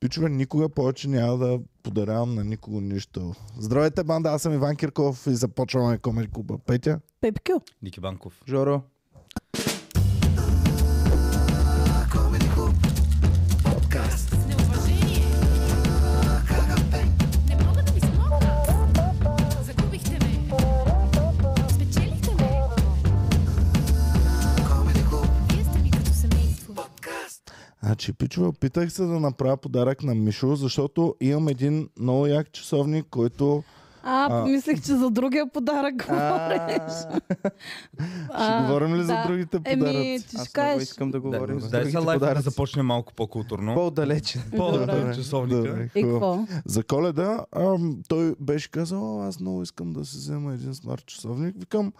Пичове, никога повече няма да подарявам на никого нищо. Здравейте, банда, аз съм Иван Кирков и започваме Комери Клуба. Петя? Пепкю. Ники Банков. Жоро. С неуважение. Не мога да ви смогна. Загубихте ме. Спечелихте ме. Вие сте ми като семейство. Значи, пичове, опитах се да направя подарък на Мишо, защото имам един много як часовник, който А, А. мислех, че за другия подарък говориш. ще говорим ли за другите Еми, подаръци? ти ще Аз много кажеш. искам да говорим Дай, за дай другите сега лайфа да подаръци. започне малко по-културно. По-далече. По-добре Добре, часовника. добре, И е хубаво. е, какво? За коледа ам, той беше казал, «О, аз много искам да си взема един смарт часовник. Викам,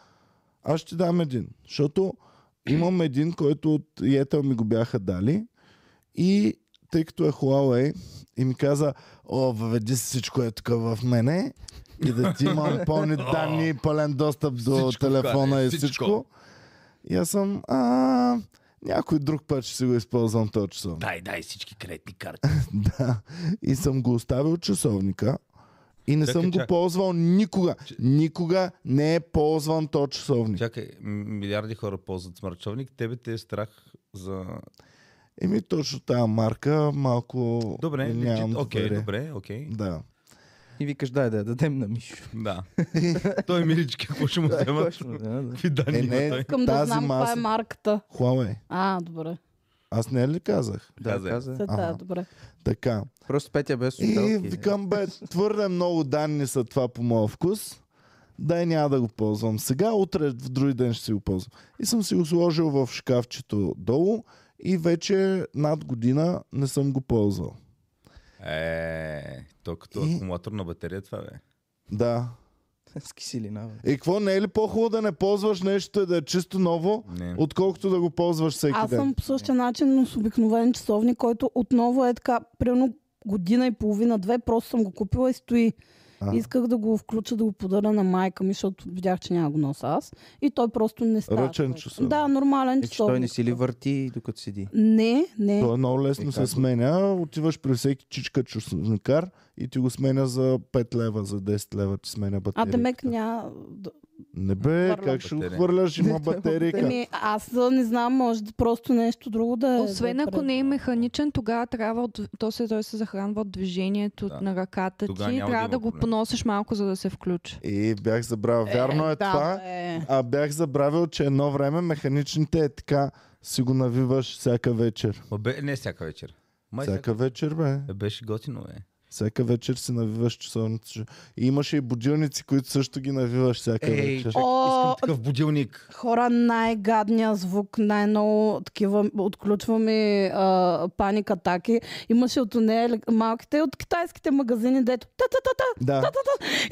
аз ще дам един, защото имам един, който от Yetel ми го бяха дали и тъй като е Huawei и ми каза, о, въведи си всичко е тук в мене и да ти имам пълни данни и пълен достъп до Всичко телефона вкарай, и всичко. всичко. И аз съм, а, някой друг път ще си го използвам този часовник. Дай, дай всички кредитни карти. Да. И съм го оставил часовника и не Чакай, съм го чакай. ползвал никога. Никога не е ползван то часовник. Чакай, м- милиарди хора ползват смарчовник. Тебе те е страх за... Еми точно тази марка малко Добре, нямам legit. окей, доверие. добре, окей. Да. И викаш, дай да я дадем на Мишо. Да. Той е милички, какво ще му взема? Точно, да, да. Какви данни Е, има не. той? Искам да Тази знам каква е маса- марката. Huawei. А, добре. Аз не е ли казах? Да, Каза я. каза. Та, Ага. та, добре. Така. Просто Петя без И слушалки. викам, бе, твърде много данни са това по моя вкус. Да, и няма да го ползвам. Сега, утре, в други ден ще си го ползвам. И съм си го сложил в шкафчето долу и вече над година не съм го ползвал. Е, то като И- акумулатор на батерия това бе. Да. С киселина. бе. И какво не е ли по-хубаво да не ползваш нещо и да е чисто ново, Не. отколкото да го ползваш всеки Аз ден? съм по същия начин, но с обикновен часовник, който отново е така, примерно година и половина, две, просто съм го купила и стои. А. Исках да го включа, да го подаря на майка ми, защото видях, че няма го носа аз. И той просто не става. Ръчен човек. часовник. Да, нормален Е, че той не часовник. си ли върти докато седи? Не, не. Той е много лесно И се как го- сменя. Отиваш при всеки чичка чушникар и ти го сменя за 5 лева, за 10 лева ти сменя А батерия. Демек няма... да- Не бе, Хвърля. как ще го Батерия. хвърляш? Има батерийка. Еми, аз а, не знам, може да просто нещо друго да е. Освен да е ако пред- не е механичен, тогава трябва от, то се, той се захранва от движението Да. да. на ръката ти. Тогава няма да Трябва да, има го проблем. поносиш малко, за да се включи. И бях забравил. Вярно е да, това. Е. А бях забравил, че едно време механичните е така си го навиваш всяка вечер. Ма бе, не всяка вечер. Май всяка... Всяка вечер, бе. Е, Беше готино, бе. Всяка вечер си навиваш часовници. И имаше и будилници, които също ги навиваш всяка Ей, вечер. чак- О, Искам такъв будилник. хора, най-гадния звук, най-много такива, отключваме а, паник атаки. Имаше от нея малките, от китайските магазини, дето та-та-та-та. Да.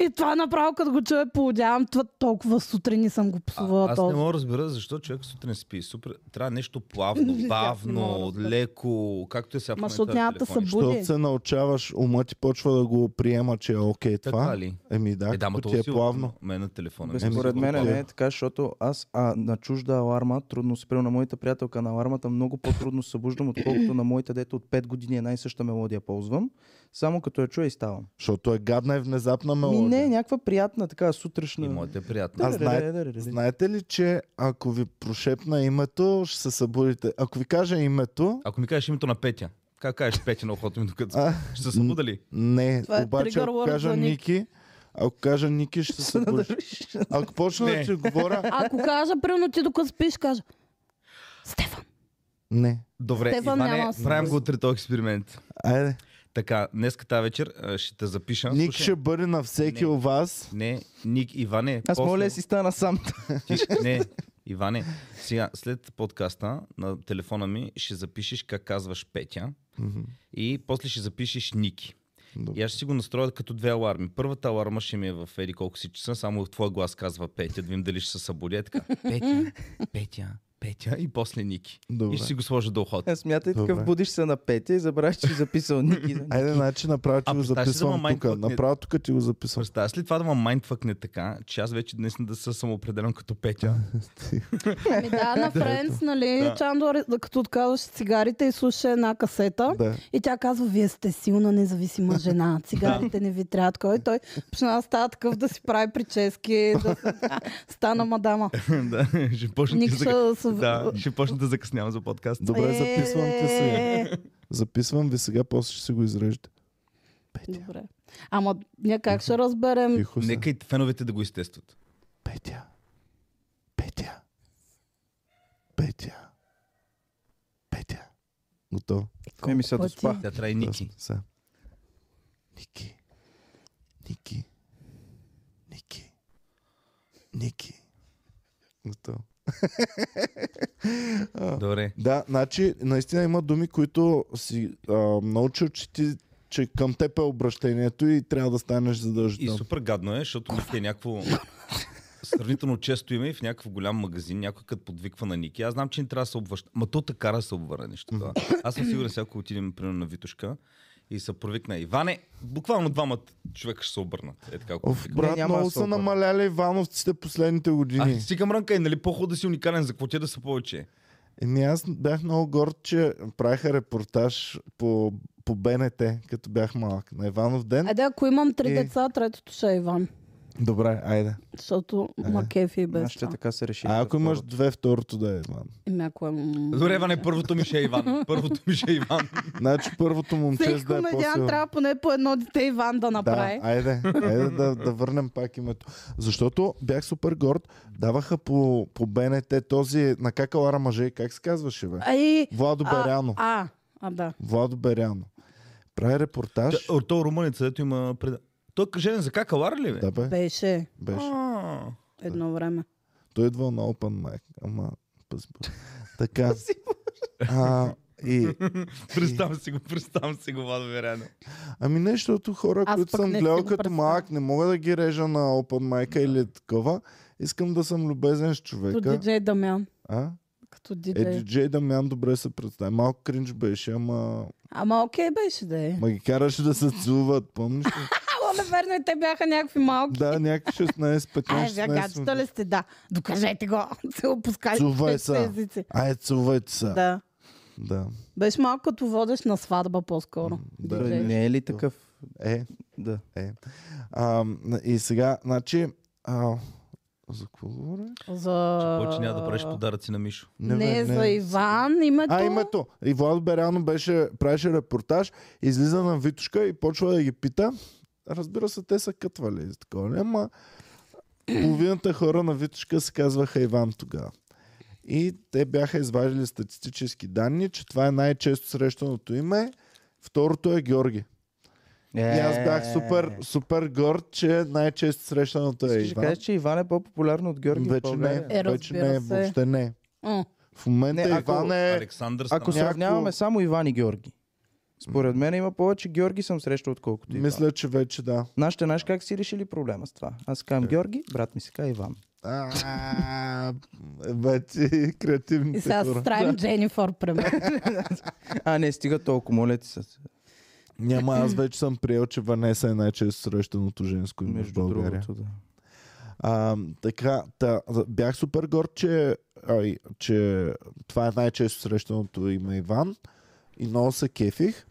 И това направо, като го чуя, полудявам, това толкова сутрини съм го А, псувала аз не е този. мога да разбера защо човек сутрин спи. Супер... Трябва нещо плавно, бавно, разбера. леко, както е сега в Ма, момента защото няма да телефони. са бу- Буди. Защото се научаваш, ума ти почва да го приема, че е окей това. Така ли? Еми да, е, да, ма като то ти е си- плавно. Мен на телефона. Бе, ми е Според сигурно мен плавно. не е така, защото аз а, на чужда аларма трудно спрям на моята приятелка на алармата, много по-трудно се събуждам, отколкото на моята, дето от 5 години една и съща мелодия ползвам. Само като я чуя и ставам. Защото е гадна и внезапна Ми мелодия. не, е някаква приятна, така И сутрешна. моята е приятна. А Да, да, знае- да, да, да, да. Знаете ли, че ако ви прошепна името, ще се събудите? Ако ви кажа името, Ако ми кажеш името на Петя, как кажеш Петя на охото ми докато а, ще се събуда ли? не, Това е обаче тригър ако word кажа за Ник. Ники, ако кажа Ники, ще се събудиш. Ако почна да Не. ти говоря, Ако кажа, примерно ти докато спиш, кажа, Стефан, не. Добре, Стефан, няма Иване, да се правим събуди. го утре този експеримент. Айде. Така, днеска тази вечер а, ще те запиша. Ник Слушай. ще бъде на всеки Не. от вас. Не, Ник, Иване. Аз после- моля да си стана сам. Ти, не, Иване, сега след подкаста на телефона ми ще запишеш как казваш Петя Мгм. и после ще запишеш Ники. Добре. И аз ще си го настроя като две аларми. Първата аларма ще ми е в еди колко си часа, само в твоя глас казва Петя, да видим дали ще се събудя. Е Така, Петя, Петя, Петя и после Ники. Добре. И ще си го сложа до уход. Е, Смятай, Добре. такъв будиш се на Петя и забравяш, че си записал Ники. за Ники. Айде, значи направо ти А, го представяш ли да ма записвам тук. майндфакне? Направо тук ти го записвам. Представяш ли това да ма майндфъкне така, че аз вече днес да се самоопределям като Петя? Ми да, на Френц, нали, Да. Чандор, като отказваш цигарите и слуша една касета. Да. И тя казва, вие сте силна, независима жена, цигарите не ви трябват. Кой е той почна да става такъв да си прави прически, да се- а, стана мадама. да, ще почне Ник да, зак... ще се- Е, да, ще почне да закъснявам за подкаст. Добре, записвам ти сега. Е, Записвам ви сега, после ще си го изрежете. Добре. Ама ние как ще разберем? Тихо се. Нека и феновете да го изтестват. Петя. Петя. Петя. Петя. Готово. Ме ми се Колко доспа. пъти? Тя трябва и Ники. Да, сега. Ники. Ники. Ники. Ники. Готово. Добре. Да, значи, наистина има думи, които си а, научил, че, ти, че към теб е обращението и трябва да станеш И задължително. супер гадно е, защото Ники е някакво сравнително често име и в някакъв голям магазин някой като подвиква на Ники. Аз знам, че не трябва да се обвърши. Ма то те кара да се обвърне нещо. това. Аз съм сигурен, сега ако отидем примерно на Витушка и се провикна Иване, буквално двамата човека ще се обърнат. Е така, ако Оф, повикна. брат, няма много да се са обърна. намаляли Ивановците последните години. а, стига мрънка и нали по-хубаво да си уникален, за какво те да са повече? Еми аз бях много горд, че правиха репортаж по, по БНТ, като бях малък, на Иванов ден. Айде, ако имам три Е. деца, третото ще е Иван. Добре, айде. Защото макефи и без Аз ще това. така се реши. А ако имаш две, второто да е Иван. Еми, ако е... м- Добре, Иване, първото ми ще е Иван. Първото ми ще е Иван. Значи първото момче за Всеки да е комедиан по-силно. трябва поне по едно дете Иван да Да, направи. айде, айде да, да върнем пак името. Защото бях супер горд, даваха по, по БНТ този на какалара мъже, как се казваше, бе? Ай, Владо Беряно. А, а, да. Владо Беряно. Прави репортаж. Та- То румънеца, дето има пред... Той е женен за какалар ли бе? Да, бе, Беше беше. А, едно време. Той идвал на Open Mic. Ама, пази Боже. Така. а, и, Е. Представям си го, представям си го, Владо Веряно. ами нещо от хора, Аз които пък съм не си гледал го като представям. малък, не мога да ги режа на Open Mic или такова. Искам да съм любезен с Като човека. диджей Дамян. А? Като Е, диджей. диджей Дамян добре се представи. Малко кринч беше, ама, Ама окей беше да е. ма ги караше да се целуват, помниш ли? Ама верно и те бяха някакви малки. да, някакви 16-15. Ай, вие гаджета 16 ли сте? Да. Докажете го. Се опускали Цувай са. езици. Ай, целувайте се. Да. Да. да. Беше малко като водеш на сватба по-скоро. да. Той Диджей. Не е ли такъв? Е, Да. а, и сега, значи, а, за какво говоря? За... Че повече няма да правиш подаръци на Мишо. Не, е бе, за Иван, името. А, името. И Владо Беряно беше, правеше репортаж, излиза на Витушка и почва да ги пита. Разбира се, те са кътвали и такова. Не? Ама половината хора на Витушка се казваха Иван тогава. И те бяха извадили статистически данни, че това е най-често срещаното име. Второто е Георги. И аз Е. бях супер, супер горд, че най-често срещаното е Искаш да Иван. кажеш, че Иван е по-популярно от Георги в Вече България? не, вече Е, разбира не, се. въобще не. М. В момента Не, ако- Иван е... Александър Ако Станов. сравняваме само Иван и Георги. Според мен има повече Георги съм срещал, отколкото Иван. Мисля, че вече да. Нашите, знаеш как си решили проблема с това? Аз Е. казвам Георги, брат ми се казва Иван. А, Вече И креативните сега хора. стравим Дженифър, примерно. А, не, стига толкова, моля ти се. Няма, аз вече съм приел, че Ванеса е най-често срещаното женско име в Между България. другото, да. А, така, та, за- бях супер горд, че, ай, че това е най-често срещаното име Иван. И много се кефих.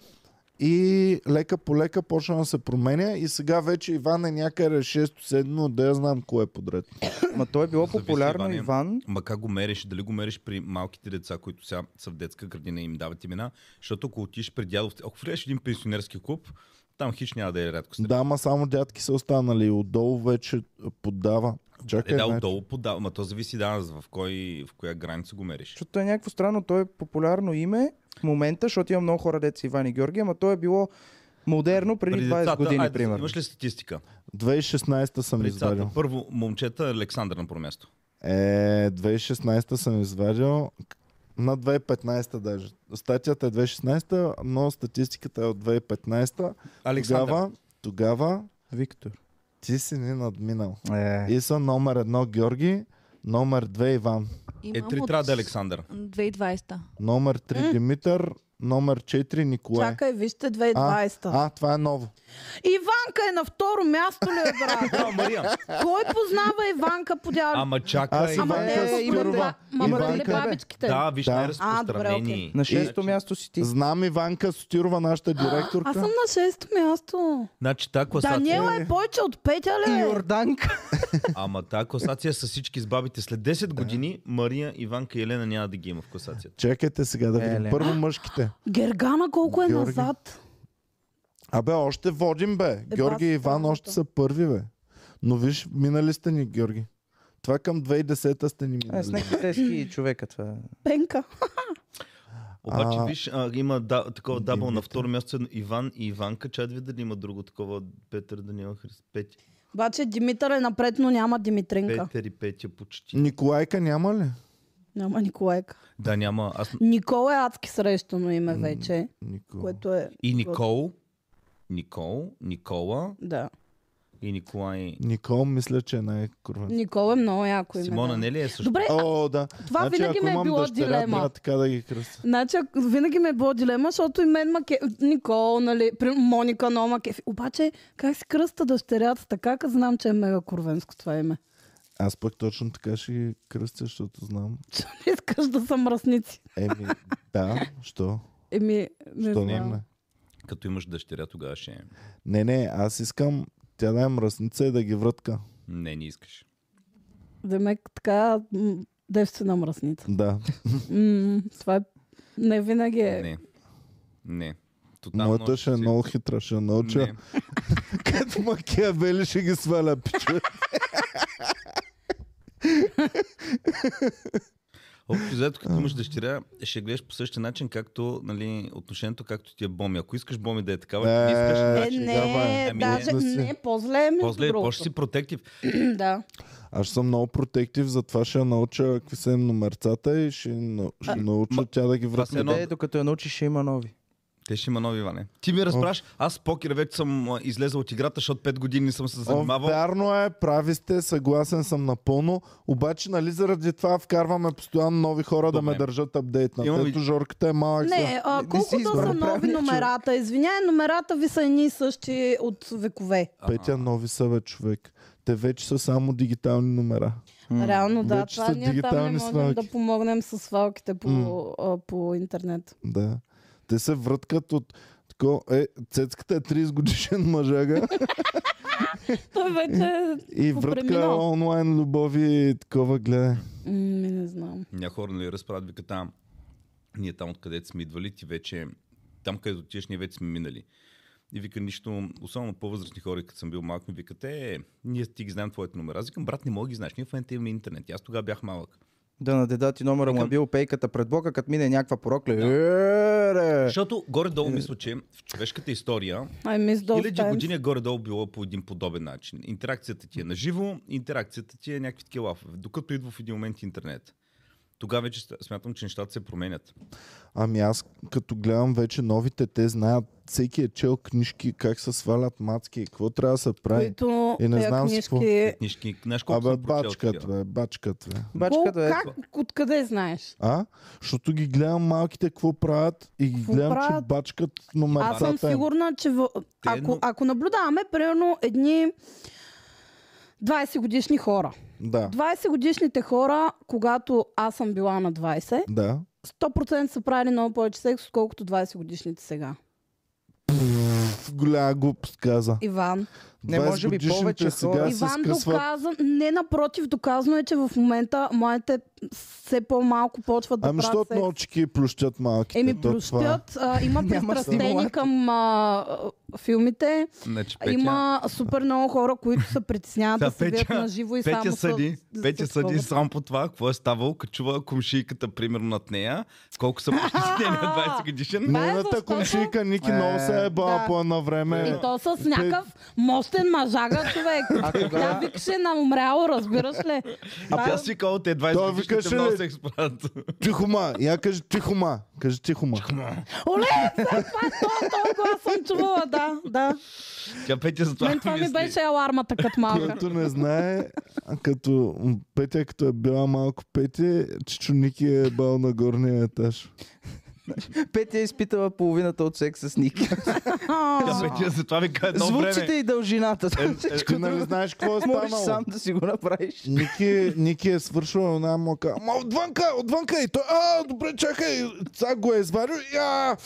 И лека по лека почна да се променя и сега вече Иван е някъде 6-7, да я знам кое е подред. Ма той е било Зависи, популярно Иване. Иван. Ма как го мериш? Дали го мериш при малките деца, които сега са в детска градина и им дават имена? Защото ако отиш при дядов... Ако влезеш в един пенсионерски клуб, там хич няма да е рядко. срещано. Да, ама само дядки са останали. Отдолу вече поддава. Чакай, Е, да, значи- отдолу подава, ма то зависи да, в, кой, в коя граница го мериш. Защото е някакво странно, той е популярно име в момента, защото има много хора, деца Иван и Георги, ама то е било модерно преди, 20 години, айде, примерно. имаш ли статистика? 2016 съм При извадил. децата, първо, момчета Александър на първо място. Е, 2016 съм извадил. На 2015 даже. Статията е 2016, но статистиката е от 2015. Александър. Тогава, тогава Виктор. ти си ни надминал. Е, И са номер едно Георги, Номер 2 Иван. Е, Имам три от трябва да е Александър. 2020. Номер 3 Димитър. Номер 4 Николай. Чакай, вижте 2020. А, това е ново. Иванка е на второ място ли, е, брат? А, Мария. Кой познава Иванка подява? Ама чакай. Аз Ама Иванка те са Стюрова. поради ба- ма Иванка- е поради бабичките. Да, виж, е Да. А, добре, най-разпространени. окей. На шесто място си ти. Знам Иванка Сотирова, нашата директорка. Аз съм на шесто място. Значи тази класация, Даниела е повече от Петя И ли? Йорданка. ама тази класация са всички с бабите. След 10 години Мария, Иванка и Елена няма да ги има в класацията. Чакайте сега да видим. Еле. Първо мъжките. Гергана колко е Георги. назад? Абе, още водим, бе. Е, Георги и Иван странното. още са първи, бе. Но виж, минали сте ни, Георги. Това към 2010-та сте ни Е, с минали. някакви трески човека това. Пенка. Обаче, А, виж, а, има да, такова дабъл на Димитър. второ място са Иван и Иванка. Чай да видя дали има друго такова. Петър, Даниела, Христ, Петя. Обаче Димитър е напред, но няма Димитринка. Петър и Петя почти. Николайка няма ли? Няма Николайка. Да, няма. Аз... Никол е адски срещано име вече, Никол. което е... И Никол. Никол, Никола Да. и Николай. Никол мисля, че е най-курвен. Никол е много яко име. Симона, да. не ли е също? Добре, О, да. Значи, Това винаги ако ме е имам било дъщеря, дилема. трябва така да ги кръста. Значи, ако- винаги ме е било дилема, защото и мен маке... Никол, нали, при Моника, но макефи. Обаче, как си кръста дъщерята така, като знам, че е мега курвенско това име? Аз пък точно така ще ги кръстя, защото знам. Че не искаш да съм мръсници. Еми, да, що? Еми, не Що не, е знам. не? Като имаш дъщеря, тогава ще е. Не, не, аз искам тя да е мръсница и да ги врътка. Не, не искаш. Демек така м, девствена мръсница. Да. М, това е... Не винаги е. Не. Не. Тотално Моята ще е си- много хитра, ще я науча. Не. Като макиавели ще ги сваля, пичове. Общо взето, като имаш дъщеря, ще гледаш по същия начин, както нали, отношението, както ти е Боми. Ако искаш Боми да е такава, Е, не искаш. Е, Значи, не, давай. Ами даже не. не, по-зле ми После почти си протектив. Да. Аз ще съм много протектив, затова ще я науча какви са им номерцата и ще, на- ще науча тя да ги се е врътне. едно- Да. Те, докато я научиш, ще има нови. Те ще има нови Иване. Ти ми разбраш, аз с покер вече съм а, излезъл от играта, защото 5 години не съм се О, занимавал. вярно е, прави сте, съгласен съм напълно, обаче нали заради това вкарваме постоянно нови хора да ме Проблем. държат апдейтна. Имам и- Ето Жорката е малък за... Не, а, не си колкото избрал са правилния нови човек. номерата, извиняй, номерата ви са едни и същи от векове. Петя нови са бе, човек. Те вече са само дигитални номера. Реално да, Вече това са ние там не дигитални можем свалки. да помогнем с свалките по, М. а, по интернет. Да. Те се връткат от Тако, е, цецката е 30 годишен мъжага Той вече... е- и врътка Попреминал. онлайн любови и такова гледай. М, не знам. Някои хора нали разправят, вика там, ние там откъдето сме идвали, ти вече, там където отиваш, ние вече сме минали. И вика нищо, особено по-възрастни хора, като съм бил малък, ми викат, е, ние ти ги знаем твоите номера. Аз викам, брат, не мога да ги знаеш, ние в момента имаме интернет. И Аз тогава бях малък. Да на деда ти номера му е бил пейката пред бока, като мине някаква порокля. Е. Ере! Защото горе-долу мисля, че в човешката история Ай, мис хиляди Dolph години е горе-долу било по един подобен начин. Интеракцията ти е на живо, интеракцията ти е някакви такива лафове. Докато идва в един момент интернет. Тогава вече смятам, че нещата се променят. Ами аз като гледам вече новите, те знаят всеки е чел книжки, как се свалят мацки, какво трябва да се прави. които И не тия знам си книжки... Книжки, знаеш Ами, колко Абе, съм прочел такива? бачкат, бе, бачкат, бе. Бачка Кол, да е. как, откъде знаеш? А? Защото ги гледам малките какво правят и ги Какво гледам, правят? че бачкат е- Аз съм номерцата. им. сигурна, че в... ако, но- ако наблюдаваме примерно едни 20 годишни хора. Да, 20 годишните хора, когато аз съм била на 20, да. 100% са правили много повече секс, отколкото 20 годишните сега. Пф, Голяма глупост каза. Иван. Не, може би 20-годишните повече сега се хора. Иван скъсват. доказа, не напротив, доказано е, че в момента младите все по-малко почват да Ами, правят защото секс. научки плющят малките. Еми, то това е. плющят, а, има Няма пристрастени стимулатор. към а, а, филмите, Значи, Петя... има супер много хора, които се притесняват да Сега се видят Петя- на живо и Петя само съди, са, Петя съди само по това, какво е ставало, като чува комшийката, примерно над нея, колко са притеснени от 20 годишен. Бай, Нейната е защото- комшийка Ники Е, много се е бала да. по едно И време. то с някакъв мощ Мощен мажага човек. А кога- Тя викаше на умряло, разбираш ли? А Това е- тя си казва, те Той 20 викаше годишните много ли? се изправят. Тихома, я кажи тихома. Кажи тихома. Оле, това е то, толкова съм чувала, да, да. Тя петя за това Мен това ми мисли. беше алармата като малка. Който не знае, а като Петя, като е била малко Петя, Чичо Ники е бал на горния етаж. Петя е изпитала половината от секса с Ники. Тя петя за това ми каза едно Звуците време. Е, и дължината. Всичко Ти нали друго. знаеш какво е Можеш станало? сам да си го направиш. Ники, Ники е свършил една мука. Ама отвънка, отвънка! И той, а, добре, чакай! Сега го е извадил. и, А,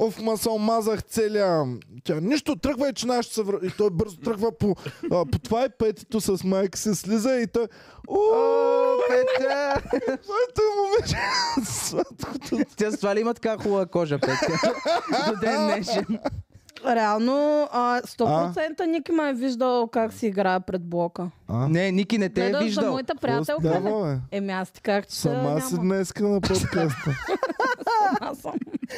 оф, ма се омазах целия. Тя, нищо, тръгвай, че нашето се връ-». И той бързо тръгва по, а, по това и петито с майка се слиза и той... О, О, Петя! моето момиче! Сладкото. Тя с това ли има така хубава кожа, Петя? До ден днешен. Реално, а, 100% Ники ме е виждал как си играе пред блока. А, Не, Ники не те е Гледал за виждал. моята какво приятелка. ли? става, бе? Еми аз ти казах, че Сама си няма. днеска на подкаста. Аз съм.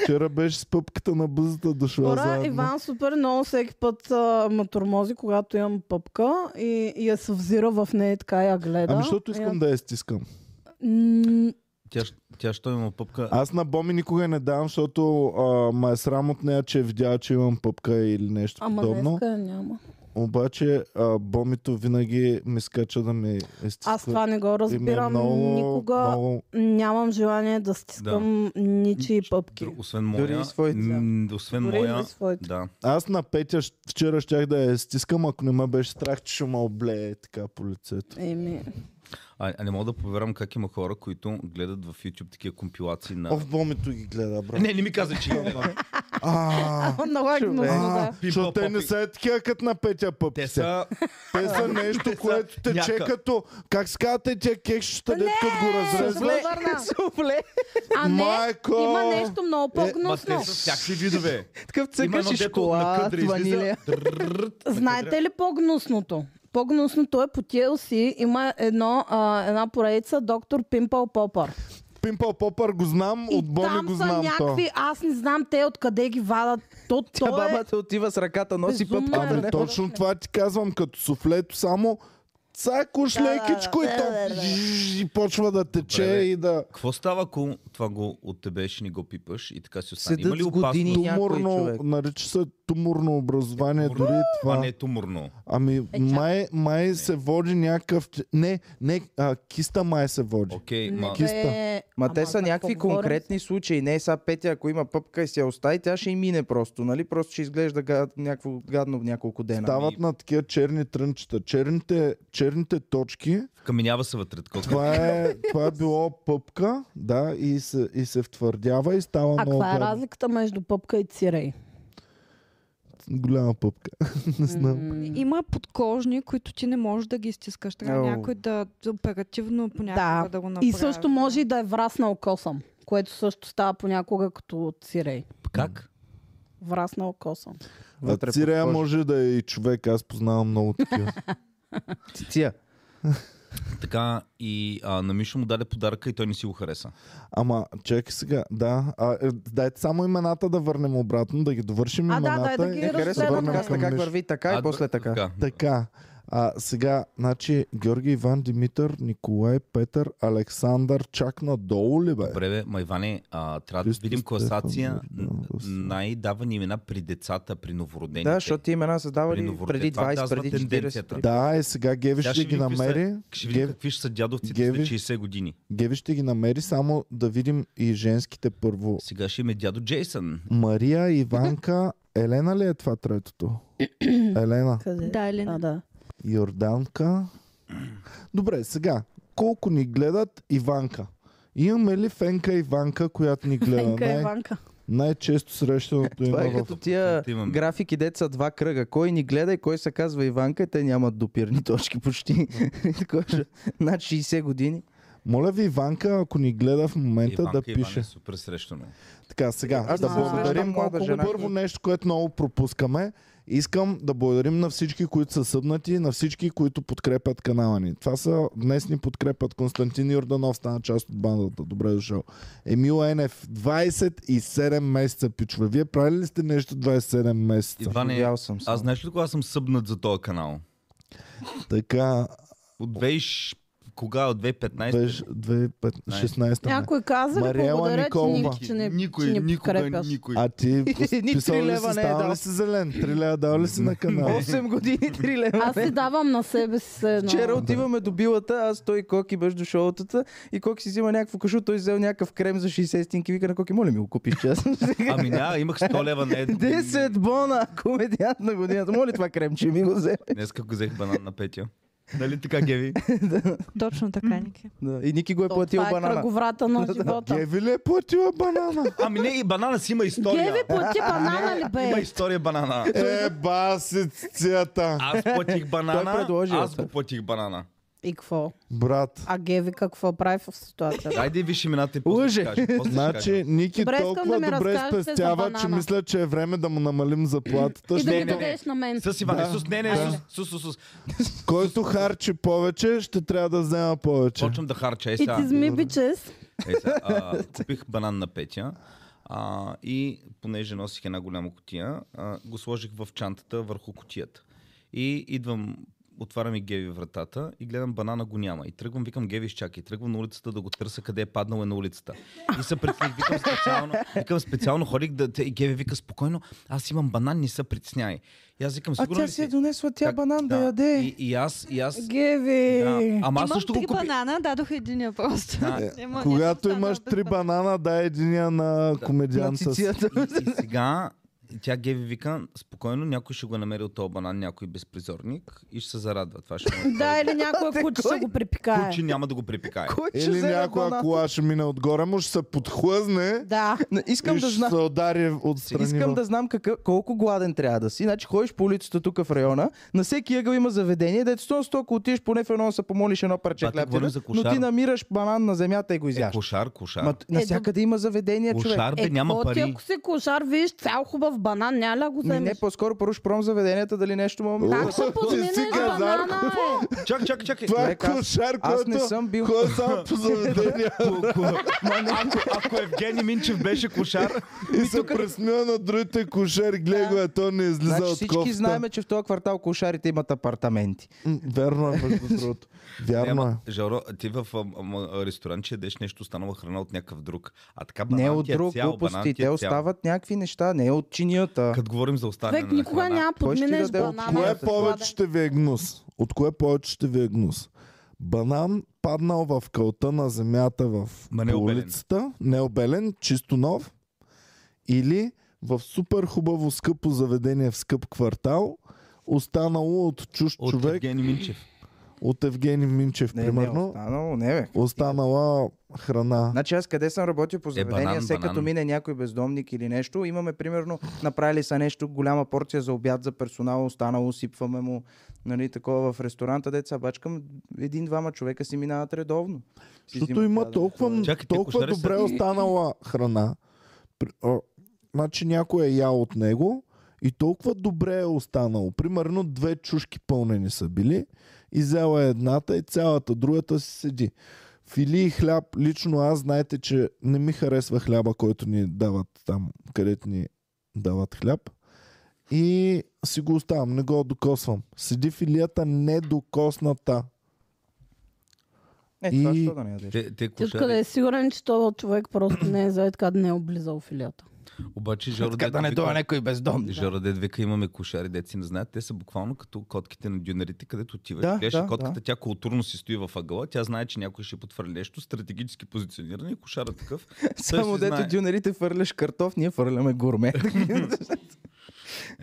Вчера беше с пъпката на бъзата дошла Хора, заедно. Иван Е, супер много всеки път а, ма тормози, когато имам пъпка и, и я се взира в нея и така я гледа. Ами, защото Е. искам да я стискам. Я... М, Тя, щ- тя що има пъпка? Аз на Боми никога не давам, защото а, ма е срам от нея, че е видяла, че имам пъпка или нещо Ама подобно. днеска я няма. Обаче а, Бомито винаги ми скача да ми е стиска. Аз това не го И ми е разбирам. много, Никога Много... нямам желание да стискам ничии пъпки. Друг- Освен Дори моя. и своите. м, Освен Дори и моя. на своите. Да. Аз на Петя щ- вчера щях да я стискам, ако не ме беше страх, че ще ме облее така по лицето. Еми, А, а не мога да повярвам как има хора, които гледат в YouTube такива компилации на... О, Бомито ги гледа, брат. Не, не ми каза, че има. А, много е гнусно, да. а, защото те не са е такива като на Петя пъпките. Те са... Те са нещо, Те са което те няка. чека като... Как скате тия кекшета, дето като го разрезва? Добре, върна. Суфле! А не, Майко! Е, има нещо много Ма те по-гнусно. са всякакви видове. Има Такъв едно цъкаш и дето на шоколад, къдра излиза. ванилия. Дрррррт. Знаете ли по-гнусното? По-гнусното е по TLC има едно, а, една поредица Доктор Пимпъл Попър. Пимпъл Попър го знам, И от Боми там го са знам. то. някакви, аз не знам те откъде ги вадат. То, Тя то е... бабата отива с раката, носи безумно е. пъпка. нали? Ами точно това ти казвам, като суфлето само цакуш лекичко и то жж, и почва да тече Добре, бе. и да... Какво става, ако това го от тебе ще ни го пипаш и така си остане? Седат Има ли с години. опасност? Някой Туморно, човек. нарича се туморно образование, Туморно? дори и Това не това. е туморно. Ами, чакай. май, май се води някакъв... Не, не, а, киста май се води. Окей, Не, ма... Киста. бе, Ма ама те за са какво някакви говорим? конкретни случаи. Не е сега Петя, ако има пъпка и си я остави, тя ще и мине просто, нали? Просто ще изглежда гад, някакво гадно няколко дена. Ами, Стават на такива черни трънчета. Черните, черните точки, Каменява се вътре такова. това е, това е било пъпка, да, и се, и се втвърдява и става А много каква е гадно. разликата между пъпка и цирей? голяма пъпка. не знам. Има подкожни, които ти не можеш да ги стискаш. Трябва Ау. някой да оперативно понякога да, Да. го направи. И също може и да е враснал косъм, което също става понякога като цирей. Как? Враснал косъм. А Вътре под Цирея кожа. може да е и човек, аз познавам много такива. Циция. Така и а, на Мишо му даде подаръка и той не си го хареса. Ама, чакай сега, да. А, е, дайте само имената да върнем обратно, да ги довършим А, да, имената. дай да ги и Не харесва разгледаме. подкаста към как Мишо. върви така и после така. Така. А, сега, значи, Георги, Иван, Димитър, Николай, Петър, Александър, чак надолу ли бе? Добре, бе, ма Иване, а, трябва да Христо видим Стефан, класация Георги, Ангел Симов. най-давани имена при децата, при новородените. Да, защото ти имена са При давали новороден. преди Това 20, казва преди тенденцията. 40. Да, е сега Геви Сега ще, ги видим какви са- намери. Е, Ще видим Гев- какви ще са дядовците Геви- след 60 години. Геви ще ги намери, само да видим и женските първо. Сега ще имаме дядо Джейсън. Мария, Иванка, Елена ли е това третото? Елена. Къде? Да, или А, не? да. Йорданка. Добре, сега. Колко ни гледат Иванка? Имаме ли фенка Иванка, която ни гледа? Фенка Най- Е, Иванка. най-често срещаното има Това е в... като тия Те имаме. графики, дет са два кръга. Кой ни гледа и кой се е, казва Иванка, и те нямат допирни точки почти. Кой ще- Над 60 години. Моля ви, Иванка, ако ни гледа в момента, Иванка, да Иван пише. е супер срещано. Така, сега, Аз да се благодарим срещам малко. млада жена. Първо нещо, което много пропускаме. Искам да благодарим на всички, които са събнати, на всички, които подкрепят канала ни. Това са днес ни подкрепят Константин Йорданов, стана част от бандата. Добре дошъл. Емил Енев, 27 месеца, пичове. Вие правили ли сте нещо 27 месеца? Иване, Видял съм се. аз знаеш ли кога съм събнат за този канал? Така, От 20... Кога? От 2015? беше 2016. Някой каза ли Мариела благодаря ти, Николова. Ники, че не, никой, че не никога, подкрепяш? никой. А ти Ни писал три ли лева си, не е става ли дал. си зелен? 3 лева дал ли си на канала? 8 години 3 лева. Аз си давам на себе си все едно. Вчера отиваме до билата, аз той и Коки беше до шоутата и Коки си взима някакво кашу, той взел някакъв крем за 60 стинки. Вика на Коки, моля ми го купиш, че аз съм сега. Ами няма, имах 100 лева на едно. 10 бона, комедиант на годината. Моля това кремче ми го вземе. Днес как взех банан на Петя. Нали така, Геви? Точно така, Ники. Да. И Ники го е То платил Това е банана. кръговрата на живота. Геви ли е платила банана? Ами не, и банана си има история. Геви плати банана ли Има бе? история банана. Е, басицията! Аз платих Той банана, предложи, аз бе. го платих банана. И какво? Брат. А Геви какво прави в ситуацията? Айде виж имената и после ще Лъже. кажа. после ще Значи, кажа. Ники Добре, искам толкова да ми добре разкажете за спестява, че банана. мисля, че е време да му намалим заплатата. И да защото ми дадеш на мен. С Иван Да. Исус, не, не, Исус, Сус, Сус, Сус. Който харчи повече, ще трябва да взема повече. Почвам да харча. Е, И ти сега. зми бичес. Е, сега, а, купих банан на Петя. А, и понеже носих една голяма котия, а, го сложих в чантата върху котията. И идвам, отварям и Геви вратата и гледам банана го няма. И тръгвам, викам Геви, чакай. Тръгвам на улицата да го търся къде е паднал е на улицата. И се притесних, викам специално, викам специално ходих да... те- И Геви вика спокойно, аз имам банан, не се притесняй. И аз викам, А сигурно тя ли си е си? донесла тя Так, банан да яде. И, и аз, и аз... Геви. Да. Ама аз Имам също го три купих. банана, дадох единия просто. Да. Няма- няма Е, Когато останал имаш без три банан. банана, дай единия на На комедиант с... цицията. И, и сега тя Геви вика, спокойно, някой ще го намери от този банан, някой безпризорник и ще се зарадва. Това ще му е Да, или някоя куче ще кой? го припикае. Куче няма да го припикае. Кой ще Или вземе някоя банан? кола ще мине отгоре, му ще се подхлъзне Да. Не, Искам и да ще знам. се удари отстрани. Искам в- да знам какъв, колко гладен трябва да си. Значи ходиш по улицата тук в района, на всеки ъгъл има заведение, дето сто сто, ако отидеш поне в едно да се помолиш едно парче Бате, хляб, ти говорим да- за но ти кошар. Е, намираш банан на земята и го изяш. Кошар, кошар. Ма, Е, навсякъде има заведения, човек. Кошар, бе, Е, няма какво ти, пари. ако си кошар, виж цял хубав банан, няма ли да го Не, не, вземеш? по-скоро първо ще пробвам заведенията, дали нещо мога Как ще подминеш си казар. банана, е? Чак, чак, чакай. Това е Човек, аз- кошар, аз не който съм бил- който е само по заведение Ако, ако Евгений Минчев беше кошар, и се пресмива на другите кошари. Гледай го, е, то не излиза Значи от всички кофта. знаем, че в този квартал кошарите имат апартаменти. М, Верно е, между другото. Вярно е. няма. Жоро, ти в а, м- а, ресторант ще ядеш нещо, останала храна от някакъв друг. А така банан не от ти е друг цял, банан ти глупости, е те цял. остават някакви неща, не от чинията. Като говорим за оставяне Век на никога храна. няма Кой ще ти подминеш даде от банана. Кое Ама, повече ще ви е гнус? От кое повече ще ви е гнус? Банан паднал в кълта на земята в Ма не е по обелен. улицата, необелен, чисто нов, или в супер хубаво скъпо заведение в скъп квартал, останало от чуж От човек, Евгений Минчев. от Евгений Минчев, не, е примерно, не, останало, не бе. останала храна. Значи аз къде съм работил по заведения, Е, банан, все като банан. мине някой бездомник или нещо, имаме примерно, направили са нещо, голяма порция за обяд за персонала, останало, сипваме му, нали, такова в ресторанта, деца бачкам, един-двама човека си минават редовно. Си Защото взимат има ядене. толкова, Чакайте, толкова кошари са- добре останала храна. При- а, Значи някой е ял от него и толкова добре е останало. Примерно две чушки пълнени са били и взела е едната и цялата другата си седи. Фили и хляб, лично аз знаете, че не ми харесва хляба, който ни дават там, където ни дават хляб. И си го оставам, не го докосвам. Седи филията недокосната. Е, това И- що да не ядеш? Те, те Ти кошари. откъде е сигурен, че този човек просто не е заед, така да не е облизал филията. Обаче Жоро Така дето да не вика- дойде някой бездомник. Жора Дед века имаме кошари, деци не знаят. Те са буквално като котките на дюнерите, където отиваш. Да, Да, гледаш да, да, котката, да. да. тя културно си стои в ъгъла, тя знае, че някой ще потвърди нещо, стратегически позициониране и кошара такъв. Той Само си дето знае. дюнерите фърляш картоф, ние фърляме гурме.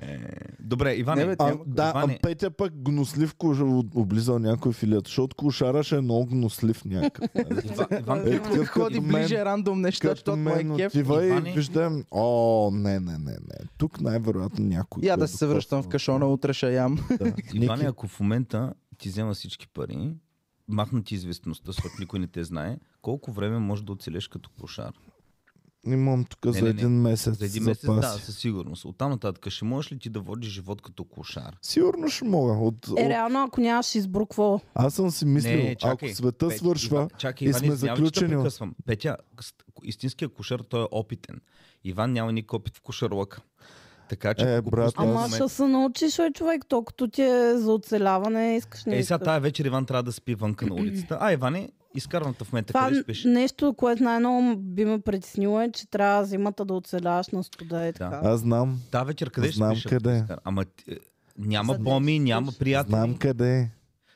Е, добре, Иване, Не, бе, А, Няма- да, а Иване, Петя пък гнослив кожа облизал някой филият, защото кошара ще е много гнослив някакъв. нали? Ива, Иван, Е, такъв Ходи като мен- ближе рандом неща, Като защото му е мен кеф. отива и Иване. виждам, о, не, не, не, не. Тук най-вероятно някой. Я го е да се връщам в докоснал. кашона, утре ще ям. Да. Иване, Ники, ако в момента ти взема всички пари, махна ти известността, защото никой не те знае, колко време можеш да оцелеш като кошар? Имам тук Не, за не, не. един месец За един месец, да, запаси. със сигурност. Оттам нататък ще можеш ли ти да водиш живот като кошар? Сигурно ще мога. От, Е, от... реално, ако нямаш избор, какво? Аз съм си мислил, не, чакай, ако света Петя, свършва, Иван, чакай, и Иван, сме извинявай, че те заключени от- прекъсвам. Петя, с- истинския кошар, той е опитен. Иван няма никакъв опит в кошарлъка. Така че Е, ако го брат, пусна в аз- Ама момента- ще се научиш, е, човек, толкова ти е за оцеляване, искаш не Е, сега искаш. тая вечер Иван трябва да спи вънка на улицата. А, Иване, изкарваната в момента, Това къде спиш? нещо, което най-много м- би ме притеснило е, че трябва зимата да оцеляваш на студа и така. аз знам, Та вечер къде ще Знам спиш? ако къде. те изкара? Ама ти- е, няма За да поми, спиш. няма приятели, знам къде е.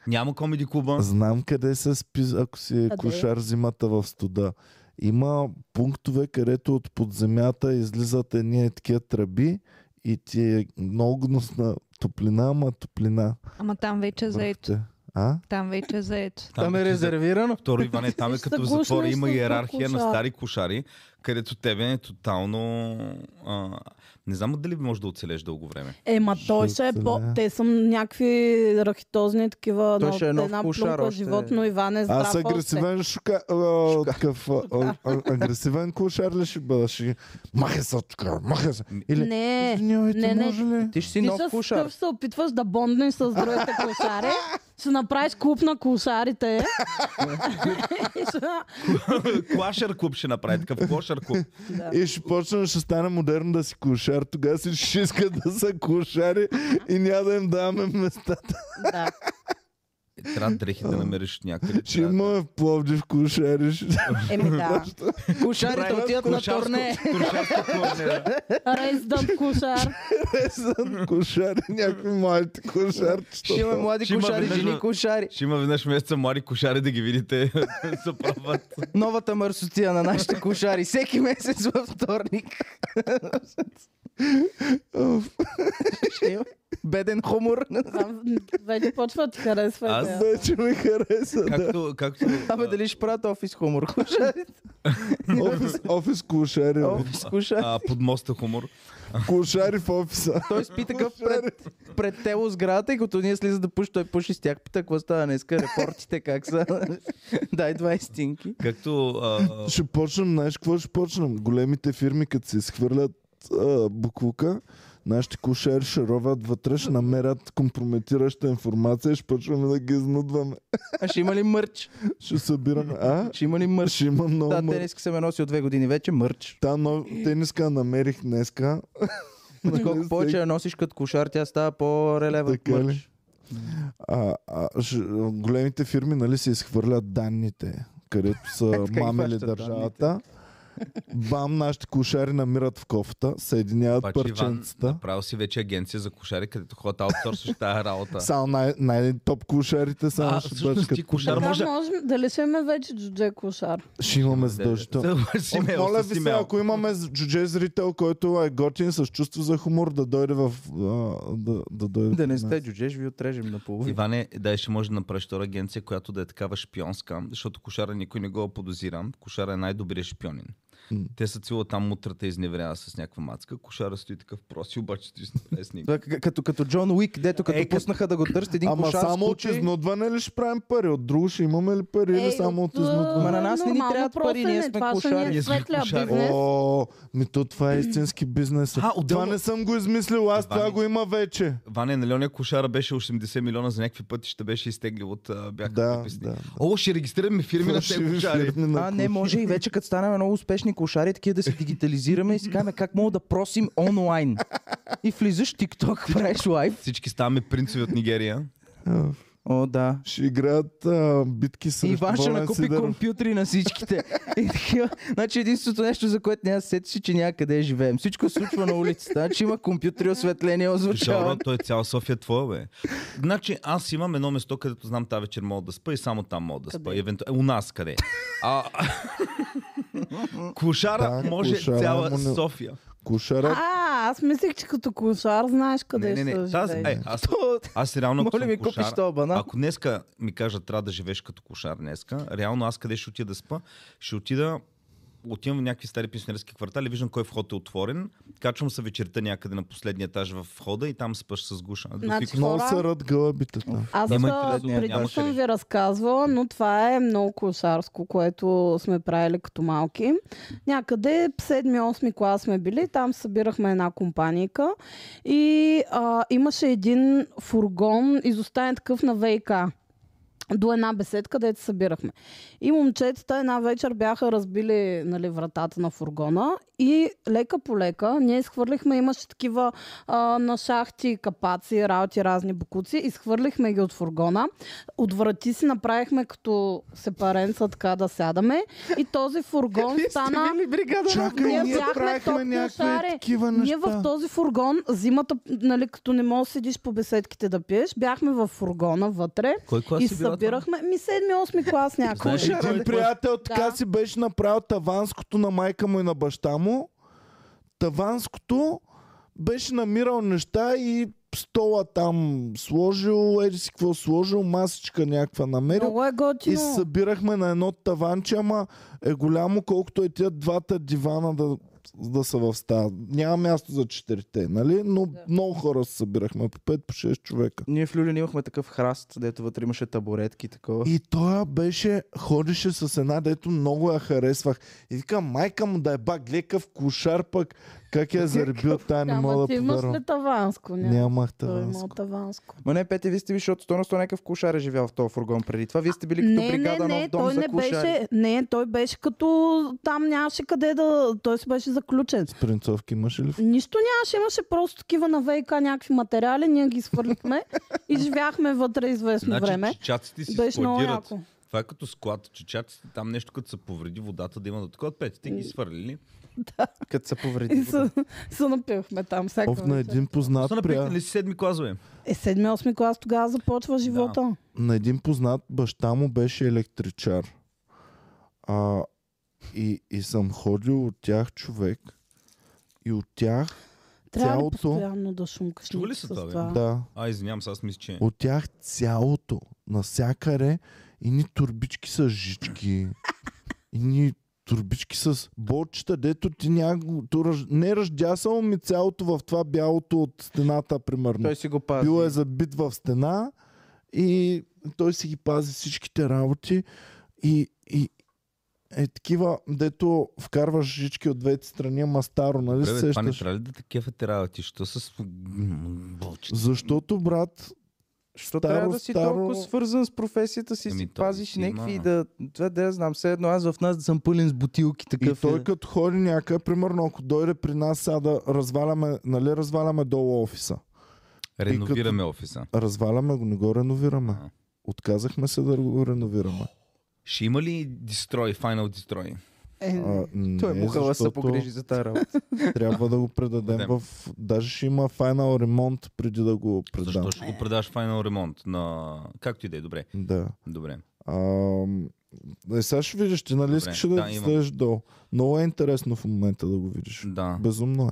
няма комеди клуба. Знам къде се спи, ако си е Къде? кошар зимата в студа. Има пунктове, където от подземята излизат едни такива тръби и ти е много гнусна топлина, ама топлина. Ама там вече е заето. върхте. А? Там вече е заето. Там е ти за- резервирано. Второ, Иване, там е Ще като в се гушнеш затвора. Има с иерархия на кошар. стари кошари, където тебе е тотално... А, не знам дали може да оцелеш дълго време. Е, ма той Ще ще е по... оцелее. Те са рахитозни рахитозни такива Той ще е на нов една кошар плюнка още. животно. Иван е здрав. Аз още. агресивен шука, а, такъв, а, а, а, агресивен кошар ли ще бъда? Ще... Махай се от тук, махай се. Или... Не, Извинявайте, не, не. може ли? Ти ще си Ти нов ще кушар. скъп се опитваш да бонднеш с другите кошари. Ще направиш клуб на кошарите. И ще- Клашер клуб ще направи, такъв клошер клуб. да. И ще почне, ще стане модерно да си кошар. Тогава си ще искат да са кошари и няма да им даваме местата. да. Е, Трябва дрехи да намериш някъде. Ще Трябва да- имаме в Пловдив кошари. ще- Еми да. Кушарите Правим отиват на кошарско- турне. кошарско турне, да. Рейздъм кошар. Песен, кошари, някакви младите кошарчета. Ще имаме млади Ще има кошари, веднъж жени на- кошари. Ще има веднъж месеца млади кошари да ги видите да се правят. Новата мърсотия на нашите кошари. Всеки месец във вторник. Оф, Ще има Беден хумор. Там Вече почва да ти харесва. Аз- идеята. Вече ми хареса, да. Както, както, Абе, дали ще правят офис хумор? Кошарите. Офис, офис е. кошари. бе. Офис кошари. а, под моста хумор. Кошари в офиса. Той спи така пред, пред тело сградата и като ние слиза да пуши, той пуши с тях. Пита, какво става днеска? Репортите как са? Дай два истинки. Както а, Ще почнем, знаеш какво ще почнем? Големите фирми, като се изхвърлят а, буклука, нашите кошари ще ровят вътре, ще намерят компрометираща информация и ще почваме да ги изнудваме. А ще има ли мърч? Ще събираме. А? Ще има ли мърч? Ще има много Да, мър- тениска се ме носи от две години вече. Мърч. Та нов... тениска намерих днеска. Но колко повече я носиш като кошар, тя става Е, по-релева. Така ли? А, а, ж, големите фирми нали се изхвърлят данните, където са Така ги мамили хващат държавата. Бам, нашите кошари намират в кофта, съединяват обаче Значи, Иван парченцата. направил си вече агенция за кошари, където хората аутсорсват тази работа. Само най- най-топ кошарите са А, наши всъщност ти кошар Така може... може... Дали ще имаме вече джудже кошар? Ще имаме задължително. С имейл, Моля с ви се, имейл. ако имаме з- джудже зрител, който е готин с чувство за хумор, да дойде в... А, да, да, дойде Да при не нас. сте джудже, ще ви отрежем на половина. Иване, да, ще може да направиш втора агенция, която да е такава шпионска, защото кошара никой не го подозира. Кошара е най-добрият шпионин. М. Те са цила там мутрата изневерява с някаква мацка. Кошара стои такъв проси, обаче стои с налесник. Да, к- е Като, като Джон Уик, дето като Е, пуснаха да го търсят един Ама кошар само само от случай, изнудване ли ще правим пари? От друго ще имаме ли пари или само от а, изнудване? Ма на нас не ни Е, нормално трябват пари, ние просене, сме това ще кошари. ни Ние е сме светля кошари. бизнес. О, ми то това е истински бизнес. А, отделно- Това не съм го измислил, аз Иван, това го има вече. Ване, нали оня кошара беше 80 милиона за някакви пътища, беше изтеглил от а, бяха Да, преписни. да. О, ще регистрираме фирми на тези Фалшиви кошари. фирми на А, не, може и вече като станем много успешни кошари, такива да се дигитализираме и си кажем как мога да просим онлайн. И влизаш в TikTok, правиш лайв. Всички ставаме принцови от Нигерия. кошари. О, да. Ще играят а, битки с И Иван ще накупи Сидеров. компютри на всичките. И такива. Значи единственото нещо, за което няма да се сетиш, е, че някъде живеем. Всичко се случва на улицата. Значи има компютри, осветление, Жора, озвучаване. той е цял София твоя, бе. Значи аз имам едно место, където знам тази вечер мога да спа и само там мога да спа. Къде? Евенту... Е, у нас къде? А... Кошара Да, може кошара, цяла ама не- София. Кошара. А, аз мислех, че като кошар знаеш къде Не, не, не. ще Таз... живееш. Е, аз, аз реално ако Моля съм ми, кошар, купиш този банан. ако днеска ми кажат трябва да живееш като кошар днеска, реално аз къде ще отида да спа? Ще отида отивам в някакви стари пенсионерски квартали, виждам кой вход е отворен, качвам се вечерта някъде на последния етаж в входа и там спъш с гуша. До Значи, фикус. Много Хора. се рад гълъбите там. Аз Няма а, интерес, преди няма съм къде. ви разказвала, но това е много клошарско, което сме правили като малки. Някъде 7-8 клас сме били, там събирахме една компанийка и а, имаше един фургон, изоставен такъв на ВИК до една беседка, където се събирахме. И момчетата една вечер бяха разбили нали, вратата на фургона и лека по лека ние изхвърлихме, имаше такива а, на шахти, капаци, раути, разни букуци, изхвърлихме ги от фургона. От врати си направихме като сепаренца така да сядаме и този фургон стана... бригада? Чакай, Ние ние бяхме правихме топ някакви клошари. такива Ние в неща. този фургон, зимата, нали, като не можеш да седиш по беседките да пиеш, бяхме в фургона вътре Кой клас и си била събирахме ми 7-8 клас някакво. Знаеш ли кой Един е приятел така Да. си беше направил таванското на майка му и на баща му. Таванското беше намирал неща и стола там сложил, еди си какво сложил, масичка някаква намерил. Много е И готино. се събирахме на едно таванче, ама е голямо колкото е тия двата дивана да, да са в стая. Няма място за четирите, нали? Но да. много хора се събирахме, по 5-6 човека. Ние в Люлин имахме такъв храст, дето вътре имаше табуретки и такова. И той беше, ходеше с една, дето много я харесвах. И викам, майка му да е бак, лекав кошар пък, как я е заребил тая, не Ама мога ти да имаш ли повярвам. таванско? Няма. Нямах Той е има таванско. таванско. Ма не, Пете, вие сте били, защото 100 на 100 някакъв кошар е живял в този фургон преди това. Вие сте били като Не, не, бригада не, нов дом той за не кошари. беше, не, той беше като там нямаше къде да, той си беше заключен. Принцовки имаш ли? в- Нищо нямаше, имаше просто такива на ВК някакви материали, ние ги свърлихме и живяхме вътре известно Значи време. чичаците си Беше много складират. яко. Това е като склад. Чичаците там нещо, като се повреди водата, да има да такова. Пет, ти ги свърлили. Като се повреди. И се, се напивахме там всяка Оф, на вечер. един познат, Са прия... напикнали си седми класове. Е, седми-осми клас тогава започва живота. на един познат баща му беше електричар. А, и, и съм ходил от тях човек. И от тях, Трябва ли Цялото- постоянно да шумкаш Чува ли Ники, се с това, бе? това? да, А, извинявам се, аз мисля, че... от тях цялото, насякъде, и ни турбички с жички, и ни турбички с болчета, дето ти няко... ту ръж- Не ръждясало ми цялото в това бялото от стената, примерно. Той си го пази. Било е забит в стена и той си ги пази всичките работи и, и е такива, дето вкарваш жички от двете страни, ама старо, нали се Бре, бе, това не сещаш? трябва ли да те кефят работи? Що с... Болче. Защото, брат, Що Старо, трябва да си старо- толкова свързан с професията си, Ами, си той пазиш си някакви има. да... Това да я знам, все едно аз в нас съм пълен с бутилки И такъв. той е. като ходи някъде, примерно ако дойде при нас, сега да разваляме, нали разваляме долу офиса. Реновираме офиса. Разваляме го, не го реновираме. А. Отказахме се да го реновираме. Ще има ли Destroy, Final Destroy? Е, А, не, Той мухала се защото погрижи за тази работа. Трябва да го предадем Предадем. в... Даже ще има финал ремонт преди да го Защо предам. ще го предаш Final Ремонт? На... Както и да е, добре. Да. Добре. Ам, Е, сега ще видиш, ти нали Добре, искаш да, да, да имам. следиш долу. Много е интересно в момента да го видиш. Да. Безумно е.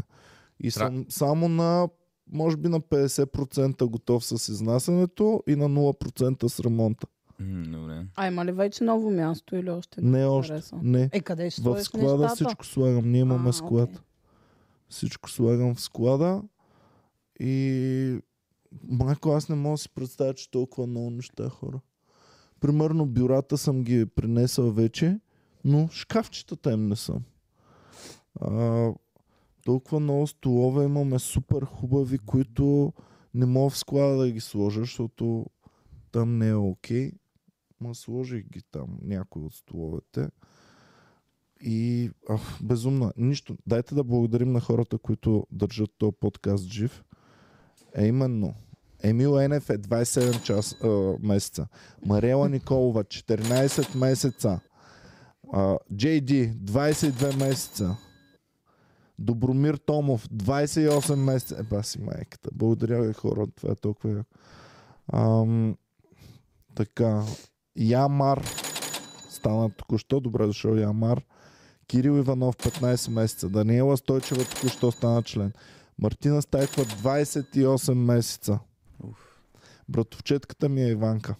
И Тра- съм само на, може би на 50% готов с изнасянето и на 0% с ремонта. М, Добре. а има ли вече ново място или още не? Не още. Интересно. Не. Е, къде ще В сложиш склада нещата? всичко слагам. Ние имаме А, склад. окей. Всичко слагам в склада. И майко, аз не мога да си представя, че толкова много неща хора. Примерно бюрата съм ги принесъл вече, но шкафчетата им не съм. А, толкова много столове имаме супер хубави, които не мога в склада да ги сложа, защото там не е окей. Ма сложих ги там, някои от столовете. И ах, безумно. е. Нищо. Дайте да благодарим на хората, които държат този подкаст жив. Е именно. Емил Енев е 27 час, а, месеца. Марела Николова 14 месеца. А, JD 22 месеца. Добромир Томов 28 месеца. Еба си майката. Благодаря ви хора. Това е толкова яко. Ам, така. Ямар стана току-що. Добре дошъл, Ямар. Кирил Иванов 15 месеца. Даниела Стойчева току-що стана член. Мартина Стайква 28 месеца. Братовчетката ми е Иванка.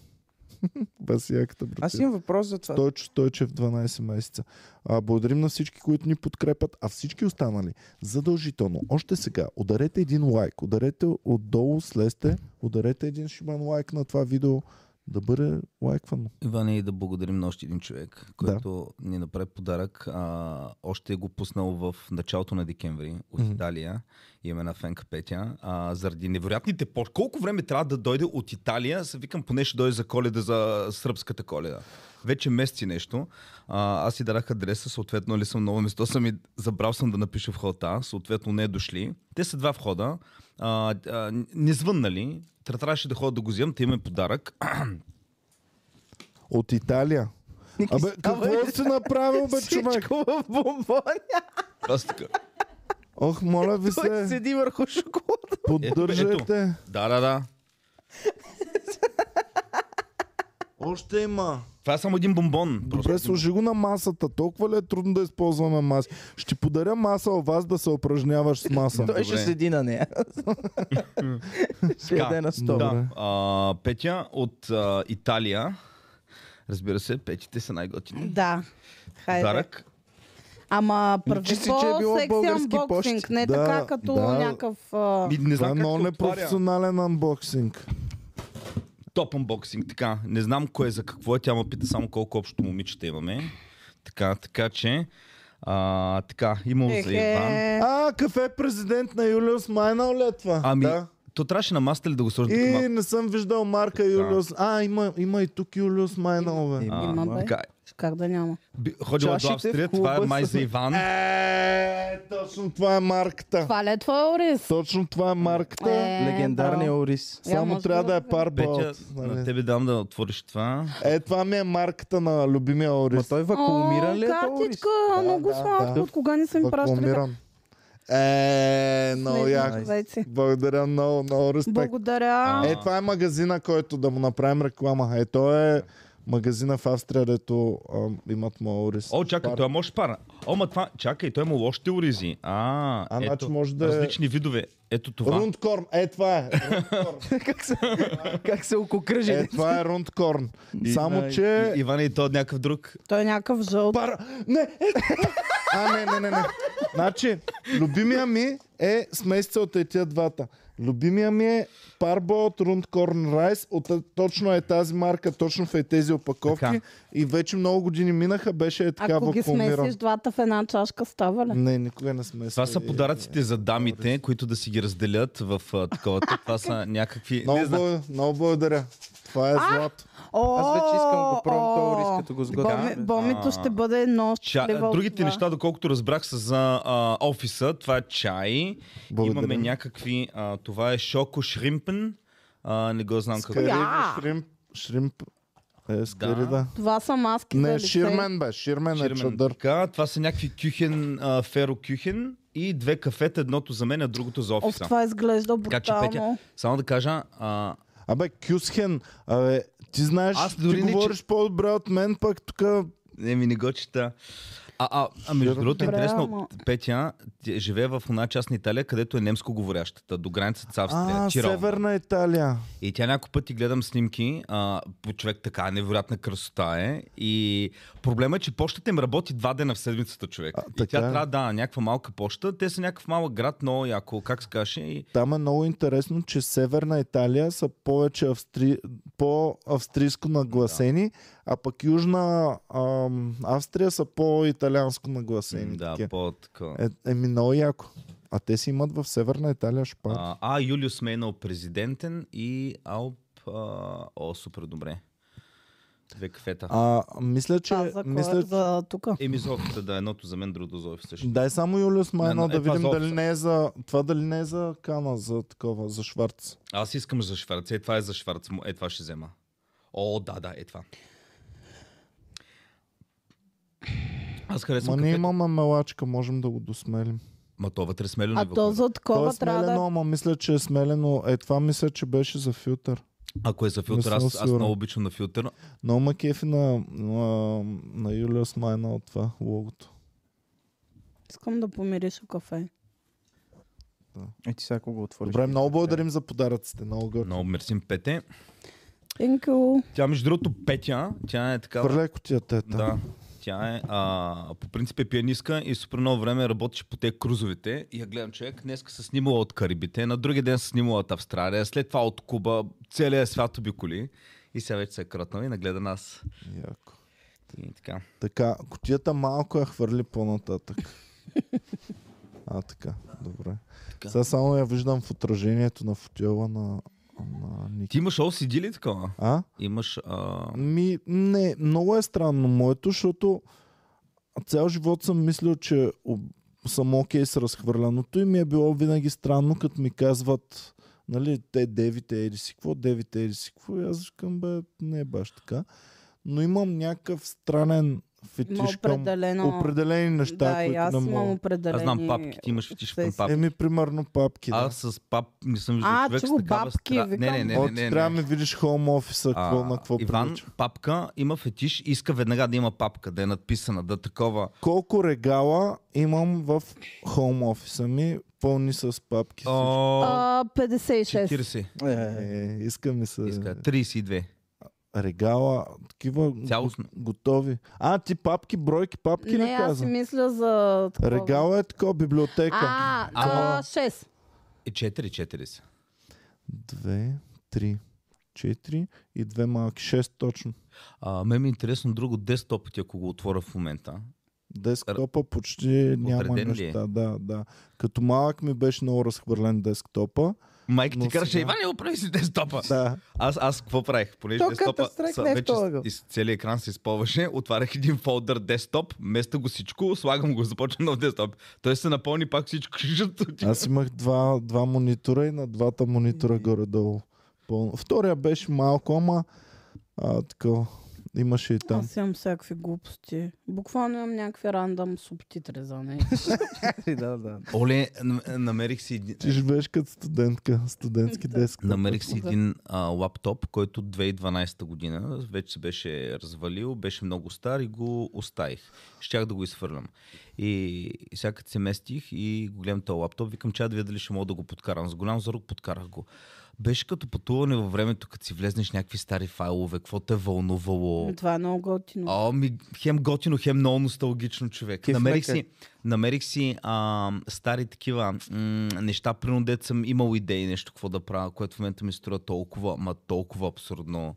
Басияката, брат. Аз имам въпрос за това. Стойчо Стойчев 12 месеца. А, благодарим на всички, които ни подкрепят, а всички останали. Задължително, още сега, ударете един лайк, ударете отдолу, слезте, ударете един шиман лайк на това видео, да бъде лайквано. Иване, и да благодарим на още един човек, който да. ни направи подарък. А, още е го пуснал в началото на декември от Мгм. mm-hmm. Италия. Имаме една фенка Петя. А, заради невероятните по... Колко време трябва да дойде от Италия? Се викам, поне ще дойде за коледа, за сръбската коледа. Вече месеци нещо. А, аз си дадах адреса, съответно ли съм ново место, съм и забрал съм да напиша входа, съответно не дошли. Те са два входа. А, а, не звъннали. Тра- Трябваше да ходя да го вземам, те имаме подарък. От Италия. Абе, какво си направил, бе, човек? Всичко в бомбоня. Просто така. Ох, моля ви Той се, седи върху шоколада. поддържайте. Да, да, да. Още има. Това е само един бомбон. Добре, сложи го на масата. Толкова ли е трудно да използваме маси? Ще подаря маса у вас да се упражняваш с маса. Той ще добре. седи на нея. Ще яде на стол. Добре. Да. А, Петя от а, Италия. Разбира се, петите са най-готини. Да. Хайде. Дарък. Ама Личи първи си, че е било по-секси български анбоксинг, пощи. не Да, така като да. някакъв... а, Ми, не Това е знам много как се отваря. непрофесионален анбоксинг. Топ анбоксинг, така. Не знам кое за какво е. Тя ме пита само колко общо момичета имаме. Така, така че... А, така, имало за Иван. Ехе. А, кафе президент на Юлиус Майнал ли е това? Ами, Да. то трябваше на маста ли да го сложи така И малко? не съм виждал марка Юлиус. А, има, има и тук Юлиус Майнал, бе. Има. Има, бе. Така, е. Как да няма? би- Ходила до Чашите в Австрия, клуба това е май са- за Иван. Е, точно това е марката. Това ли е твой ориз? Точно това е марката. Е, Легендарния браво. Орис. Само може трябва да да е го пар Петя, болт. на тебе дам да отвориш това. Е, това ми е марката на любимия Ма Орис. той О, вакуумиран ли е този Орис? Картичка, много да, сладко. да. От кога не са ми пращали? Вакуумиран. Е, много яко. Зайци. Благодаря много, много респект. Благодаря. А. Е, това е магазина, който да му направим реклама. Е, той е магазина в Австрия, дето ам, имат Маорис. О, чакай, той е може пара. О, ма това, чакай, той има лошите оризи. А, А, ето, значи може да е- различни видове. Ето това. Рундкорн, е това е. как се, как се ококръжи? Е, това е рундкорн. Само, че... И, Иван и той е някакъв друг. Той е някакъв жълт. Пара... Не, е... А, не, не, не, не. Значи, любимия ми е смесица от етия двата. Любимия ми е парбо от Рундкорн Райс. От, точно е тази марка, точно в е тези опаковки. Така. И вече много години минаха, беше е така Ако ги вакуумиран. смесиш двата в една чашка, става ли? Не, никога не сме. Това са подаръците за дамите, които да си ги разделят в а, такова. Това са някакви... Не Много, знам. бл- много благодаря. Това е злато. О, Аз вече искам да го пробвам този Орис, като го сготвя. Боми- Бомито ще бъде едно Ча... щастлива от Другите това. неща, доколкото разбрах, са за а, офиса. Това е чай. Благодаря. Имаме някакви... А, това е шоко шримпен. А, не го знам какво. е. Скари, Я! шримп, шримп. Е, скари, да. Това са маски за Не, лице. ширмен бе, ширмен, е Ширмен. чадър. Така, това са някакви кюхен, а, феро кюхен и две кафета, едното за мен, а другото за Оф, офиса. това изглежда Така че, Петя, брутално. само да кажа, а, Абе, Кюсхен, абе, ти знаеш, Аз ти дори не че- говориш по-добре от мен, пък тук не ми не го чета. А, а, а между другото, е Добре, интересно, ама- Петя тя живее в една част на Италия, където е немско говорящата, до границата с Австрия, А, Тирол. Северна Италия. И тя няколко пъти гледам снимки, а, по човек така невероятна красота е. И проблема е, че почтата им работи два дена в седмицата, човек. и така тя е. трябва да, някаква малка почта. Те са някакъв малък град, но яко, как се каже, и Там е много интересно, че Северна Италия са повече австри... по-австрийско нагласени, а пък Южна ам, Австрия са по-италианско нагласени. да, такива. по-така. Е, еми, много яко. А те си имат в Северна Италия шпар. А, а Юлиус Мейнал президентен и Алп... А, о, супер добре. Две кафета. А, мисля, че... Това за, кое- мисля, че... за тук. Еми за офиса, да, е едното за мен, другото за офиса. ще. Дай само Юлиус Майно Не, не, да е, това видим за дали офиса. не е за... Това дали не е за Кана, за такова, за Шварц. Аз искам за Шварц. Е, това е за Шварц. М- Е, това ще взема. О, да, да, е това. Аз харесвам Ма ние кафето. Има... имаме мелачка, можем да го досмелим. Ма то вътре смелено е А в то мен. за Това е такова трябва смелено, да... ама мисля, че е смелено. Е, това мисля, че беше за филтър. Ако е за филтър, Не съм аз, аз сигурен. много обичам на филтър. Но ма кефи на, на, на Юлиус Майна от това логото. Искам да помириш кафе. Е, ти сега ако го отвориш. Добре, много благодарим за подаръците. Много гър. Много мерсим пете. Thank you. Тя, между другото, Петя, тя е така. Хвърляй котията е там. Да. Тя е, а, по принцип е пианистка и супер много време работеше по те крузовите. И я гледам човек, днеска се снимала от Карибите, на другия ден се снимала от Австралия, след това от Куба, целия свят обиколи. И сега вече се е крътнала и нагледа нас. Яко. И така. Така, котията малко я хвърли по-нататък. А, така, добре. Сега само я виждам в отражението на футиола на, на Ники. Ти имаш OCD ли такова? А? Имаш... А... Ми, не, много е странно моето, защото цял живот съм мислил, че об- съм окей с разхвърляното и ми е било винаги странно, като ми казват нали, те девите еди си какво, девите еди си какво и аз викам, бе, не е баш така. Но имам някакъв странен Има фетиш към определено... определени неща, да, и които аз не имам мога. определени... Аз знам папки, ти имаш фетиш към Сесия. папки. Еми, примерно папки. Да. Аз с пап не съм виждал А, човек с чу го, такава бабки, стра... викам. Не, не, не, О, не, ти не, трябва не. да ми видиш хоум офиса, какво на какво Иван, прилича. папка има фетиш, иска веднага да има папка, да е надписана, да такова. Колко регала имам в хоум офиса ми, пълни с папки. всичко. О, А, 56. 40. Е, Е, иска ми се Иска. 32. регала, такива го- Цялостно. готови. А, ти папки, бройки, папки Не, ли аз си каза? мисля за... такова. Регала е такова, библиотека. А, Ама- а, 6. Е, 4-40. Две, три, четири и две малки. Шест точно. А, мен ми е интересно друго десктопа ти, ако го отворя в момента. Десктопа почти няма Подреден ли е? неща. Да, да. Като малък ми беше много разхвърлен десктопа. Майка ти Но караше, сега- Иван, не оправи си десктопа. Да. Аз, аз какво правих? Понеже То десктопа Counter-Strike са, не е в вече този ъгъл. из, целият екран се изпълваше, отварях един фолдър десктоп, места го всичко, слагам го, започвам нов десктоп. Той се напълни пак всичко. Аз имах два, два монитора и на двата монитора горе-долу. Пълно. Втория беше малко, ама а, такова. Имаше и там. Аз имам всякакви глупости. Буквално имам някакви рандъм субтитри за нея. Е, да, да. Оле, н- намерих си един... Ти живееш като студентка, студентски деск. Намерих си един а, лаптоп, който 2012 година вече се беше развалил, беше много стар и го оставих. Щях да го изхвърлям. И сега като се местих и го гледам този лаптоп, викам, че да видя дали ще мога да го подкарам. С голям зарок подкарах го. Беше като пътуване във времето, като си влезнеш в някакви стари файлове, какво те е вълнувало. Това е много готино. О, ми, хем готино, хем много носталгично човек. Кеф намерих, ме, си, намерих си а, стари такива м- неща, примерно дет съм имал идеи нещо какво да правя, което в момента ми струва толкова, ма толкова абсурдно.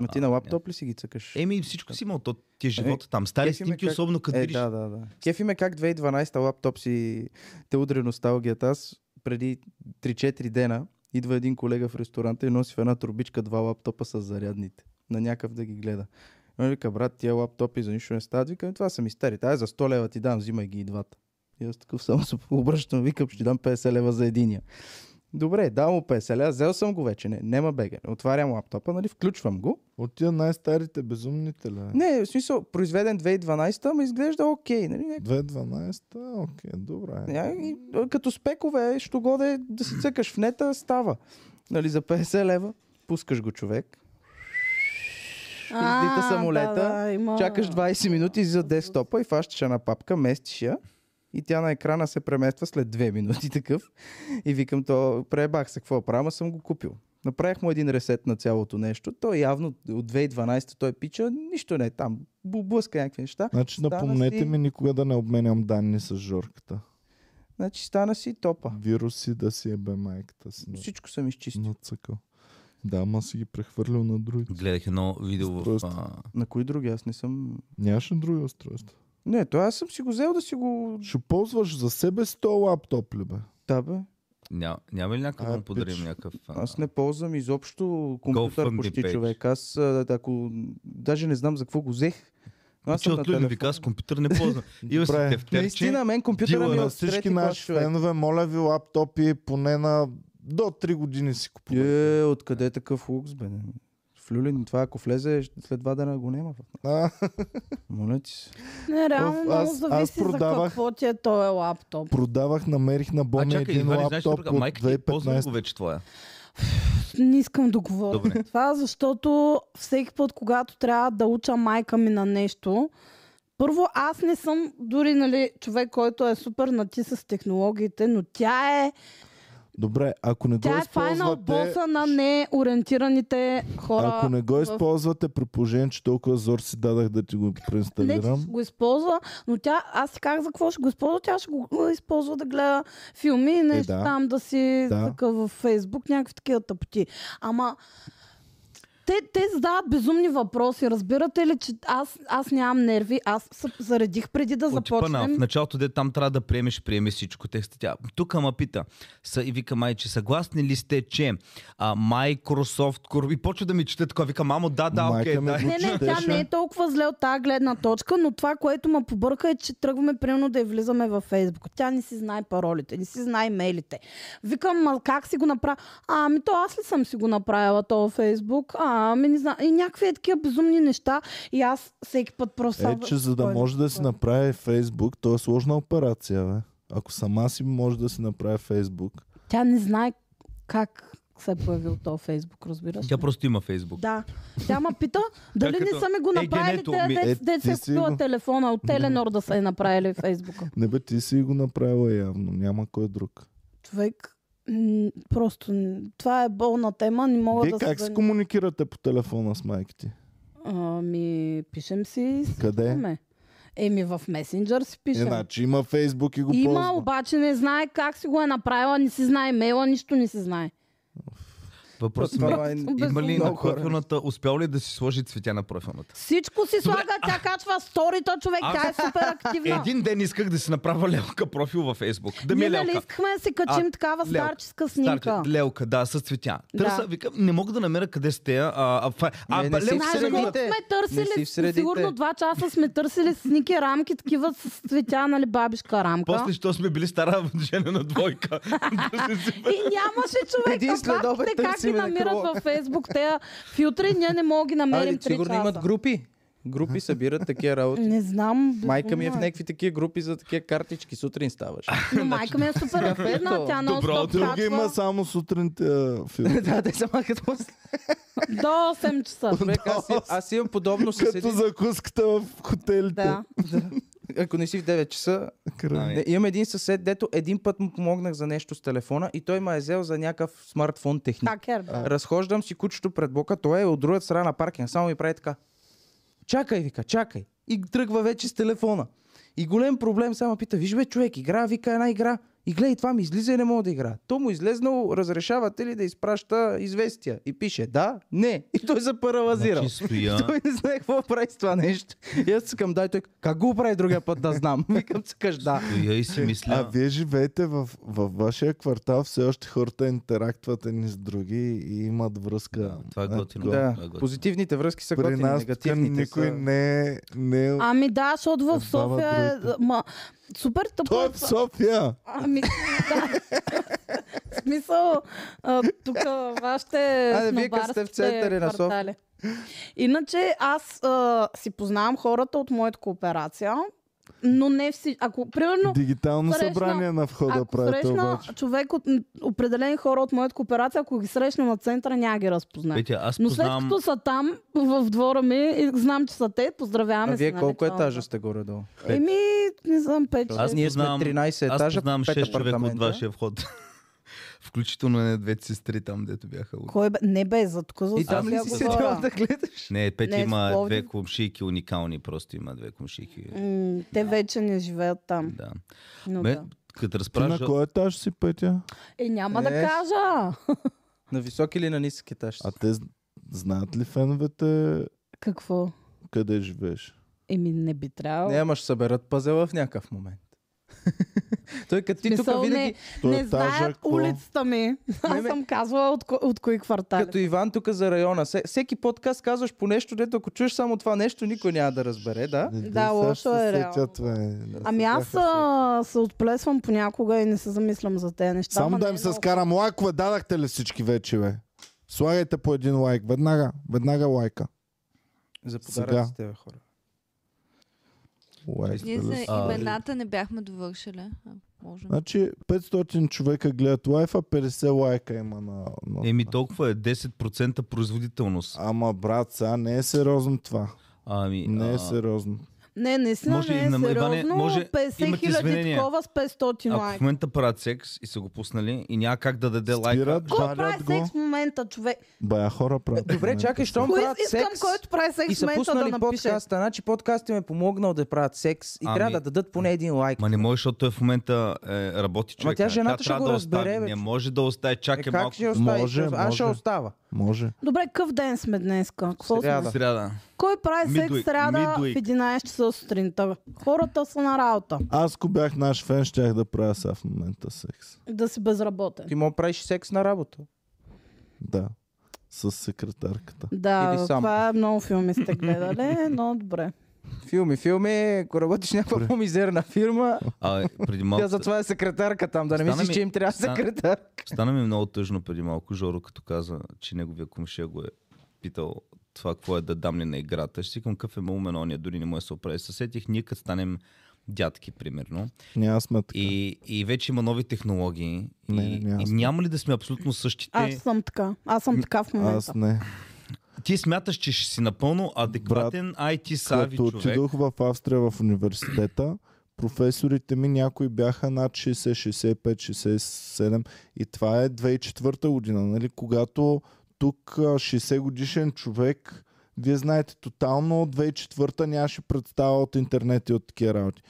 Ма ти на лаптоп ли си ги цъкаш? Еми всичко си имал, то ти е живота там. Стари Кефи ме снимки, как- особено като е, видиш. да, да, да. Кефи ме как 2012 лаптоп си те удря носталгията. Аз преди 3-4 дена идва един колега в ресторанта и носи в една турбичка два лаптопа с зарядните. На някакъв да ги гледа. И Той вика, брат, тия лаптопи за нищо не стават. Викам, това са ми стари. Тая за 100 лева ти дам, взимай ги и двата. И аз такъв само се обръщам, викам, ще ти дам 50 лева за единия. Добре, дам му 50 лева, взел съм го вече, не, нема бега. Отварям лаптопа, нали, включвам го. От тия най-старите безумните ли? Не, в смисъл, произведен 2012, ама изглежда окей, нали? Някак- 2012-та? Окей, добре. Ня- Е, и, а, Като спекове, е, що годе да си цъкаш в нета, става. Нали, за 50 лева, пускаш го човек, А, издита самолета, да, да, има... чакаш 20 минути за десктопа и фащаш една папка, местиш я и тя на екрана се премества след 2 минути такъв. И викам то, пребах се, какво правя, ама съм го купил. Направих му един ресет на цялото нещо. Той явно от 2012 той пича, нищо не е там. бу- Блъска някакви неща. Значи Стана напомнете си- ми никога да не обменям данни с Жорката. Значи стана си топа. Вируси да си ебе майката си. на- Всичко съм изчистил. Нацъкал. Да, ама си ги прехвърлил на други. Гледах едно видео в... Устройство. А... На кои други? Аз не съм... Нямаше други устройства. Не, то аз съм си го взел да си го... Ще ползваш за себе си този лаптоп ли бе? Да, бе. Ня... Няма ли някакъв А, да му подарим пич. някакъв... А... Аз не ползвам изобщо компютър GoFundMe почти page. човек. Аз а, ако... Даже не знам за какво го взех. Но аз Че съм на от Людо ви телефон. каза, с компютър не ползвам. Има си Добре. тефтерче. Наистина, мен компютъра Дила ми е На от всички трети клас наши човек. Е, фенове, моля ви лаптопи поне на до 3 години си купувайте. Е, откъде е такъв лукс, бе? не? В Люлин това, ако влезе, след два дена го няма. бе. А, Моля ти се. Не, реално Оф, много аз- зависи аз за продавах- какво ти е този лаптоп. Продавах, намерих на А Боми чакай, един Иван, знаеш ли, лаптоп от друга? майка ти ползва ли 2015. го вече твоя. Не искам да говоря Добре. за това, защото всеки път, когато трябва да уча майка ми на нещо, първо, аз не съм дори нали, човек, който е супер натиса с технологиите, но тя е Добре, ако не го Тя е файнал използвате, боса на неориентираните хора. ако не го в- използвате, при положение, че толкова зор си дадах да ти го Не, че преинсталирам. го използва, но тя, аз си казах за какво ще го използва, тя ще го използва да гледа филми и нещо Е, да. там да си Да. да. така във Фейсбук, някакви такива тъпоти. Ама те, те задават безумни въпроси. Разбирате ли, че аз, аз нямам нерви. Аз се заредих преди да От типа на, в започнем. началото де там трябва да приемеш, приеме всичко. Текста тя. Тук ма пита. Са, и вика май, че съгласни ли сте, че а, Microsoft Corp... И почва да ми чете така. Вика, мамо, да, да, Майка окей, ми да. го Не, не, тя четеше. не е толкова зле от тази гледна точка, но това, което ме побърка е, че тръгваме примерно да я влизаме във Фейсбук. Тя не си знае паролите, не си знае имейлите. Викам, ма как си го направя? А, Ами то аз ли съм си го направила то във Фейсбук? А, ами не знам. И някакви е такива безумни неща. И аз всеки път просто... Е, че за да Спокойно, може да си спокойно. направи Фейсбук, то е сложна операция, бе. Ако сама си може да си направи Фейсбук. Тя не знае как се е появил то във Фейсбук, разбираш. Тя ли? просто има Фейсбук. Да. Тя ма пита дали не като- са ми го Е, направили генето, те, ми- е, дет, дет ти се е си го- купила телефона от Теленор да са е направили в Фейсбука. Не бе, ти си го направила явно, няма кой друг. Човек, м, просто м, това е болна тема, не мога Вие да как се... си зан- комуникирате по телефона с майките? Е, Ами, пишем си и си Къде? пишеме. Еми, в месенджер си Е, пишем. значи има Фейсбук и го Има, ползва. обаче не знае как си го е направила, не си знае мейла, нищо не си знае. Въпросът ми е, Това е... има ли Много на хора. профилната, успял ли да си сложи цветя на профилната? Всичко си слага, тя качва сторита, човек, а- тя е супер активна. Един ден исках да си направя лелка профил във Фейсбук. Да ми е Минали лелка. искахме да си качим А, такава лелка. старческа нали снимка. Старче, лелка, да, с цветя. Да. Търса, викам, не мога да намеря къде сте. А, а, а, а Не, не бе, си лелка нали? в се Знаеш, намира. колко средите. сме Не търсили, си в средите. сигурно два часа сме търсили сники рамки, такива с цветя, нали, бабишка рамка. После, що сме били стара жена на двойка. Да си си- И нямаше човек. Един Един след обед как ги търсиме намират некролог. във Фейсбук тези филтри, ние не мога ги намерим Али, 3 сигурно часа. имат групи. Групи събират такива работи. Не знам. Майка ми е в безумно някакви такива групи за такива картички. Сутрин ставаш. Но майка ми е супер активна, тя Добро нон-стоп утро. Други има качва само сутринте а, филм. да, те са махат после. до 8 часа. Човек, аз, и- аз имам подобно с Като един... закуската в хотелите. Да. Ако не си в 9 часа, Край. Ами. Не, имам един съсед, дето един път му помогнах за нещо с телефона и той ме е взел за някакъв смартфон техник. Хакер, да. Разхождам си кучето пред блока, той е от другата страна на паркинг, само ми прави така. Чакай, вика, чакай. И тръгва вече с телефона. И голем проблем, само пита, виж бе, човек, игра, вика една игра. И гледай, това ми излиза и не мога да игра. То му излезнало, разрешавате ли да изпраща известия? И пише, да, не. И той се паралазира. Значи стоя. Той не знае какво прави с това нещо. И аз цъкам, дай той, как го прави другия път да знам? Викам, цъкаш, да. Стоя и си А мисля. вие живеете в, във вашия квартал, все още хората интерактват едни с други и имат връзка. Да, това е Ето готино. го. Да, Да, готино. позитивните връзки са При готини, нас тук негативните никой са... не е... Не е... Ами да, защото в Раздава София е... другите. Ма, супер тъпо. Той е в София! Ами, да. В смисъл, а, тук вашите Айде, вие като сте в центъра на София. квартали. Иначе аз а, си познавам хората от моята кооперация, но не всички. Ако, примерно, Дигитално срещна- събрание на входа ако правите срещна обаче. човек от м, определени хора от моята кооперация, ако ги срещна на центъра, няма ги разпозная. Петя, аз Но след познавам... като са там, в двора ми, и знам, че са те, поздравяваме А се. вие нали, колко чао. етажа сте горе-долу? Еми, не знам, пет. Аз шест. Ние сме познавам- 13 Аз етажа, познавам 5 6 човека от апартамента. вашия вход. Включително на двете сестри там, дето бяха. от- Кой бе? Не бе, за тук за И там ли София си говоря. седял да гледаш? Не, Петя Не, в има Пловдив. две комшийки уникални, просто има две комшийки. М, Те вече не живеят там. Да. Но Ме, да. като Ти на разпраш... кой етаж си пътя? Е, няма да Е. кажа. На висок или на нисък етаж? А те з- знаят ли феновете Какво? къде живееш? Еми, не би трябвало. Не, ама ще съберат пъзела в някакъв момент. Той като ти тук Смисъл, винаги, е Той е не етажа знаят какво? улицата ми. Не, Аз бе. съм казвала от, ко- от кои квартали. като Иван тук за района, се- всеки подкаст казваш по нещо, дето ако чуеш само това нещо, никой няма да разбере, да? Не, Да, сега лошо ще е се реално. сетя, това е. Ами аз а, се отплесвам понякога и не се замислям за тези неща. Само ама да не им е се много. скарам лайкове, дадахте ли всички вече, бе? Слагайте по един лайк, веднага, веднага лайка. За Сега. подаръците, бе, хора. Лайк, Ние бе, за да А, имената не бяхме довършили. А, Можем. Значи 500 човека гледат лайфа, 50 лайка има на... на... Еми толкова е, 10% производителност. Ама брат, сега не е сериозно това. Ами, Не а, е сериозно. Не, наистина Може не и е на- Иване, сериозно. може- 50 имат хиляди извинения. такова с 500 Ако в лайка. момента правят секс и са го пуснали и няма как да даде лайка, Спират, Кой прави варят секс го. в момента, човек? Бая хора правят. Добре, Не. чакай, щом Кой правят искам, секс който прави и секс в са момента да пуснали напише? подкаста, значи подкастът им е помогнал да правят секс и Ами- трябва да дадат поне един лайк. Ма не може, защото той в момента е, работи човек. тя жената ще трябва го да разбере, остави. бе, Не чу- може да остави, Е, чакай как малко. ще остави? Може, Аз ще може. остава. Може. Добре, къв ден сме днеска? Какво сме? Сряда. Сряда. Кой прави секс Midweek, сряда midweek. в 11 часа сутринта? Хората са на работа. Аз, ако бях наш фен, щях да правя сега в момента секс. Да си безработен. Ти мога да правиш секс на работа. Да. С секретарката. Да, Или сам. това е много филми сте гледали, но добре. Филми, филми, ако работиш в някаква по-мизерна фирма, А, преди тя малко... затова е секретарка там, да не Стана мислиш, ми- че им трябва стана- секретар. Стана ми много тъжно преди малко, Жоро, като каза, че неговия комшия го е питал това какво е да дам ли на играта. Ще си към какъв е момент, ония дори не може да се оправи. Съсетих, ние като станем дядки, примерно, Няма сме така. и, и вече има нови технологии, Не, и, няма и сме. няма ли да сме абсолютно същите? Аз съм така. Аз съм така в момента. Е. Аз не. Ти смяташ, че ще си напълно адекватен IT сави Като човек. отидох в Австрия в университета, професорите ми някои бяха над 60, 65, 67 и това е 2004 година, нали? Когато тук а, 60 годишен човек, вие знаете, тотално от 2004 нямаше представа от интернет и от такива работи.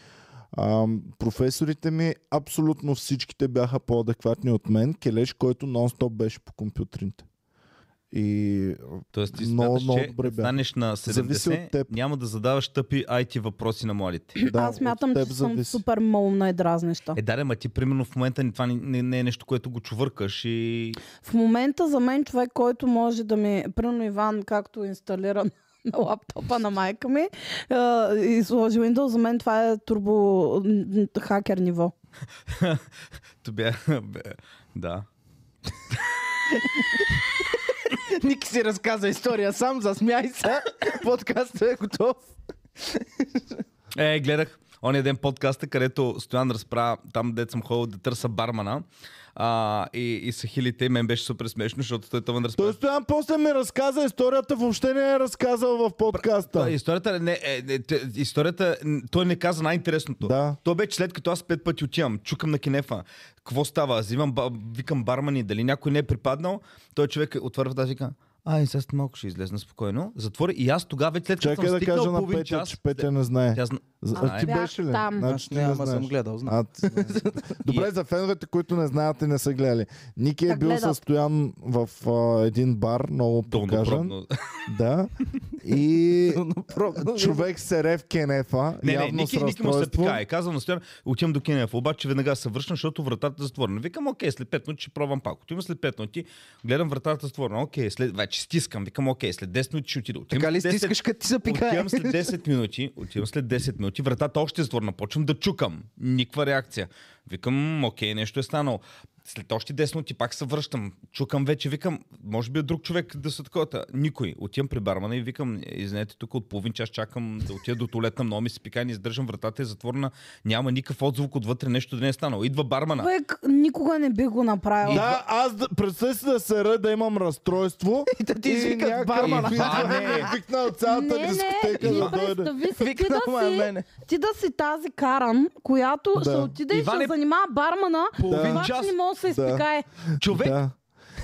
А, професорите ми, абсолютно всичките бяха по-адекватни от мен. Келеш, който нон-стоп беше по компютрите. И Тоест ти Много, смяташ, много че добре като бях. станеш на Зависи от 70, теб. няма да задаваш тъпи IT въпроси на младите. да, Аз мятам, от теб че съм зависи. супер мълна и дразнеща. Е, да, ма ти примерно в момента ни- това не, не, не е нещо, което го чувъркаш и... В момента за мен човек, който може да ми... Примерно Иван, както инсталира на лаптопа на майка ми е, и сложи Windows, за мен това е турбо м, м, хакер ниво. То бя... бе, Да. Ники си разказа история сам, засмяй се. Подкастът е готов. Е, гледах ония ден подкаста, където Стоян разправя, там дет съм ходил да търся бармана а, и, и са хилите и мен беше супер смешно, защото той тъвън разправя. Той е Стоян после ми разказа историята, въобще не е разказал в Та, подкаста. Историята, не, е, е, те- историята, н- той не каза най-интересното. Да. То беше след като аз пет пъти отивам, чукам на кинефа. Какво става? Взимам, ба- викам бармани, дали някой не е припаднал. Той човек отвърва врата и вика, ай, сега след малко ще излезна спокойно. Затвори и аз тогава вече след като Чакай съм да стигнал кажа на половин Петя, че час. Петя не знае. Тя зна... За- А, А, ти бях беше ли? там. Значи ти не няма, съм знаеш. гледал, знам. А, ти не знаеш. Добре, за феновете, които не знаят и не са гледали. Ники е Да, бил гледат. състоян в а, един бар, много покажен. Долнопробно. Да. И Пробно. човек се рев кенефа, Не, не, явно с Ники, Ники му се разстройство. така е. Казвам на Стоян, отивам до Кенеф, обаче веднага се връщам, защото вратата е затворена. Викам, окей, след 5 минути ще пробвам пак. Отивам след 5 минути, гледам вратата е затворена. Окей, след вече стискам. Викам, окей, след 10 минути ще отида. Отивам Така ли след 10 стискаш, като ти се пикае? Отивам след 10 минути, отивам след 10 минути, вратата още е затворена, почвам да чукам. Никаква реакция. Викам, окей, нещо е станало. След още 10 минути пак се връщам. Чукам вече, викам, може би е друг човек да са такова. Никой. Отивам при бармана и викам, извинете, тук от половин час чакам да отида до туалетна, много ми се пика, не издържам вратата е затворена, няма никакъв отзвук отвътре, нещо да не е станало. Идва бармана. Човек никога не би го направил. Да, аз да, представи си да се ръ, да имам разстройство. И да ти извикат някакъв бармана. идва и Иване! ми викна от цялата не, не, дискотека ти да дойде. представи си, ти Викна, да ама е си, мене. ти да си тази каран, която Да. ще отиде и Иване, ще занимава бармана, половин обаче час. не може да се Да. изпикае. Човек, Да.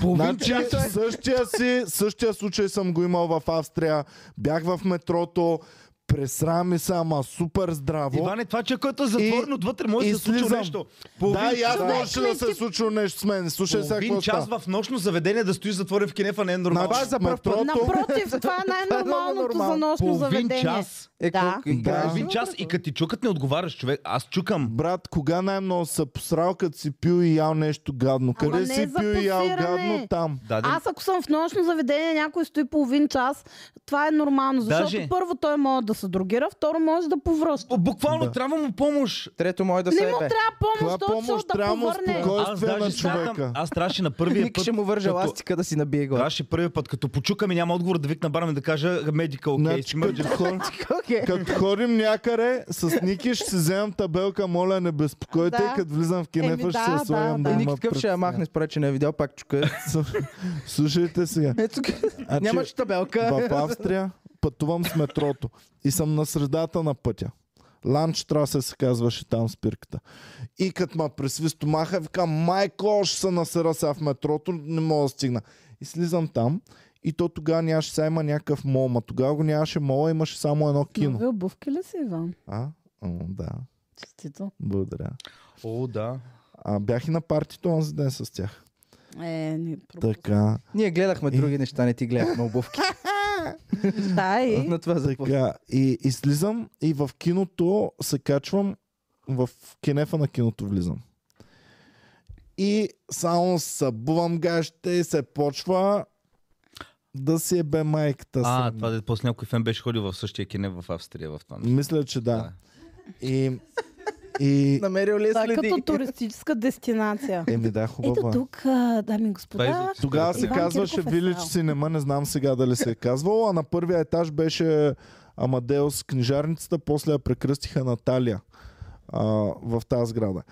половин Значи, час. е. същия, си, същия случай съм го имал в Австрия. Бях в метрото, пресра ми се, ама супер здраво. Иване, това че който е затворено отвътре, може и да се случи слизам. нещо. да, и аз час. можеше да се случи нещо с мен. Слушай сега Половин какво час става. в нощно заведение да стоиш затворен в кинефа не е нормално. Значи, за в пръв път. метрото, Напротив, това е най-нормалното нормално. за нощно половин заведение. час. Е, Да. колко- и Да. кажеш, Половин час и като ти чукат не отговаряш, човек. Аз чукам. брат, кога най-много се посрал, като си пил и ял нещо гадно? Ама Къде не си за пил и ял посиране. гадно? Там. Да, да. Аз ако съм в нощно заведение, някой стои половин час, това е нормално, защото Даже- първо той може да се дрогира, второ може да повръща. Б- Буквално трябва му помощ. Трето може да Не се му ебе. трябва Каква помощ, той ще помощ да трябва му е повърне. Аз спокойствие на даже човека? чакам. Аз трябваше на първия Ник път. ще му върже като- ластика да си набие глава. Трябваше първия път, като почукам и няма отговор да викна барам и да кажа medical case. Значи, като, emergency. хор, Окей. като ходим някъде с Ники, ще си вземам табелка, моля, не безпокойте, Да. и като влизам в кинефа, Еми, ще да, се да, слагам да, да. да. Ник такъв ще я махне, според, че не е видял, пак чука. Слушайте сега. Ето Е, тук. Значи, Нямаш табелка. в Австрия пътувам с метрото и съм на средата на пътя. Ланч траса се казваше там спирката. И като ма пресви стомаха, викам, майко, още се насера сега в метрото, не мога да стигна. И слизам там и то тогава нямаше, сега има някакъв мол, ма тогава го нямаше мола, имаше само едно кино. Нови обувки ли си, Иван? А? М, да, Честито. благодаря. О, да. А, бях и на партито онзи ден с тях. Е, ни пропусна. Така, Ние гледахме И- други неща, не ти гледахме обувки. Да, и На това за Така, и, и слизам и в киното се качвам, в кенефа на киното влизам. И само събувам гащите и се почва да си е бе майката. А, срам. това де, после някой фен беше ходил в същия кине в Австрия в това. нещо. Мисля, че да. И, и... Намерил ли е да, като следи? туристическа дестинация. Еми да, хубава. Ето е. тук, а, дами и Това е господа, за- Тогава се Иван казваше Кирков е Вилич фал. Синема, не знам сега дали се е казвало, а на първия етаж беше Амадеус книжарницата, после я прекръстиха Наталия а, в тази сграда.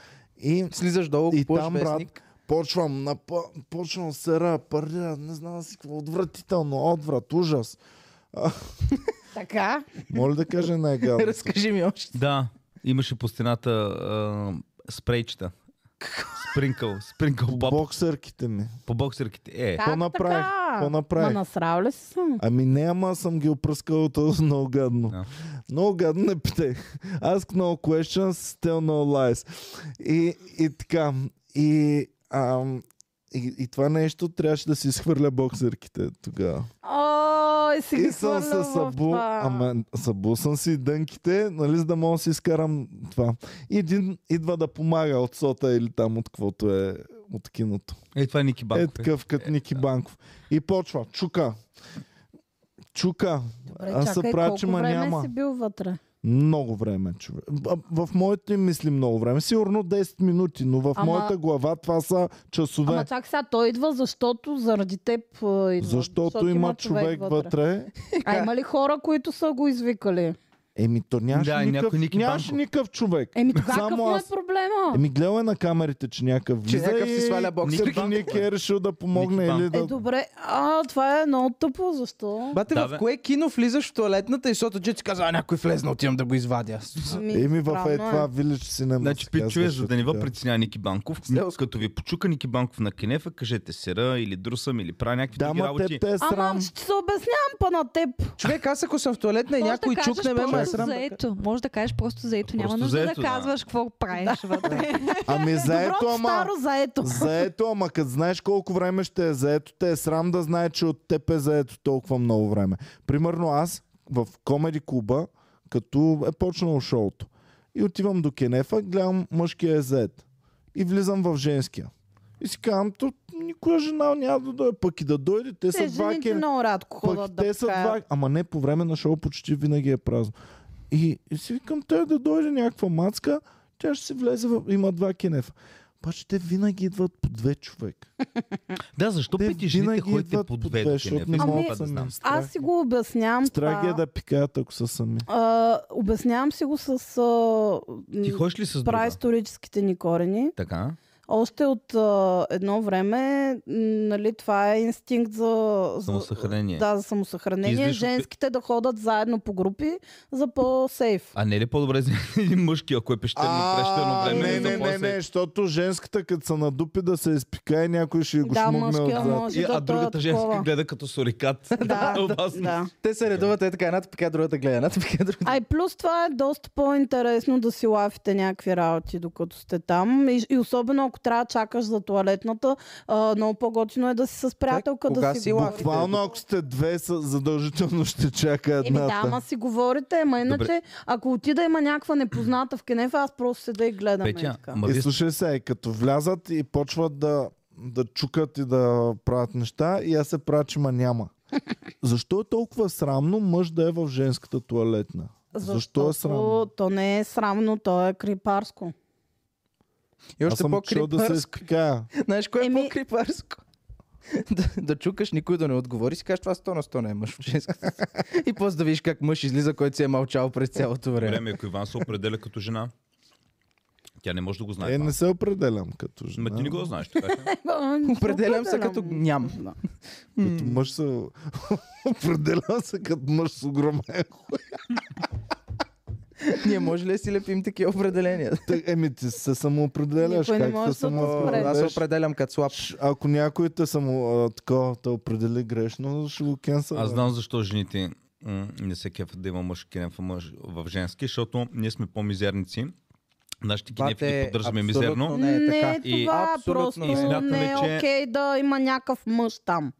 И, Слизаш долу, и купуваш там, брат, вестник. почвам, напа, почвам сера, парира, не знам си какво, отвратително, отврат, ужас. така. Моля да кажа най-гадно. Разкажи ми още. Да, имаше по стената а, спрейчета. Спринкъл, спринкъл поп. Боксерките ми. По боксерките. Е, Как Какво направих? така? Какво направих? Ма насрал ли си съм? Ами не, ама съм ги опръскал този много гадно. Да. Много гадно не питай. Ask no questions, still no lies. И, и така. И, ам, и, и това нещо трябваше да си изхвърля боксерките тогава. Ой, си ги И съм хвърлял се в събу, това. ама събу съм си дънките, нали, за да мога да си изкарам това. И един идва да помага от сота или там от каквото е от киното. е това е Ники Банков. Е такъв като Ники Банков. И почва. Чука. Чука. Добре, аз се чакай, правя, колко че ма време няма. си бил вътре? Много време, човек. Б- В моите мисли много време. Сигурно 10 минути, но в Ама- моята глава това са часове. Ама чак сега той идва, защото заради теб а, идва. защото има човек вътре. А има ли хора, които са го извикали? Еми, то нямаше Да, и никакъв, някой Ники нямаше Банков. никакъв човек. Еми тогава Само какво е аз. проблема? Еми, гледал е на камерите, че някакъв Че влиза някакъв си и сваля боксер. Ники, Ники е решил да помогне Ники или Е, да... добре. А, това е много тъпо. Защо? Бате, Да, в бе. кое кино влизаш в туалетната и сото джет си казва, а някой влезна, отивам да го извадя. Ами, Еми, в е странно това вилич си не Значи, пичуе, за да не ви притеснява Ники Банков, Селско. като ви е почука Ники Банков на кенефа, кажете сера или друсам или правя някакви Да, други ма работи. те, те е срам. Ама ще се обяснявам па на теб. Човек, аз ако съм в туалетна и Може някой да кажеш чукне ме, ме е просто срам. заето. Може да кажеш просто заето. Няма Просто нужда заето, да да. казваш какво правиш вътре. Ами, заето, Е, Доброто ама... старо заето. Заето, ама като знаеш колко време ще е заето, те е срам да знае, че от теб е заето толкова много време. Примерно аз в комеди клуба, като е почнало шоуто, и отивам до Кенефа, гледам мъжкия е зает. И влизам в женския. И си казвам, то никоя жена няма да дойде, пък и да дойде, те са Те два Е, жените кенефа. много рядко Пък ходят да те са пикаят. два. Ама не, по време на шоу почти винаги е празно. И, и си викам, той да дойде някаква мацка, тя ще си влезе в... Има два кенефа. Обаче те винаги идват по две човек. Да, защо Те пити жените винаги ходите идват по по две две, до защото кенефа? не Искам могат това да сами. знам. Аз си го обяснявам Страх ги е това. да пикаят, ако са сами. А, обяснявам си го с а, Ти ходиш ли с друга? праисторическите ни корени. Така. Още от а, едно време, м, нали, това е инстинкт за... за- Самосъхранение. Да, за Ти самосъхранение. излиш от- Женските да ходят заедно по групи за по-сейф. А не е ли по-добре за един мъжки, ако е пещерно прещерно А, време? не, за не, не, после- не, защото женската, като са на дупи да се изпика и някой ще го Да, шмугне мъжкия отзад. може И, да а другата той е женска такова. гледа като сурикат. Да, Опасно. да. Те се редуват е така, едната пика, другата гледа, едната пика, другата. А и плюс това е доста по-интересно да си лафите някакви работи, докато сте там. И, и особено ако трябва да чакаш за туалетната, а, много по-готино е да си с приятелка кога да си си говорите. лафите? Буквално, ако сте две, са- задължително ще чака Еми да, едната. ама си говорите, ама иначе, Добре. ако отида има някаква непозната в кенефа, аз просто седа и гледам. е Петя, така. ма И вие слушай се, и като влязат и почват да, да чукат и да правят неща, и аз се правя, че ма няма. Защо е толкова срамно мъж да е в женската туалетна? Защо е срамно? Защото То не е срамно, то е крипарско. И Аз още съм чул да се по-крипарско. изпикая. Знаеш, кое е Еми- по-крипарско? да, да чукаш никой да не отговори, си кажеш това 100 на 100 не е мъж в женската. си. и после да видиш как мъж излиза, който си е мълчал през цялото време. време, ако Иван се определя като жена, Тя не може да го знае. Е, това. не се определям като жена. Ма ти не го знаеш, така че. Определям е се като ням. Да. Като мъж се... определям се като мъж с огромен хуй. Ние може ли да си лепим такива определения? Та, Е, Еми, ти се самоопределяш. Никой не как може да се те спре. Аз самоопределяш? се определям като слаб. Ш- Ако някой те само а, така, те определи грешно, ще го кенсъл. Аз знам защо жените м, не се кефят да има мъж кинеф в, мъж, в женски, защото ние сме по-мизерници. Нашите Това кинефи те ги поддържаме абсолютно мизерно. Не е не така. е И това, абсолютно просто не е. не е Смятаме, че- окей да има някакъв мъж там.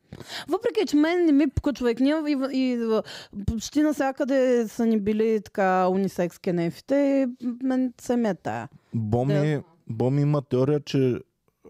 Въпреки, че мен не ми пука човек, ние и, и, почти навсякъде са ни били така унисекс кенефите и мен се ме е тая. Боми, Да. Боми има теория, че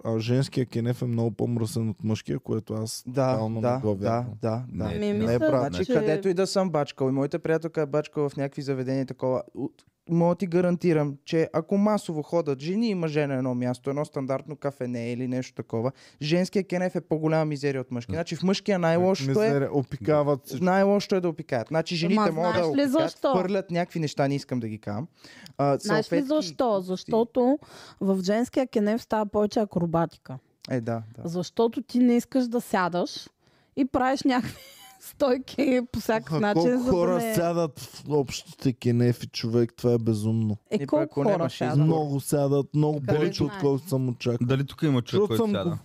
а, женския кенеф е много по-мръсен от мъжкия, което аз Да, тотално не да, го да, вярвам. да, да. Ами, не, мисля, е правда. че... Значи, където и да съм бачкал, и моята приятелка е бачкала в някакви заведения и такова, от- мога да ти гарантирам, че ако масово ходят жени и мъже на едно място, едно стандартно кафене или нещо такова, женския кенеф е по-голяма мизерия от мъжкия. Значи в мъжкия най-лошото е, Мизерия, опикават се. най-лошото е да опикаят. Значи жените Ама могат да знаеш ли опикаят, защо? хвърлят някакви неща, не искам да ги кам. А, Знаеш ли салфетки- защо? Защото в женския кенеф става повече акробатика. Е, да, да. Защото ти не искаш да сядаш и правиш някакви стойки по всякакъв Ха, начин. колко за да хора не... сядат в общите кенефи, човек, това е безумно. Е, И колко ако хора нямаш сядат? избор. Много сядат, много Къде повече, знаеш? отколкото съм очаквал. Дали тук има човек, Чул който съм сяда? го.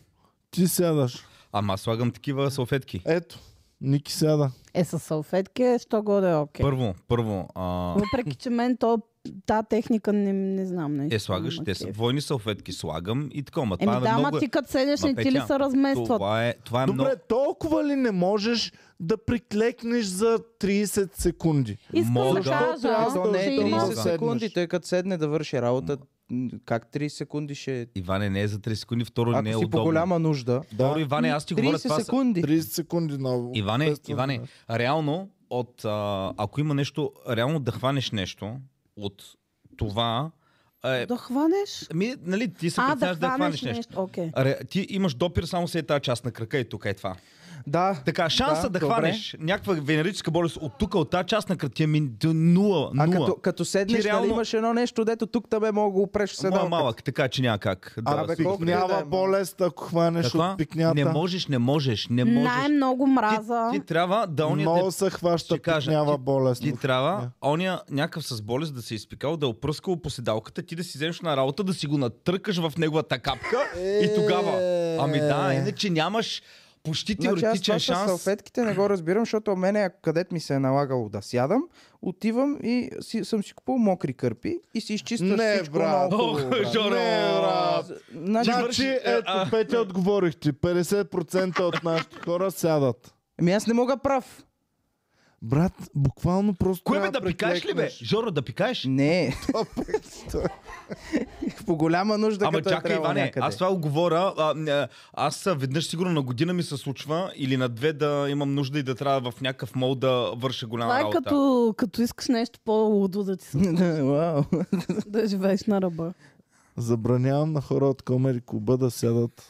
Ти сядаш. Ама аз слагам такива салфетки. Ето, Ники сяда. Е, с салфетки, що го да е окей. Първо, първо. А... е, Въпреки, че мен то, та техника не, не знам. Не, Е, слагаш, те са двойни салфетки, слагам и така. Ма, Еми това е да, ама много... ти като седнеш, Ма, не ти ли Петя, се разместват? Това е, това е Добре, много... толкова ли не можеш да приклекнеш за 30 секунди? Искам Мога. да кажа, То не е че има... 30 секунди, той като седне да върши работа, м, как 30 секунди ще... Иване, не е за 3 секунди, второ не е Ако си по удобно. голяма нужда, Второ, Иване, аз ти говоря 30 това... са- секунди. 30 секунди ново. Иване, Естествено, Иване, да. реално, от, а, ако има нещо, реално да хванеш нещо от това, е, Да хванеш? ми, нали, ти се А, да притесняваш да, хванеш хванеш нещо. нещо. Окей. Ре, ти имаш допир само след тази част на крака и тук е това. Да. Така, шанса да, Да, да добре. хванеш някаква венерическа болест от тук, от тази част на крака ти е мин- до нула. А нула. като, като седнеш, Ти реално... реално- нали имаш едно нещо, дето тук тебе мога да го опреш с Моя една малък, така че няма как. Да, А, бе, си- колко- да е, пикнява ма. болест, ако хванеш Каква? от пикнята. Не можеш, не можеш, не можеш. Най-много мраза. Ти, ти трябва да ония Много те- се хваща ще кажа, пикнява ти- болест. Ти от трябва пикня. оня някакъв с болест да се е изпикал, да е опръскал по седалката, ти да си вземеш на работа, да си го натръкаш в неговата капка и Е. тогава. Ами да, иначе нямаш почти Значи аз това теоретичен с шанс. салфетките не го разбирам, защото мене, където ми се е налагало да сядам, отивам и си, съм си купувал мокри кърпи и си изчистваш Не, всичко брат. наоколо. Ох, брат. Жоро! Не, брат. Значи, Значи, е, ето, Петя, отговорих ти. 50% от нашите хора сядат. Ами аз не мога прав. Брат, буквално просто Кое бе трябва да пикаеш ли бе? преклекнеш. Жоро, да пикаеш? Не. По голяма нужда, Ама като е чакай, трябва Иване, някъде. аз това го говоря. А, м, аз а, веднъж сигурно на година ми се случва или на две да имам нужда и да трябва в някакъв мол да върша голяма Това е работа. като, като искаш нещо по-лудо да ти се... Вау. да живееш на ръба. Забранявам на хора от Комери Клуба да сядат.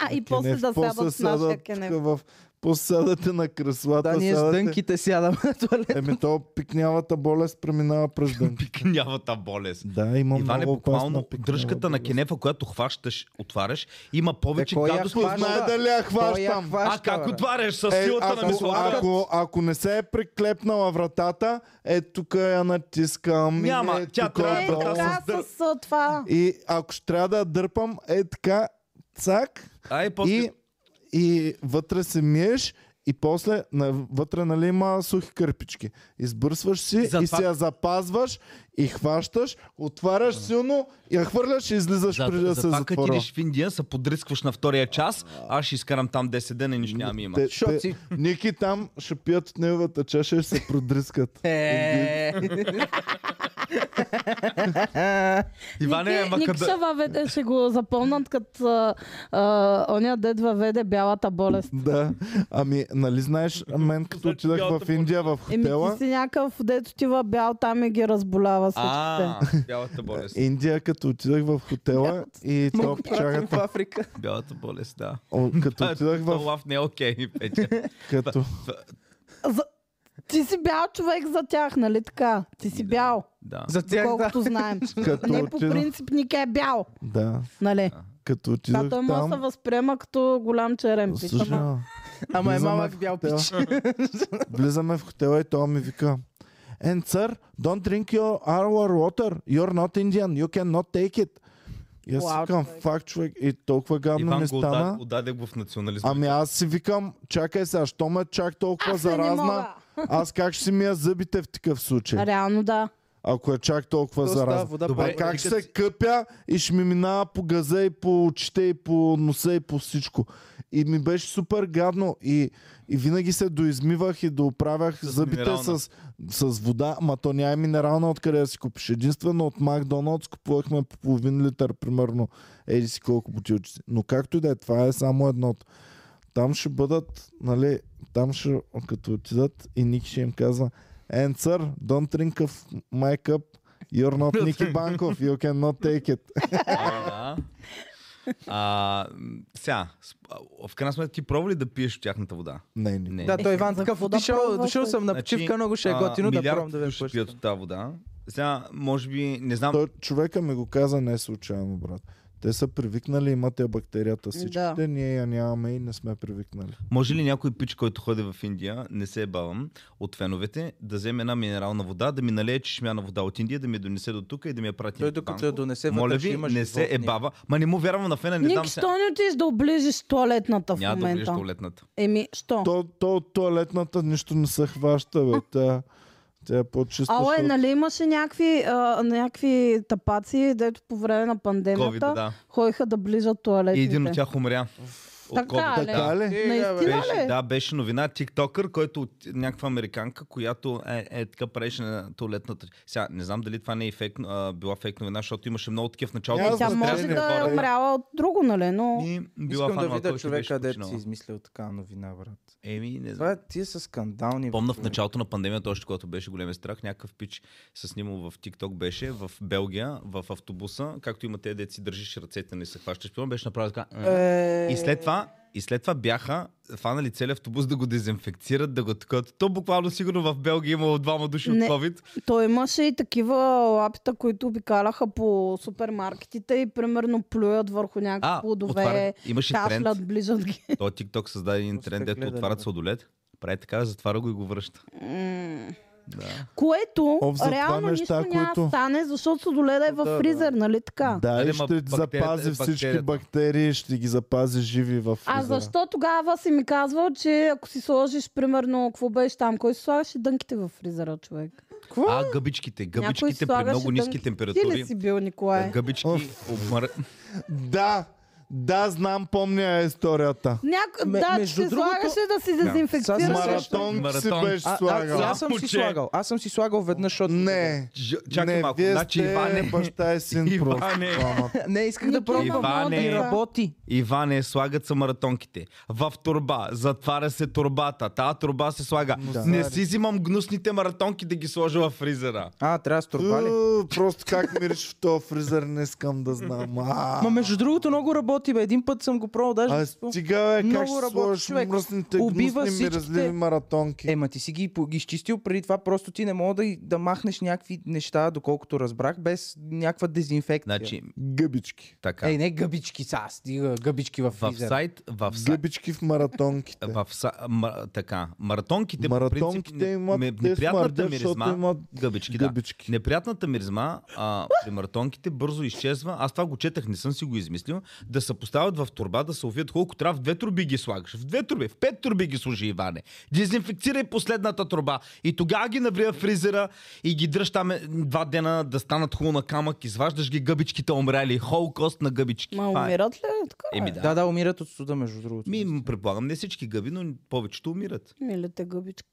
А, и на после кенеф. да сядат с нашия сядат кенеф. тук в... После сядате на креслата. Да, ние с сядате- дънките сядаме на Е, туалет. Еми, то пикнявата болест преминава през дънки. Пикнявата болест. Да, има Иване, много е опасна е буквално пикнява дръжката на болест. кенефа, която хващаш, отваряш, има повече Е, кой я гадост. хваща? от- Знае дали я Той я хващам. А хваща, как брат. отваряш с Е, силата на ако, мисълта? ако, ако не се е приклепнала вратата, е тук я натискам. Няма, е, тя тук трябва Е, да отдолу. така дър- с а, това. И ако ще трябва да я дърпам, е така, цак, Ай, после... и, и вътре се миеш, и после навътре нали, има сухи кърпички. Избърсваш си За и това- си я запазваш и хващаш, отваряш силно, я хвърляш и излизаш За, преди за, да се за това, като затвори. идиш в Индия, се подрискваш на втория час, аз ще изкарам там 10 дена и нищо няма да има. Те, Защото те, си- Ники там ще пият от неговата чаша и ще се продрискат. Е, Е. Иване, Ники, ама Ник къде... ще, въведе, ще го запомнат като а, а, оня дед въведе бялата болест. Да. Ами, нали знаеш, мен като Значи отидах цялата в Индия в Еми ти хотела, си някакъв дед отива бял там и ги разболява А, всичките. бялата болест. Индия като отидах в хотела и то Пратим в пичагата, Африка. Бялата болест, да. О, като Това е- отидах това в лав не е окей, Петя. като... За... Ти си бял човек за тях, нали така? Ти си бял. да. За тях, да. доколкото знаем. Като Не по отидох, принцип Ника е бял, да, нали? като Да, отидох той може да се там, възприема като голям черен пич. ама- съжалява. Ама е Влизаме малък в бял хотела. пич. Влизаме в хотела и той ми вика And sir, don't drink your our water. You're not Indian. You cannot take it. И аз си Уау, викам, човек. факт човек. И толкова гадно Иван ми го отдаде, стана. отдаде го в национализма. Ами аз си викам, чакай сега, що ме чак толкова Аз не заразна, мога. аз как ще си мия зъбите в такъв случай, Реално да. ако е чак толкова То става заразна. вода, Добре, А пак- как ще като се си- къпя и ще ми минава по газа и по очите и по носа и по всичко. И ми беше супер гадно и, и винаги се доизмивах и доправях С зъбите минерална. с, с вода, ма то няма и минерална откъде да си купиш. Единствено от Макдоналдс купувахме по половин литър, примерно, еди си колко бутилчици. Но както и да е, това е само едното. Там ще бъдат, нали, там ще, като отидат и Ник ще им казва And sir, don't drink of my cup. You're not Ники Банков, you cannot take it. Да. А, м, сега, с- а, в крайна сметка ти пробва ли да пиеш от тяхната вода? Не, не. Не. Е, Значи, Да, той Иван за такъв какво да дошъл, пробваш, дошъл бе? съм на почивка, много ще е а, готино да милиард пробвам да души видя пият от тази вода. Сега, може би, не знам, Той, човека ми го каза не случайно, брат. Те са привикнали, имат я бактерията всичките, да. Да. ние я нямаме и не сме привикнали. може ли някой пич, който ходи в Индия, не се е бавам, от феновете, да вземе една минерална вода, да ми налее чешмяна вода от Индия, да ми я донесе до тук и да ми я прати Той Ники докато Банков? я донесе Моля вътре, ще ви, имаш не се животни. ебава. Ма не му вярвам на фена, не Ник, дам се. що не отиш да оближиш туалетната в Няма да влезеш момента? туалетната. Еми, що? То, то от туалетната нищо не се хваща, бе. Тя, тя е по-чиста. Ало, е, защото- нали имаше някакви, а, някакви тапаци, дето по време на COVID, пандемията да. ходиха да ближат туалетните. И един от тях умря. От Така COVID, ли? да. Така ли? Е, да, бе. Наистина Беше, ли? да, беше новина. Тиктокър, който от някаква американка, която е, е така преше на туалетната. Сега, не знам дали това не е фейк, а, била фейк новина, защото имаше много такива в началото. Е, Е, Аз тя да може спря- да е не, умряла от друго, нали? Но И била Искам да фанала, видя който беше човека, дето починала. си измислил такава новина, брат. Еми, не Това знам. е, тия са скандални. Помна в човек. началото на пандемията, още когато беше големия страх, някакъв пич се снимал в TikTok беше, в Белгия, в автобуса, както има те деци, държиш ръцете, не се хващаш, пилон, беше направил така. «М». И след това, и след това бяха фанали целият автобус да го дезинфекцират, да го такът. То буквално сигурно в Белгия имало двама души Не. от COVID. той имаше и такива лапита, които обикаляха по супермаркетите и примерно плюят върху някакви А, плодове, отварят. Имаше тренд. кашлят, ближат ги. Той TikTok създаде един Какво сте тренд, дето гледали, отварят бе? сладолет. Прави така, затваря го и го връща. М. Да. Което Оф, за това реално неща, нищо няма които- да стане, защото соледа е Да, да. в фризер, нали така? Да, Да, и ама ще бактерията- запази всички бактерията. бактерии, ще ги запази живи в А фризера. защо тогава си ми казвал, че ако си сложиш, примерно, какво беше там, кой си слагаше дънките в фризера, човек? А, гъбичките. Гъбичките при слагаше много ниски дънки. Ти ли температури. си бил, Николай? Гъбички обмър... Да, да, знам, помня я историята. Няко... Ме- да, между ти се другото- слагаше да си дезинфекцираш. Сега нещо. сещам. Маратон си Маратон. беше А, а, слагал. аз съм си Пуче. слагал. Аз съм си слагал веднъж, защото... Не. Ж- Чакай не, малко. вие Значи сте Иване... баща и син просто. Иване. двамата. Не, исках да Ники, пробвам. Иване. И мога да- е работи. Иване, слагат се маратонките. В турба. Затваря се турбата. Та турба се слага. Да. Не си взимам гнусните маратонки да ги сложа в фризера. А, трябва с турба ли? е- Уу, Е, Просто как мириш в този фризер, не искам да знам. А, Ма между другото много работи, бе. Един път съм го пробвал, даже... а не си спомням. стига е, как Много ще работи сложиш човек. мръсните, Убива гнусни, всичките- мирезливи маратонки? Ема Е, ти си ги, по- ги изчистил преди това, просто ти не мога да, и- да махнеш някакви неща, доколкото разбрах, без някаква дезинфекция. Значи, Гъбички. така. Е, Ей, не гъбички са, стига гъбички в в фризера. сайт, в сайт, Гъбички в Е, маратонките. В, са, ма, така, маратонките, по Маратонките принцип, имат, не- те смърдят, неприятната защото миризма, имат гъбички, да. гъбички. Неприятната миризма а, при маратонките бързо изчезва. Аз това го четах, не съм си го измислил. Да се поставят в турба, да се увият колко трябва. В две турби ги слагаш. В две турби, в пет турби ги служи, Иване. Дезинфекцирай последната турба. И тогава ги наврия в фризера и ги дръж там е, два дена да станат хубаво на камък. Изваждаш ги гъбичките умрели. Холокост на гъбички. Ма Това е. умират ли? Така е. Еми да. да. да, да, умират от студа, между другото. Ми, предполагам, не всички гъби, но повечето умират. Милите гъбички.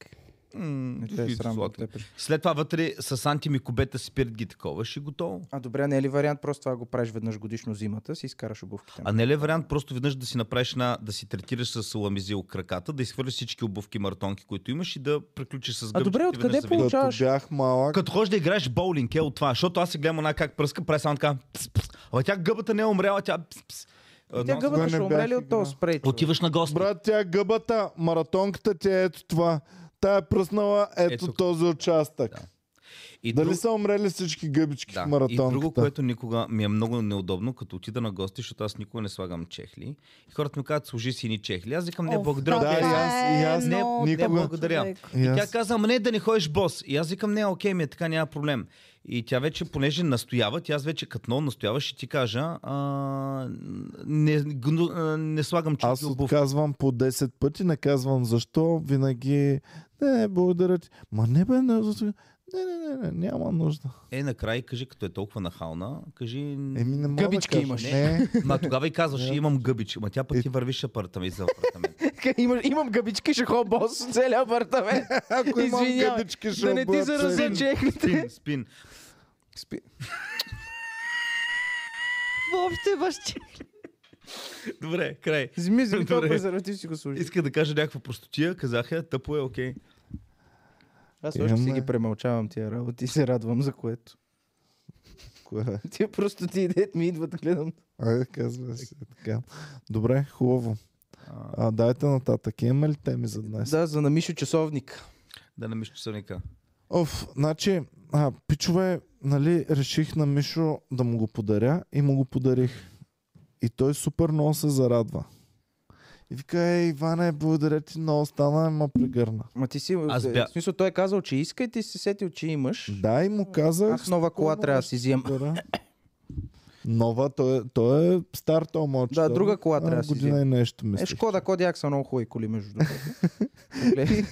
М, Не те е и срам. златни. те пеш- След това вътре с антимикобета спират ги таковаш и готово. А добре, не е ли вариант просто това го правиш веднъж годишно зимата, си изкараш обувките? А не ли е вариант просто веднъж да си направиш на, да си третираш с ламизил краката, да изхвърлиш всички обувки мартонки, които имаш и да приключиш с гъбчите. добре, откъде веднъж за винаги. получ- Като получаваш. бях малък, Като ходиш да играеш в боулинг, е от това, защото аз се гледам една как пръска, прави само така. пс, пс. Ама тя гъбата не е умряла, тя. Пс, пс. Тя Едно- не Е, гъбата ще бях умре ли от играл. този спрей? човек? Отиваш на гости. брат, тя гъбата, маратонката ти е ето това. Тя е пръснала ето Ето. този участък. И Дали друг- са умрели всички гъбички в да. И маратонката? друго, което никога ми е много неудобно, като отида на гости, защото аз никога не слагам чехли. И хората ми казват, служи си ни чехли. Аз викам, не, Оф, е. благодаря. Да, и не, аз- и аз не, много не, никога. благодаря. човек. И И тя аз- каза, ама не да не ходиш бос. И аз викам, не, окей ми е така, няма проблем. И тя вече, понеже настоява, тя аз вече като много настоява, ще ти кажа, а, не, гну, а, не слагам Аз чехли обувка. отказвам по 10 пъти, не казвам защо, винаги не, не, благодаря ти. Ма не бе, не, не, не, не, не няма нужда. Е, накрай, кажи, като е толкова нахална, кажи... Еми, не мога Гъбички да кажа. имаш. Не, Ма тогава и казваш, имам гъбичи. Ма тя Е- пък ти вървиш апартамент за апартамент. Имам, имам гъбички, ще ходя бос в целия апартамент. ако имам Извинявай, гъбички, ще да не ти обуя заразя цели. чехлите. Спин, спин. Спи. Въобще бащи. Добре, край. Зми, зми, Добре. това презерватив си го служи. Иска да кажа някаква простотия, казах я, тъпо е, окей. Аз още си Имаме. ги премълчавам тия работи и се радвам за което. Кое е? Тия просто ти идеят ми идват, гледам. Айде, казва се така. Добре, хубаво. А, А, дайте нататък. Имаме ли теми за днес? Да, за на Мишо часовник. да не миш часовника. Оф, значи, а, пичове, нали, реших на Мишо да му го подаря и му го подарих. И той супер много се зарадва. И вика, ей, Иване, благодаря ти, много стана, ама прегърна. Ма ти си... Аз е, бя- В смисъл, той е казал, че иска и ти си се сетил, че имаш. Да, и му казах... Аз нова кола спокойно, трябва да ще си взема. подаря. Нова, той, е- той е стар, той младши. Да, друга кола трябва да си Година и нещо, мисля. Е, Шкода, Кодиак са много хубави коли, между другото. Гледай.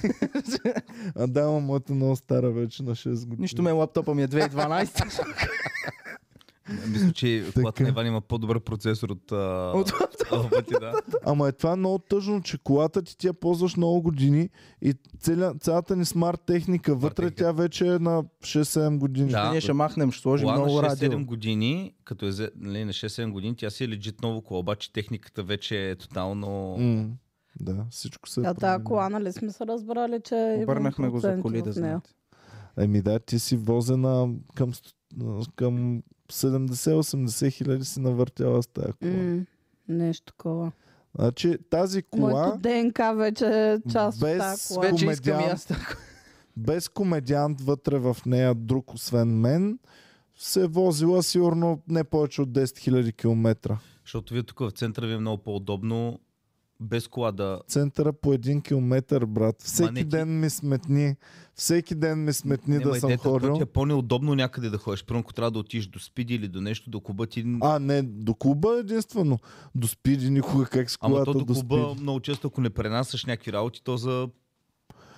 А да, ама моята е много стара вече на 6 години. Нищо ме лаптопа ми е 2012. Мисля, че Така. колата на Иван има по-добър процесор от... а, От лаптопа ти, да. Ама е това много тъжно, че колата ти тя ползваш много години и целя, цялата ни смарт техника вътре техника. тя вече е на 6-7 години. Да. е Ние ще махнем, ще сложим Кола на много радио. 6-7 години, като е взе- нали, на 6-7 години, тя си е лежит ново кола, обаче техниката вече е тотално... М, да, всичко се е А тая променило. кола, нали сме се разбрали, че има Обърнахме го за процент коли, в да нея. знаете. Еми да, ти си возена към, сто- към 70-80 хиляди си навъртяла с тази кола. М, Нещо такова. Значи тази Моето кола ДНК вече е част от без тази кола. Вече искам и комедиант аз така. без комедиант вътре в нея, друг освен мен, се е возила сигурно не повече от 10 000 км. Защото вие тук в центъра ви е много по-удобно без кола да... Центъра по един километър, брат. Всеки не ти- ден ми сметни. Всеки ден ми сметни да Няма съм идеята, то хорил. ти е по-неудобно някъде да ходиш. Първо, ако трябва да отидеш до спиди или до нещо, до клуба ти... А, не, до клуба единствено. До спиди никога как с Ама колата то до, до клуба спиди. много често, ако не пренасяш някакви работи, то за...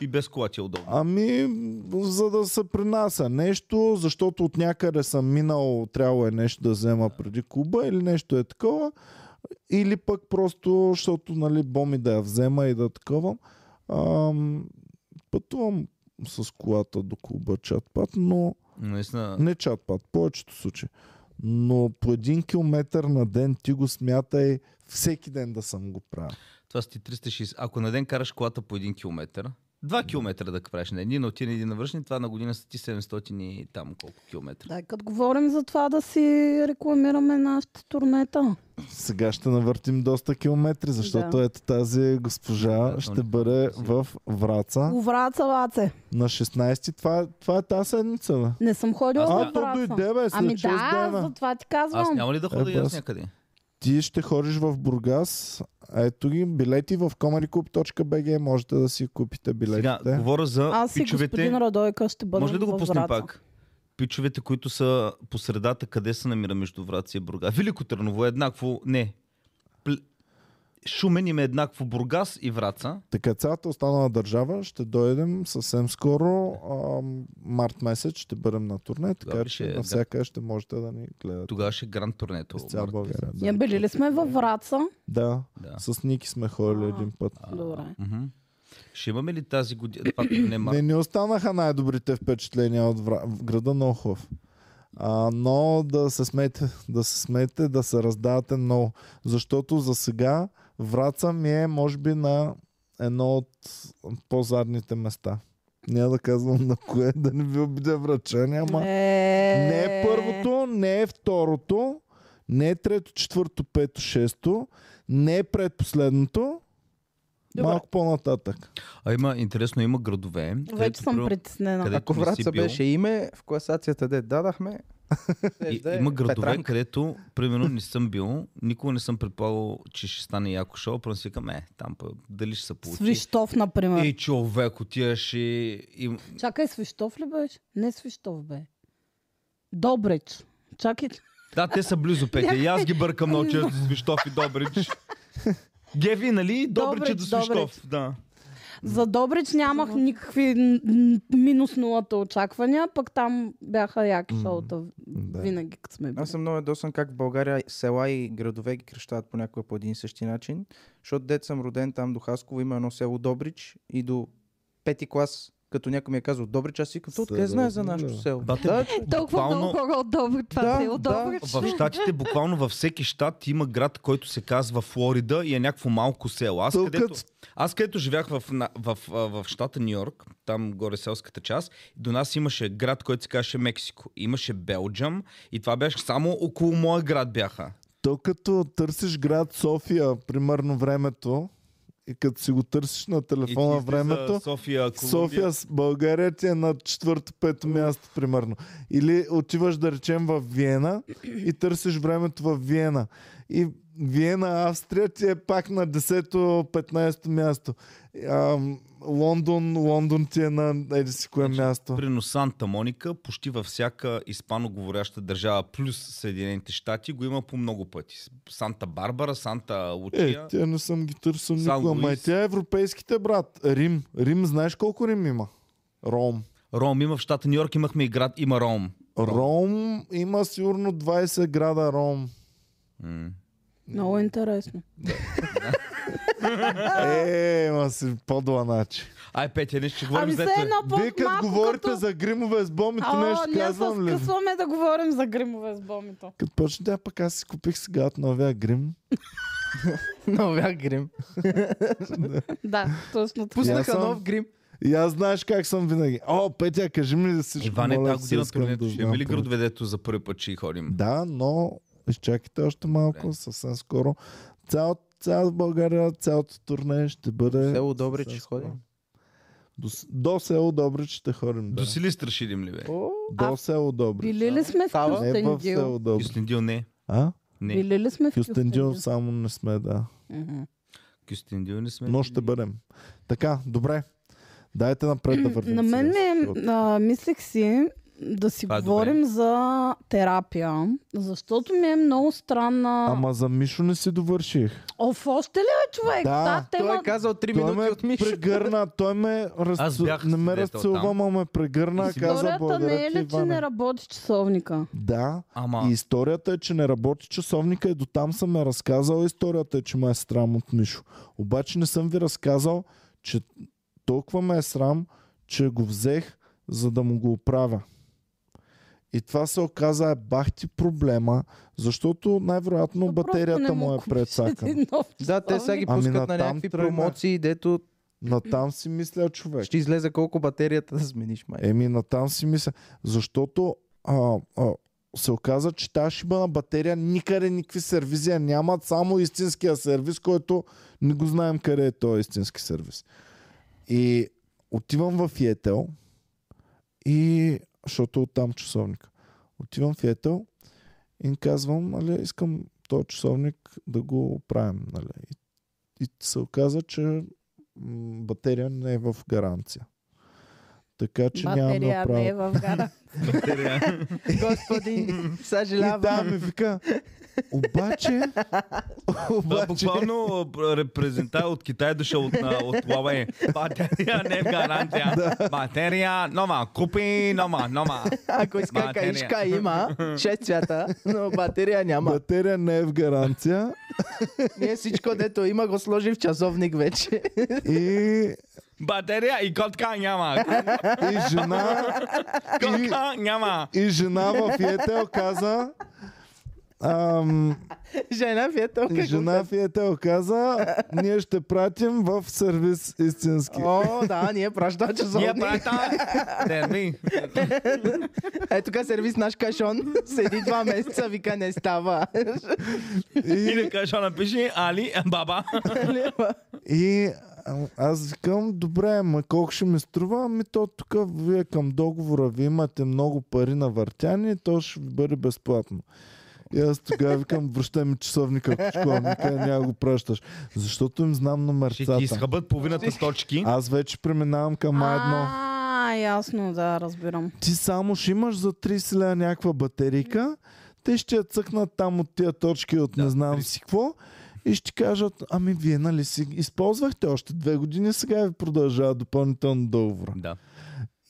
И без кола ти е удобно. Ами, за да се принася нещо, защото от някъде съм минал, трябва е нещо да взема преди клуба или нещо е такова. Или пък просто, защото, нали, боми да я взема и да такова. Ам, пътувам с колата до клуба чат пат, но Наистина, Не чатпад, повечето случаи. Но по един километър на ден ти го смятай всеки ден да съм го правил. това си 360. Ако на ден караш колата по 1 км, 2 км да правиш на един, на отиде един навършни, това на година са ти 700 и там колко километра. Дай като говорим за това да си рекламираме нашите турнета. Сега ще навъртим доста километри, защото Да. ето тази госпожа Да, ще Тони. бъде в Враца Враца, лаце. на 16. Това, това е тази седмица, бе. Не съм ходила Аз А, в то Враца. дойде, бе, след Ами 6 да, аз дена. за това ти Аз казвам. няма ли да Е, хода и аз бас. някъде? Ти ще ходиш в Бургас. Ето ги билети в comedyclub.bg можете да си купите билетите. Сега, говоря за Аз и господин пичовете. Радойка ще бъдем Може ли да го във пуснем Враца. пак? Пичовете, които са по средата, къде се намира между Враца и Бургас? Велико Търново е еднакво, не. Пл- Шумен им е еднакво Бургас и Враца. Така цялата останала държава ще дойдем съвсем скоро. А, март месец ще бъдем на турне, така Тогава че ще е навсякъде ще можете да ни гледате. Тогава ще е гранд турнето. Из цяла Март месец. България. Ние Да. били ли сме във Враца? да, Да. с Ники сме ходили един път. Добре. Мгм. Ще имаме ли тази година? Това не е март. Не ни останаха най-добрите впечатления от вра... в града много хубав. А, но да се смейте, да се смейте, да се раздавате много. Защото за сега Враца ми е, може би, на едно от по-задните места. Няма да казвам на кое, да не ви обидя врачане, ама... Не е първото, не е второто, не е трето, четвърто, пето, шесто, не е предпоследното, Добре. Малко по-нататък. А има, интересно, има градове. Вече съм притеснена. където Ако не си Враца бил. беше име, в класацията де дадахме, И, да е има градове, Петранка. където, примерно, не съм бил, никога не съм предполагал, че ще стане яко шоу, просто си викам, е, там па, дали ще се получи. Свищов, например. И човек отиваш и... и... Чакай, Свищов ли беше? Не Свищов бе. Добрич. Чакай. Да, те са близо петя. И аз ги бъркам много често с Свищов и Добрич. Геви, нали? Добрич е до Добрич, Добрич. Свищов. Да. За Добрич нямах никакви н- н- минус нулата очаквания, пък там бяха яки шоута в- да. винаги, като сме били. Аз съм много ядосан как в България села и градове ги кръщават понякога по един и същи начин. Защото дет съм роден там до Хасково, има едно село Добрич и до пети клас, като някой ми е казал Добрич, аз си като откъде знае за Сериозно ли? нашето село. Бате, Да, Толкова буквално- много хора от Добрич, това Да, да, е село да. Добрич. В щатите, буквално във всеки щат има град, който се казва Флорида и е някакво малко село. Аз Тълкът. където, аз където живях в, на- в, а, в, в щата Нью Йорк, там горе селската част, до нас имаше град, който се казваше Мексико. Имаше Белджъм и това беше само около моя град бяха. То като търсиш град София, примерно времето, и като си го търсиш на И телефона ти излиза времето, София, Колумбия. София с България ти е на четвърто-пето място, примерно. Или отиваш, да речем, в Виена и търсиш времето в Виена. И Виена, Австрия ти е пак на 10-15 място. А, Лондон, Лондон ти е на еди си кое Значи, място. Прино Санта Моника, почти във всяка испаноговоряща държава, плюс Съединените щати, го има по много пъти. Санта Барбара, Санта Лучия. Е, тя не съм ги търсил Сан никога. Ма и Луис. тя е европейските, брат. Рим. Рим, знаеш колко Рим има? Ром. Ром има в щата Нью Йорк, имахме и град, има Ром. Ром има сигурно 20 града Ром. М. Много интересно. Е, ма си по-дла начин. Ай, Петя, не ще говорим Ами за все ето. едно Вие като по-малко говорите като... за гримове с бомито, А, нещо ние се казвам ли? ви? вкъсваме да говорим за гримове с бомито. Като почне тя пък аз си купих сега от новия грим. много бях грим. Да, точно Пусна- така. Пуснаха съм- нов грим. И аз знаеш как съм винаги. О, Петя, кажи ми да всичко. Иване, моля, е се тази година искам турнето да ще знам е. има ли повече. градове, дето за първи път ще и ходим? Да, но изчакайте още малко, Добре. съвсем скоро. Цялото цялата България, цялото турне ще бъде Село Добрич съвсем ще ходим. скоро. До, с- до село Добрич ще ходим. Да. До Силистра ще идем ли, бе? О, До село Добрич. Били ли сме в Става? Не е в Кюстендил? село Добрич. Кюстендил не. А? Не, Били ли сме в Кюстендил Кюстендил? само не сме, да. Мгм. Кюстендил не сме. Но ще бъдем. Така, добре. Дайте напред да вървим. На мен сега с ме, живота. а, мислех си да си Това е добре. говорим за терапия, защото ми е много странна. Ама за Мишо не си довърших. Оф, още ли е човек? Да, Та той тема... е казал 3 Той ме минути от Мишо. прегърна, той ме раз... Аз бях не ме свидетел разцелува, там. ма ме прегърна, И си- каза Историята благодаря не е ти, ли, че не Иване. работи часовника? Да, Ама, и историята е, че не работи часовника и до там съм я разказал. Историята е, че ме е срам от Мишо. Обаче не съм ви разказал, че толкова ме е срам, че го взех, за да му го оправя. И това се оказа е бах ти проблема, защото най-вероятно Да просто не батерията му е купиш прецакана. един нов Да, те сега ги Ами пускат на натам някакви тръгна. промоции, дето Натам си мисля човек. ще излезе колко батерията да смениш, май. Еми, натам си мисля. Защото а, а, се оказа, че тази шиба на батерия никъде никакви сервизи я нямат, само истинския сервис, който не го знаем къде е този истински сервис. И отивам в Етел и защото оттам часовник. Отивам в Етел и им казвам, нали, искам този часовник да го оправим. Нали. И, и се оказа, че м, батерия не е в гаранция. Така че нямам Батерия не е направо. в гара. Господи, И съжалявам. да, ми вика. Обаче, да, обаче, буквално а, репрезентант от Китай е дошъл от, на- от Huawei. Батерия не е в гаранция. Батерия, нома, купи, нома, нома. Ако иска Батерия. каишка има, 6 цвята, но батерия няма. батерия не е в гаранция. Ние всичко, дето има, го сложи в часовник вече. И, Батерия и котка няма. и жена и, Котка няма. и жена в Етел каза ам, Жена фиетелка. и го Е, жена в Етел каза ние ще пратим в сервис истински. казва. О, да, ние праща Ние часовник. прата. Терми. Е, тук сервис наш кашон. Седи два месеца, вика, не става. И да кажа, напиши Али, баба. И А, аз викам, добре, ма колко ще ми струва? Ами то тук вие към договора ви имате много пари на въртяне, то ще ви бъде безплатно. И аз тогава викам, връщай ми часовника, ако школа ми каже, няма го пращаш. Защото им знам Ще ти номерцата. изхъбат половината с точки. Аз вече преминавам към А1. А, ясно, да, разбирам. Ти само ще имаш за 30 лева някаква батерика, те ще я цъкнат там от тия точки от Да, не знам 30. си какво и ще кажат, ами вие нали си използвахте още две години, сега ви продължава допълнително договора. Да.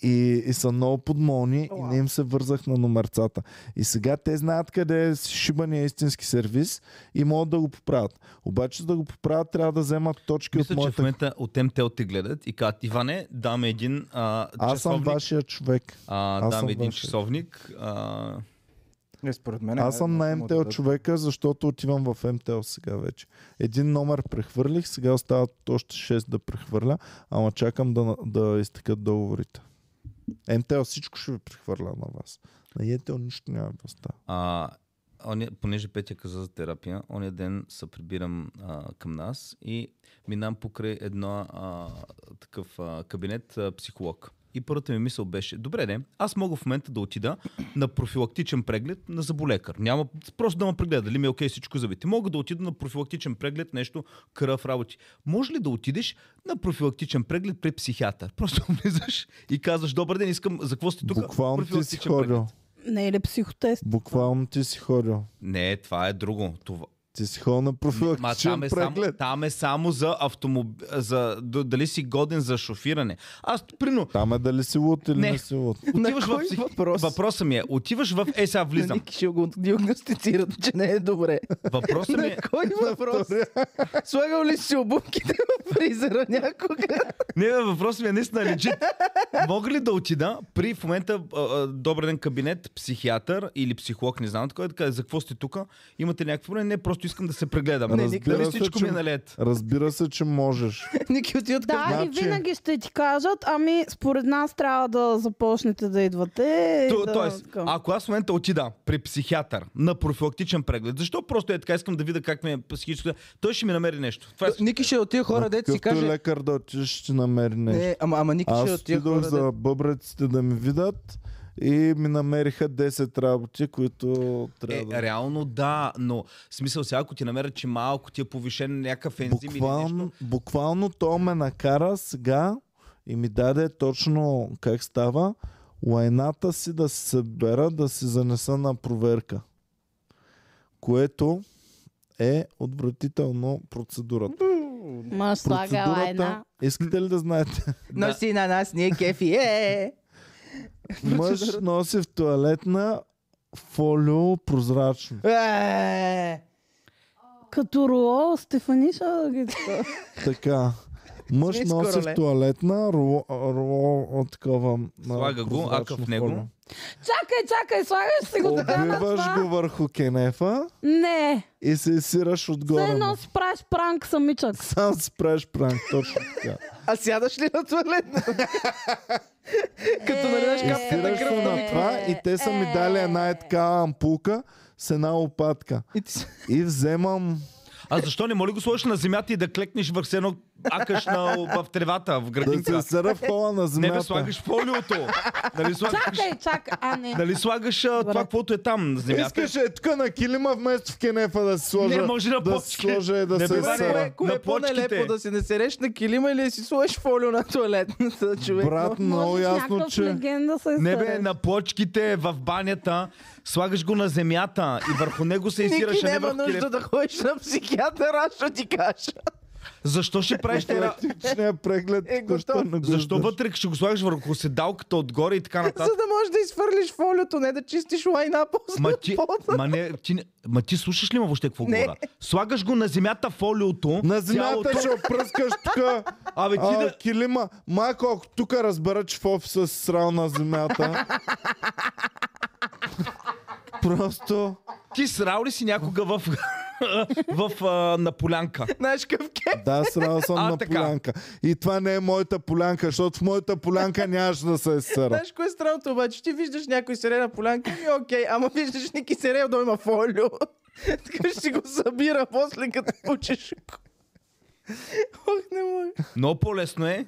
И, и са много подмолни и не им се вързах на номерцата. И сега те знаят къде е шибания истински сервис и могат да го поправят. Обаче за да го поправят трябва да вземат точки Мисля, от че в моята... момента от МТЛ те гледат и казват, Иване, даме един а, Аз съм часовник. вашия човек. А, Аз съм даме един вашия. часовник. А, Е, според мен. Аз съм на най- МТЛ човека, защото отивам в МТЛ сега вече. Един номер прехвърлих, сега остават още 6 да прехвърля, ама чакам да, на- да изтекат договорите. МТЛ всичко ще ви прехвърля на вас. На ЕТЛ нищо няма да става. А, оня, понеже Петя каза за терапия, оня ден се прибирам а, към нас и минам покрай едно а, такъв а, кабинет а, психолог. И първата ми мисъл беше, добре де, аз мога в момента да отида на профилактичен преглед на заболекар. Няма просто да ме прегледа, дали ми е окей всичко забити. Мога да отида на профилактичен преглед, нещо кръв работи. Може ли да отидеш на профилактичен преглед при психиатър? Просто влизаш и казваш, добър ден, искам, за какво сте тук? Буквално ти си Профилактичен преглед. ходил. Не е ли психотест? Буквално ти си ходил. Не, това е друго. Това, Ти си ходил на Ма, профилактичен там, е само, преглед. там е само за автомобил, за д- дали си годен за шофиране. Аз, прино, Там е дали си лут или не, Не. си лут. отиваш в кой псих... въпрос? Въпросът ми е, отиваш в... Е, сега На влизам. Ники ще го диагностицират, че не е добре. Въпросът ми е... Кой въпрос? Слагал ли си обувките в фризера някога? Не, бе, въпросът ми е наистина лежит. Мога ли да отида при в момента а, а, добър ден кабинет, психиатър или психолог, не знам, кой е, да каже, за какво сте тук? Имате някакви проблеми? Не, просто искам да се прегледам. Не, Ники, Дали разбира се, всичко че- ми е налет? Разбира се, че можеш. Ники отиват Да, към... и Значи- винаги ще ти кажат, ами според нас трябва да започнете да идвате. Е, и То, да, тоест, така. ако аз в момента отида при психиатър на профилактичен преглед, защо просто е така, искам да видя как ми е психическо, той ще ми намери нещо. Това е... Ники ще отива хора, дет си Какъвто и каже... лекар да отидеш, ще намери нещо. Не, ама, ама Ники ще Аз отива отидох хора, за дет- бъбреците да ми видят и ми намериха 10 работи, които Е, трябва да... реално да, но в смисъл сега, ако ти намерят, че малко ти е повишен някакъв ензим или Буквално, е нещо, буквално то ме накара сега и ми даде точно как става лайната си да се събера, да се занеса на проверка. Което е отвратително процедурата. Ма слага лайна. Процедурата, искате ли да знаете? Но си на нас, ние кефи, е! Мъж носи в туалетна фолио прозрачно. Е! Като Руо, Стефаниша ги Така. Мъж Смиско, носи в роле. туалетна туалетна ро, ро, от такова. а, Слага го, прозрачно ака в него. фолио. Чакай, чакай, слагаш си го така на Обвиваш това. го върху кенефа Не, и се сираш все отгоре. му. едно си правиш пранк самичък. Сам си правиш пранк, точно така. А сядаш ли на туалетна? Като наливаш Е, И капката сираш кръв му на това и те са ми дали една е такава ампулка с една лопатка. И ти си- И вземам... а защо не моли го сложиш на земята и да клекнеш върху едно акаш на, в тревата, в Да градинка? се сера в пола на Не бе, земята. слагаш фолиото. Нали слагаш, Чакай, чакай, а не. нали слагаш а, това, каквото е там на земята? Искаш е тук на килима вместо в кенефа да си сложа. Не, може на да си почки. сложа и да Не, се бе, не, сера. Кое, кое На е по-нелепо почките. да си не сереш на килима или да си сложиш фолио на туалетната, човек? Брат, много Може с ясно, някакъв че... легенда се Не бе, изсъреш. на плочките, в банята, слагаш го на земята и върху него се изсираш, Ники а не няма върху нужда килим. да ходиш на психиатър, аз ще ти кажа. Защо ще правиш тера... Практичния преглед. Е, току-що готов. не го Защо издържа. вътре ще го слагаш върху седалката отгоре и така За нататък? да можеш да изфърлиш фолиото, не да чистиш лайна после. Ма ти, пода. ма, не, ти, не- ма ти слушаш ли ме въобще какво Не. говоря? Слагаш го на земята фолиото. На земята цялото- ще опръскаш тук Абе ти а, да... килима. Майко, ако тук разбера, че в офиса си срал на земята. Просто Ти срал ли си някога в... в а, на полянка? Знаеш какъв кеф? да, срал съм А, на така. полянка. И това не е моята полянка, защото в моята полянка нямаше да се сера. Знаеш кое е странното обаче? Ти виждаш някой сере на полянка, ми окей, ама виждаш Ники сере, да има фолио. така ще си го събира после като учиш. Ох, не мога. Много по-лесно е.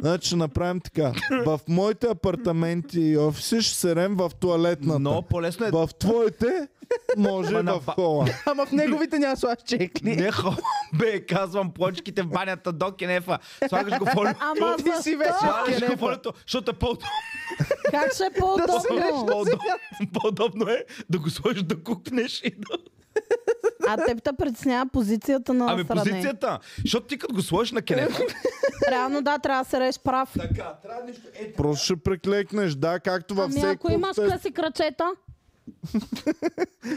Значи ще направим така. В моите апартаменти и офиси ще серем в туалетната. Много по-лесно е. В твоите може Ма на в ба- хола. Ама в неговите няма слаш чекли. Не, хо, бе, казвам плочките в банята до кенефа. Слагаш го в фолиото. Ама Ти си Е, защо? вече- Слагаш го в кенефа. фолиото, защото е по-удобно. Как ще е По-удобно- по-удобно? По-удобно е да го сложиш да кукнеш и да... А теб те притеснява позицията на Ами насране. позицията, защото ти като го сложиш на кенефа... Реално да, трябва да се реш прав. Така, трябва нещо... Е, Просто ще преклекнеш, да, както във Ами всеки... ако имаш процес. къси крачета,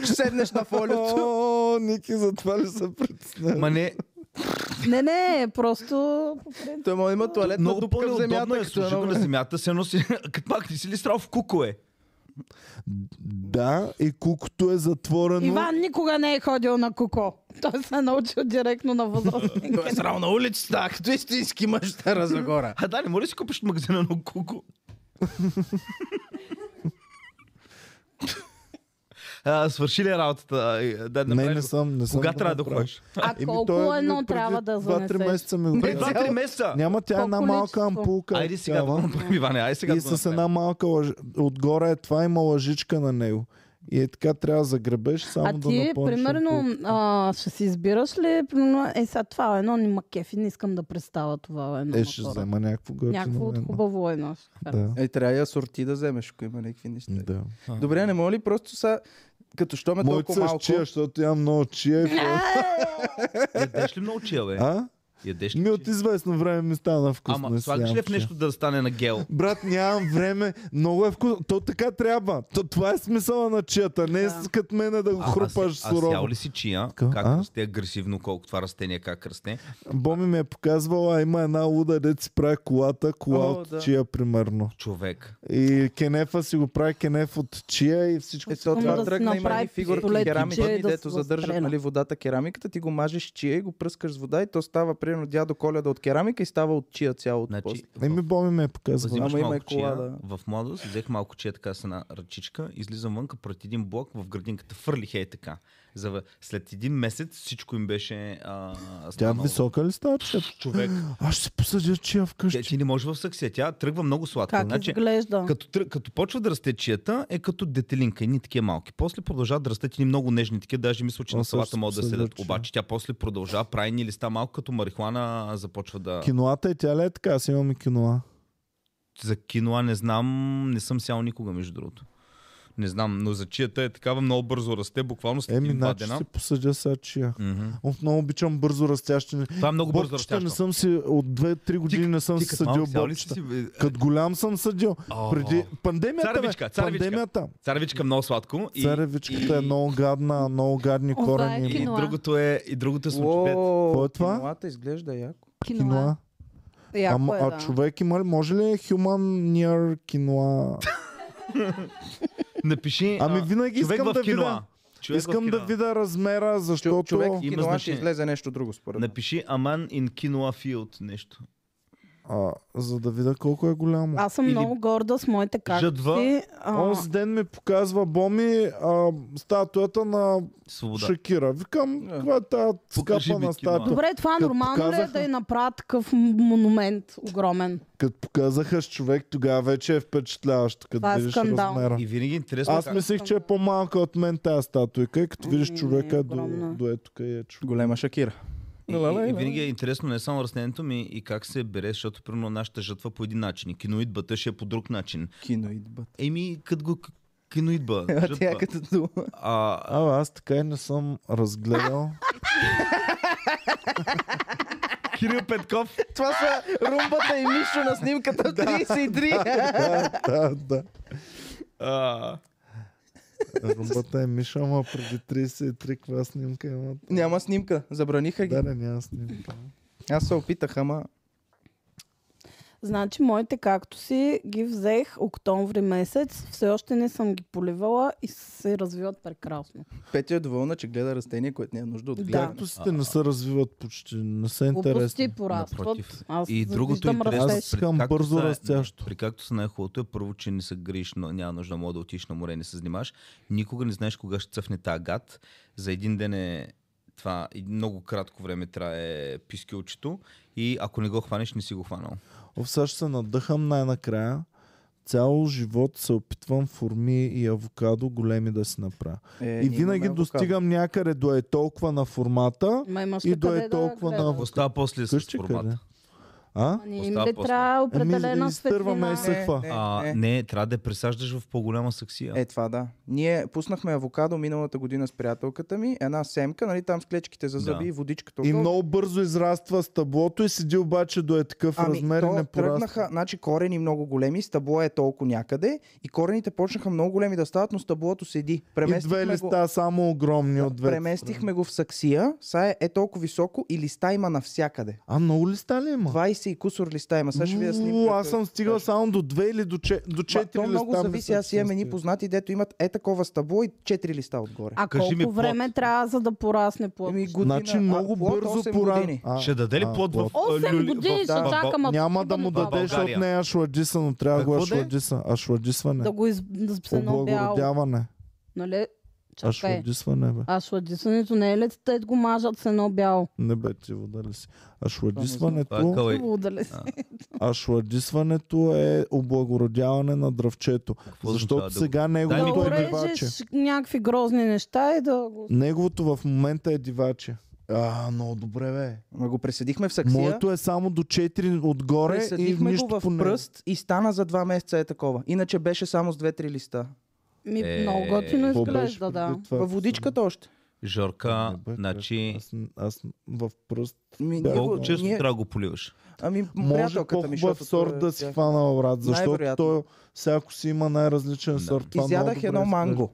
Ще седнеш на фолиото. О, Ники, за това ли се притеснява? Ма не, не, не, просто по принцип. Той му има туалетна много дупка в земята. по-неудобно е, като сложи го едно- на земята, се носи... Като пак ти си ли страл в куко е? Да, и кукото е затворено. Иван никога не е ходил на куко. Той се е научил директно на възрастни. Той е срал на улицата, като истински мъж Стара Загора. А да, не може ли си купиш от магазина на куко? а, свърши ли работата? Ай, Да, Не, направиш не го. съм, не съм. Кога го трябва да направил. ходиш? А Еми, колко той е едно преди трябва да Два-три занесеш? месеца ми го Преди даде. 2-3 месеца. Няма тя По една малка количество. ампулка. Айде сега да го такава. направим, Иване. Айде сега е. И да го с направим. една малка лъж... отгоре е това има лъжичка на него. И е така трябва да загребеш само А да ти, напълниш примерно, ампулката. а, ще си избираш ли? Примерно, е, сега това едно ни макефи, не искам да представя това едно. Е, на ще хора. взема някакво готино. Някакво от едно. хубаво едно. ще кажа. Да. Е, трябва я сорти да вземеш, ако има някакви неща. да. Добре, не мога ли просто са... Като що ме Моето толкова се малко... чия, защото имам много чия. и просто- Ядеш ли много чия, бе? А? Ядеш ли Ми от чия? известно време ми стана вкусно. е и Ама си слагаш ям ли е в чия. нещо да стане на гел? Брат, нямам време. Много е вкусно. То така трябва. То, това е смисъла на чията. Не е Да. с- като мене да го А, хрупаш а, а сял сурово. ли си чия? Така, Как а? расте агресивно, колко това растение, как расте? Боми ми е показвала, има една луда, дет си прави колата, кола О, от да. чия примерно. Човек. И кенефа си го прави кенеф от чия и всичко. Е, то Искам това да си тръгна има направи и фигурки пистолет, че керамични, да дето се задържат възстреля. нали, водата керамиката, ти го мажеш с чия и го пръскаш с вода и то става примерно дядо Коледа от керамика и става от чия цялото. Значи, Значи... Не ми боми ме е Взимаш показвала. Ама има малко и кола, чия. да. В младост взех малко чия така с една ръчичка, излизам вънка пред един блок в градинката, фърлих е така. За... След един месец всичко им беше а, Тя е станало. висока ли става чия? Човек. Аз ще си посъдя чия Тя, вкъщи. ти не можеш в съксия. Тя тръгва много сладко. Как е значи, изглежда? като, тръ- като почва да расте чията, е като детелинка, едни такива малки. После продължават да растат едни много нежни такива, даже мисля, че Аз на също салата могат да съм седят. чия. Обаче тя после продължава, прави едни листа малко като марихуана, а, започва да... Киноата е тя ли е така? Аз имам и киноа. За киноа не знам, не съм сял никога, между другото. Не знам, но за чията е такава, много бързо расте, буквално след Еми, един два значи дена. ще си посъдя сега чия. Мгм. Оф, много обичам бързо растящи. не- Това е много бързо Бобчета не растящо. съм си, от 2-3 години не съм Ти си като малък съдил сял ли си бобчета. си, бе? Като голям съм съдил. О. Преди пандемията, Царевичка, бе, царевичка. пандемията. Царевичка е много сладко. и- Царевичката и- е много гадна, много гадни О, това е корени. И има. кино. Киноа. другото е, и другото е слънчевец. Какво е това? Кинолата изглежда яко. Киноа. Киноа. Яко Ама, е, а да. човек има ли, може ли е human near киноа? Напиши. Ами Е, а, винаги човек искам в да киноа. видя. Човек в Искам да киноа. видя размера, защото... Чо, човек в Има кинола ще значение. излезе нещо друго според мен. Напиши Аман in Kinoa Field нещо. А, за да видя колко е голямо. Аз съм Или- много горда с моите Жъдва. кактуси. А, Онзи ден ми показва Боми а, статуята на Свобода. Шакира. Викам, Да. каква е тази Покажи скапа ми на киноа. статуя? Добре, това Като нормално ли е казаха- да й направят такъв м- монумент огромен? Като показаха с човек, тогава вече е впечатляващо, като Това е видиш скандал. размера. И винаги е интересно. Аз как- мислих, че е по-малка от мен тази статуйка и като М, видиш не, човека до, огромна. до е тук и е човек. Голема Шакира. И, и, и винаги е интересно не само растението ми и как се бере, защото примерно нашата жътва по един начин. и Киноидбата ще е по друг начин. Киноидбата. Еми, като го к- киноидба. А жътва. тя е като дума. А, а, А, аз така и не съм разгледал. Кирил Петков. Това са румбата и Мишо на снимката от 33. да, да. А, Румбата е Миша, ама преди 33 каква снимка има. Няма снимка. Забраниха ги. Да, не, няма снимка. Аз се опитах, ама... Значи, моите кактуси ги взех октомври месец. Все още не съм ги поливала и се развиват прекрасно. Петя е доволна, че гледа растение, което не е нужда от Да. гледане. Както сте не се развиват почти, не са Глупости интересни. порастват. Напротив. Аз и другото виждам интересно. растеж. Аз искам при кактуса бързо е- растящо. При както са най-хубавото е първо, че не са гриш, но няма нужда мога да отидеш на море, не се занимаваш. Никога не знаеш кога ще цъфне тази гад. За един ден е това и много кратко време трае пискилчето и ако не го хванеш, не си го хванал. О, сега ще се надъхам най-накрая. Цял живот се опитвам форми и авокадо големи да си направя. Е, Е, ние и винаги имаме достигам някъде до е толкова на формата. Ма имаш И ли до е къде да толкова на- гледаш? Какво става после с Къщи къде? формата? А? Ами, Ами, Им Остава ли после. трябва Еми, определена изтърваме и светлина? Ами, се хва. Е, А, е. не, трябва да я пресаждаш в по-голяма саксия. Е, това да. Ние пуснахме авокадо миналата година с приятелката ми, една семка, нали, там с клечките за зъби Да. и водичката. И отдолу. много бързо израства стъблото и седи обаче до е такъв размер и Ами, то не тръгнаха, пораства. значи корени много големи, стъбло е толкова някъде и корените почнаха много големи да стават, но стъблото седи. И две Преместихме го, листа, само огромни от две. преместихме го в саксия, са е, е толкова високо и листа има навсякъде. А много листа ли има? 20 и кусор листа има. е, Сега ще ви я Уу, снимка. аз съм стигал само до две или до, че, до Ма, четири то листа. много зависи, мисля, аз че имам съм едни стигал. познати, дето имат е такова стъбло и 4 листа отгоре. А Ами, Кажи ми колко време плод. трябва за да порасне плод? Еми, година, Значи много а, плод бързо 8 поран. години. А, Ще даде ли а, плод в а, 8 люли- години в- ще в- в- чакам. а Няма тук да му не пада. дадеш, защото България. не е ашладисано. Трябва да го Какво да е? ашладиса. Ашладисване. Да го изпсе на бяло. Облагородяване. Нали? Чакай. Ашладисване, бе. А шладисането не е ли те го мажат с едно бяло? Не бе, ти вода ли си. Това е Ашладисването, кълъй. Хубаво да ли си? А, ашладисването е облагородяване на дръвчето. Какво защото означава да го- сега Дай ми Да неговото е диваче. орежеш някакви грозни неща и да го... Неговото в момента е диваче. А, много добре, бе. Ма го пресъдихме в саксия. Моето е само до 4 отгоре и Пресъдихме нищо го в по него. пръст и стана за два месеца е такова. Иначе беше само с две-три листа. Ми, Е, много готино Какво изглежда, беше да. преди това? Във водичката още. Жорка, Не бе, значи... Аз, аз в пръст. Ми, Да, ние го- да. Колко често Е, ние- трябва да го поливаш? Ами, Може приятелката ми, защото по-хубав сорт той е да си тях. хванал, брат, защото Най-вероятно. той всяко си има най-различен Да. сорт. Това много Изядах добре едно изглежда. манго.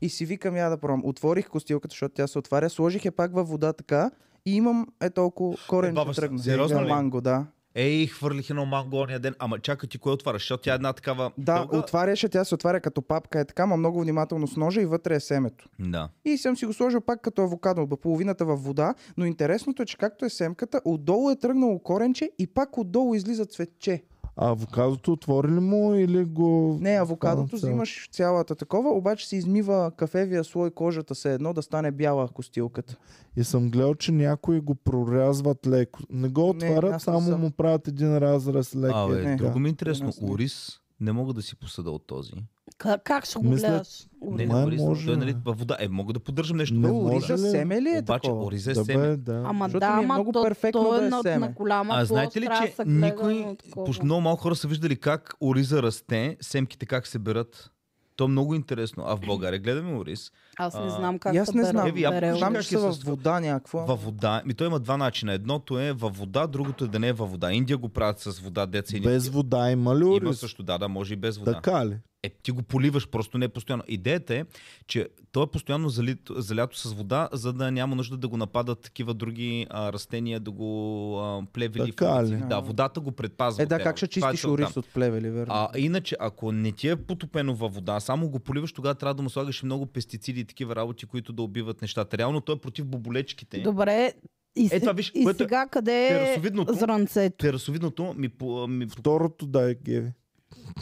И си викам я да пробвам. Отворих костилката, защото тя се отваря, сложих я пак във вода така и имам е толкова корен, баба, че тръгна. сериозно На ли? манго, да. Ей, хвърлих едно манго ония ден. Ама чакай ти, кое отваряш? Защото тя е една такава... Да, дълга- отваряше, тя се отваря като папка, е така, ма много внимателно с ножа и вътре е семето. Да. И съм си го сложил пак като авокадо, ба половината във вода, но интересното е, че както е семката, отдолу е тръгнало коренче и пак отдолу излиза цветче. А авокадото отвори ли му или го... Не, е авокадото Хвана цяло? взимаш цялата такова, обаче се измива кафевия слой кожата се едно да стане бяла костилката. И съм гледал, че някои го прорязват леко. Не го Не, отварят, аз не само съм. му правят един разрез леки. Абе, е, не. така. друго ми е интересно. При нас не. Орис не мога да си посъда от този. Ка- Как ще го Мисля- гледаш? Не, Май не, орис, може, той е, нали, бе. във вода. Е, мога да поддържам нещо. Не във Но може вода. ориза ли? семе ли е Обаче такова? ориз е да, семе. бе, да. Ама Защото да, ми е ама много то, перфектно то да е е на, семе. на голяма А площ, знаете ли, трябва да че се гледа никой, на такова. почти много малко хора са виждали как ориза расте, семките как се берат. То е много интересно. А в България гледаме ориз. Аз не А, знам И как аз се не бере. знам. Еви, я бере покажи ориза. Знам, как че е са с- във вода някаква. Във вода. Ми то има два начина. Едното е във вода, другото е да не е във вода. Индия го правят с вода, деца и Без вода има ли Има ориз? също, да, да, може и без вода. Така ли? Е, ти го поливаш просто не е постоянно. Идеята е, че то е постоянно залито, залято с вода, за да няма нужда да го нападат такива други а, растения, да го а, плевели. Така фунгици. ли? Да, водата го предпазва. Е, да, реално. как ще Това е чистиш целта. ориз от плевели, верно? Е, А иначе, ако не ти е потопено във вода, само го поливаш, тогава трябва да му слагаш и много пестициди и такива работи, които да убиват нещата. Реално той е против боболечките. Добре, и, Е, се- това виж, и което е сега къде е терасовидното. зранцето? Терасовидното, ми, по- ми, по- Второто да е геви.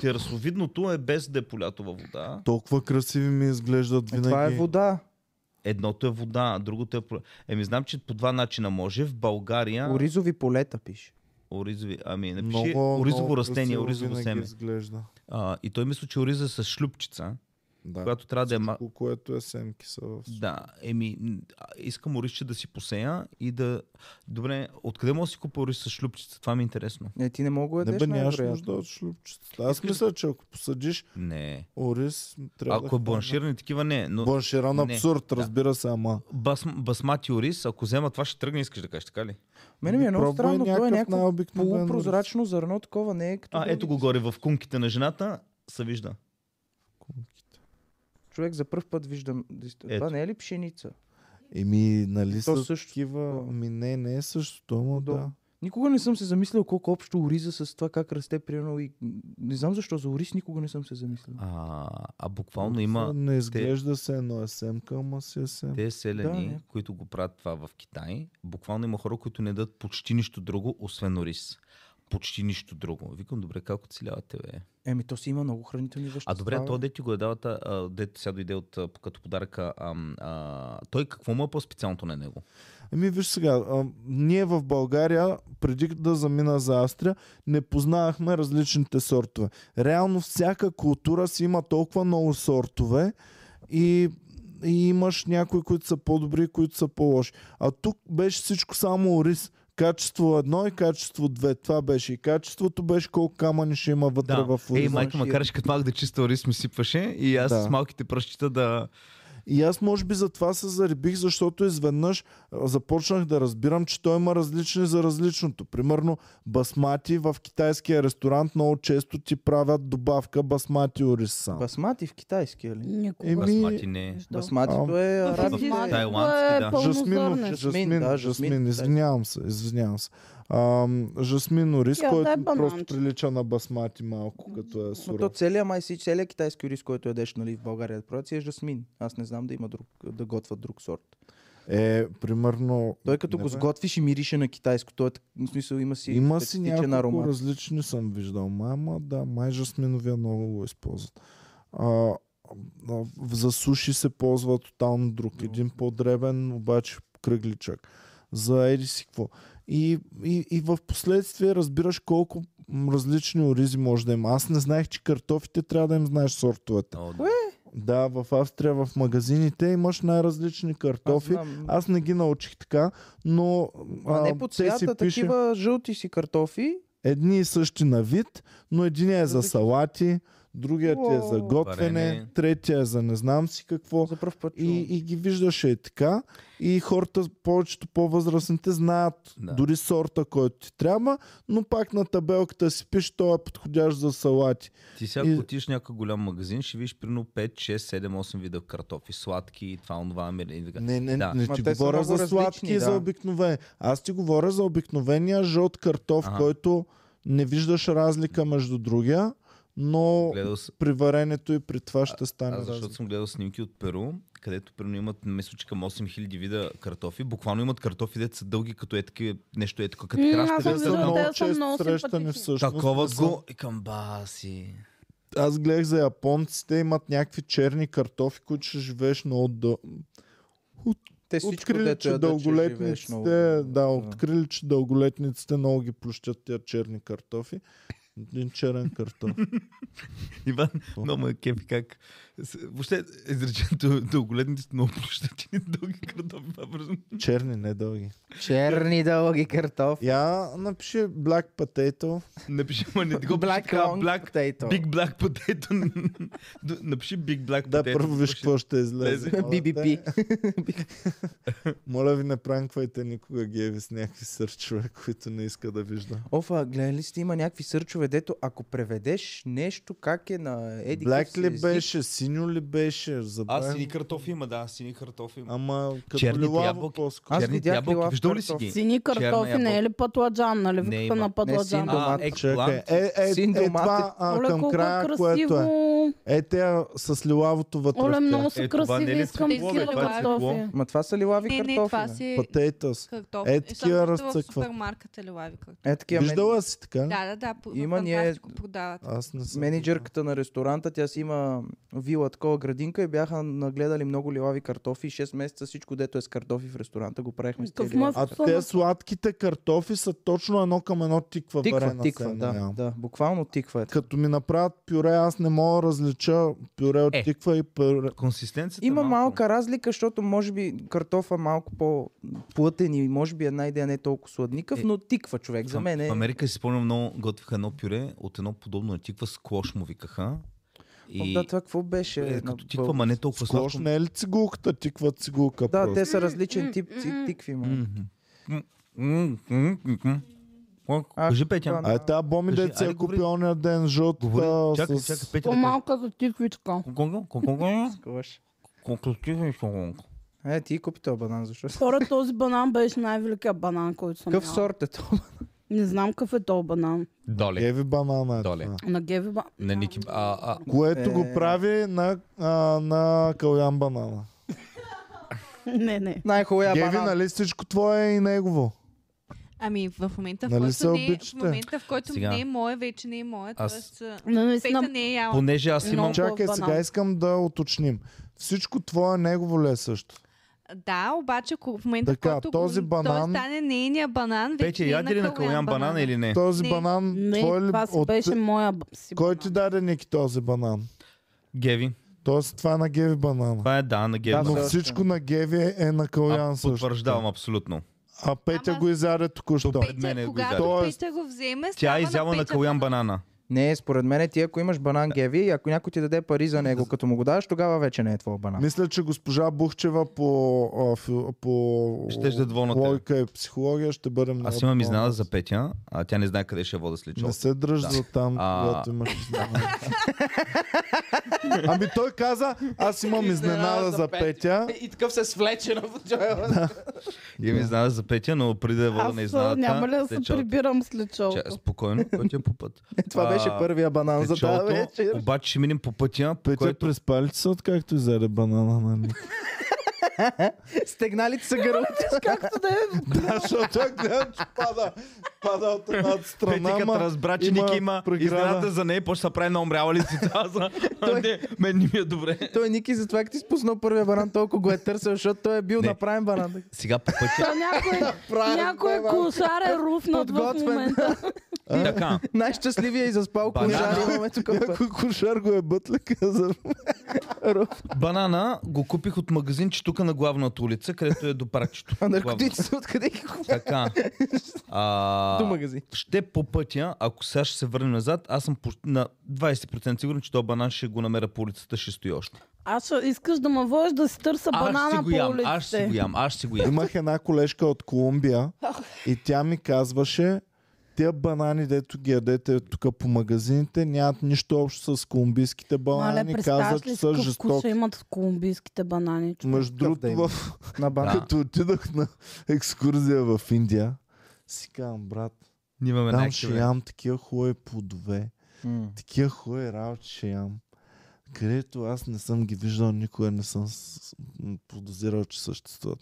терасовидното е без да е полято във вода. Толкова красиви ми изглеждат Е, винаги. това е вода. Едното е вода, а другото е... про- Еми, знам, че по два начина може. В България... Ори... Оризови полета пише. Оризови... Ами, напиши Много, оризово много растение, красиво оризово винаги е. семе. изглежда. А, и той мисля, че ориза е с шлюпчица, Да. която трябва да е... ма- Всичко, което е семки са в... Да, еми, м, а, искам оризче да си посея и да... Добре, откъде мога да си купя ориз с шлюпчица? Това ми е интересно. Не, ти не мога да Не ядеш бе, нямаш най-вероятно. нужда от шлюпчета. Аз мисля, че ако посадиш Не. ориз, трябва да... Ако е хвана. бланширани, такива не. Но Бланширан Не. абсурд, разбира се, ама... бас, басмати ориз, ако взема това, ще тръгне, искаш да кажеш, така ли? Мене ми е много Ами Пробвай странно, то е някакъв нали? някакво най-обикновен ориз. полупрозрачно зърно, такова не е като... А, ето го другите. горе, в кунките на жената се вижда. Човек за първ път виждам. дист- Ето. Това не е ли пшеница? Еми, нали То са също. такива... Ми не, не е същото, ама Да. да. Никога не съм се замислял колко общо ориза с това как расте примерно и не знам защо за ориз никога не съм се замислял. А, а буквално е има Не изглежда се едно е семка, ама си е семка. те селени, Да, е. да, които го правят това в Китай. Буквално има хора, които не дадат почти нищо друго, освен ориз. почти нищо друго. Викам, добре, как оцелявате, бе? Еми, то си има много хранителни вещества. А добре, бе. то дете го е дал, та, а, дете сега дойде от, а, като подаръка. А, а, той какво му е по-специалното на него? Еми, Ами, виж сега, а, ние в България, преди да замина за Австрия, не познавахме различните сортове. Реално всяка култура си има толкова много сортове и, и имаш някои, които са по-добри, които са по-лоши. А тук беше всичко само рис. Качество едно и качество две. Това беше. И качеството беше колко камъни ще има вътре в Ей, ориза. майка, макар че като малък да чиста рис ми сипваше и аз Да. с малките пръщчета да... И аз може би за това се зарибих, защото изведнъж а, започнах да разбирам, че той има различни за различното. Примерно басмати в китайския ресторант много често ти правят добавка басмати ориз сам. Басмати в китайски, или? Никога. Еми, не Басмати не. виждам. Басматито е В арабите. Индия Тайла- Тайландски, е да. Жасминов, пълнозърнеш. жасмин, Жасмин, жасмин, да, да, жасмин, жасмин, да. извинявам се, извинявам се. Ам, жасмин ориз, Я, дай който бананче. просто прилича на басмати малко, като е Но то суров. целият, май си, целият китайски рис, който ядеш нали, в България да правят, си е жасмин. Аз не знам да има друг, да готвят друг сорт. Е, примерно... Той като не го бе. сготвиш и мирише на китайско, той е, так- в смисъл има си Има си специфичен няколко аромат. различни съм виждал. Мама, да, май жасминовия много го използват. А, а, за суши се ползва тотално друг. Един по-дребен, обаче кръгличък. За еди си какво. И, и, и в последствие разбираш колко м, различни оризи може да има. Аз не знаех, че картофите трябва да им знаеш сортовете. О, да. Да, в Австрия в магазините имаш най-различни Аз, картофи. Аз, знам, не ги научих така, но а, а, не по те си цвята, пише такива жълти си картофи. едни и същи на вид, но единия е за Различни. салати, другият е за Уау. готвене, Варене. третия е за не знам си какво. За първ път И, и ги виждаше и така. И хората, повечето по-възрастните, знаят да. Да. дори сорта, който ти трябва, но пак на табелката си пише, той е подходящ за салати. Ти сега, И- ако отидеш в някакъв голям магазин, ще видиш примерно 5, 6, 7, 8 вида картофи, сладки и това, онова, американски. Не, не, да. Да. не Ма ти те са говоря много за сладки различни, и за да. обикновен. Аз ти говоря за обикновения жълт картоф, ага. Ага. който не виждаш разлика между другия, но Гледал с... при варенето и при това ще стане Аз, разлика. защото съм гледал снимки от Перу, където примерно имат, мисля, че към 8000 вида картофи. Буквално имат картофи, дето са дълги, като е такива, нещо е така, като М, краще. аз съм Те дето са са виждала много там. те са често много срещани симпатични. всъщност. Такова Не са- го и към баси. Аз гледах за японците, имат някакви черни картофи, които ще живееш много дъл... Те всичко, Открили, дето че е да живееш много дълголетниците, да, дълго. открили, че дълголетниците много ги плющат тия черни картофи. Един черен картоф. Иван, много ме кефи как. с- Въобще, изречението дълголетните са много площати дълги картофи. това бързо. Черни, не дълги. Черни дълги картофи. Я напиши Black Potato. Напиши, ма не го Black пиши така, long black potato. Big Black Potato. Д- Напиши Big Black Potato. Да, първо виж ще- какво ще излезе. Лезе. Моля BBP. те. Моля ви, не пранквайте никога геви с някакви сърчове, които не иска да вижда. Офа, гледали ли сте, има някакви сърчове, дето ако преведеш нещо, как е на Еди Black какъв ли си език, беше, синьо ли беше, А, забравям. сини картофи има, да, сини картофи има. Ама като Черните лилаво ябълки. по-скоро. Аз Черните видях ябълки, лилав виждал ли си картоф. ги? Сини картофи ябълка. не е ли патладжан, нали? Не, Виката има. на патладжан. син А, Домат. Чакай, екплант. е, е, е, Син е доматите. това а, Оле, към колко края, красиво. което е. Е, те с лилавото вътре. Оле, в много тях. са Е, това не красиви, е ли искам цветло, такива бе? Това е картофи. Ма това са лилави Не, картофи. не, това бе. си Potatoes. картофи. Е, Е, такива такива В разцъква. супермаркета лилави картофи. Е, такива мен... Виждала си така ли? Да, да, да. по- Има в ние- е- Фантастико продават. Аз не съм. менеджерката на ресторанта, тя си има вила такова градинка и бяха нагледали много лилави картофи. 6 месеца всичко, дето е с картофи в ресторанта, го правихме с тези Какъв лилави мъв- А картофи. Вкусно. те сладките картофи са точно едно към едно тиква, Тиква, варена тиква, сена, да, ям. да. Буквално тиква е. Като ми направят пюре, аз не мога да различа пюре от Е. тиква и пюре. Консистенцията Има малко. малка разлика, защото може би картофа е малко по-плътен и може би една идея не е толкова сладникав, Е, но тиква човек. За Там мен е... В Америка си спомням много готвиха едно пюре от едно подобно на тиква с клош му викаха. И... И Да, това какво беше? е, на като бълг- тиква, ма не толкова Склош сладко. не е ли цигулката? Тиква цигулка Да, просто. те са различен тип м, ти- м. тикви. ма. Мгм. М, м, м, м. Колко- А, Кажи, Петя. това- А е тази боми Кажи, деца айде, е говори. купи ония ден жълта Говори, чакай, с... чакай, Петя. да каже. По-малка за тиквичка. Колко- колко- колко- Сковаш. колко ти си, колко? Е, ти купи този банан, защо? си- Хора, този банан беше най-великият банан, който съм Какъв яла. сорт е то? Не знам какъв е този банан. Доле. Геви банана е Доле. това. На Геви ба... На Ники. А, а, Което Е. го прави на, а, на Калян Банана. Не, не. Най-хубавия Геви, банан. нали всичко твое е и негово? Ами в момента, в, Нали се който не, е- в обичате? момента, в който Сега. не е мое, вече не е мое. Аз- Тоест, а, Но Пейта наистина, не е яла. Понеже аз Много. имам... Чак- Чакай, банално. сега искам да уточним. Всичко твое негово ли е също? Да, обаче ако в момента, Така, в който този го- банан- той стане нейния банан, вече Петя, не е яде ли на Калян е банана или не? Този Не. банан, не, твой ли? това си беше моя б- си Кой ти банан. даде Ники този банан? Геви. Тоест това е на Геви банана. Това е да, на Геви. Да, Но банан. също. всичко на Геви е на Калян А, също. Потвърждавам абсолютно. А Петя Ама- го изяде току-що. Добре. Пред мен е Петя, го когато изяде. Петя го вземе, Тя става е на изяла на Петя Калян банан. банана. Не, според мен е ти ако имаш банан геви и ако някой ти даде пари за него, като му го даваш, тогава вече не е твой банан. Мисля, че госпожа Бухчева по, а, фи- по Щеше да двойна тема. логика и психология ще бъде много. Аз имам по- изненада за Петя, а тя не знае къде ще я вода с личо. Не се дръж Да. за там, А- когато имаш изненада. ами той каза, аз имам изненада за Петя. И такъв се свлече на Имам изненада за Петя, но преди да я вода Аз на а, изненадата... няма ли да се лечо- прибирам с лечо? Ча- Спокойно, пътя по път. Това беше А, първия банан за тази лечото, вечер. Обаче ще минем по пътя, по Петя който... през палица, откакто изяде банана на Ники. Стегналите са гърлото. Както да е, Да, защото я гледам, че пада, пада от едната страна. Петя като ма разбра, че Ники има преграда. изненада за нея, почва да прави на умрява ли си таза. Не, мен не ми е добре. Той Ники затова като ти спуснал първия банан, толкова го е търсил, защото той е бил Не. направен банан. Сега по пътя. Та някой, някой кошар е руфнат в Подготвен. момента. така, Най-щастливия и заспал Банан. кожар е имаме тук. Някой кошар го е бътля каза. банана го купих от магазинче тук на главната улица, където е до паркчето. А наркотиците откъде ги купи? Така. А, До е магазин. ще по пътя, ако сега ще се върнем назад, аз съм почти на 20% сигурен, че този банан ще го намеря по улицата, ще стои още. Аз ще- искаш да ме водиш да си търса аз ще банана го по ям, аз ще улиците. го ям, аз ще го ям. Имах една колежка от Колумбия и тя ми казваше, тия банани, дето ги ядете тук по магазините, нямат нищо общо с колумбийските банани. представяш Каза, ли че си са какъв вкус ще жестоки. имат с колумбийските банани. човек? Между да другото, има. в На банан. Като отидах на екскурзия в Индия, си казвам, брат, Ние Имаме там ще най-киве. ям такива хубави плодове, М. такива хубави работи ще ям, където аз не съм ги виждал, никога не съм с- м, подозирал, че съществуват.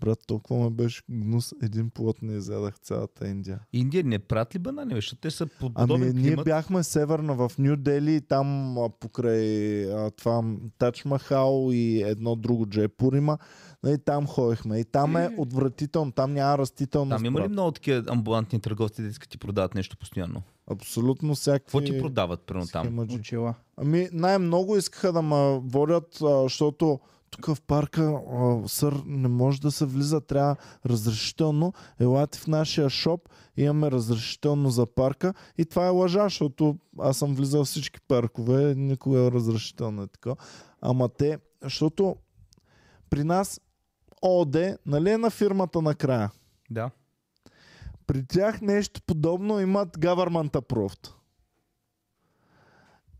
Брат, толкова ме беше гнус, един плод не изядах цялата Индия. Индия не прат ли банани, бе? защото те са по Ами, подобен ние климат. бяхме северно в Нью Дели, там а, покрай а, това м, Тадж Махал и едно друго Джепур има. И там ходихме. И там е отвратително, там няма растителност. Там има ли брат. много такива амбулантни търговци, да искат ти продават нещо постоянно? Абсолютно Какво всякакви... ти продават, примерно там? схемаджи. Очила. Ами най-много искаха да ме водят, а, защото тук в парка, а, сър, не може да се влиза, трябва разрешително. Елате в нашия шоп, имаме разрешително за парка и това е лъжа, защото аз съм влизал в всички паркове, никога разрешително е така. Ама те, защото при нас ОД, нали е на фирмата накрая? Да. При тях нещо подобно имат government approved.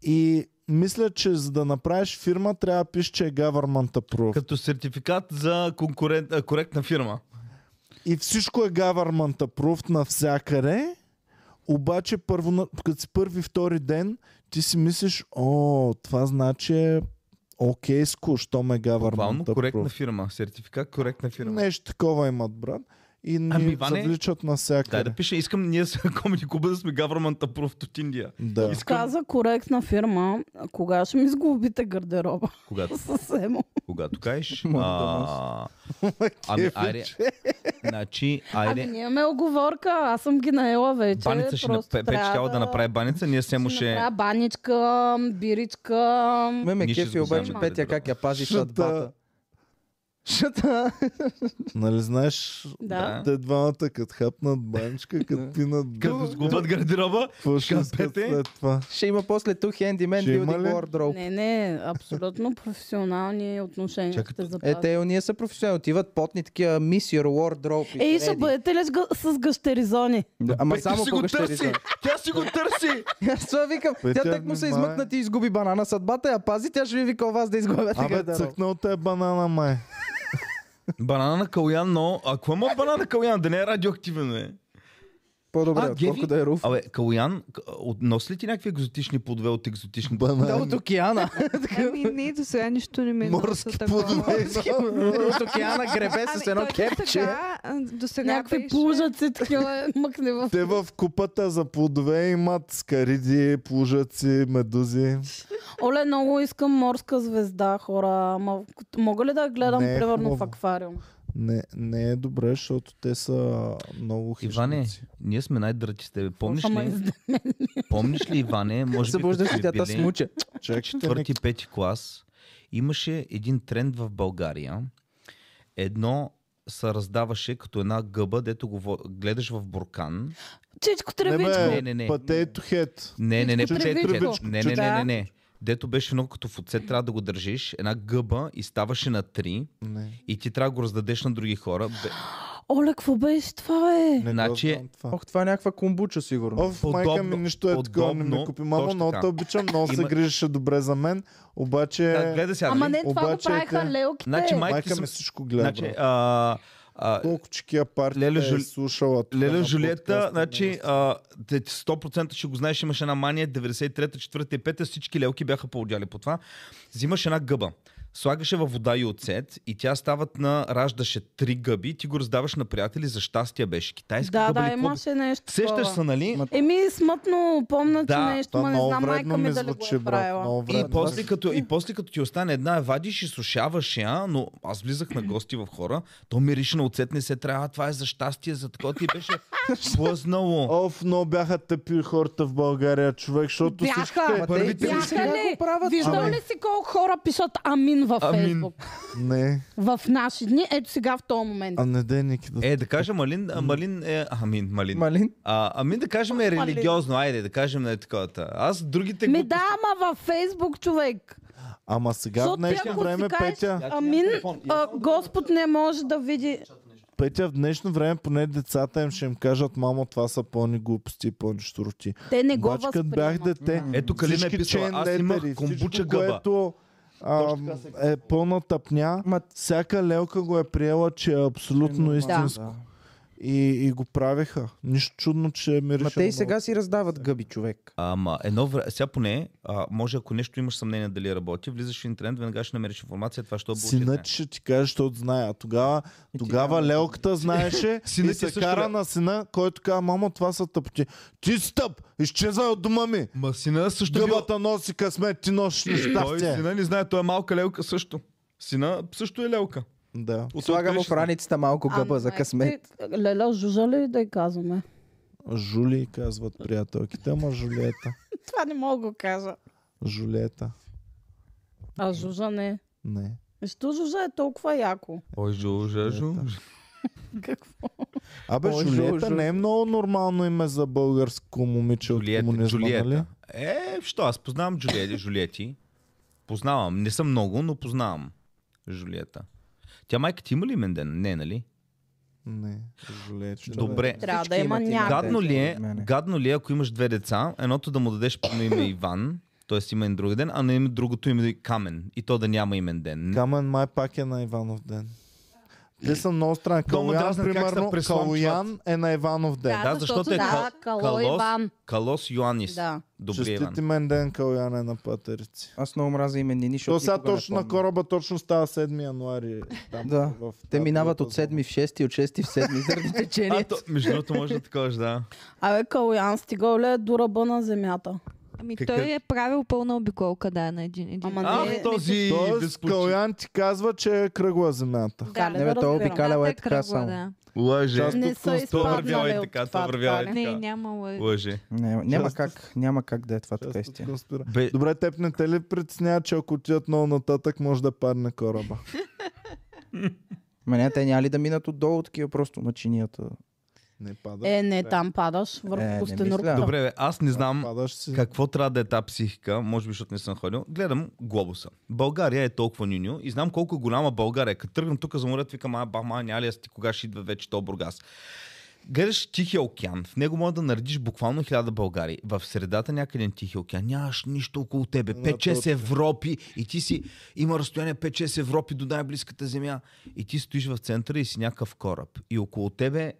И мисля, че за да направиш фирма, трябва да пишеш, че е government approved. Като сертификат за конкурент, а, коректна фирма. И всичко е government approved навсякъде, обаче първо, на- като си първи, втори ден, ти си мислиш, о, това значи е окейско, щом е Буквално government коректна approved. фирма. Сертификат, коректна фирма. Нещо такова имат, брат. И ни Ами, ами, Иване, завличат Дай навсякъде. да пише, искам ние с Комеди Куба да сме government approved от Индия. да. Искам... Каза коректна фирма. А Кога ще ми сглобите гардероба? Когато, Съвсем. когато кажеш... Мога да а... Ами, айде. Значи, Ами айде. ние имаме оговорка. Аз съм ги наела вече. Баница ще Просто направи, Петя трябва щяла да направи баница, ние се му ще ще... направя баничка, биричка. Ме ме Ние ще кефи го обаче вземем, Петя добре. как я пази Шата. съдбата. Шата. Нали знаеш, Да. те двамата като хапнат банчка, като пинат Като бира, сгубят гардероба, какво ще Като искат пете. след това? Ще има после ту хендимен Ще има ли? билдинг wardrobe. Не, не, абсолютно професионални отношения Чакай, ще Е, запазят. те ние са професионални. Отиват потни такива мисир wardrobe. Ей, Ей, ще бъдете ли с гъ- с гъщеризони? Ама Петя само си го кога ще търси! риза. Тя си го търси! Аз това викам. Петя, Тя так му се внимавай. измъкна ти изгуби банана. Съдбата я пази, тя ще ви вика вас да изгубяте Абе, гардероб. цъкнал те е банана, май. Банана на Калян, но... Ако има банана на Калян, да не е радиоактивен, е. По-добре, А, отколкото геви? да е руф. Абе, Калуян, к- от- носи ли ти някакви екзотични плодове от екзотични Да, Банан. от океана. Ами не, до сега нищо не ми е Морски носа такова. плодове. от океана гребе с едно ами, точно кепче. така, а, До сега Някакви беше- плужъци такива мъкне в... Те в купата за плодове имат скариди, плужаци, медузи. Оле, много искам морска звезда, хора. Ма, мога ли да я гледам, Не е примерно, в хубаво. аквариум? Не, не е добре, защото те са много хищници. Иване, ние сме най-дръти с тебе. Помниш Ама ли, изде- помниш ли Иване, може би като Събуждаш сме се тята били смуче. Чакайте, нека- четвърти, пети клас, имаше един тренд в България. Едно се раздаваше като една гъба, дето го во- гледаш в буркан. Чичко Не, тревичко. бе, Не, не, не. Potato Head. Не, не, не, Чичко не, Тревичко. не, не, не, не, не. Дето беше много като в оце, трябва да го държиш. Една гъба и ставаше на три Не, и ти трябва да го раздадеш на други хора. Бе- Оле, какво беше това, бе? не Значи- значи... това. Ох, това е някаква комбуча, сигурно. Оф, майка ми подобно- нищо е такова, не ме подобно, купи. Мамо, точно много така. те обичам, много се Има- грижеше добре за мен, Да, обаче... гледай сега. Ама нали? не, това го обаче, правиха те- лелките. Значи, май- Майка Майка ти ми съм- всичко Значи, гледа. а, а, Колко чекия партия Леля е Жу- слушала. тук Леля на Жулиета, подкаста, нали? значи, не а, те- 100% ще го знаеш, имаш една мания, 93-та, 4-та и 5-та, всички лелки бяха поудяли по това. Взимаш една гъба, слагаше във вода и оцет и тя стават на, раждаше три гъби, ти го раздаваш на приятели, за щастие беше китайска Да, гъба. да, или какво имаше нещо. бе? Сещаш такова. се, нали? Ма- Еми, смътно помна, че Да, нещо, Та, ма не много знам вредно майка ми ми дали го звучи, е брат. правила. Много И вредно. после, като, и после като ти остане една, я вадиш и сушаваш я, но аз влизах на гости в хора, то мирише на оцет, не се трябва, това е за щастие, за такова ти беше плъзнало. Оф, но бяха тъпи хората в България, човек, защото Бяха. всичките... Ма Първите ми Бяха ли? правят? Виждал Ама- ли си колко хора пишат амин във Амин. Фейсбук? Не, В наши дни, ето сега в този момент. а не дей, Ники, да... Е, да кажа, Малин, а, Малин е... Амин, Малин. Малин? А, ами да кажем е Малин. религиозно, айде да кажем е такова. Аз другите Ми глупости- Ами да, ама във Фейсбук, човек. Ама сега в Защото ти днешно ако си време, кажеш Петя... амин, а, Господ не може да види. Петя, в днешно време поне децата им ще им кажат, мамо, това са пълни глупости и пълни штурти. Те не го Обаче, като бях възприемат. дете, Ето Калина е всички писала, chain аз имах letters, комбуча всичко, гъба. Което, а, е пълна тъпня. Ма- Всяка лелка го е приела, че е абсолютно истинско. И, и го правиха. Нищо чудно, че мирише. Ма те и много. сега си раздават гъби, човек. Ама едно време, сега поне, а, може ако нещо имаш съмнение дали работи, влизаш в интернет, веднага ще намериш информация, това ще е Синът ти ще ти каже, защото знае. А тогава, тогава лелката знаеше Синът и ти се също кара ле- на сина, който казва, мамо, това са тъпти. Ти си тъп! Изчезвай от дома ми! Ма сина също е Гъбата носи късмет, ти носиш Той нещастие. сина не знае, той е малка лелка също. Сина също е лелка. Да. От Слага тук му ще в раницата малко гъба Ами, за майка късмет. ти, Леля, жужа ли да й казваме? Жули казват приятелките, ама Жулиета. Това не мога да го кажа. Жулиета. А жужа не. Не. Що жужа е толкова яко? знае. Ой, жо, Е, жо, жо. Какво? Абе, Ой, Жу- Жулиета Жу- не е много нормално име за българско момиче от Джулиета, комунизма, нали? Джулиета. Е, що, аз познавам Джулиети, Жулиети. Познавам. Не съм много, но познавам Жулиета. Тя майка ти има ли имен ден? Не, нали? Не. Жулиета. ще Добре. бе. Трябва да Всички има имат име. някакъв. Гадно ли, е, от мене. гадно ли е, ако имаш две деца, едното да му дадеш на име Иван, т.е. имен друг ден, а на име другото име е Камен и то да няма имен ден. Камен май пак е на Иванов ден. Те са много странни. То ме Калоян, дразни как се примерно, пресламчват. Калоян е на Иванов ден. Да, Да, защото е защото Да, Кал- Кало Калос, Иван. Калос Йоанис. Да. Добре, Иван. Честити мен ден, Калоян е на патерици. Аз много мразя именини, То защото сега никога не точно на помня. кораба точно става 7 януари. Там, Да. в Те тази минават друга от зона. 7 в 6 и от 6 в 7 заради А, течението. то, между другото, може да такаш, да. Абе, Калоян стигал ли е до ръба на земята? Ами Какъв- той е правил пълна обиколка, да, на един един. Ама А, не, този Тоест, безпочит. Калоян ти казва, че е кръгла земята. Да, не Не бе, да той разбирам. обикалял е Едната така кръгла, само. да. Лъже. Част не от са То вървял изпаднали е от така, това. то вървял е така ли? Не, така. няма лъж. Лъже. Не, няма Част- как, няма как да е това така Част от истина. конспира- Бе, Добре, теб не те ли притеснява, че ако отидат много нататък, може да падне кораба? Ма не, те няма ли да минат отдолу такива просто начинията? Не пада. Е, не, там падаш Е, не върху мисля. костенурката. добре, бе, аз не знам Падаш си. какво трябва да е тази психика, може би защото не съм ходил. Гледам глобуса. България е толкова нюню и знам колко е голяма България. Като тръгна тук за морето, викам, а, ба, ма, няма ли аз ти кога ще идва вече то Бургас? Гледаш Тихия океан. В него може да наредиш буквално хиляда българи. В средата някъде на Тихия океан. Нямаш нищо около тебе. 5-6 точно. Европи и ти си... Има разстояние 5-6 Европи до най-близката земя. И ти стоиш в центъра и си някакъв кораб. И около тебе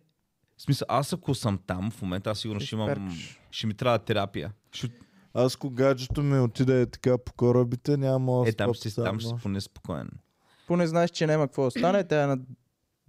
В смисъл, аз ако съм там в момента, аз сигурно ще имам... сперкаш. Ще ми трябва терапия. Ще... Аз ако гаджето ми отида е така по корабите, няма да Е, там спя ще, си- постоянно. там ще си поне спокоен. Поне знаеш, че няма какво да стане. Тя е на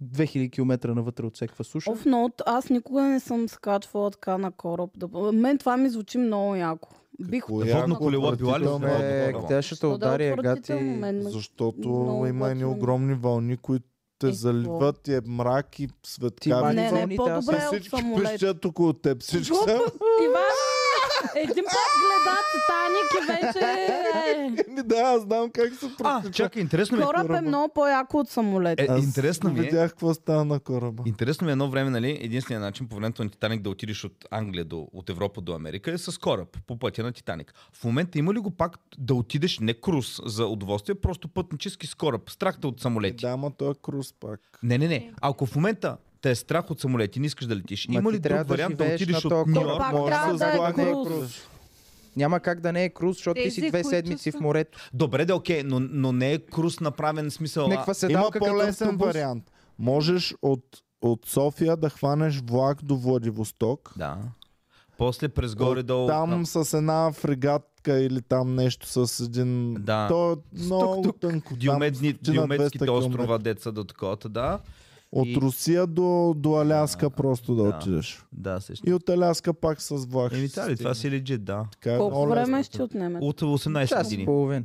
2000 км навътре от всякаква суша. Оф, но от- аз никога не съм скачвала така на кораб. Да... мен това ми звучи много яко. Бих Какво е? Водно яко, колело била ли отвратително това? е, Е, Ама. тя ще те Да, удари, е отвратително, гати. мен ме- Защото Много има едни готино. огромни вълни, които те Е, заливат и е мрак и светкави. май Не, не, вълните, аз по-добре е съм от Всички самолет. пищят около теб. Всички са. Глупост, Иван, един път гледа Титаник и вече... е. Ми да, аз знам как се А, протича. чакай, интересно ми е. Кораб е много по-яко от самолет. Е, Аз интересно ми е. видях какво стана на кораба. Интересно ми е едно време, нали, единственият начин по времето на Титаник да отидеш от Англия до, от Европа до Америка е с кораб по пътя на Титаник. В момента има ли го пак да отидеш не круз за удоволствие, просто пътнически с кораб, страхта от Е, самолети? да, ама той е круз пак. Не, не, не. Ако в момента те е страх от самолети, не искаш да летиш. Ма има ти ли трябва друг да вариант да, живееш на отидеш тоя от кораб. Нью То Йорк? пак може трябва с да е влак да е круз. Няма как да не е круз, защото ти си Тези, две които седмици са- в морето. Добре, да, окей, но, но не е круз направен смисъл. а- Неква Има седалка като по-лесен автобус. вариант. Можеш от, от София да хванеш влак до Владивосток. Да. После през горе-долу. Там с една фрегатка или там нещо с един... Да. То е много тук. тънко. Там Диомедни, стотина, 200 диомедските километра. острова, деца до такова, да. От И- Русия до, до Аляска просто да, да. отидеш. Да, също. И от Аляска пак с влак. Еми, ще това ли, това стигнеш. си легит, да. Така е Колко много време лесно. ще отнеме? От 18 Час и години. половина.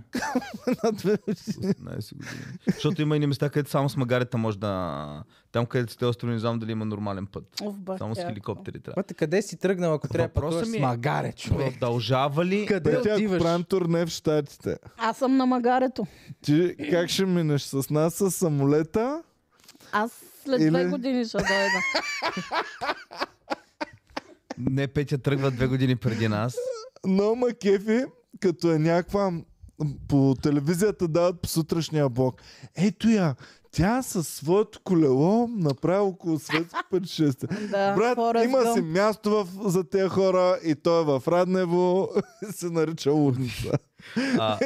18 години. Защото има и места, където само с магарета може да... Там, където сте острови, не знам дали има нормален път. Оф, бах, Само с яко. хеликоптери трябва. Мате, къде си тръгнал, ако трябва да Въпросът пътуваш ми с е- магаре, човек? Продължава ли... Къде Петя, ако отиваш? правим турне в Штатите, Аз съм на магарето. ти как ще минеш с нас с самолета? Аз след две Или- години ще дойда. Не, Петя тръгва две години преди нас. Но ма кефи, като е някаква по телевизията дават по сутрешния блок. Ето я, тя със своето колело направи около светско пътешествие. Да, Брат, Форест има Гъмп. си място в, за тези хора и той е в Раднево се нарича Лудница. А,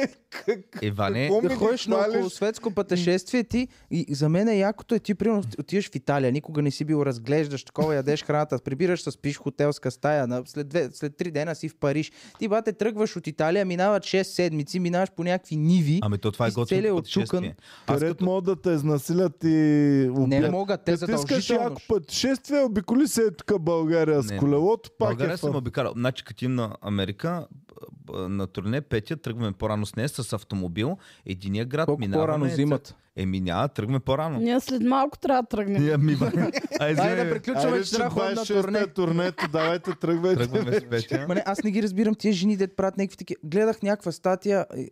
Иване, какво Да ми ходиш на хвалиш? около светско пътешествие ти и за мен е якото е ти примерно отиваш в Италия, никога не си бил разглеждаш такова, ядеш храната, прибираш се, спиш в хотелска стая, на, след, две, след три дена си в Париж. Ти бате тръгваш от Италия, минават 6 седмици, минаваш по някакви ниви. ами то това е Из целия готино отчукан. пътешествие. Аз Където като... могат да те изнасилят и не убият. могат, те Като искаш задължително. яко пътешествие, обиколи се е тук България с Не, не. колелото, пак е България съм фън. обикарал. Значи, като им на Америка, б- б- на турне Петя, тръгваме по-рано с нея с автомобил. Единия град Колко минаваме. по-рано зимата. Еми няма, тръгваме по-рано. Ние след малко трябва да тръгнем. Ние ми Ай, Айде да извинявай. приключваме, че трябва да ходим на 26-те турне. е турнето, давайте тръгвайте. Тръгваме с Петя. Ма не, аз не ги разбирам тия жени, дет правят някакви такива. Гледах някаква статия, е,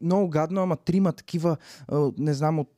много гадно, ама трима такива, е, не знам от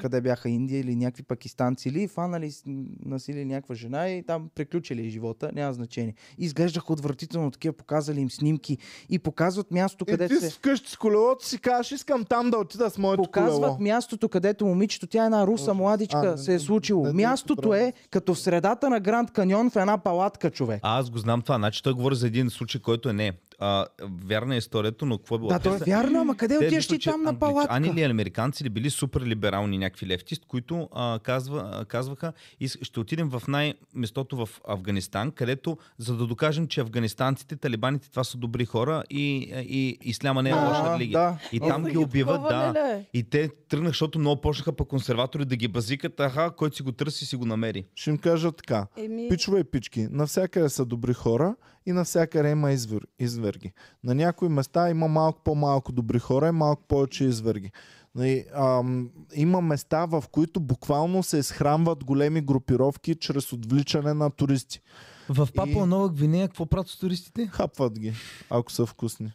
къде бяха Индия или някакви пакистанци или фанали, с- насили някаква жена и там приключили живота, няма значение. И Изглеждаха отвратително такива, показали им снимки и показват мястото, И където Е, ти си се... вкъщи с колелото си кажеш, искам там да отида с моето Показват колело. мястото, където момичето, тя е една руса младичка, А, не, се не, е случило. не, не, не, мястото добре. е като в средата на Гранд Каньон в една палатка, човек. А, аз го знам това. Значи той говори за един случай, който е не. А, вярна е историята, но какво е било? Да, то е Те са- вярно, ама Те, къде отиваш мисля, ти че там на Англичани палатка? или американци ли били супер либерални някакви лефтист, които а, казва, а, казваха, «Ис- ще отидем в най-местото в Афганистан, където за да докажем, че афганистанците, талибаните, това са добри хора и, и исляма не е А, лоша религия. да. И там Ама ги убиват, такова ли да. е? И те тръгнах, защото много почнаха по консерватори да ги базикат, аха, който си го търси, си го намери. Ще им кажа така. Еми, Пичове и пички, навсякъде са добри хора и навсякъде има извер, изверги. На някои места има малко по-малко добри хора и малко повече изверги. Нали, ам, има места, в които буквално се изхранват големи групировки чрез отвличане на туристи. В Папуа Папа Нова Гвинея какво правят с туристите? Хапват ги, ако са вкусни.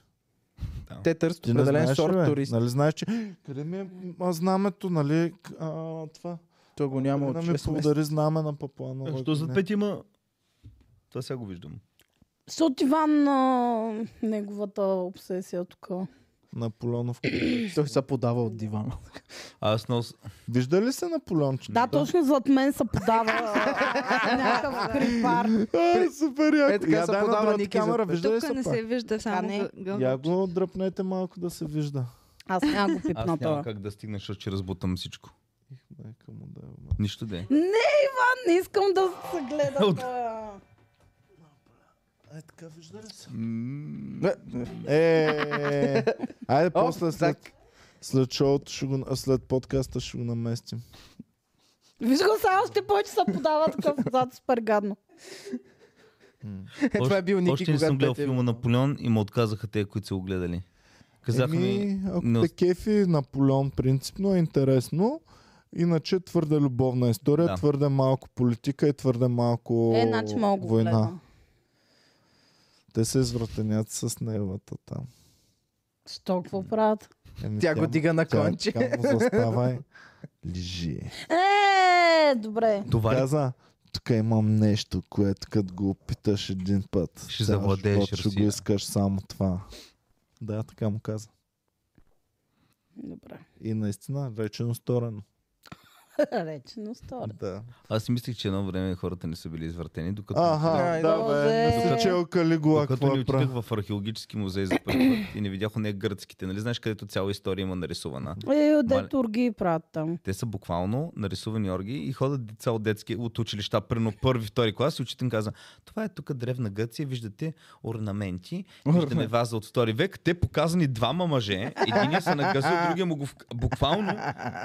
Те търсят Ти не определен знаеш, ли, бе? сорт турист. Нали знаеш, че къде ми е а, знамето, нали? к- А, това. Той го Ама няма от да ми 6 месеца. подари знаме на Папуана. Е, Що зад пет има... Това сега го виждам. Защото Иван а, неговата обсесия тук. Наполеонов. Той се подава от дивана. Аз много... с- Вижда ли се Наполеонче? Да, точно зад мен се подава а, някакъв крипар. А, супер яко. Е, така Я се дай на подава другата Ники за камера, теб. вижда ли Тук се не пак? се вижда само не. гъ- гъл- Я го дръпнете малко да се вижда. Аз няма го Аз пипна няма това. как да стигна, защото ще разбутам всичко. Нека му да е в мен. Нищо да е. Не, Иван, не искам да се гледа. От- От... Е, така вижда ли се? Е, Е, айде О, после след, след шоуто, ще го, на- след подкаста ще го наместим. Виж го, сега още повече се подава такъв зад супер гадно. това е бил Ники, Още не когато съм гледал те- филма Наполеон и ме отказаха те, които са го гледали. Казаха ми, Еми, ако не те ос- кефи Наполеон принципно е интересно, иначе твърде любовна история, Да. твърде малко политика и твърде малко Е, значи мога го война. гледам. Те се извратенят с невата там. Що, какво правят? Еми, Тя е го му- дига на тя- конче. Тя му застава и лижи. Е, добре. това ли? Каза, тук имам нещо, което като го опиташ един път, Ще цял завладееш живот ще го Русия. искаш само това. Да, така му каза. Добре. И наистина, речено сторено. Речено стори. Да. Аз си мислих, че едно време хората не са били извъртени, докато... Аха, Ай, да, добре. бе. Не си чел Калигула, Докато какво ни е отидах прав. в археологически музей за първи път и не видях не гръцките, нали знаеш където цяла история има нарисувана. Е, Мале. отде турги правят там. Те са буквално нарисувани орги и ходят деца от детски от училища, примерно първи, втори клас и учителят им каза, това е тук древна Гърция, виждате орнаменти, виждаме ваза от втори век. Те показани двама мъже, един се нагъзил, другия му го вк- буквално.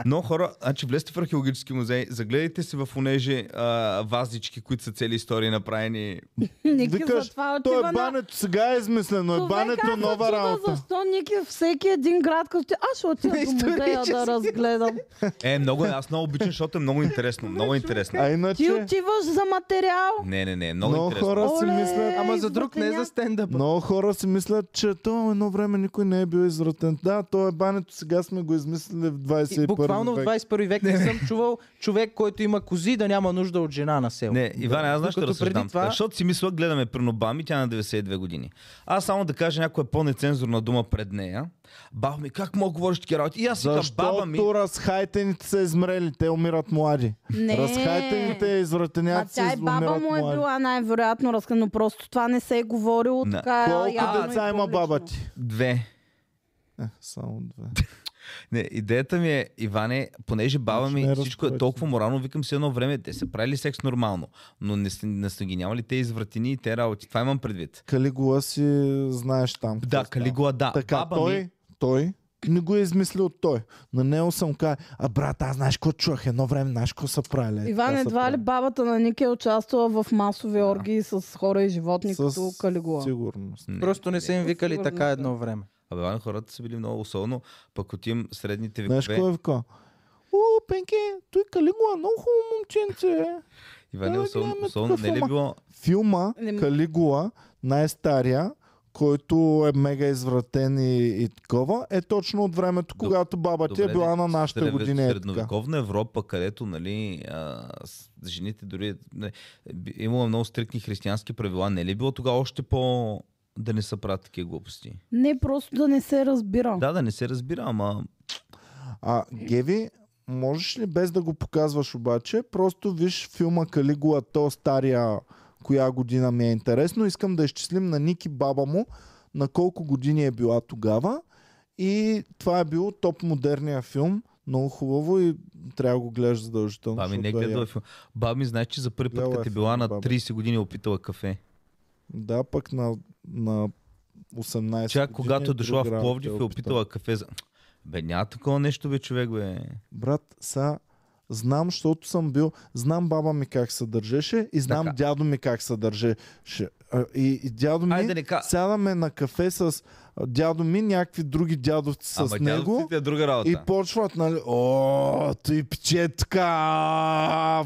Но хора, значи влезте в археологически музей, загледайте се в онеже а, вазички, които са цели истории направени. Ники Викаш, затова то е отива на... бането сега е измислено, е Човек, аз бането се нова чудя работа. Защо Ники всеки един град, като ти... Аз ще отида до музея да Исторически. разгледам. Значи- Е, много е, аз много обичам, защото е много интересно, много интересно. А Ти иначе, отиваш за материал. Не, не, не, много, много интересно. хора си Оле! мислят, Ама за друг, не за стендъп. Много хора си мислят, че то едно време никой не е бил извратен. Да, то е бането, сега сме го измислили в И 21 Буквално в век. 21 век не съм чувал човек, който има кози да няма нужда от жена на село. Не, Иван, аз знаеш ще Докато преди разсъждам. Това... това- Защото си мисля, гледаме Принобами, тя е на 92 години. Аз само да кажа някоя по-нецензурна дума пред нея. Баба ми, как мога да говориш такива работи? И аз си казвам, баба ми... Защото разхайтените са измрели, те умират млади. Не. Разхайтените А извратеняци тя и баба умират му е млади. била най-вероятно разкъна, но просто това не се е говорило Не. така явно Колко и деца има публично. баба ти? Две. Е, само две. Не, идеята ми е, Иване, понеже баба Значи ми не е всичко е разпоредно. толкова морално, викам си едно време, те са правили секс нормално, но не, са- не са ги нямали те извратини и те работи. Това имам предвид. Калигула си знаеш там. какво става. Да, Калигула, да. Така, баба той, ми... той не го е измислил той. На него съм казал, а брат, аз знаеш какво чух едно време, знаеш какво са правили. Е, Иван, Така са едва ли правили. бабата на Ники е участвала в масови оргии с хора и животни, като Със Калигула? Сигурност. Не. Просто не са им викали Сигурно, така да. едно време. Абе, Иване, хората са били много особено, пък отим средните Знаеш векове. кой е вика? О, Пенке, той Калигула, е много хубаво момченце. е». Иване, Да, особено, гледаме особено, тук не ли е филма. било Филма Не м- Калигула, най-стария, който е мега извратен и, и такова, е точно от времето, Добре, когато баба ти е Добре, била де, на нашите сред- години. Е така. Средновековна Европа, където нали, а, с- жените дори не, би- имало много стриктни християнски правила, не ли е било тогава още по... да не са правят такива глупости? Не, просто да не се разбира. Да, да не се разбира, ама А, Геви, можеш ли без да го показваш обаче, просто виж филма Калигула, то стария, коя година ми е интересно. Искам да изчислим на Ники баба му, на колко години е била тогава. И това е било топ модерния филм. Много хубаво и трябва да го гледаш задължително. баби не защото е гледа як. филм. Баби, знаеш, че за първи път, Гледала е като е филма, била на баба. 30 години, е опитала кафе. Да, пък на, на 18 Чак години когато е дошла в друга Пловдив, работа е опитала кафе за... Бе, няма такова нещо, бе, човек, бе. Брат, са знам, защото съм бил, знам баба ми как се държеше и знам Така. дядо ми как се държеше. А, И, и дядо ми, Айде, не ка- сядаме на кафе с а, дядо ми, някакви други дядовци с Ама него. дядовците е друга работа. И почват, нали, о, ти пчетка,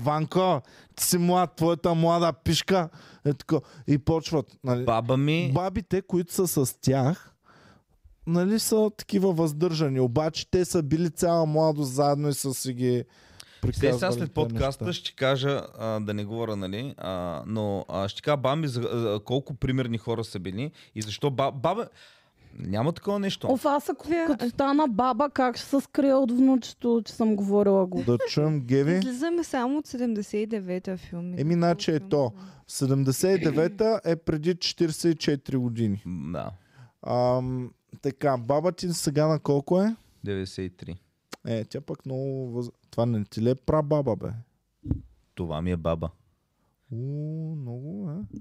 Ванко, ти си млад, твоята млада пишка. Е, така. И почват, нали, Баба ми... бабите, които са с тях, нали са такива въздържани, обаче те са били цяла младост заедно и са си ги Сега приказвали. сега след тия подкаста неща. ще кажа, а, да не говоря, нали, а, но а, ще кажа бамби за а, колко примерни хора са били и защо ба, баба... Няма такова нещо. Оф, аз ако като стана баба, как ще се скрия от внучето, че съм говорила го? Да чуем Геви. Излизаме само от 79-та филм. Еми, иначе е то. 79-та е преди 44 години. М, Да, Ам, така, баба ти сега на колко е? 93. Е, тя пък много... Въз... Това не ти ли е прабаба, бе? Това ми е баба. У, много е.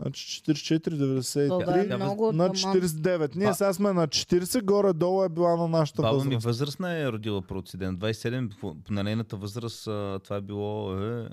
Значи 44,93 Това е Тя- много на таман. 49. Ние Ба- сега сме на 40, горе-долу е била на нашата Баба ми възраст. възрастна е родила процидент. 27, по- на нейната възраст а, това е било... Е,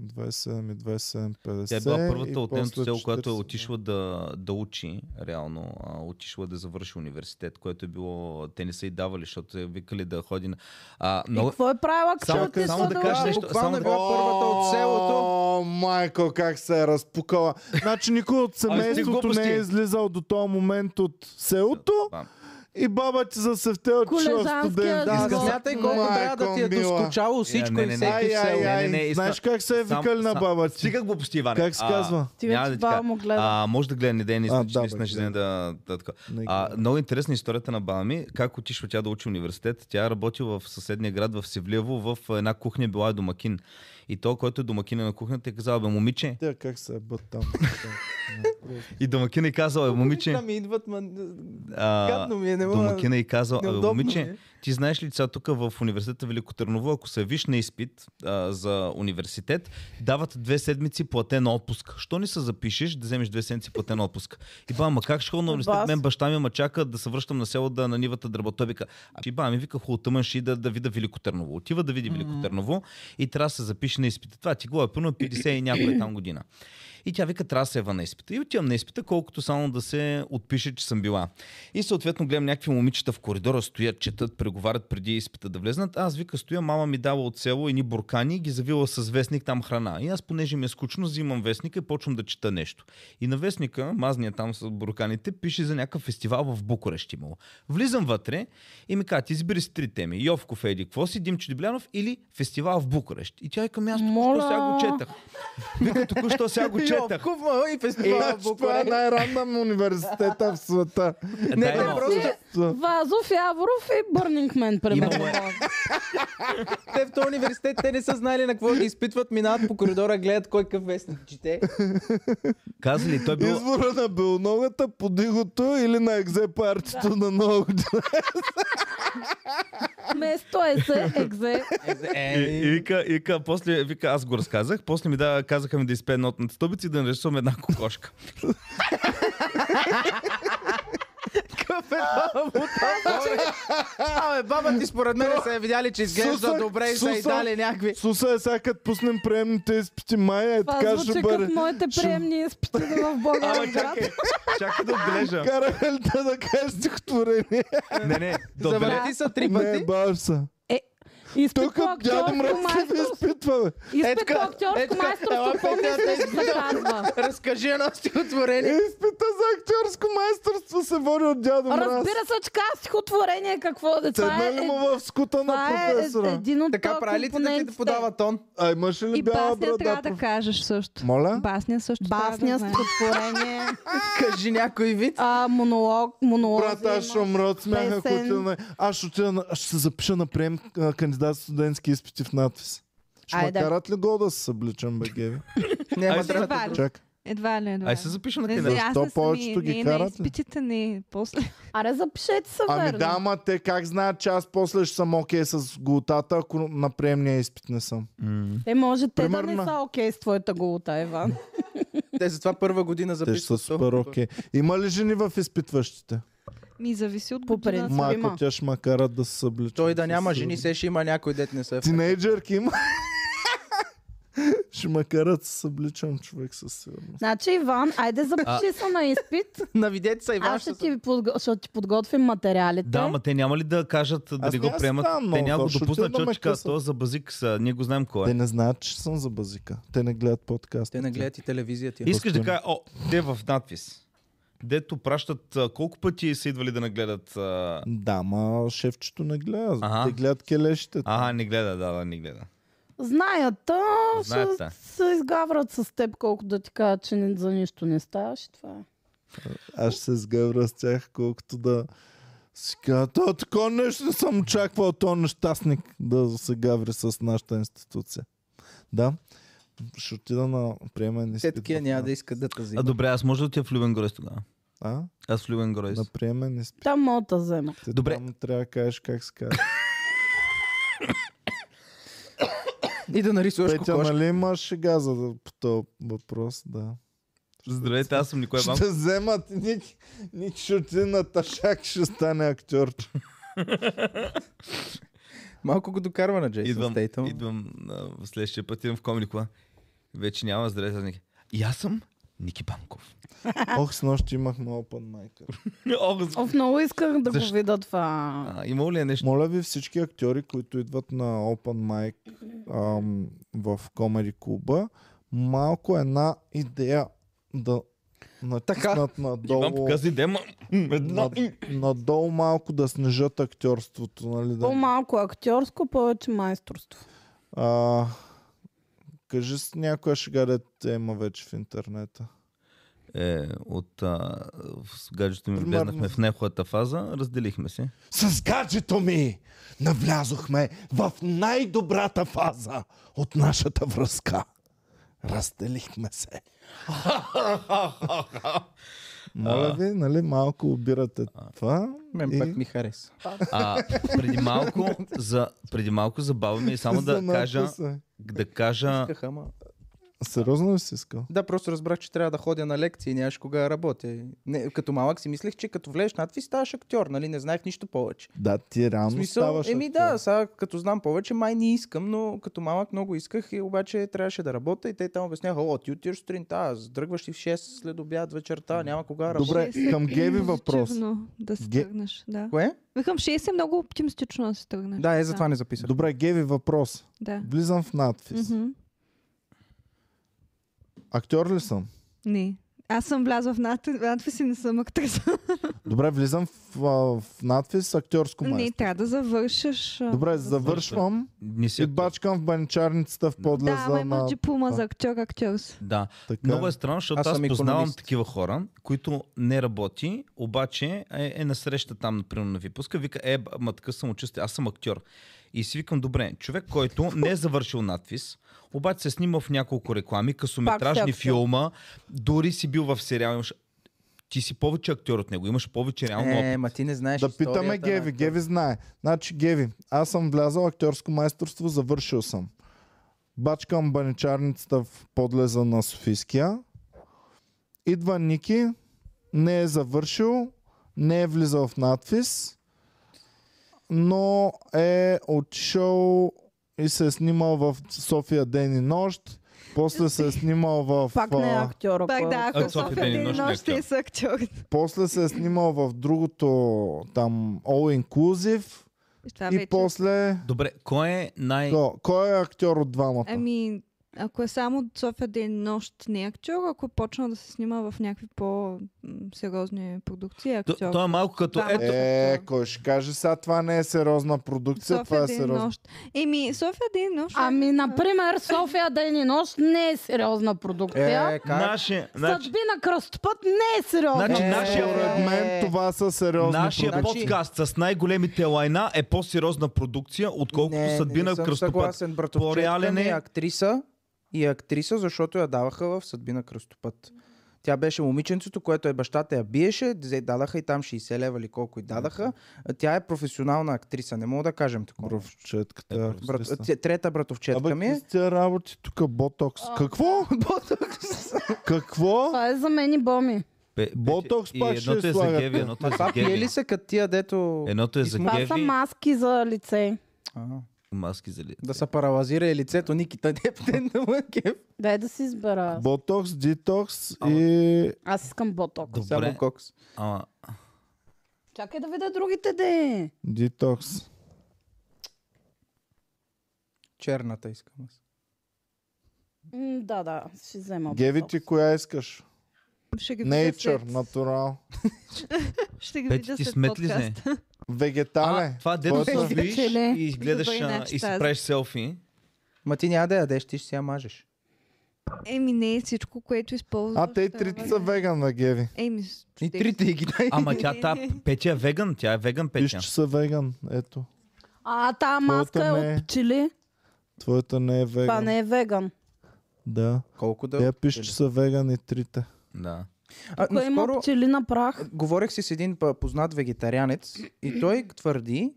27 и 27, 50. Тя е била първата и от нейното после село, която е 40. отишла да, да учи, реално. А, отишла да завърши университет, което е било... Те не са и давали, защото са викали да ходи на... А, И много... какво е правила, като Само- е отишла само да кажа учи? нещо. Буквално само е да- била първата от селото. О, майко, как се е разпукала. Значи никой от семейството не глупости. е излизал до този момент от селото Бам. и баба ти засъфтела, че ще е Колежанския студент. Да, Искам- смятай колко трябва да ти е мила. доскочало всичко не, и не, всеки Ай, ай, село. ай, Не, не, не, знаеш искам- как се е Сам- викали на сам- баба ти? Стига глупости, Иване. Как се А, казва? Ти няма вече да ти кажа. баба му гледа. А, може да гледа неден и А, да, да, да, бе, да, да, да, така. Не А, гледа. много интересна е историята на баба ми. Как отишла тя да учи университет. Тя работи в съседния град в Севлиево, в една кухня била е домакин. И то, който е домакина на кухнята, е казал, бе, момиче. Те как се е бът там? И домакина е казал, е, момиче. Там идват, ма... А, гадно ми е, не мога. домакина и казал, «Абе, Неудобно ми момиче, е. ти знаеш ли сега тук в университета Велико Търново, ако се виш на изпит а, за университет, дават две седмици платен отпуск. Що не се запишеш да вземеш две седмици платен отпуск? И ба, ма как ще ходя на университет? Бас. Мен баща ми ма чака да се връщам на село да на нивата да работя. Той вика, а ти ба, ми вика хубаво тъмън ще и да, да видя Велико Търново. Отива да види Велико Търново и трябва да се запише на изпита. Това ти го е пълно 50 и някоя там година. И тя вика, трябва да се ева на изпита. И отивам на изпита, колкото само да се отпише, че съм била. И съответно гледам някакви момичета в коридора, стоят, четат, преговарят преди изпита да влезнат. Аз вика, стоя, мама ми дава от село едни буркани, и ги завила с вестник там храна. И аз, понеже ми е скучно, взимам вестника и почвам да чета нещо. И на вестника, мазния там с бурканите, пише за някакъв фестивал в Букурещ имало. Влизам вътре и ми казват, избери си три теми. Йовков Еди, какво си, Димчо Диблянов или фестивал в Букурещ. И тя е към място, Моля. сега го четах. Вика, току-що сега го четах. Йовков, ма, и фестивал в Това е Букурещ. най-рандъм университета в света. Не, Е, Е, Дай Е, те малко. просто... Вазов, Яворов и Бърнингмен, примерно. Имало е. Те в този университет, те не са знали на какво ги изпитват, минават по коридора, гледат кой къв вестник чете. Казали, той е бил... Избора на белногата, подигото или на екзе партито на нова година. Место е се, екзе. И, и вика, и вика, после, вика, аз го разказах, после ми да, казаха ми да изпея нотната стълбица и да нарисувам една кокошка. Какъв е Абе, баба ти според мен са я видяли, че изглежда Сусък, добре и са и сусък. дали някакви. Суса е сега като пуснем приемните изпити май, е Това така ще звучи бъде. като моите ще- приемни изпити в Ама България. чакай, чакай да отбележа. Караха ли те да кажеш стихотворение? Не, не, да отбележа. Завърти са три Не, пъти. баш са. Изпит Тук по дядо Е, Е, актьорско мръсни ви майсторство. изпитва, бе. Изпит Етка, по етка, актьорско майсторство. ела, Помни Петя, се, че се дай- казва. Разкажи едно Е, стихотворение. Изпита за актьорско майсторство се води от дядо мраз. Разбира се, че казва стихотворение какво да това е. Седнали му в скута на Това е професора. един от Така прави ли ти да ти да компонентите. подава тон? А имаш ли И бяла басния трябва брада? да кажеш също. Моля? Басния също трябва Басня, да знаеш. стихотворение, Кажи някой вид. а, монолог, монолог. Брат, аз ще умра от смях, ако песен. отида на... Аз ще, отида на... ще се запиша на прием а, кандидат в студентски изпити в надпис. Ще ме Айде. карат ли го да се събличам, бе, Геви? Няма Ай, да Едва ли? Чак. Едва ли, едва ли. Ай се запиша на Не къде. знам, аз Защо не съм и- повечето ги не, карат, Не, бе? изпитите не, после. Аре, запишете се, Ами верно. да, ама те как знаят, че аз после ще съм окей с голотата, ако на приемния изпит не съм. Те Е, може те да Примерно. не са окей с твоята голота, Иван. Те затова първа година Те ще са записват. супер окей. Има ли жени в изпитващите? Ми зависи от По принцип. годината. Майко, има. тя ще ма карат да се събличам. Той да с- няма жени, се ще има някой дет не се е Тинейджърки има. ще ма карат да се събличам човек със сигурност. Значи, Иван, айде запиши се на изпит. На видете са и Аз ще вашата. ти, подго- ще ти подготвим материалите. Да, ма те няма ли да кажат да Аз не, не го аз приемат? ставам Те много няма да хора, го допуснат, ще отида да ме че казват, късат. то за базик са, ние го знаем кой Те е. не знаят, че съм за базика. Те не гледат подкаст. Те не гледат и телевизията. Искаш да Господи. кажа, о, те в надпис. Дето пращат, а, колко пъти са идвали да нагледат... а, Да, ма шефчето не гледа. Ага. Те гледат келешите. Ага, не гледа, да, да, не гледа. Знаят, а, Знаят, ще да. се изгаврат с теб, колко да ти кажат, че ни- за нищо не ставаш. Това е. Аз ще се сгъвра с тях, колкото да си кажа, то такова нещо не съм очаквал, то нещастник да се гаври с нашата институция. Да, ще отида на приемен Те изпит. такива в няма Над. да искат да тази. А добре, аз може да отида в Любен Горец тогава. А? Аз в Любен Гройс. На приемен изпит. Там мога да взема. Ти Добре. Там трябва да кажеш как се казва. И да нарисуваш Петя, кокошка. нали имаш шега за да, по този въпрос? Да. Здравейте, аз съм Николай ще Банков. те вземат и Ник, Ник ще отиде на ташак, ще стане актьор. Малко го докарва на Джейсън Идвам, Стейтъм. идвам а, в следващия път, идвам в Комеди Клаб. Вече няма здравейте, аз Ники. И аз съм Ники Банков. Ох, с нощи имахме Open Mic. Ох, з- Оф, много исках да Защо? го видя това. а, имало ли е нещо? Моля ви всички актьори, които идват на Open Mic ам, в Комеди клуба, малко една идея да натиснат Иван надолу. показа идея, ма... Една... над- надолу малко да снижат актьорството, нали? Да, По-малко актьорско, повече майсторство. А, кажи с някоя шега, да те има вече в интернета. Е, от а, с гаджето ми Примерно. влезнахме в нехлата фаза, разделихме се. С гаджето ми навлязохме в най-добрата фаза от нашата връзка. Разделихме се. Моля ви, нали, малко обирате това. Мен и- пак ми хареса. А, преди малко, за, преди малко забавяме и само да Замъртва кажа, се. да кажа, Исках, ама... Сериозно ли си искал? Да, просто разбрах, че трябва да ходя на лекции, нямаш кога да работя. Не, като малък си мислех, че като влезеш надви ставаш актьор, нали? Не знаех нищо повече. Да, ти В реално смисъл, ставаш еми актьор. да, сега като знам повече, май не искам, но като малък много исках и обаче трябваше да работя и те там обясняха, о, ти отиваш сутринта, а дръгваш и в 6 след обяд вечерта, няма кога да работя. Добре, Шест е към Геви позитивно въпрос. Да се Ге- тръгнеш, да. Кое? Бе, Към 6 е много оптимистично да се тръгнеш. Да, е, затова не записах. Добре, Геви, въпрос. Да. Влизам в надфис. Мгм. Актьор ли съм? Не. Аз съм влязла в над- надпис и не съм актриса. Добре, влизам в, а, в надпис с актьорско Не, майсторство. трябва да завършиш. а, Добре, завършвам не си и актьор. бачкам в баничарницата в Да, подлеза ама на... имаш диплома а. за актьор, актьор си. Да, Така. много е странно, защото Аз аз, съм познавам икономист. такива хора, които не работи, обаче е, е на среща там, например, на випуска, вика, е, б- ма така съм участие, аз съм актьор. И си викам, добре, човек, който не е завършил надпис, обаче се снима в няколко реклами, Пак си късометражни актьор. филма, дори си бил в сериал, имаш... ти си повече актьор от него, имаш повече реално Е, опит. ма ти не знаеш Да историята питаме на Геви. актьор. Геви знае. Значи, Геви, аз съм влязал актьорско майсторство, завършил съм. Бачкам баничарницата в подлеза на Софийския. Идва Ники, не е завършил, не е влизал в надпис, но е отишъл и се е снимал в София ден и нощ. После се е снимал в... Пак не е а, актьора. Пак да, Актьор, ако София ден и нощ актьор. ще са актьор. После се е снимал в другото там All Inclusive. Това и вече. е после... Добре, кой е най... То, кой е актьор от двамата? Ами, ако е само от София ден и нощ не е актьор, ако почна да се снима в някакви по-сериозни продукции, е То, актьор. то е малко като... Да, ето, Е, кой ще каже сега, това не е сериозна продукция, това София е ден и сериозно. нощ. Еми, София ден и нощ. е- Ами, например, София ден и нощ не е сериозна продукция. Е, как? наше, значи, Съдби на кръстопът не е сериозна. Значи, Е, нашия- Според е, мен това са сериозни Нашия Значи- продукции. продукция. подкаст с най-големите лайна е по-сериозна продукция, отколкото не, съдбина не в съм кръстопад. съгласен, братовчетка По-реален ми е е- актриса и е актриса, защото я даваха в съдбина кръстопът. Тя беше момиченцето, което е бащата я биеше, взе- дадаха и там 60 лева или колко и дадаха. Тя е професионална актриса, не мога да кажем такова. Братовчетката е Е, Брат, актриса. т- трета братовчетка Абе, ми е. какви са тия работи тук, ботокс. Какво? Ботокс. Какво? Това е за мен и Боми. Бе, Ботокс и пак ще едното е за слагат. геви, едното е Ма за това пие геви. ли са като тия, дето... Едното е за Измъ- Това са геви, маски за лице. А, маски за лице. Да се паралазира и лицето, Никита Дептен на Мъкев. Дай да си избера. Ботокс, детокс и... Аз искам ботокс. Добре. Само кокс. Ама, Чакай да видя другите де. Детокс. Черната искам аз. М, Да, да, ще взема Геви, ботокс. ти коя искаш? е- Ще ги видя Nature, след. натурал. Ще ги Пети видя ти след смет ли подкаст. не? Вегетале. А, това дето твоето- се виж Вегетале. и гледаш Добре, а, значи и си тази. правиш селфи. Ма ти няма да ядеш, ти ще си я мажеш. Еми, не е всичко, което използваш. А, те и трябва трите да са е. веган на Геви. Еми, с- И ще- трите ги дай. Ама тя та, Петя е веган, тя е веган Виж, Петя. че са веган. Ето. А, та маска е Твоята не е от пчели. Твоята не е Това веган. не е веган. Да. Е, Колко да... Тя пише, че са веган и трите. Да. А, Кой има пчели на прах? говорех си с един па- познат вегетарианец и той твърди,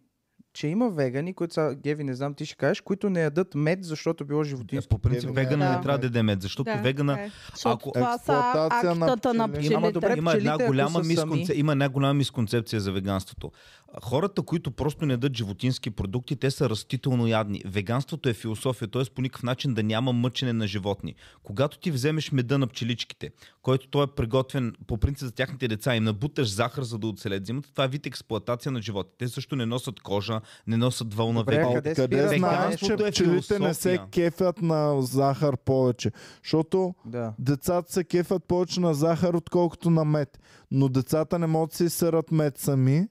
че има вегани, които са, Геви, не знам, ти ще кажеш, които не ядат мед, защото било Е, животинско. по принцип Да. вегана Да. не трябва да яде мед, защото Да, вегана... така е. Защото Ако- това са Експлоатация на актата на пчели. пчелите. Ама добре, Има една, пчелите, ако голяма са сами- мисконце... има една голяма мисконцепция за веганството. А, Хората, които просто не ядат животински продукти, те са растително ядни. Веганството е философия, т.е. по никакъв начин да няма мъчене на животни. Когато ти вземеш меда на пчеличките, който той е приготвен по принцип за тяхните деца и набуташ захар, за да оцелят зимата, това е вид експлоатация на животните. Те също не носят кожа, не носят вълна Добре, вега. а Откъде къде спира знаеш, че Веганството е пчелите не се философия. кефят на захар повече? Защото Да. децата се кефят повече на захар, отколкото на мед. Но децата не могат да си сърат мед сами.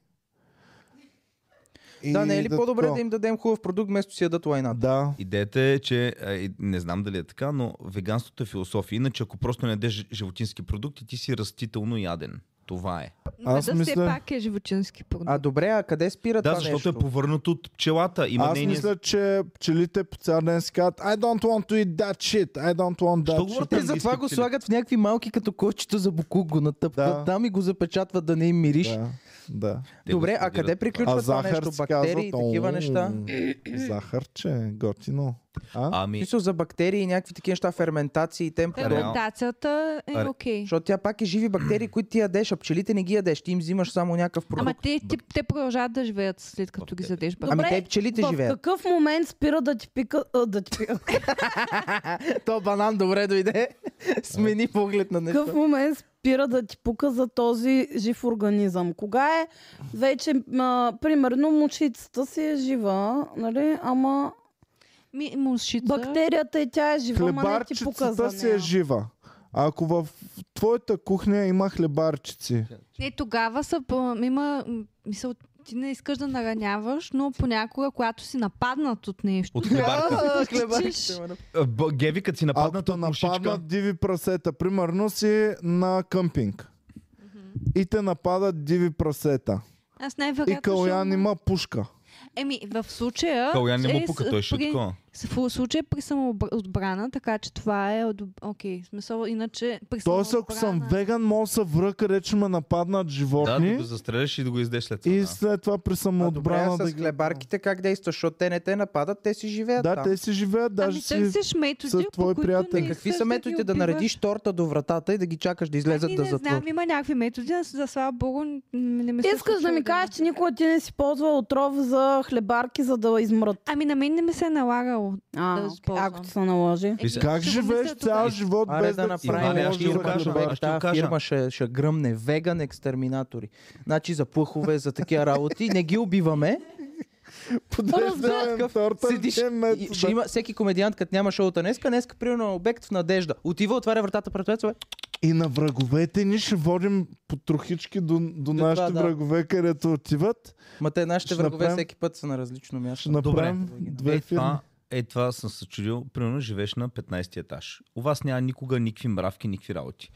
И да, не е ли по-добре тако- да им дадем хубав продукт, вместо си ядат лайната? Да. Идеята е, че а, и не знам дали е така, но веганството е философия. Иначе, ако просто не ядеш животински продукти, ти си растително яден. Това е. Аз Медът все мисля- пак е животински продукт. А добре, а къде спира Да, това защото нещо? е повърнато от пчелата. Има Аз нейния... мисля, че пчелите по цял ден си казват I don't want to eat that shit. I don't want that Що shit. говорите? Те затова Английски го пчели. слагат в някакви малки като кочета за букук, го натъпкат Да. там и го запечатват да не им мирише. Да, да. Те го Добре, а складират къде това. приключва А това захар нещо? си Бактерии и казват, такива «О, неща? Захар, че е готино. А? В Ами, смисъл за бактерии и някакви такива неща, ферментации и тем подобно. Ферментацията е Аре. окей. Защото тя пак е живи бактерии, които ти ядеш, а пчелите не ги ядеш. Ти им взимаш само някакъв продукт. Ама те, те, те продължават да живеят след като ги Бактерии. задеш Добре, ами те пчелите в живеят. какъв момент спира да ти пика... а, Да ти пика. То банан добре дойде. Смени поглед на В какъв нещо. момент спира да ти пука за този жив организъм? Кога е вече, а, примерно, мушицата си е жива, нали? Ама Ми, мушица. бактерията и тя е жива, ама не ти пука за Хлебарчицата нея. си е жива. Ако в твоята кухня има хлебарчици, Е, Не, тогава са, по- има м, мисъл, ти не искаш да нараняваш, но понякога, когато си нападнат от нещо, От хлебарка. скачиш. А, б- Геви, като си ако нападнат те от мушичка, нападнат диви прасета, примерно си на къмпинг и те нападат диви прасета. Аз И най-вероятно Калян ще... има пушка. Еми, в случая... Калян не е му пука, с- той ще е при- такова. с- В случая е при самоотбрана, така че това е... одоб- Окей, в смисъл, иначе... При Тоест, ако съм самоотбрана- Ами, веган, мога да се вра, къде че ме нападнат Да, да животни го застреляш и да го издеш след това. и да. след това при А добре, самоотбрана а да с ги- хлебарките как действаш? Защото те не те нападат, те си живеят Да, там. те си живеят, даже Ами си... търсиш са методи, твои по които приятели. не Какви искаш са ги методите да убиваш? наредиш торта до врата и да ги чакаш да излезат Ами да не затворят? знам, има някакви методи, аз за слава богу н- не ме се Искаш да случва ми има. кажеш, че никога ти не си ползвал отров за хлебарки, за да измрат. Ами на мен не ми се е налагало. А, Да, окей, използвам. ако ти се наложи. Мисля- Как ще го живееш мисля цял тогава. живот Аре без да Иване, направим аз може ще лоши ти да го бъде кажа, добър? аз хлебарки. ще ти го Тая кажа. фирма ще, ще гръмне. Веган екстерминатори. Значи за плъхове, за такива работи. Не ги убиваме. Подреждаме Такъв торта, Седиш, е мед, и- да. ще има всеки комедиант, като няма шоута днеска, днеска примерно на обект в надежда. Отива, отваря вратата пред теб, бе, И на враговете ни ще водим по трохички до, до това, нашите да. врагове, където отиват. Ма те нашите Ще врагове направим- всеки път са на различно Ще място. направим Добре. две е, фирми. това, е, това съм се чудил. Примерно живееш на 15 етаж. У вас няма никога никакви мравки, никакви работи.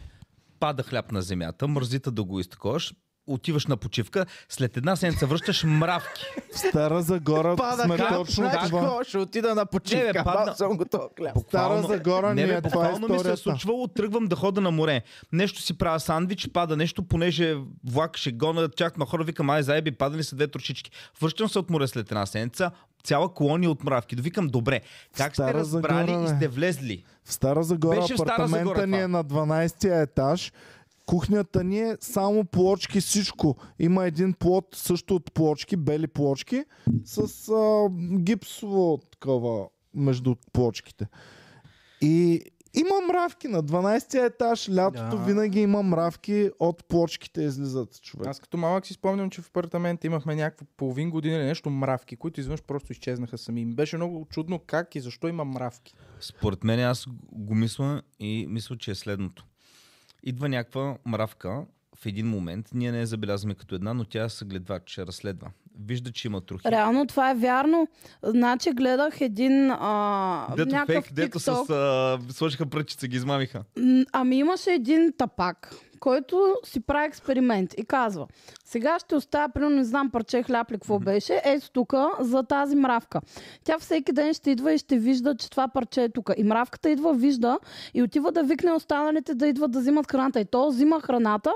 Пада хляб на земята, мързита да го изтъкош, отиваш на почивка, след една седмица връщаш мравки. В Стара Загора Пада сме хляб, точно знаеш това. какво? Ще отида на Не, бе, почивка. Бал падна- съм готов хляб. Буквално- Стара Загора не, ни бе, е, това е буквално ми се е историята. случвало, тръгвам да хода на море. Нещо си правя сандвич, пада нещо, понеже влак ще гона, чак на хора, викам, ай, заеби, падали са две трошички. Връщам се от море след една седмица, цяла колония от мравки. Довикам, добре, как сте Стара Загора, разбрали и бе. сте влезли? В Стара Загора Беше в Стара апартамента Загора ни е това. на 12-я етаж. Кухнята ни е само плочки, всичко. Има един плод също от плочки, бели плочки, с а, гипсово такова между плочките. И има мравки на 12-я етаж. Лятото Да. винаги има мравки от плочките излизат човек. Аз като малък си спомням, че в апартамент имахме някакво половин година или нещо мравки, които изведнъж просто изчезнаха сами. Ми беше много чудно как и защо има мравки. Според мен аз го мисля и мисля, че е следното. Идва някаква мравка в един момент, ние не я забелязваме като една, но тя съгледва, че разследва. Вижда, че има трохи. Реално това е вярно. Значи гледах един а, Дето някакъв фейк, дето с, TikTok. а, сложиха пръчица, ги измамиха. М, Ами имаше един тапак. който си прави експеримент и казва, сега ще оставя, примерно, не знам парче хляб ли какво беше, ето тук за тази мравка. Тя всеки ден ще идва и ще вижда, че това парче е тук. И мравката идва, вижда и отива да викне останалите да идват да взимат храната. И то взима храната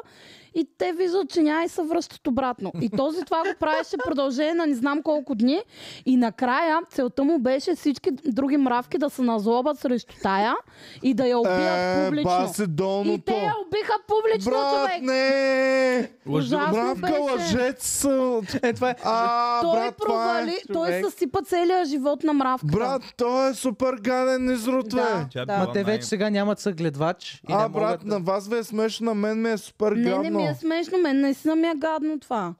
и те виждат, че няма и се връщат обратно. И този това го правеше продължение на не знам колко дни. И накрая целта му беше всички други мравки да се назлобат срещу тая и да я убият Е, публично. баси И долното. те я убиха публично, Брат, човек! не! Ужасно Мравка беше. лъжец! Е, това е... А, Той брат, това е... провали, той човек. съсипа целия живот на мравката. Брат, той е супер гаден изрод, бе! да, Тя е да. била Ма те най- вече сега нямат съгледвач. И А, не брат, могат... на вас ви е смешно, на мен ми е супер Не, гадно. не ми е смешно, мен наистина ми е гадно това.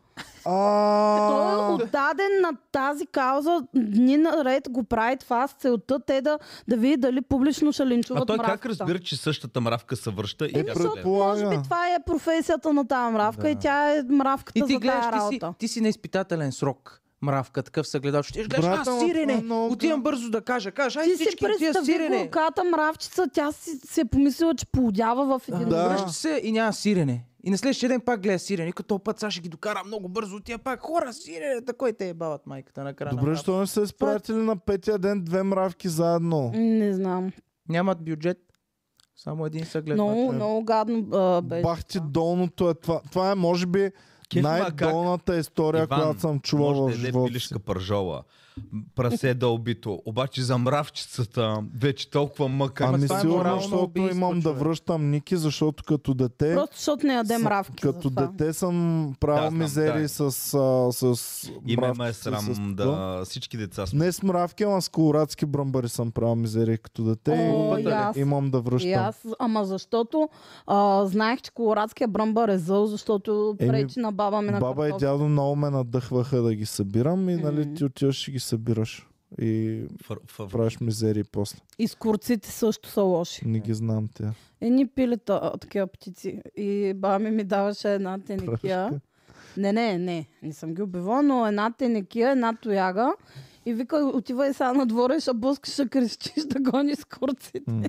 Той е А, отдаден на тази кауза, дни наред го прави това с целта те да, да види дали публично ще линчуват А той мравката. как разбира, че същата мравка се връща и тя се Защото, гледа? може би предполага. това е професията на тази мравка да. и тя е мравката И ти за гледаш, тази ти си, работа. ти си на изпитателен срок. Мравка, такъв съгледач. Ти гледаш, Брат, ама а, това сирене! е много Отивам гад. бързо да кажа. Кажа, ай Ти си всички тия представи сирене! голката мравчица, тя си, си е помислила, че полудява в един Да. да. Връща се и няма сирене. И на следващия ден пак гледа сирене. И Като път сега ще ги докара много бързо. Тия пак хора, сирене, такой те е бават майката на крана. Добре, що не са изпратили на петия ден две мравки заедно? Не знам. Нямат бюджет. Само един съглед. Много, много гадно а, беше. Бах ти долното е това. Това е, може би, Кеф ма най-долната история, Иван, която съм чувал в Може да е живота си. билишка пържола, прасе да е убито, обаче за мравчицата вече толкова мъка. Ами това е сигурно, морално защото убийство, имам да човек. връщам Ники, защото като дете... Просто защото не яде С- мравки. за Като това. дете съм Да, правил знам, мизери да. с, а, с И ме ме е мравки, срам с това. да всички деца сме. Не с мравки, ама с колорадски бръмбари съм правил мизери като дете О, и и аз. имам да И връщам. аз, ама защото а, знаех, че колорадския бръмбър е зъл, защото Еми, пречи на баба ми на Баба е и картофи. дядо много ме надъхваха да ги събирам и нали М. ти отиваш и ги събираш. И Фър- фър- правиш мизери после. И скорците също са лоши. Не ги знам тя. Едни пилета, а, такива птици. И баба ми ми даваше една теникия. Не, не, не, не съм ги убивала, но една теникия, една тояга. И вика, отивай сега на двора и ще блъскаш, ще крещиш, да гониш скорците. М.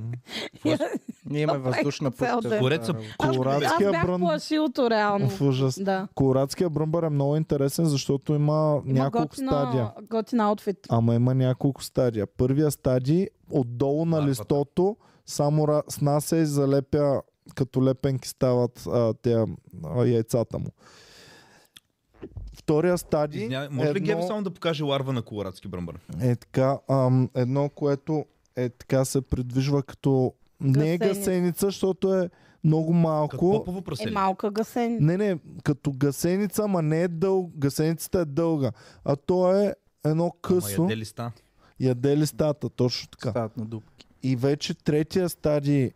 Ние имаме въздушна цял пушка. ден. Поред са Ами, Аз, аз Колорадския бях брън- плашилото, реално. В ужас. Да. Колорадския бръмбър е много интересен, защото има, Има няколко стадия. готина, готин Е, аутфит. Е, Ама има няколко стадия. Първия стадий, отдолу на Larвата. листото, само ра- снася и залепя, като лепенки стават а, тя, а, яйцата му. Втория стадий Извинявай, може ли Геви едно, само да покаже ларва на колорадски бръмбър? е така, ам, едно, което е така се придвижва като... Не е Гъсеница. гасеница, защото е много малко. Като попово прасе. Е малка гасен. Не, не, като гасеница, ма не е дълга. Гасеницата е дълга. А то е едно късо. яде листа. Яде листата, точно така. Стават на дупки. И вече третия стадий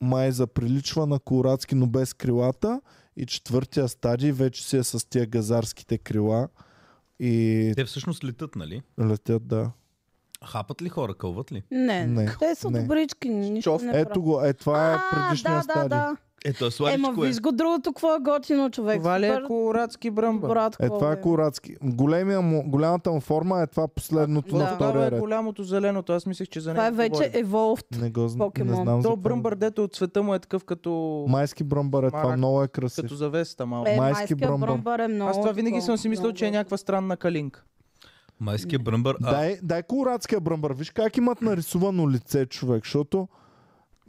май заприличва на колорадски, но без крилата. И четвъртия стадий вече си е с тия газарските крила. И Те всъщност летат, нали? летят, да. Хапат ли хора, кълват ли? Не, не. Не, Те са не. добрички. Нищо Чов. не правят. Ето го, е това е А, предишния да, да, стадий. да. Ето, е Ема сладичко е. виж го другото, какво е готино човек. Това ли е Супер колорадски бръмбър? брат, Е, това е колорадски. Големия му, голямата му форма е това последното на Да. втория Това е ред. голямото зеленото. Аз мислех, че за него Това е вече говорим. Evolved. Не го зн- не покемон. знам за То какво. бръмбър, дето от света му е такъв като... Майски бръмбър е това, Марак. много е красив. Като завеста малко. Е, Майски майския бръмбър. бръмбър. е много. Аз това винаги такова, съм си мислил, много че е готин. някаква странна калинка. Майския бръмбър. а, Дай, дай колорадския бръмбър. Виж как имат нарисувано лице, човек, защото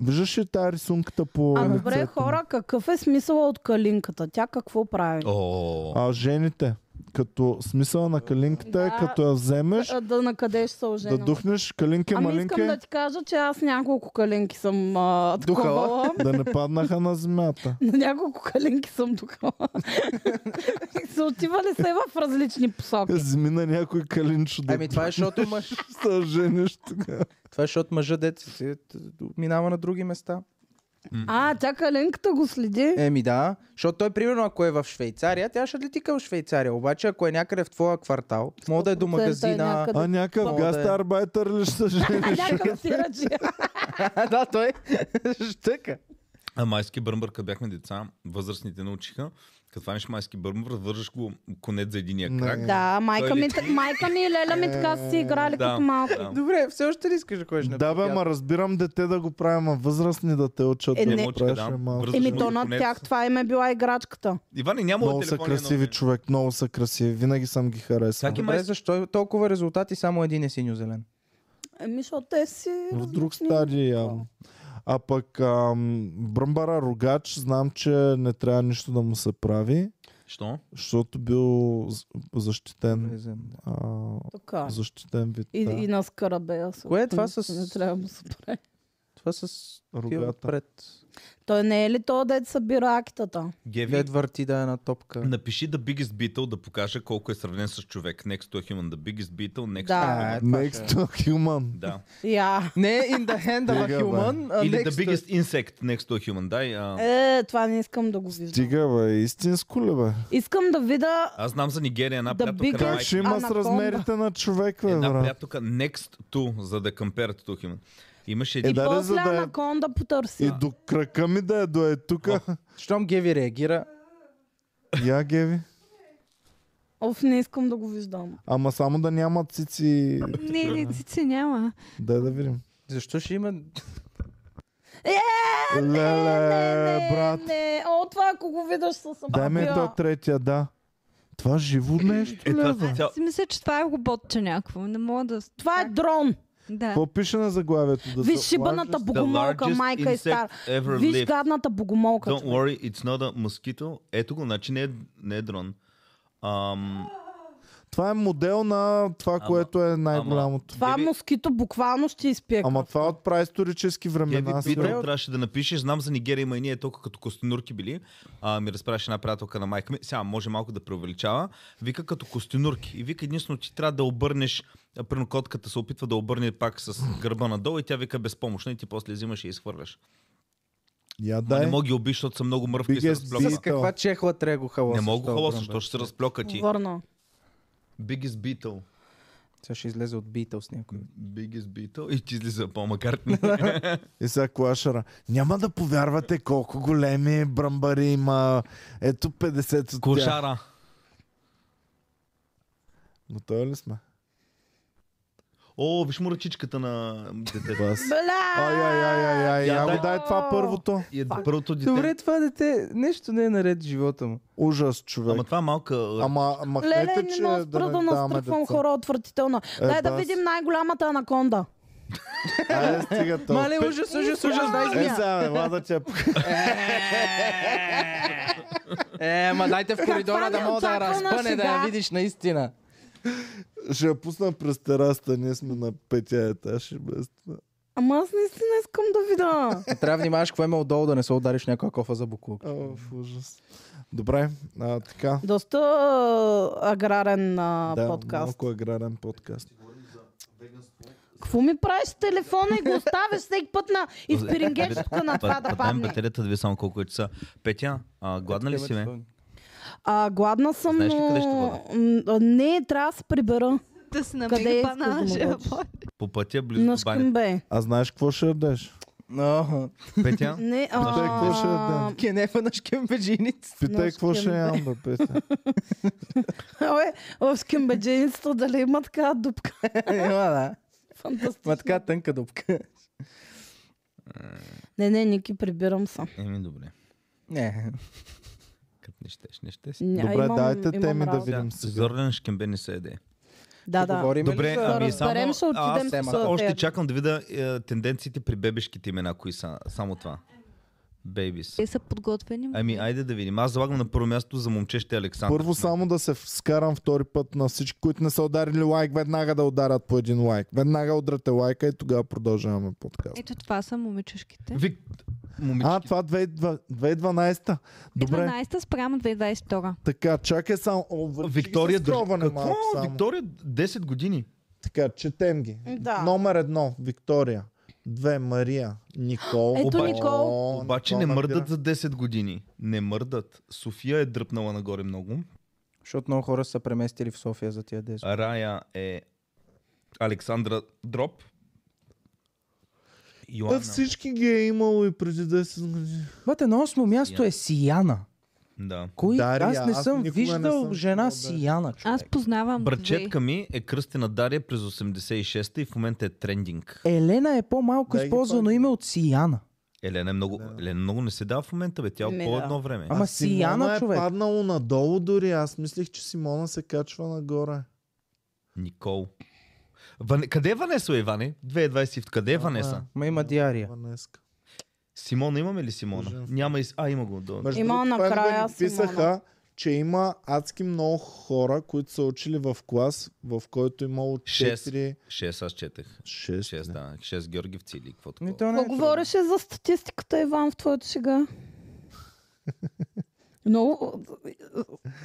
виждаш ли тая рисунката по А лицето? добре, му? хора, какъв е смисъл от калинката? Тя какво прави? О, А жените, като смисъла на калинката е, Да. като я вземеш, А, Да на къде ще се да ожена? духнеш калинки Ами малинки, искам да ти кажа, че аз няколко калинки съм а, Духала? такова. да не паднаха на земята. На няколко калинки съм духала. И са отивали се в различни посоки. Зими Е, на някой калинчо да Ами това е защото мъж. се жениш тогава. Това е защото мъжа деца си т- минава на други места. А, тя калинката го следи. Еми да, защото той примерно ако е в Швейцария, тя ще лети към Швейцария. Обаче ако е някъде в твоя квартал, мога да е до 100% е магазина. някъде. А някакъв Мога да е. гастарбайтър ли ще се жени? Някакъв сираджия. да, той ще тъка. А майски бърмбър, като бяхме деца, възрастните научиха, като хванеш майски бърмбър, вържеш го конец за единия Не. крак. Да, майка Той ми, лети. майка ми и леля Е, ми така са си играли Да, като малко. да. Добре, все още ли искаш да ходиш на Да, бе, плагиат? ма разбирам дете да го правим, а възрастни да те учат Е, да не. го правиш е Да, малко. връзваш Еми му то го на конец. тях това им е била играчката. Иване, няма Много са красиви човек, много са красиви. Винаги съм ги харесал. Всяки Добре, май- защо е толкова резултати, само един е синьо-зелен? Еми, защото те си... В друг различни. стадий явно. А пък ам, Бръмбара Рогач, знам, че не трябва нищо да му се прави, Що? защото бил з- защитен, Влизам, да. а, Така. защитен вид. И, да. Е, и на скарабея са. Кое е това отпръснати, с- Не трябва да се прави. Това с Рогата. Рогата. пред. Той не е ли то, дед събира акитата? Геви, Глед върти да е на топка. напиши The Biggest Beetle да покажа колко е сравнен с човек. Next to a human. The Biggest Beetle, next Да. to a human. А, е, това Next ще е. to human. Да. Я. Не in the hand of Дига, a бе. human, а Или next The to- Biggest Insect, next to a human. Дай, а... Е, това не искам да го виждам. Стига, бе, истинско ли, бе? Искам да видя Аз знам за Нигерия една The приятелка. Biggest- на Как майка- ще има с Анаконда. размерите на човек, бе, Една брат? приятелка next to, за да compared to human. Имаше Е, и един... да, после за да е- анаконда потърся. И до крака ми да е, до е тука. Щом Геви реагира, Я, Геви. Оф, не искам да го виждам. Ама само да няма цици. Не, не, цици няма. Дай да видим. защо ще има... Леле, брат. Не, о, това ако го видаш със съм Дай ми била. то третия, да. Това живо нещо Е, ли е, това бе? цял... Си мисля, че това е роботче някакво. Не мога да... Това е дрон. Да. Какво пише на заглавието? Да Виж се шибаната лажеш? богомолка, майка и стар. ever Виж lived. гадната богомолка. Don't човек. worry, it's not a mosquito. Ето го, значи не е, не е дрон. Ам, Това е модел на това, Ама- което е най-голямото. Това Деви- москито буквално ще изпие. Ама това е от праисторически Геви времена. Питър сигурно. трябваше да напишеш. Знам за Нигерия, има и ние толкова като костенурки били. А, ми разправяше една приятелка на майка ми. Сега може малко да преувеличава. Вика като костенурки. И вика единствено ти трябва да обърнеш а, Примерно котката се опитва да обърне пак с гърба надолу и тя вика безпомощна и ти после я взимаш и я изхвърляш. Я Ма не дай. мога ги убиш, защото са много мръвки и се Biggest С разплокат. beat. каква чехла трябва да го халосаш? Не мога този холоса, бръмбър? защото ще се разплока ти. Върна. Biggest Beetle. Сега ще излезе от Битъл с някой. Biggest Beetle. И ти излиза по Маккартни. И сега клашара. Няма да повярвате колко големи брамбари има. Ето 50 от тях. Кошара. Готови ли сме? О, виж му ръчичката на детето. Бас. Ай, Бля! ай, ай, ай, ай, Я я дай- го дай това първото. И е първото дете. Добре, това дете, нещо не е наред в живота му. Ужас, човек. Ама това е малка... Ама, Леле, махнете, не че мога да спра да не даваме настръхвам деца. хора отвратително. Е, Дай да бас. видим най-голямата анаконда. Айде, стига толкова. Мале, ужас, ужас, ужас, дай Е, змия. сега, бе, лада ти я пука. Е, ма дайте в коридора Каква да мога да я неочаквана разпъне, да я шега. видиш наистина. Ще я пусна през тераста, ние сме на петия етаж и без това. Ама аз наистина искам да видя. Е, Трябва да внимаваш какво има отдолу, да не се удариш някоя кофа за буклук. О, в ужас. Добре, а, така. Доста а, аграрен а, да, подкаст. малко аграрен подкаст. Какво ми правиш с телефона и го оставяш всеки път на и в пирингешка на това да Дай ми падне? батерията да ви само колко е часа. Петя, а, гладна Е, ли си, бе? А, гладна съм, Знаеш ли къде ще но... м, Не, трябва да се прибера Да се Къде намери искаш пана, да ще му бъдеш? работи. По пътя, близо на до банята. Шкъмбе. А знаеш какво ще ядеш? Петя, Не, Питай какво ще е, а... ядем. Кенефа е на шкембеджиница. Питай На какво ще Шкембе. ям, бе, Петя. Ой, в скимбедженицата дали има така дупка? Има, да. Ма Фантастично. така тънка дупка. Не, не, Ники, прибирам се. еми добре. Не. Като не щеш, не ще си. Ня, Добре, имам- дайте имам теми да работа. видим. Идем сега. Зорлен шкембе не се еде. Да, да. Говорим Добре, ли за... ами разберем, само... ще отидем аз с са- още София. чакам да видя е, тенденциите при бебешките имена, кои са. Само това. Бейбис. Те са подготвени. Ами, айде да видим. Аз залагам на първо място за момче ще е Александър. Първо само да се скарам втори път на всички, които не са ударили лайк, веднага да ударят по един лайк. Веднага удрате лайка и тогава продължаваме подкаст. Е, Ето това са момичешките. Вик... Момички. А, това 2012. 2012. Добре, 12-та спрямо 2022. така, чакай само. О, върчи ги Виктория, с дър... скроване какво? малко само. Виктория, 10 години. Така, четем ги. Да. Номер едно, Виктория. Две, Мария. Никол. Ето О, Никол. Никол Обаче не набира. мърдат за 10 години. Не мърдат. София е дръпнала нагоре много. Защото много хора са се преместили в София за тия 10. Рая е Александра Дроп. Да, Йоанна. всички ги е имало и преди 10 години. Бате, на осмо място Сияна. е Сияна. Да. Кой? Дария, аз не аз съм никога не виждал съм жена чувал, да. Сияна, човек. Аз познавам Брачетка ми е кръстена Дария през 86-та и в момента е трендинг. Елена е по-малко Да ги използвано пазим. име от Сияна. Елена е много, Да. Елена много не се дава в момента, бе. Тя Ми, е по да. едно време. Ама А Симона Сияна, е човек. паднало надолу дори. Аз мислих, че Симона се качва нагоре. Никол. Ване... Къде е Ванеса, Иване? 2020. Къде е Ванеса? Ма има диария. Ванеска. Симона имаме ли Симона? Боже. Няма. и с- А, има го. До... Между Има другото, фенове накрая ни писаха, че има адски много хора, които са учили в клас, в който е имало Шест. 4... 6 аз четех. 6. 6, да. 6 Георгиевци или какво Ми, такова. то не е Какво говореше за статистиката, Иван, в твоята шега? Много...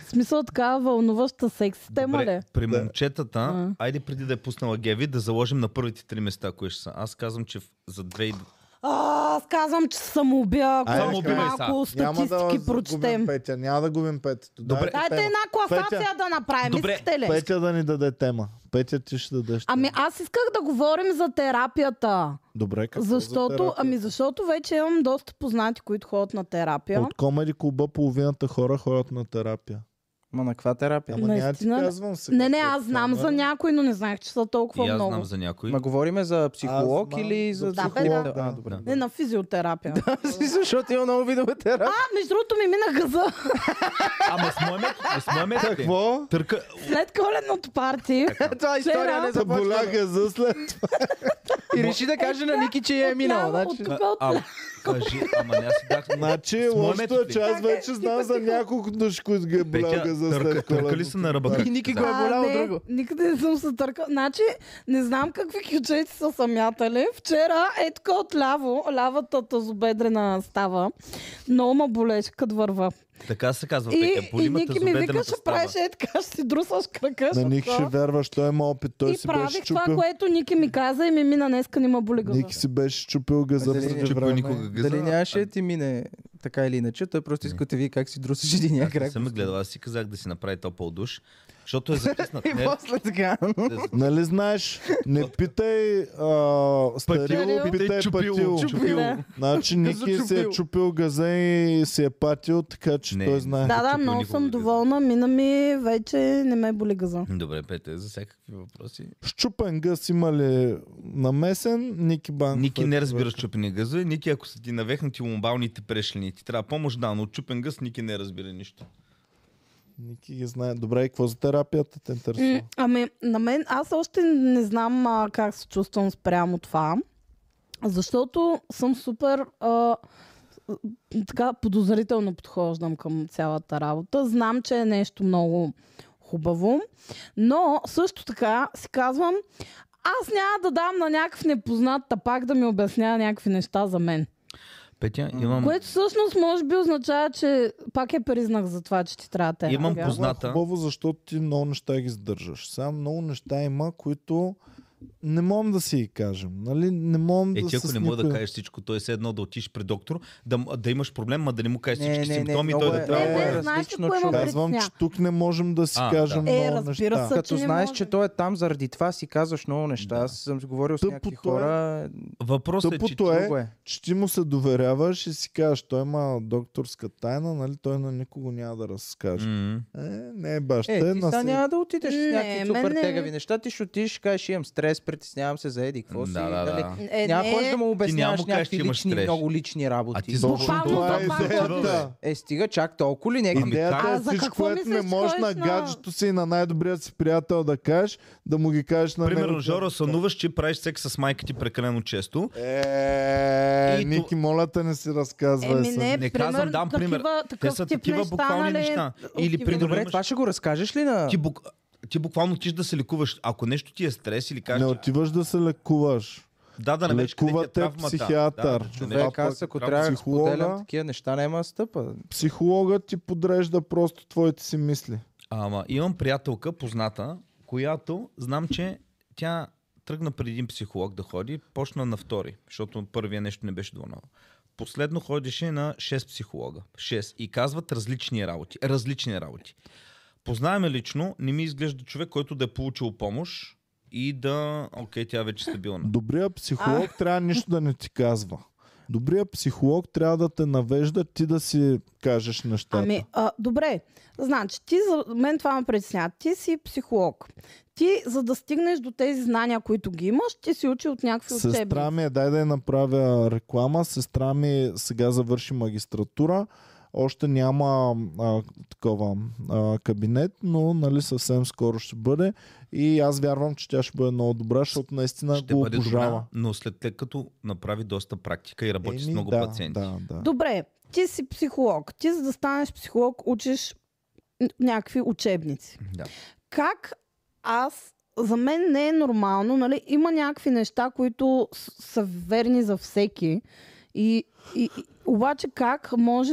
В смисъл така вълнуваща секси тема ли? е? Добре, при Да. момчетата, А. айде преди да е пуснала Геви, да заложим на първите три места, кои ще са. Аз казвам, че в- за 2 А, аз казвам, че съм убия, ако Айде, още убивай малко Няма да статистики прочетем. губим Петя, няма да губим Петето. Добре. Дайте Дайте тема. една класация Петя. да направим, Добре. искате ли? Петя да ни даде тема. Петя ти ще дадеш Ами тема. аз исках да говорим за терапията. Добре, какво за защото, терапия? ами защото вече имам доста познати, които ходят на терапия. От комеди клуба половината хора ходят на терапия. Ма на каква терапия? Ама няма ти Наистина ли? казвам сега. Не, не, какво аз знам става. за някой, но не знаех, че са толкова и аз много. знам за някой. Ма говориме за психолог Аз, ма, или за за психолог? психолог, да. А, добре. Не, на физиотерапия. Си, Защото има много видове терапия. А, между другото ми минаха за Ама с моя мет- с моя мет. Какво? Търка... след коледното парти. Това е история Вчера- не започва. Таболяга е за след. И реши да каже на Ники, че я е минал. Отляво, значи. от тук, от- А, кажи, ама не аз си бях... Значи, С моя лошото е, метод ли? че аз вече знам за няколко души, които ги е боляга Петя, за търка, след търка ли са на ръба? И Ники го е А, боляло не, друго. Никъде не съм се търкал. Значи, не знам какви кючети са самятали. Вчера, е така от ляво, лявата тазобедрена става. Много ма болеше, като върва. Така се казва, И, Петя. и е, Полимата Ники за ми вика, ще бедрената правиш става. е така, ще си друсаш крака. На ще Ник ще такова. вярваш, той има опит. Той и си беше правих това, е чупил. което Ники ми каза и ми мина днеска, не ма боли гъза. Ники си беше чупил газа Ами, Дали не преди чупил време. никога гъза? Дали нямаше да ти мине така или иначе, той просто иска да ви как си друсиш единия Аз не крак. съм я гледал, аз си казах да си направи топъл душ, защото е записнат. И Не, после така. Нали знаеш, не питай а, стерил, Патил, питай е патил. чупил. чупил. Да. Значи Ники си е Газочупил. чупил газа и си е патил, така че Не, той не знае. Да, да, чупил много никога съм гъза. доволна. Мина ми вече не ме боли гъза. Добре, Петя, за всякакви въпроси. Щупен гъс има ли намесен? Ники Банков. Ники е не човек. разбира с чупени гъзове. Ники, ако са ти навехнати ломбалните прешлини, ти трябва помощ, да, но от чупен гъз Ники не разбира нищо. Ники ги знае. Добре, и какво за терапията те М, интересува? Ами, на мен, аз още не знам а, как се чувствам спрямо това, защото съм супер а, така подозрително подхождам към цялата работа. Знам, че е нещо много хубаво, но също така си казвам, аз няма да дам на някакъв непознат тапак да ми обяснява някакви неща за мен. Петя, имам, Което всъщност може би означава, че пак е признак за това, че ти трябва терапия. имам Това е позната. хубаво, защото ти много неща ги задържаш. Сега много неща има, които не можем да си ги кажем. Нали? Не можем Е, да ти ако с не мога да никой- кажеш всичко, той е все едно да отиш при доктор, да, м- да имаш проблем, ма да не му кажеш Не, всички не, не, симптоми, много той е- да трябва. Не, да не, е- знаеш ли различно, кое човек. ме Казвам, че притесня? тук не можем да си А, кажем да. Е, много разбира неща. се. Като че не знаеш, може. че той е там заради това, си казваш много неща. Да. Аз съм говорил с Тъпото някакви е. хора. Въпросът е, че Тъпото е, Друго е. че ти му се доверяваш и си кажеш, той има докторска тайна, нали? той на никого няма да разкаже. М. Е, не е баш. Е, те, ти на сега се- няма да отидеш с Не, някакви мен супер не. е. тегави неща. Ти ще отидеш, ще кажеш, имам стрес, притеснявам се за еди. Какво си? Да, да, нали? да. Е, Няма да ходиш да му няма обясняваш му кажеш, някакви че имаш лични, стрес. много лични А работи. ти Точно Буквално това е това идеята. говориш. Е, стига чак толкова ли някакви? Ами, Идеята как? е А за всичко, какво което не мислиш, можеш ходиш на на- гаджето си и на най-добрият си приятел да кажеш, да му ги кажеш на Примерно, него. Жоро, сънуваш, че правиш секс с майка ти прекалено често. Е, И то- Ники, моля те, не си разказвай. Еми не, е Не пример, казвам, дам такива, пример. Те такъв са тип такива неща, буквални нали, неща. Или, отиваме- примерно, Добре, имаш- това ще го разкажеш ли на... Ти, бук... ти буквално отиш да се лекуваш. Ако нещо ти е стрес или Не кажеш, че- отиваш да се лекуваш. да, да намериш къде ти е лекува те травмата. психиатър. Да, човек. А Човек, пък аз ако трябва трябва да психолога- споделям такива неща, няма да стъпа. Психологът ти подрежда просто твоите си мисли. Ама имам приятелка, позната, която знам, че тя тръгна преди един психолог да ходи, почна на втори, защото първия нещо не беше доволно. Последно ходеше на 6 психолога. 6. И казват различни работи. Различни работи. Познаваме лично, не ми изглежда човек, който да е получил помощ и да... Окей, тя вече е стабилна. Добрия психолог трябва нищо да не ти казва. Добрия психолог трябва да те навежда ти да си кажеш нещата. Ами, а, добре. Значи, ти, за мен това ме притеснява. Ти си психолог. Ти, за да стигнеш до тези знания, които ги имаш, ти си учи от някакви Сестра учебници. ми е, дай да я направя реклама, сестра ми сега завърши магистратура, още няма а, такова а, кабинет, но нали съвсем скоро ще бъде и аз вярвам, че тя ще бъде много добра, защото наистина Ще го бъде добра, обожава. но след те, като направи доста практика и работи с Еми, много да, пациенти. Да, да. Добре, ти си психолог. Ти, за да станеш психолог, учиш н- някакви учебници. Да. как аз, за мен не е нормално, нали, има някакви неща, които с- са верни за всеки. И, и, и обаче как може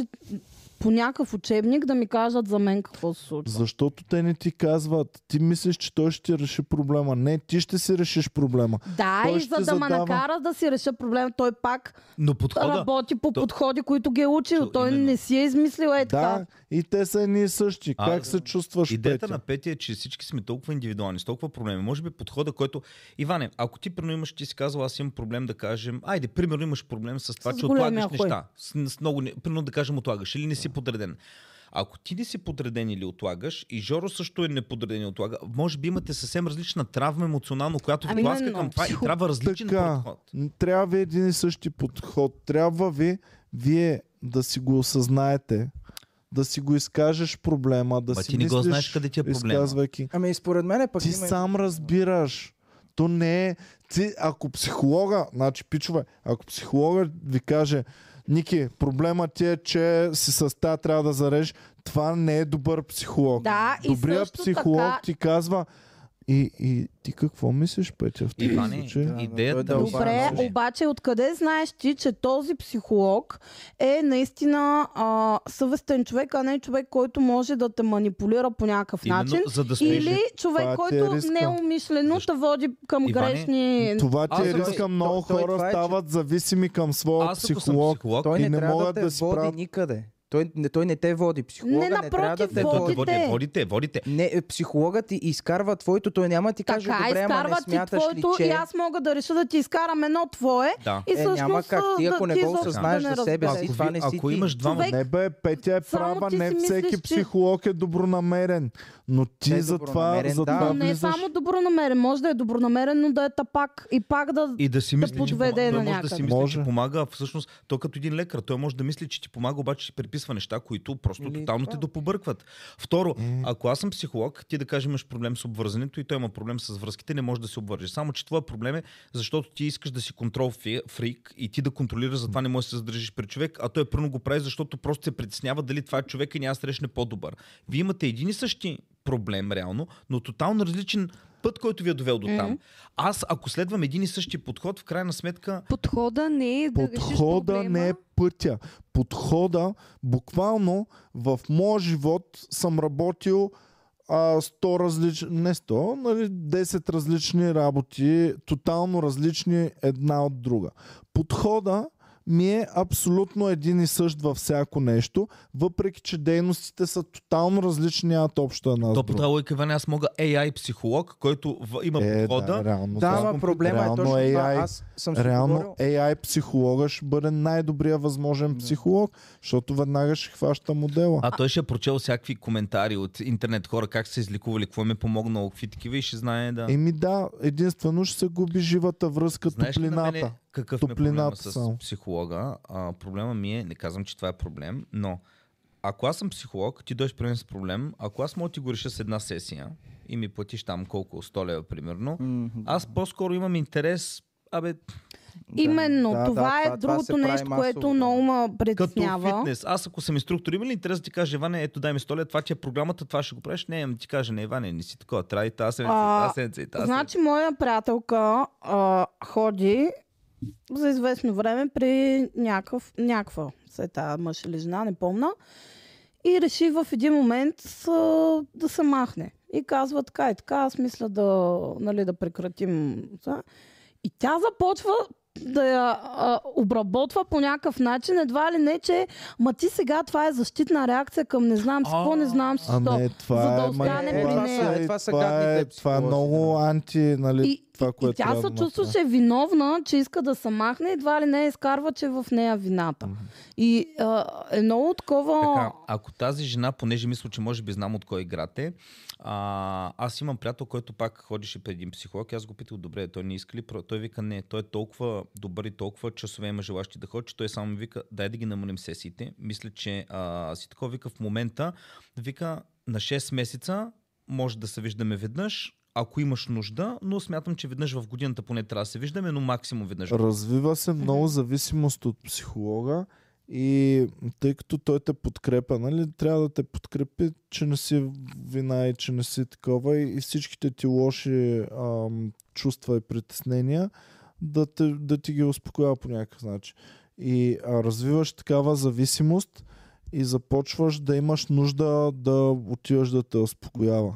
по някакъв учебник да ми кажат за мен какво се случва? Защото те не ти казват, ти мислиш, че той ще ти реши проблема. Не, ти ще си решиш проблема. Да, Той и ще за да ме задава- накара да си реша проблема, той пак Но подхода... работи по То- подходи, които ги е учил. То, Той именно. не си е измислил е така. Да, и те са едни и същи. А, как се чувстваш, Идеята Петя? на Петя е, че всички сме толкова индивидуални, с толкова проблеми. Може би подхода, който... Иване, ако ти примерно имаш, ти си казал, аз имам проблем да кажем... Айде, примерно имаш проблем с това, С че големия отлагаш хуй. неща. С, с много... не- Примерно да кажем отлагаш или не си подреден. Ако ти не си подреден или отлагаш, и Жоро също е неподреден и отлага, може би имате съвсем различна травма емоционално, която ви Ами тласка именно. към това и трябва различен Така, подход. н- трябва ви един и същи подход. Трябва ви вие да си го осъзнаете, да си го изкажеш проблема, да Ма си ти не го мислиш, знаеш къде ти е проблема. изказвайки. Ами и според мен е пък Ти има... сам разбираш. То не е... Ти, ако психолога, значи пичове, ако психолога ви каже Ники, проблема ти е, че си с тая трябва да зарежеш, това не е добър психолог. Да, и Добрият също психолог така- ти казва и, и ти какво мислиш, Петя, в този Иване, случай? да, идеята... той е дълбоко. Добре, Обаче- обаче откъде знаеш ти, че този психолог е наистина а, съвестен човек, а не човек, който може да те манипулира по някакъв Именно, начин? за да спреш- Или човек, Това ти е който риска. неумишлено те води към Иване, грешни... Това ти Аз е ако- риска. той- Много той- хора това е, че- стават зависими към своя Аз ако съм психолог. психолог, е Той е и не, не трябва могат да те да си води правят- никъде. Той, не, той не те води. Психолога не, трябва да напротив, те той води. те водите. води, водите, водите. Не, е, психологът ти изкарва твоето, той няма да ти каже, Така, е добре, ама не изкарва ти смяташ ли, твоето че... и аз мога да реша да ти изкарам едно твое. Да. И Е, всъщност, няма как. Ти а, ако да- не го изобщо осъзнаеш да не за себе разбереш. си, това не си ако ти. имаш двама... Човек, Не бе, Петя е Само права, ти не си всеки мислиш, че- психолог е добронамерен, но Не ти е за това, добронамерен, за да. това Но не е влизаш... само добронамерен. Може да е добронамерен, но да е тапак. И пак да... И да си да мисли, че подведе пома- на той може да си някъде. мисли, че Може. помага, а всъщност той като един лекар, той може да мисли, че ти помага, обаче ти приписва неща, които просто Или тотално това. те допобъркват. Второ, ако аз съм психолог, ти да кажем имаш проблем с обвързането и той има проблем с връзките, не може да се обвържи. Само, че твоя проблем е, защото ти искаш да си контрол фи- фрик и ти да контролираш, затова не можеш да се задържиш при човек, а той пръвно го прави, защото просто се притеснява дали това е човек и няма да срещне по-добър. Вие имате един и същи проблем реално, но тотално различен път, който ви е довел до там. Аз, ако следвам един и същи подход, в крайна сметка Подхода не е да решиш Подхода проблема. не е пътя. Подхода, буквално в моят живот съм работил а, 100 различни, не 100, нали, 10 различни работи, тотално различни една от друга. Подхода ми е абсолютно един и същ във всяко нещо, въпреки че дейностите са тотално различни, нямат общо една с То по друга. тази логика, Иване, аз мога AI психолог, който в, има Е, подхода. да, реално. Да, да. ама проблема е реално точно това. AI Аз съм си говорил- Реално е AI психолога ще бъде най-добрия възможен психолог, защото веднага ще хваща модела. А той ще е прочел всякакви коментари от интернет хора, как са се изликували, какво им е помогнало, какви такива и ще знае да... Еми да, единствено ще се губи живата връзка, Знаеш ли на топлината. мене какъв ми е проблема Топлината с само. психолога? А, проблема ми е, не казвам, че това е проблем, но ако аз съм психолог, ти дойдеш при мен с проблем, ако аз мога да ти го реша с една сесия и ми платиш там колко 100 лева примерно, М, аз по-скоро имам интерес, абе, да. Именно, Да, да, това е това- това се другото прави нещо, масово, което да. много ме Като притеснява. фитнес. Аз ако съм инструктор, има ли интерес да ти кажа, Иване, ето дай ми 100 лева, това ти е програмата, това ще го правиш? Не, ами ти кажа, не, Иване, не си такова, трябва и тази седмица, и А, тази седмица, и тази Значи, моя приятелка а, ходи за известно време при някакъв, някаква сета мъж или жена, не помна, и реши в един момент с, да се махне. И казва така и така, аз мисля да, нали, да прекратим. това. И тя започва да я а, обработва по някакъв начин, едва ли не, че ма ти сега това е защитна реакция към не знам си какво, не знам си А що. не, това за да е остане манипулация при и нея. това е- Това са това е, гадните това е психолози, много да. анти, нали, И, това, и което тя трябва се да направи. чувстваше виновна, че иска да се махне, едва ли не изкарва, че е в нея вината. И а, е много такова... Така, ако тази жена, понеже мисля, че може би знам от кой град е, а, аз имам приятел, който пак ходеше при един психолог. и Аз го питах, добре, той не иска ли? Про- Той вика, не, той е толкова добър и толкова часове има желащи да ходи, че той само ми вика, дай да ги намалим сесиите. Мисля, че а, си такова вика в момента, вика, на 6 месеца може да се виждаме веднъж, ако имаш нужда, но смятам, че веднъж в годината поне трябва да се виждаме, но максимум веднъж. в Развива се много зависимост от психолога и тъй като той те подкрепя, нали, трябва да те подкрепи, че не си вина и че не си такова и, и всичките ти лоши ам, чувства и притеснения да, те, да ти ги успокоява по някакъв начин. И а, развиваш такава зависимост и започваш да имаш нужда да отиваш да те успокоява.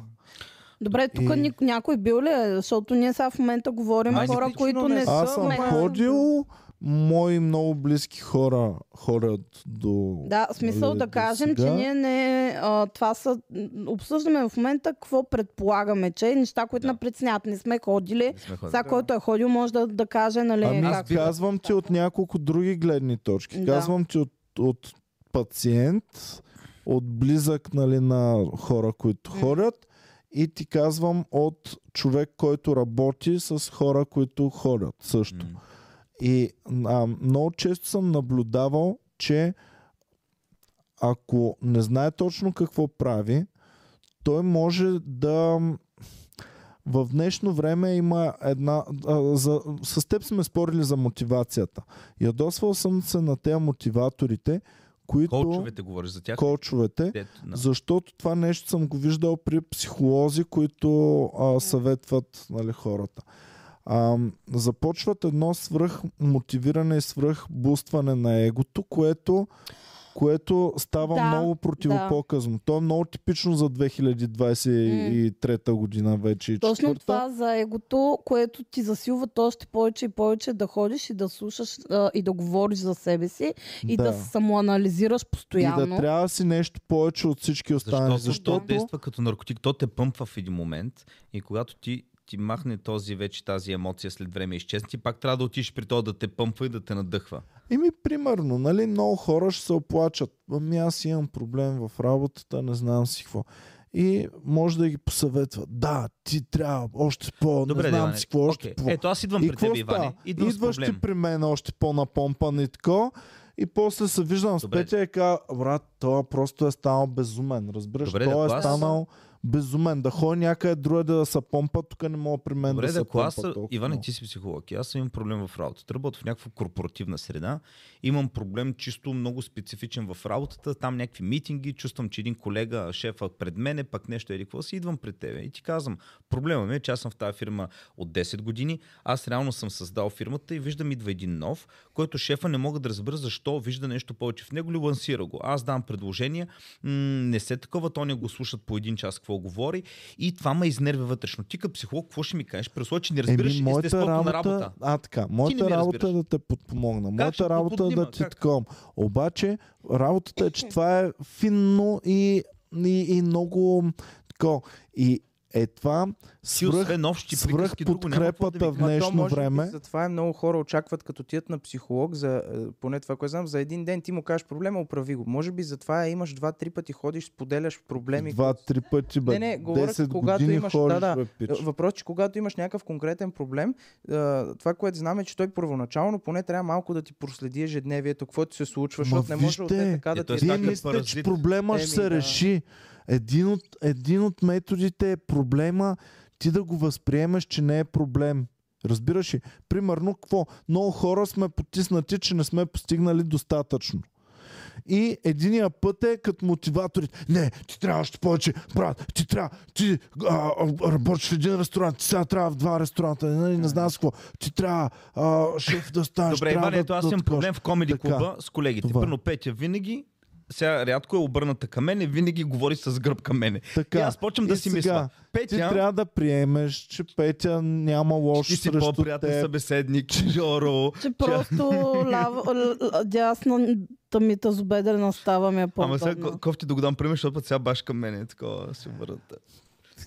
Добре, тук И- и... някой бил ли е? Защото ние сега в момента говорим Аз хора, лично които не не съм. са... Аз съм ме- ходил, мои много близки хора ходят до... Да, в смисъл нали, да до кажем, сега... че сега. ние не... А, това са... м, Обсъждаме в момента какво предполагаме, че е неща, които Да. да. напредснят. Не сме ходили. Не сме ходили. Сега, който е ходил, може да, да каже, нали, Ами как... аз казвам ти от няколко други гледни точки. Да. Казвам ти от, от пациент, от близък нали, на хора, които ходят и ти казвам от човек, който работи с хора, които ходят също. М. И а, много често съм наблюдавал, че ако не знае точно какво прави, той може да. В днешно време има една. А, за, с теб сме спорили за мотивацията. Ядосвал съм се на тези мотиваторите, които. Колчовете говориш за тях. Колчовете. Дето, да. Защото това нещо съм го виждал при психолози, които а, съветват нали, хората. А, започват едно свръх мотивиране и свръх бустване на егото, което, което става Да, много противопоказно. То е много типично за 2023 година вече. и Точно четвърта. това за егото, което ти засилва то още повече и повече да ходиш и да слушаш а, и да говориш за себе си и да, Да. се самоанализираш И постоянно. да трябва да си нещо повече от всички останали. Защото, Защото, защото то действа като наркотик, то те пъмпва в един момент и когато ти ти махне този вече тази емоция след време изчезне, ти пак трябва да отидеш при то да те пъмпва и да те надъхва. Еми, примерно, нали, много хора ще се оплачат. Ами аз имам проблем в работата, не знам си какво. И може да ги посъветва. Да, ти трябва още по, Добре, не знам Диване, си какво, още окей. по. Ето аз идвам и при теб, Иване. става? Идвам Идваш с проблем. ти при мен още по-напомпан и тако. И после се виждам с Добре. Петя и казва, брат, това просто е станал безумен. Разбираш, Добре, това да, е клас. станал безумен. Да ходи някъде другаде да се помпа, тук не мога при мен Добре, да да, се ако аз, помпа. толкова Иване, много. ти си психолог, и аз имам проблем в работата. Работя в някаква корпоративна среда, имам проблем чисто много специфичен в работата, там някакви митинги, чувствам, че един колега, шефа пред мене, пък нещо еди какво си, идвам при тебе и ти казвам, проблема ми е, че аз съм в тази фирма от 10 години, аз реално съм създал фирмата и виждам идва един нов, който шефа не мога да разбера защо вижда нещо повече в него, ли лансира го. Аз дам предложение, м, не се такова, то не го слушат по един час какво говори и това ме изнервя вътрешно. Ти като психолог, какво ще ми кажеш? При условие, че не разбираш Еми, моята естеството работа, на работа. А, така. не Моята ми работа е разбираш. да те подпомогна. ще Моята те работа е да подпомогна? ти Как? таком. Обаче, работата е, че това е финно и, и, и много тако. И е това Ти свръх, освен общи свръх приказки, друго няма какво да подкрепата ми в Ма то днешно може би време. Затова и много хора очакват като тият на психолог, за, е, поне това, което знам, за един ден ти му кажеш проблема, оправи го. Може би затова имаш два-три пъти ходиш, споделяш проблеми. които- Два-три пъти, бе. Не, не, говоря, 10 когато години имаш- да, ходиш, да. бе, пич. Въпрос, е, че когато имаш някакъв конкретен проблем, е, това, което знам е, че той първоначално поне трябва малко да ти проследи ежедневието, какво ти се Ма случва, защото не може от те вижте, така да е, той ти Вие Е, така, мислите, че паразит. проблема ще Еми, се да. реши. Един от, един от методите е проблема ти да го възприемеш, че не е проблем. Разбираш ли? Примерно, какво? Много хора сме потиснати, че не сме постигнали достатъчно. И единия път е като мотиваторите. Не, ти трябва още повече, брат, ти трябва, ти а, а, работиш в един ресторант, ти сега трябва в два ресторанта, нали, не, не знам с какво, ти трябва а, шеф да станеш. Добре, трябва Иване, да- ето аз да имам такова. проблем в комеди Така. клуба с колегите. Това е. Първо Петя винаги сега рядко е обърната към мене, винаги говори с гръб към мене. Така, И аз почвам да и си сега, мисля. Ти Петя, трябва да приемеш, че Петя няма лошо ти си срещу по-приятен теб. събеседник, Жоро. Че просто ляво, л- л- дясната ми тазобедрена става ми е Ама по-удобна. сега ко- кофти да го дам пример, защото пък сега баш към мене. е Такова си обърната.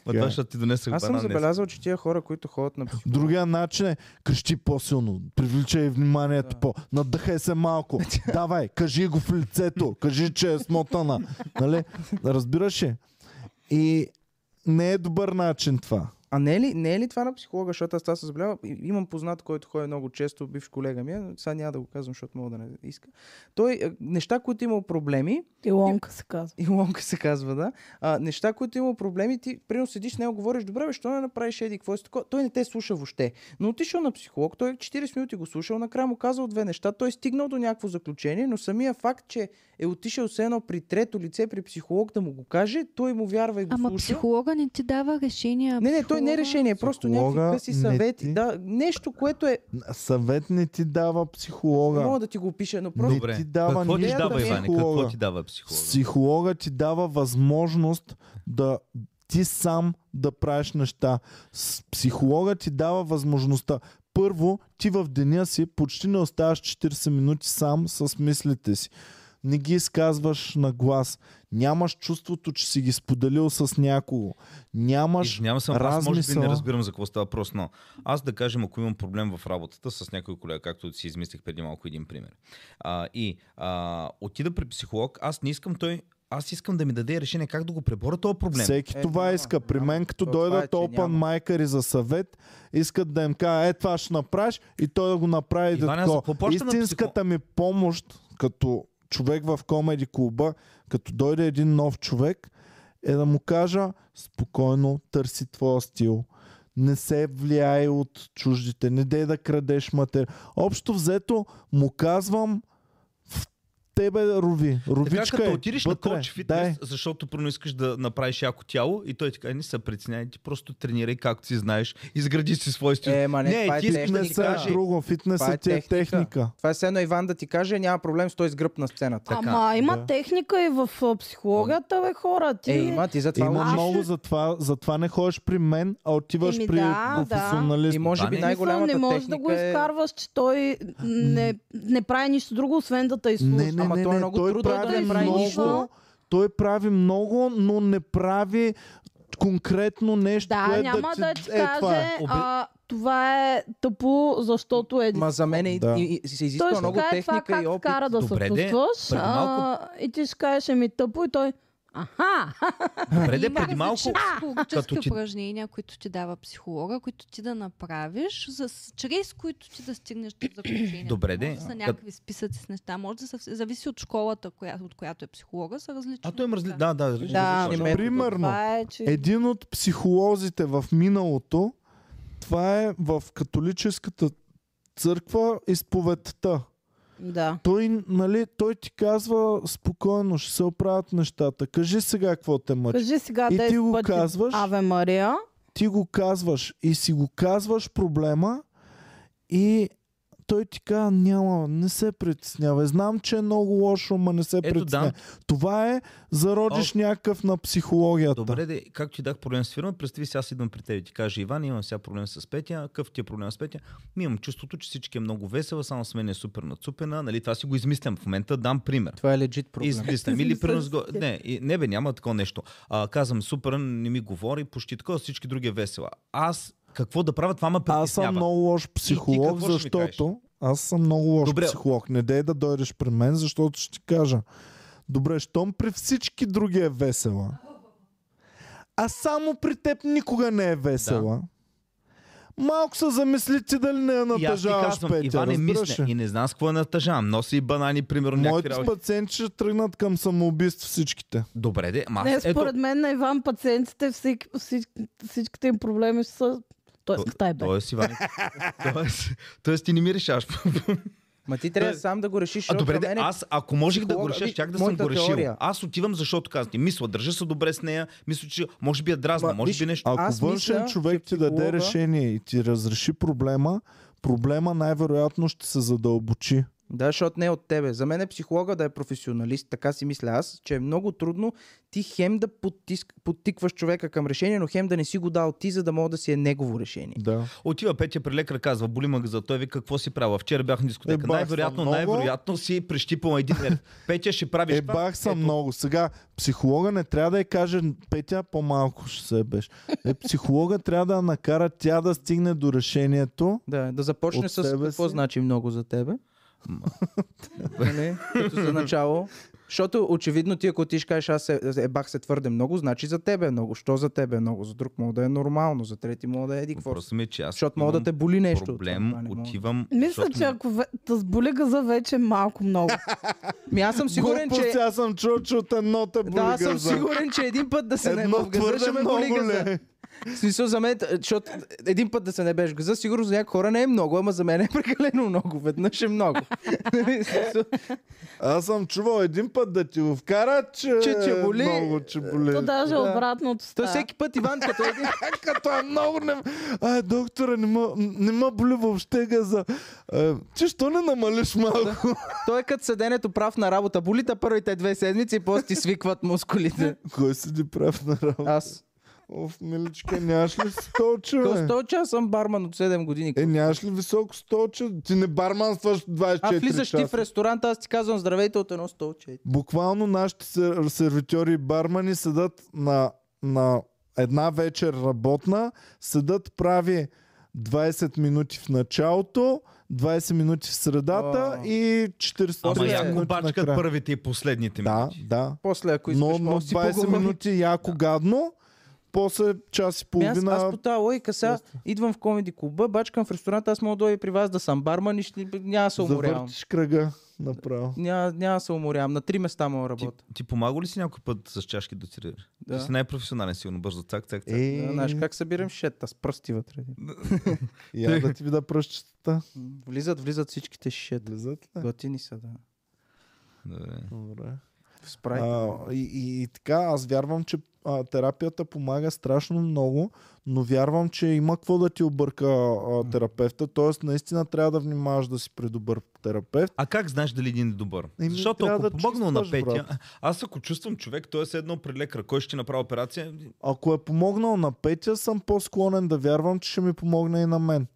Ма Така е. това ще ти донесах Аз съм банан днес. забелязал, че тия хора, които ходят на психолог, Другия начин е, крещи по-силно, привличай вниманието Да. по, надъхай се малко, давай, кажи го в лицето, кажи, че е смотана. Нали? Разбираш ли? И не е добър начин това. А не е, ли, не е ли това на психолога, защото аз това съм забелязал? И- Имам познат, който ходи много често, бивш колега ми, е, но сега няма да го казвам, защото мога да не иска. Той, а, неща, които е имал проблеми, Илонка се казва. и ломка се казва, да, а, неща, които е имал проблеми, ти примерно седиш с него, говориш, добре, бе, що не направиш еди, какво е такова? Той не те слуша въобще. Но отишъл на психолог, той 40 минути го слушал, накрая му казал две неща, той е стигнал до някакво заключение, но самия факт, че е отишъл все едно при трето лице, при психолог да му го каже, той му вярва и го Ама слуша. психолога не ти дава решения. Не, не, той не е психолога- решение, просто някакви Психолога къси не съвети. ти- Да, нещо, което е... Съвет не ти дава Не мога психолога. да ти го опиша, но просто... Добре. ти дава Какво ти нищо дава, психолога. Иване? Какво ти дава психолога? Психолога ти дава възможност да ти сам да правиш неща. С- Психолога ти дава възможността. Първо, ти в деня си почти не оставаш 40 минути сам с мислите си. Не ги изказваш на глас. Нямаш чувството, че си ги споделил с някого. Нямаш Извинявам се, ама аз може би не размисъла. разбирам за какво става въпрос, но аз да кажем, ако имам проблем в работата с някой колега, както си измислих преди малко един пример. А, и а, отида при психолог, аз не искам той, аз искам да ми даде решение как да го преборя този проблем. Всеки Е, това няма, иска. При няма. мен, като То- това е, дойдат че open няма. майкари за съвет, искат да им кажа, е това ще направиш и той да го направи. да Иване, аз такова. какво плащам на Истинската ми помощ, като човек в комеди клуба, като дойде един нов човек, е да му кажа, спокойно търси твоя стил. Не се влияе от чуждите. Не дей да крадеш материал. Общо взето му казвам в тебе рови. Така Ровичка като е, отидеш вътре. на коч фитнес, Дай. защото първо искаш да направиш яко тяло и той ти каже, не се притесняй, ти просто тренирай както си знаеш, изгради си свой стил. Е, ма не, това е ти искаш да ти техника. Фитнес е кажа. друго, фитнес Това е е ти е техника. техника. Това е все едно Иван да ти каже, няма проблем, стой с гръб на сцената. Така, Ама има да. техника и в а, психологията, бе хора. Ти... Е, има, ти за това Има учиш. много за това, за това не ходиш при мен, а отиваш Еми при да, да. професионалист. И може Това би не е. Мисъл, най-голямата не можеш да техника го е- изкарваш, че той не, не прави нищо друго, освен да те изслуша. Не, не, Ама не, то е не, много той трудно да прави направи много, нищо. той прави много, но не прави конкретно нещо, Да, което няма ти, да ти е, това каже, е. а, това е тъпо, защото е... Ма за мен е, Да. да. и, и, се изисква Той ще много каже е това техника как и те опит. кара да Добре, се де, чувстваш преди малко- а, и ти ще кажеш, ами тъпо и той... Аха! Добре, де, Има преди малко... значи, различни психологически като ти- упражнения, които ти дава психолога, които ти да направиш, за, с- чрез които ти да стигнеш до заключение. Добре, де. Може да са Кът- някакви списъци с неща. Може да са, зависи от школата, коя, от която е психолога, са различни. А той им разли... неща. Да, да, различни Да. неща. Метода. Примерно, Това е, че... един от психолозите в миналото, това е в католическата църква изповедта. Да. Той, нали, той ти казва спокойно, ще се оправят нещата. Кажи сега какво те мъчи. Кажи сега значи, И 10 ти го пъти казваш. Аве Мария. ти го казваш и си го казваш проблема и той ти казва, няма, не се притеснявай. Знам, че е много лошо, ма не се Ето, притеснявай. Дан. Това е зародиш О. някакъв на психологията. Добре, де, както ти дах проблем с фирма, представи сега аз идвам при теб и ти кажа, Иван, имам сега проблем с Петя, какъв ти е проблем с Петя? Ми имам чувството, че всички е много весела, само с мен е супер нацупена, нали, това си го измислям в момента, дам пример. Това е легит проблем. Измислям. Или принос го... Не, и- не бе, няма такова нещо. А, казвам, супер, не ми говори, почти такова, всички други е весела. Аз какво да правя, това ме притеснява. Аз съм много лош психолог, какво ще ми защото аз съм много лош Добре. психолог. Не дей да дойдеш при мен, защото ще ти кажа. Добре, щом при всички други е весела, а само при теб никога не е весела, малко се замисли ти дали не я И аз ти натъжаваш, казвам, Петя, Иван е разбираш мисля ли? и не знам с какво я натъжавам. Носи и банани, примерно, някакви Моите работи. пациенти ще тръгнат към самоубийство всичките. Добре, де, ма аз, Не, ето, според мен на Иван пациентите всеки, всич, всичките им проблеми ще са... Той То- с Е, тай бе. Тоест, Иван, тоест, тоест ти не ми решаваш. Ма ти трябва сам да го решиш. Е, а защото добре, за де, мен е- аз ако можех да го психолога- реша, ви- щях да съм моята го решил. теория. Аз отивам, защото казвам ти, мисля, държа се добре с нея, мисля, че може би я дразна, Ма, може виж, би нещо. Ако Аз външен мисля, човек че ти даде психолога- решение и ти разреши проблема, проблема най-вероятно ще се задълбочи. Да, защото не е от тебе. За мен е психолога да е професионалист, така си мисля аз, че е много трудно ти хем да подтиск, подтикваш човека към решение, но хем да не си го дал ти, за да мога да си е негово решение. Да. Отива Петя при лекар, казва, боли ме за той вика, какво си правила? Вчера бях на Е, дискотека. бах най-вероятно, съм много. най-вероятно си прещипала един нерв. Петя ще правиш Е, това. бах съм Ето, много. Сега, психолога не трябва да я каже, Петя по-малко ще се беше. Е, психолога трябва да я накара тя да стигне до решението. Да, да започне От с себе какво си? значи много за тебе. Нали? Като за начало. Защото очевидно ти ако ти ще кажеш аз е, е, бах се твърде много, значи за тебе е много. Що за тебе е много? За друг мога да е нормално, за трети мога да е еди какво. си. Въпросът ми е, че аз Защото мога да те боли нещо. от това, проблем, това не мога. отивам... Мисля, защото че ако ве- да сболи газа вече малко много. Ми Ами аз съм сигурен, Глупост, че... аз съм чул, че от едно те боли Да, аз съм газа. сигурен, че един път да се не Едно в газа, ще твърде ме боли много газа. ле. В смисъл за мен, защото един път да се не беш в газа, сигурно за някои хора не е много, ама за мен е прекалено много. Веднъж е много. Нали? В смисъл, Аз съм чувал един път да ти го вкара, че, Че- че боли. много, че То боли. даже да. обратното То става. всеки път Иван, като един... Като е много не... А, доктора, не ма, не ма боли въобще газа. А, ти що не намалиш малко? Той е като седенето прав на работа. Болита първите две седмици и после ти свикват мускулите. Кой си ти прав на работа? Аз. Оф, миличка, нямаш ли столче, То бе? е сто че аз съм барман от 7 години. Е, нямаш ли високо столче? Ти не барманстваш 24 А влизаш ти часа. в ресторант, аз ти казвам здравейте от едно столче. Буквално нашите сер- сервитьори и бармани седат на, на една вечер работна, седат прави 20 минути в началото, 20 минути в средата О. и 40 Ама Добре. яко минути бачкат накрая. първите и последните Да, минути. да. После, ако Но, искаш, но може да си 20 поговорим. минути яко гадно, после час и Ми Ами Аз, половина... аз по тази логика сега идвам в комеди клуба, бачкам в ресторанта, аз мога да дойда при вас да съм барман и ще, няма да се уморявам. Завъртиш кръга направо. Няма, няма да се уморявам. На три места мога да Ти, работя. ти помага ли си някой път с чашки да цирираш? Да. Ти си най-професионален сигурно, бързо цак, цак, цак. Е, Да, знаеш как събирам шета с пръсти вътре. я да ти видя пръщата. Влизат, влизат всичките шета. Влизат ли? Готини са, да. Добре. Добре. В спрайт. А, и, и, и така, аз вярвам, че а, терапията помага страшно много, но вярвам, че има какво да ти обърка а, терапевта. Тоест, наистина трябва да внимаваш да си придобър терапевт. А как знаеш дали един е добър? Еми, Защото Ами, трябва ако да помогнал на чувстваш, Петя, брат. аз ако чувствам човек, той е едно при лекар, кой ще ти направи операция, Ако е помогнал на Петя, съм по-склонен да вярвам, че ще ми помогне и на мен.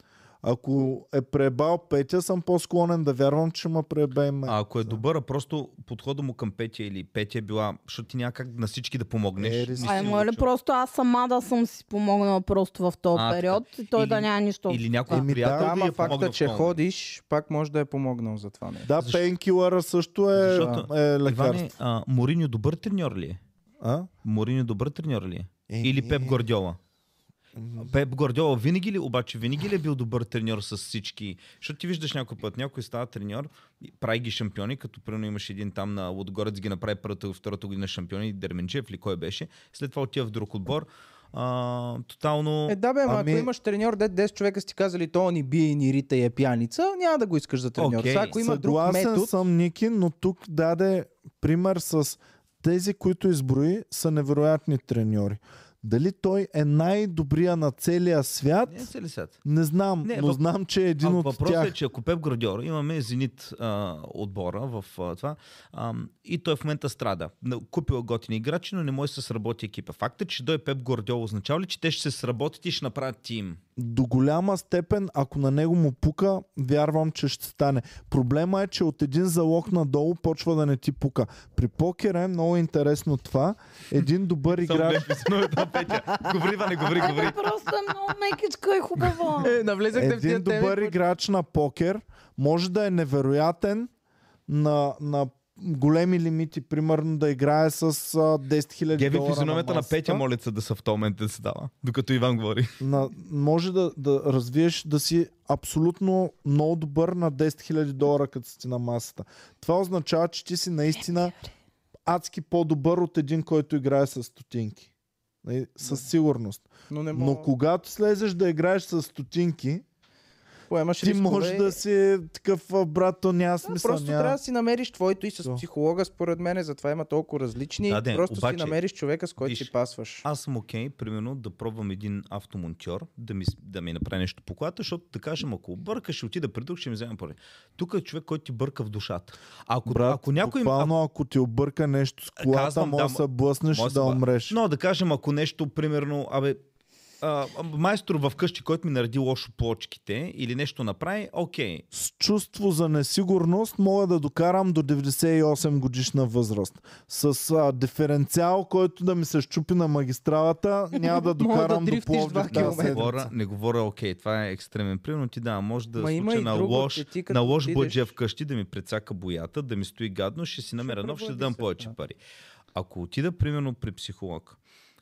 Ако е пребал Петя, съм по-склонен да вярвам, че ще ме пребе и мен. А ако е добър, а просто подхода му към Петя или Петя е била, защото ти няма как на всички да помогнеш. Е, Не риск. си А е, моля, научил. просто аз сама да съм си помогнала просто в този А, така. период и той Или- да няма нищо. Или някой Еми, Ами да, приятел Да, да, ама е факта, помогнал че в този ходиш, пак може да е помогнал за това нещо. Да, защо- пейнкилъра също е, Защото, е момент. лекарство. Иване, а, Мориньо добър треньор ли е? А? Мориньо добър треньор ли е? Еми, Или Пеп Гордиола? Пеп Гордиола винаги ли, обаче винаги ли е бил добър треньор с всички? Защото ти виждаш някой път, някой става треньор, и прави ги шампиони, като примерно имаш един там на Лудогорец ги направи първата, втората година шампиони, Дерменджев ли кой беше, след това отива в друг отбор. А, тотално... Е, да бе, ама Ами- ако имаш треньор, де 10 човека си казали, то ни бие и ни рита и е пияница, няма да го искаш за треньор. Окей. Сега, ако има друг Съгласен метод, съм, Ники, но тук даде пример с тези, които изброи, са невероятни треньори. Дали той е най-добрия на целия свят, Не, се ли сят? не знам, Не, не, но въп- знам, че е един а, от въпросът тях. е, че ако Пеп Гвардиола, имаме Зенит а, отбора в а, това, а, и той в момента страда. На- Купил е готини играчи, но не може да се сработи екипа. Факта, че ще дойде Пеп Гвардиола означава ли, че те ще се сработят и ще направят тим? До голяма степен, ако на него му пука, вярвам, че ще стане. Проблема е, че от един залог надолу почва да не ти пука. При покера е много интересно това. Един добър играч... Говори, Ване, говори, говори. Еми, просто е много мекичка и хубава. е, навлезахте в тия Един теми. добър играч на покер може да е невероятен на, на големи лимити, примерно да играе с а, 10 000 Геви долара физиономията на масата. Петя молица да са в този момент да се дава, докато Иван говори. На, може да, да развиеш да си абсолютно много добър на 10 000 долара, като си на масата. Това означава, че ти си Е, наистина адски по-добър от един, който играе с стотинки. Нали, Със сигурност. Но не мога. Но когато слезеш да играеш с стотинки, поемаш Ти рискове. можеш да си такъв а, брат, то няма Да, смисъл. просто няма... трябва да си намериш твоето и с Да. психолога, според мен, е, затова има толкова различни. Да, де, просто обаче, си намериш човека, с който виж, си пасваш. Аз съм окей, okay, примерно, да пробвам един автомонтьор, да ми, с- да ми направи нещо по колата, защото да кажем, ако бърка, ще отида при друг, ще ми вземе пари. Тук е човек, който ти бърка в душата. Ако, Брат, ако някой... ако- буквално, ако ти обърка нещо с колата, Казвам, може да, да се блъснеш и може да ба- умреш. Но да кажем, ако нещо, примерно, абе, а, а, майстор вкъщи, който ми нареди лошо плочките или нещо направи, окей. С чувство за несигурност мога да докарам до 98 годишна възраст. С а, диференциал, който да ми се щупи на магистралата, няма да Мога да докарам до дрифтиш Пловдив два тази километра. седмица. Говоря, не говоря, окей, това е екстремен пример, но ти да, може да Ма има случи и на друго, лош, че ти като на лош отидеш- бъджа вкъщи, да ми прецака боята, да ми стои гадно, ще си намеря Ще нов, ще пробвай дам да се, повече да. пари. Ако отида, примерно, при психолог,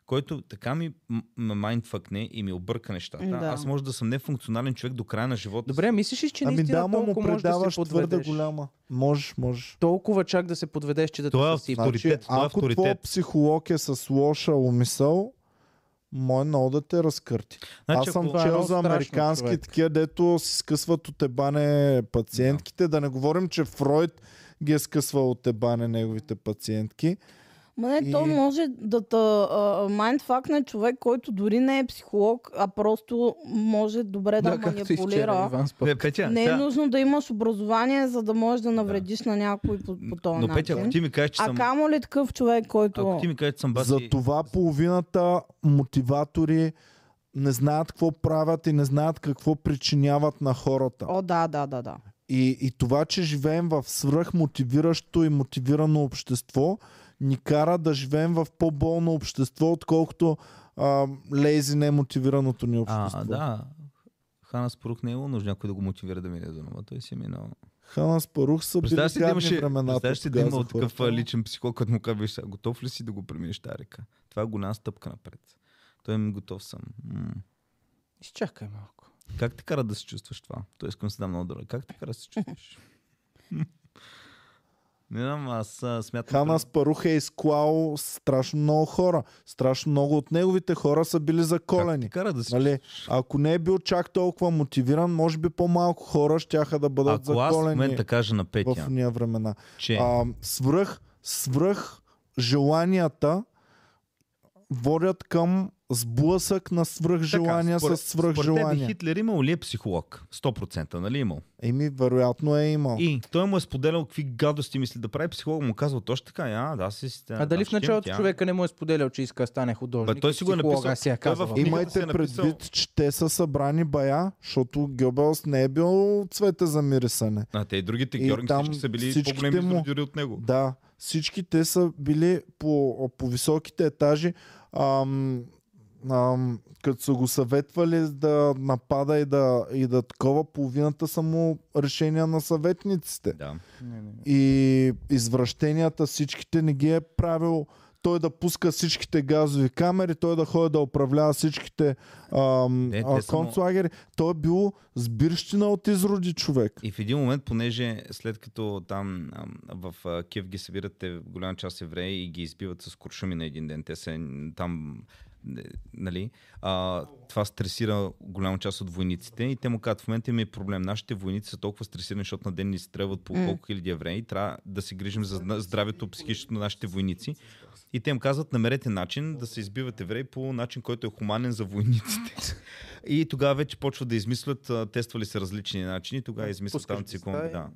който така ми м- ме майндфъкне и ми обърка нещата, Да. аз може да съм нефункционален човек до края на живота. Е, си. Добре, мислиш ли, че Ами наистина да, ма му толкова можеш да предаваш се твърде подведеш? голяма. Можеш, можеш. Толкова чак да се подведеш, че да Той е те съсипа. авторитет, той е Значи, ако твой авторитет. психолог е с лоша умисъл, мой много да те разкърти. Значи, Значи, Аз съм ако- Това е чел много за страшно, американски човек. такива, дето си скъсват от ебане пациентките. Да. не говорим, че Фройд ги е скъсвал от ебане неговите пациентки. Ма не, то И- може да те майндфакне човек, който дори не е психолог, а просто може добре да, както и е манипулира. вчера Иван спа. Не, Петя, Не е сега- нужно да имаш образование, за да можеш да навредиш на някой по, по този Но Петя, начин. ако ти ми кажеш, че А съм... камо ли такъв човек, който... Ако ти ми кажеш, че съм баси... За това половината мотиватори не знаят какво правят и не знаят какво причиняват на хората. О, да, да, да, да. И, и това, че живеем в свръхмотивиращо и мотивирано общество, ни кара да живеем в по-болно общество, отколкото а, лейзи немотивираното ни общество. А, да. Хана Спорук не е имало нужда някой да го мотивира да мине до дома. Той си е минал. Хана Спарух са били Представяш си да гадни имаше, времената. представяш си да тогава имал за такъв а, хората. личен психолог, който му казва, виж, сега, готов ли си да го преминеш тази река? Това е голяма стъпка напред. Той ми готов съм. М. Изчакай малко. Как те кара да се чувстваш това? Той искам да се дам много добре. Как те кара да се чувстваш? не знам, аз а, смятам... Хана Спарух е изклал страшно много хора. Страшно много от неговите хора са били Как те заколени. кара да се Нали? Ако не е бил чак толкова мотивиран, може би по-малко хора щяха да бъдат Ако аз в заколени момента кажа на в Петя, уния времена. че... а, свръх, свръх желанията водят към сблъсък на свръх желания според- с свръх Според тебе желания. Хитлер имал ли е психолог? 100%, нали имал? Еми, вероятно е имал. И той му е споделял какви гадости мисли да прави. Психолог му казал точно така. А, да, си, си, А дали в началото човека не му е споделял, че иска да стане художник? Бе, той си го е Психолога написал. си я Той е в казала. И- книгата си е Имайте написал- предвид, че те са събрани бая, защото Гьобелс не е бил цвете за мирисане. А те и другите И Георги там всички са били всичките по-големи му- му... дори от него. Да, всички те са били по, по високите етажи. Ам, ам, като са го съветвали да напада и да, и да такова, половината са му решения на съветниците. Да. Не, не, не. И извращенията всичките не ги е правил той да пуска всичките газови камери, той да ходи да управлява всичките ам, Не, те а, са му- концлагери. Той е бил сбирщина от изроди човек. И в един момент, понеже след като там ам, в а, Киев ги събират те, голяма част евреи и ги избиват с куршуми на един ден, те са н- там, н- нали, а, това стресира голяма част от войниците и те му казват, в момента има и проблем. Нашите войници са толкова стресирани, защото на ден ни стрелват по М. колко хиляди евреи, трябва да се грижим за зна- здравето психично на нашите войници. И те им казват, намерете начин да се избиват евреи по начин, който е хуманен за войниците. И тогава вече почват да измислят, а, тествали се различни начини, тогава измислят Пускаш там ги в циклон. стаи. Да.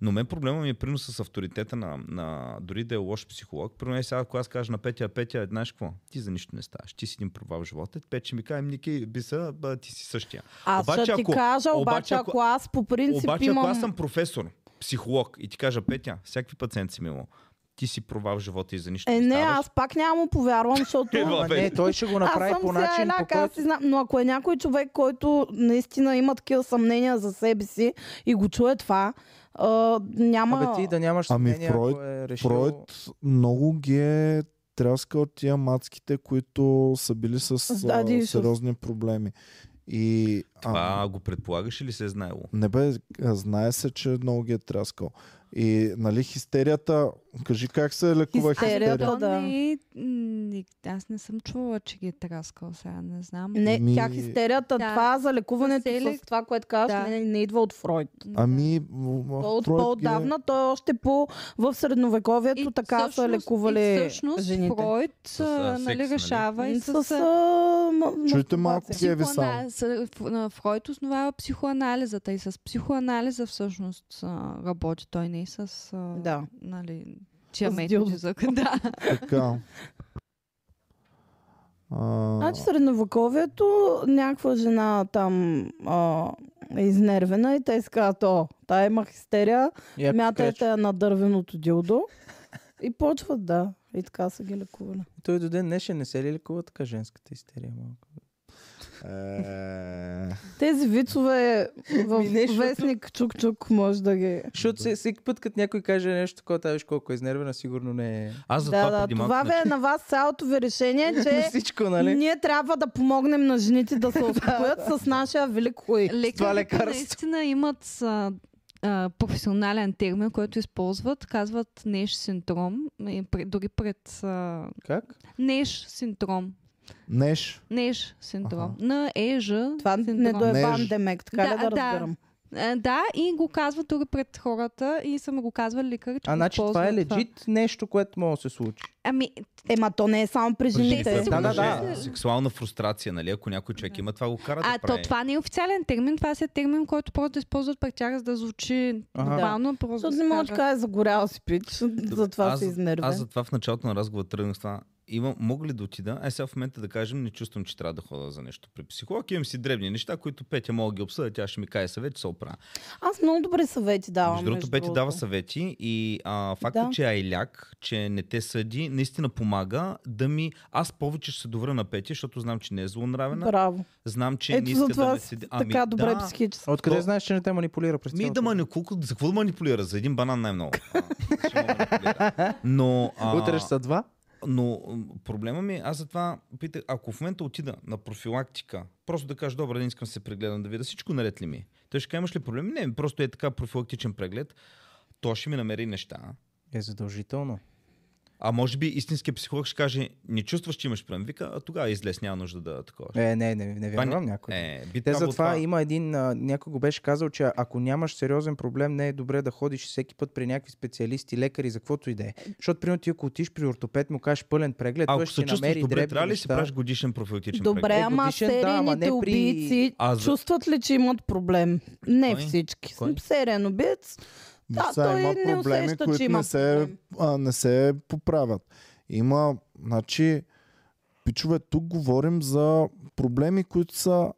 Но мен проблема ми е принос с авторитета на, на дори да е лош психолог. При мен сега, ако аз кажа на Петя, «А, Петя, знаеш какво? Ти за нищо не ставаш. Ти си един провал в живота. Петя ще ми каже, Ники, биса, ба, ти си същия. Аз Обаче, ще ти ако- кажа, обаче, обаче, ако- ако, аз по принцип Обаче, имам... ако аз съм професор, психолог и ти кажа, Петя, всякакви пациенти си мило, ти си провал в живота и за нищо Е, не не, ставаш. аз пак няма да му повярвам, защото... Е, ва, Ама не, той ще го направи аз съм по сега начин, една, по аз си който... знам, но ако е някой човек, който наистина има такива съмнения за себе си и го чуе това, а, няма... Абе ти да нямаш Ами съмнение, Фройд- ако е решил... Фройд много ги е тряскал тия мацките, които са били с Да, а, Дисус. сериозни проблеми. И а, Това го предполагаш или се е знаело? не бе, а, знае се, че много ги е тряскал. И нали хистерията, кажи как се лекува хистерията? Хистерията, да. То Ами, не, м, аз не съм чувала, че ги е траскал сега, не знам. Не, Ми- тя хистерията, Да. това за лекуването Засели- с това, което казваш, Да. не, не идва от Фройд. Ами, То Фройд от ги е- по-отдавна, то е още по в средновековието така са лекували и всъщност жените. Фройд С, а, а, секс, нали, нали? решава и с, С, с а, м- Чуйте малко е мастурбация. геви само. е, на Фройд основава психоанализата и с психоанализа всъщност а, работи той е не и с а, Да. нали, тия С методи за да. Така. А, Значи в средновековието някаква жена там а, е изнервена и те си казват, о, тая има хистерия, Е, Яко мятайте крече. я на дървеното дилдо. И почват, да. И така са ги лекували. Той до ден днешен не се ли лекува така женската истерия Ами малко? е, Тези вицове в Ми, нещо- вестник Чук-Чук може да ги... Защото се- всеки път, като някой каже нещо такова, тази виж колко е изнервена, сигурно не е Аз за Да, това да, преди това малко... значи. бе е на вас цялото ви решение, че всичко, нали? ние трябва да помогнем на жените да се успокоят с нашия велик хуй. това Лекарите лекарство. наистина имат а, а, професионален термин, който използват. Казват неш синдром. и пре- Дори пред а, Как? неш синдром. Неш. Неш синдром. Аха. На ежа Това синдром. не доебан Неж. демек, така Да, ли да да. разбирам? А, да, и го казват дори пред хората и са ми го казвали лекари, че А го значи това е използват легит нещо, което може да се случи. Ами, Ема то не е само при жените, жените. са да, да, мъже. да. Сексуална фрустрация, нали? Ако някой човек има, това го кара а да прави. то това не е официален термин, това си е термин, който просто използват пред тях, за да звучи Ага. нормално. Просто Защото да не мога кажат. да кажа, загорял си пич, затова аз, се изнервя. Аз затова в началото на разговора тръгнах с това. Имам, мога ли да отида? Е, сега в момента да кажем, не чувствам, че трябва да хода за нещо при психолог. Имам си дребни неща, които Петя мога да ги обсъда, тя ще ми каже съвет, ще се оправя. Аз много добри съвети давам. Между другото, Петя дава съвети и а, факта, Да. че е Айляк, че не те съди, наистина помага да ми... Аз повече ще се довра на Петя, защото знам, че не е злонравена. Браво. Знам, че Ето не за иска да това ме си седи. Ами така добре да. психически. Откъде То- знаеш, че не те манипулира през Ми цялото да време? манипулира. За какво да манипулира? За един банан най-много. А, ще ме манипулира. Но, а, Утре ще са два. но м, проблема ми, е, аз затова питах, ако в момента отида на профилактика, просто да кажа, добре, не искам да се прегледам, да видя всичко наред ли ми. е?" Той ще каже, имаш ли проблеми? Не, просто е така профилактичен преглед. Той ще ми намери неща. Е задължително. А може би истинският психолог ще каже, не чувстваш, че имаш проблем. Вика, а тогава излез, няма нужда да такова. Е, не, не, не Това вярвам някой. Е, би Те трябвало затова това... има един, а, някой го беше казал, че ако нямаш сериозен проблем, не е добре да ходиш всеки път при някакви специалисти, лекари, за каквото и да е. Защото, примерно, ти ако отиш при ортопед, му кажеш пълен преглед, Ако той се ще ти чувстваш намери добре, дребни трябва ли си неща. правиш годишен профилактичен Добре, преглед? ама годишен, да, ама серийните не при- убийци А за- чувстват ли, че имат проблем? Не Кой? всички. Кой? Сериен убиец. Да, Сега той има не проблеми, усеща, че които има не се, проблем. а, не се поправят. Има, значи, пичове, тук говорим за проблеми, които са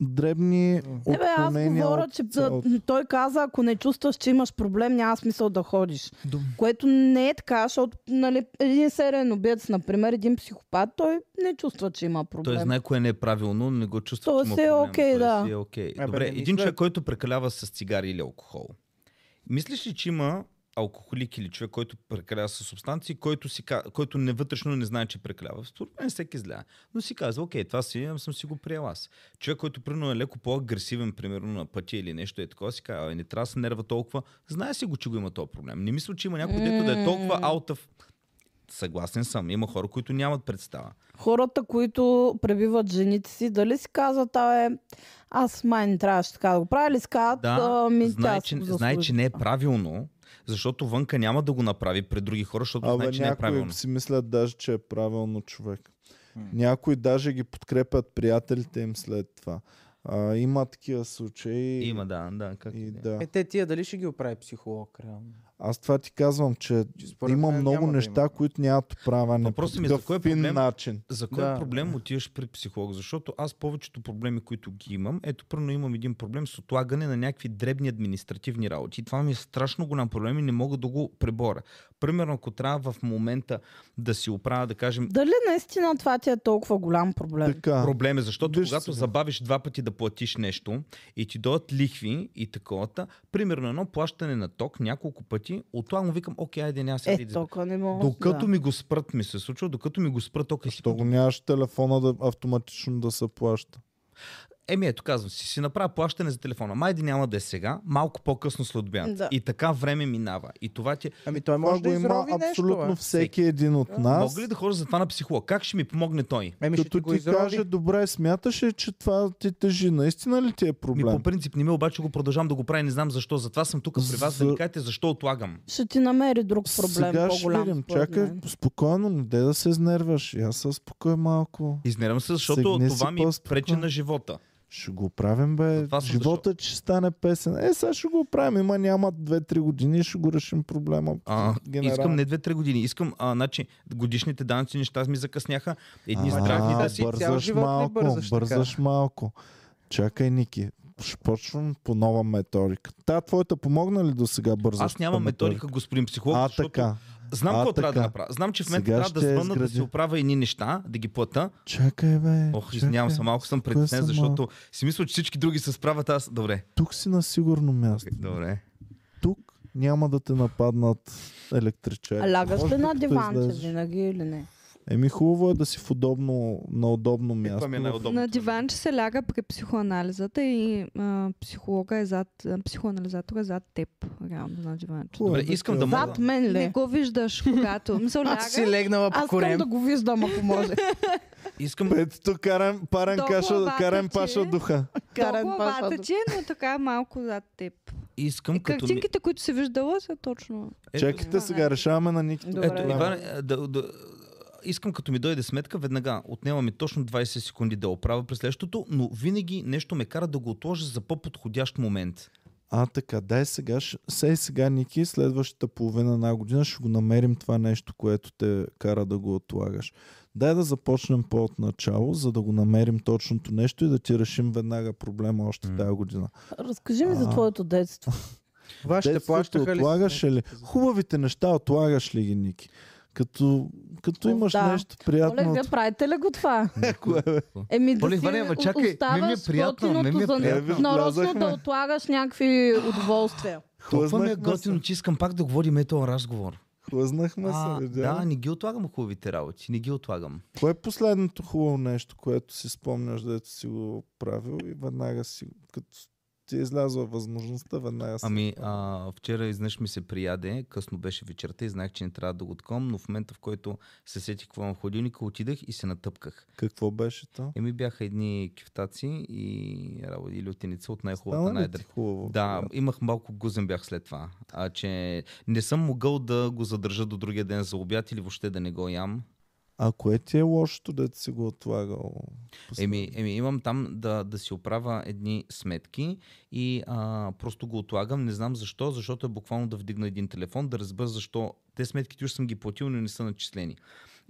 дребни Ебе, аз отклонения говоря, от че да, цялото. той каза, ако не чувстваш, че имаш проблем, няма смисъл да ходиш. Дум. Което не е така, защото нали, един сериен убиец, например, един психопат, той не чувства, че има Той проблем. знае кое не е правилно, но не го чувства. То че има си е проблем. окей, Той да. Си е окей. бе, Добре, не един мисля. човек, който прекалява с цигари или алкохол. Мислиш ли, че има алкохолик или човек, който прекалява с субстанции, който, си, ка- който не вътрешно не знае, че прекалява. Според мен всеки зля. Но си казва, окей, това си ами съм си го приел аз. Човек, който примерно е леко по-агресивен, примерно на пътя или нещо е такова, си казва, «Абе, не трябва да се нерва толкова. Знае си го, че го има този проблем. Не мисля, че има някой, дето да е толкова out of... Съгласен съм. Има хора, които нямат представа. хората, които пребиват жените си, дали си казват, а е, аз май не трябваше така да го правя, или си казват, Да, а, ми, знае тя си че, го знае, че заслужи не е това». правилно, защото вънка няма да го направи пред други хора, защото Абе, знае, че не е някои правилно. си мислят даже, че е правилно човек. Някои даже ги подкрепят приятелите им след това. А, има такива случаи. Има, да, да. Как... И да. Е, те тия дали ще ги оправи психолог, реално? Аз това ти казвам, че Че според има мен много няма да неща, има. които нямат оправяне по Въпросът ми е за такъв кой е фин проблем? начин. За кой Да, да, проблем отиваш при психолог? Защото аз повечето проблеми, които ги имам, ето първо имам един проблем с отлагане на някакви дребни административни работи. И това ми е страшно голям проблем и не мога да го преборя. Примерно, ако трябва в момента да си оправя, да кажем, Дали наистина това ти е толкова голям проблем? Така. проблем е, защото Виж Виж когато сега. забавиш два пъти да платиш нещо и ти дойдат лихви и такова, примерно едно плащане на ток няколко пъти, отлагам викам, окей, айде няма сега Е, да изяд- тока не мога. Докато да. Е, ми го спрат ми се случва, докато ми го спрат тока си. То го нямаш телефона да автоматично да се плаща. Еми ето, казвам си, си направя плащане за телефона. Майде няма да е сега, малко по-късно след обяд. Да. И така време минава. И това ти е... Ами той Това може го да има изрови нещо. абсолютно Абсолютно... всеки един от нас. Мога ли да хора за това на психолог? Как ще ми помогне той? Еми ще ти Като го ти изрови. каже, добре, смяташе, че това ти тежи. Наистина ли ти е Ми проблем? по принцип не ме, обаче го продължавам да го правя, не знам защо. Затова съм тук при вас, да ми За- кажете защо отлагам. Ще ти намери друг проблем Сега ще по-голям. видим. според Чакай, мен. спокойно, не дей да се изнервяш. Я се спокоя малко. Изнервям се, защото Сегни си това ми по-спокоен. пречи на живота. Ще го правим, бе. Затова съм Живота ще стане песен. Е, сега ще го правим. Има няма 2-3 години, ще го решим проблема. А, генерално. Искам не 2-3 години. Искам, а, значи, годишните данъци неща ми закъсняха. Едни А, страх и да си. цял бързаш живот ли малко, бързаш така? бързаш малко. Чакай, Ники. Ще почвам по нова методика. Та твоята помогна ли до сега бързаш? Аз нямам по методика, господин психолог, А, защото така. знам А, какво трябва да така. направя. Знам, че в момента Сега трябва да ще я звънна да си изградя. оправя едни неща, да ги плата. Чакай, бе. Ох, чакай. извинявам се, малко съм Спокоен притеснен, съм защото малко. си мисля, че всички други се справят аз. Добре, Тук си на сигурно място. добре. Тук няма да те нападнат електричари. А лягаш Е, Може ли би на като диванче излезеш. винаги или не? Еми хубаво е да си в удобно, на удобно Е, Това място. ми е най-удобно. На диван, че се ляга при психоанализата и а, психолога е зад, а, психоанализатора е зад теб, реално на диванче. Хубаво е Добре, искам да ти е мога. Зад мен Не ли? го виждаш, когато. Мисъл, ляга. Аз си легнала по Аз искам корем. да го виждам, ако може. Искам Петото карен, парен До каша, главата карен ти е. паша духа. Карен До Паша. главата ти е, но така малко зад теб. Искам И като... ми- картинките, които си виждала, са точно... Ето- Чакайте сега, решаваме на Никито. Добре. Ето, Иван, е, да, да, искам като ми дойде сметка, веднага отнема ми точно 20 секунди да оправя през следващото, но винаги нещо ме кара да го отложа за по-подходящ момент. А, така, дай сега, ще- сей сега, Ники, следващата половина на година ще го намерим това нещо, което те кара да го отлагаш. Дай да започнем по-от начало, за да го намерим точното нещо и да ти решим веднага проблема още тази година. Разкажи ми за А. твоето детство. Това ще Детството плащаха ли? отлагаш ли? Хубавите неща отлагаш ли ги, Ники? Като, като О, имаш да. нещо Оле, приятно. вие от- правите ли го това? Кое, бе? Еми да Оле, си Ваня, ама чакай, не ми е оставаш приятно, не ми е готиното за приятно. нарочно Влязахме. да отлагаш някакви удоволствия. Толкова ми е Хлъзнахме се. готино, че искам пак да говорим е този разговор. Хлъзнахме А, се, видя. да, не ги отлагам хубавите работи, не ги отлагам. Кое е последното хубаво нещо, което си спомняш, дето си го правил и веднага си, като ти е излязла възможността, веднага си. Ами, а, вчера изнъж ми се прияде, късно беше вечерта и знаех, че не трябва да го тком, но в момента, в който се сетих какво имам в ходилника, отидах и се натъпках. Какво беше то? Еми бяха едни кифтаци и работи- или лютеница от най-хубавата, Стана ли най-дърта. ти хубаво? Да, имах малко гузен бях след това. А че не съм могъл да го задържа до другия ден за обяд или въобще да не го ям. А кое ти е лошото, дето си го отлагал? Еми, еми имам там да, да си оправя едни сметки и а, просто го отлагам. Не знам защо, защото е буквално да вдигна един телефон, да разбера защо. Те сметките уж съм ги платил, но не са начислени.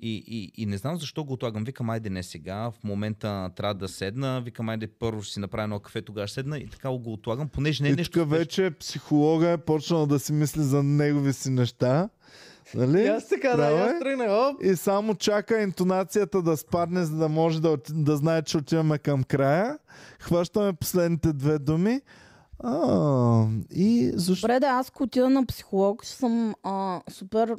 И, и, и не знам защо го отлагам. Викам, айде не сега, в момента трябва да седна. Викам, айде първо ще си направя едно кафе, тогава ще седна и така го отлагам, понеже не е и нещо. тук вече психолога е почнал да си мисли за негови си неща. Нали? И аз така, да, и Права е. аз тръгнах. Оп, И само чака интонацията да спадне, за да може да, оти- да знае, че отиваме към края. Хващаме последните две думи. А, и защо? Добре, да, аз ако отида на психолог, ще съм а, супер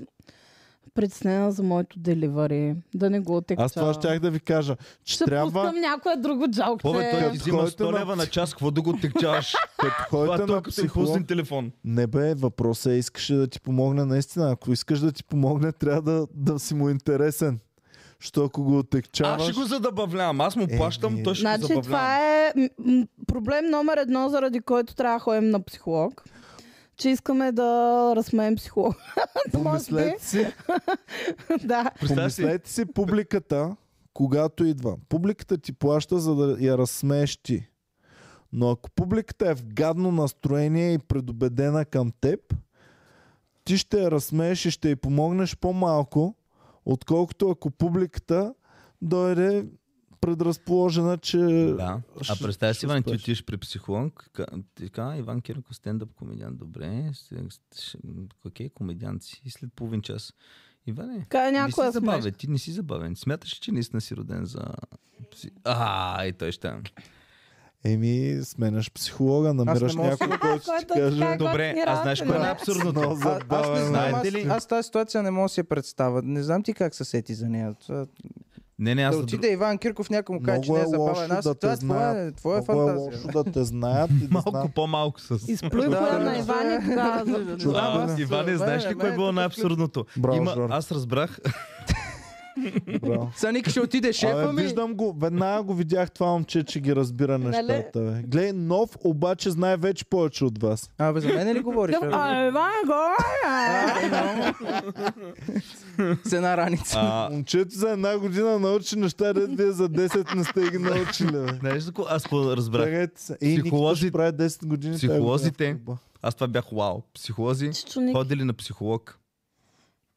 притеснена за моето деливари. Да не го отекча. Аз това щях да ви кажа, че ще трябва пускам някое друго джалкче. Пове, той ти Като взима ходите 100 на- лева на час, какво да го текчаваш? като Това ходите той на като импулсен психолог. телефон. Не бе, въпросът е, искаш ли да ти помогне наистина. Ако искаш да ти помогне, трябва да, да си му интересен. Що ако го Аз отекчаваш... ще го задабавлявам. Аз му Е, плащам, е. той ще го Значи забавлявам. това е м- м- проблем номер едно, заради който трябва да ходим на психолог. Че искаме да разсмеем психолог. Може би, Помислете си, да. Представя си, помислете си публиката, когато идва. Публиката ти плаща, за да я разсмееш ти. Но ако публиката е в гадно настроение и предубедена към теб, ти ще я разсмееш и ще й помогнеш по-малко, отколкото ако публиката дойде предразположена, че... Да. А Ще- представя си, ще Иван, ти успееш. отиваш при психолог. ка- Така, Иван Кирков, стендъп комедиан. Добре. ще- ще- Окей, комедиан си. И след половин час. Иване, Кай не си някоя смешка. забавен. Ти не си забавен. Смяташ, ли, че наистина си роден за... пси- А, и той ще... Еми, сменяш психолога, намираш не мога да някой, който ти каже... Добре, а знаеш кое е най-абсурдното? Много а- Аз не забавен. знам, Знаете аз, ли? аз тази ситуация не мога да си я представя. Не знам ти как се сети за нея. Това- Не, не, аз Да да отиде Иван Кирков, някой му каже, че Много не е е забавен. лошо Аз, да това те е твоя, знаят. твоя Много е фантазия. лъжо да те знаят и да Малко знаят. по-малко с... Изплюй Да, коя да, на да. Иван и тогава за- Чудо. за- А, да. Иване, знаеш ли Мене- кое мене било е най-абсурдното? Браво, Има, Жоро. аз разбрах, Браво. Саник ще отиде шефа Абе, ми. виждам го, веднага го видях това момче, че ги разбира Нали? нещата. Бе. Глей, нов, обаче знае вече повече от вас. Абе, за мен е ли говориш? бе? А, Иван, е горе! А, но- С една раница. а, Момчето за една година научи неща, ред вие за 10 не сте ги научили. бе. знаеш за какво? Аз какво разбрах? Тръгайте се. И Психолози... Психолози- ще прави 10 години. тая психолозите- година в клуба. Аз това бях вау. Психолози Чичо Ник- ходили на психолог.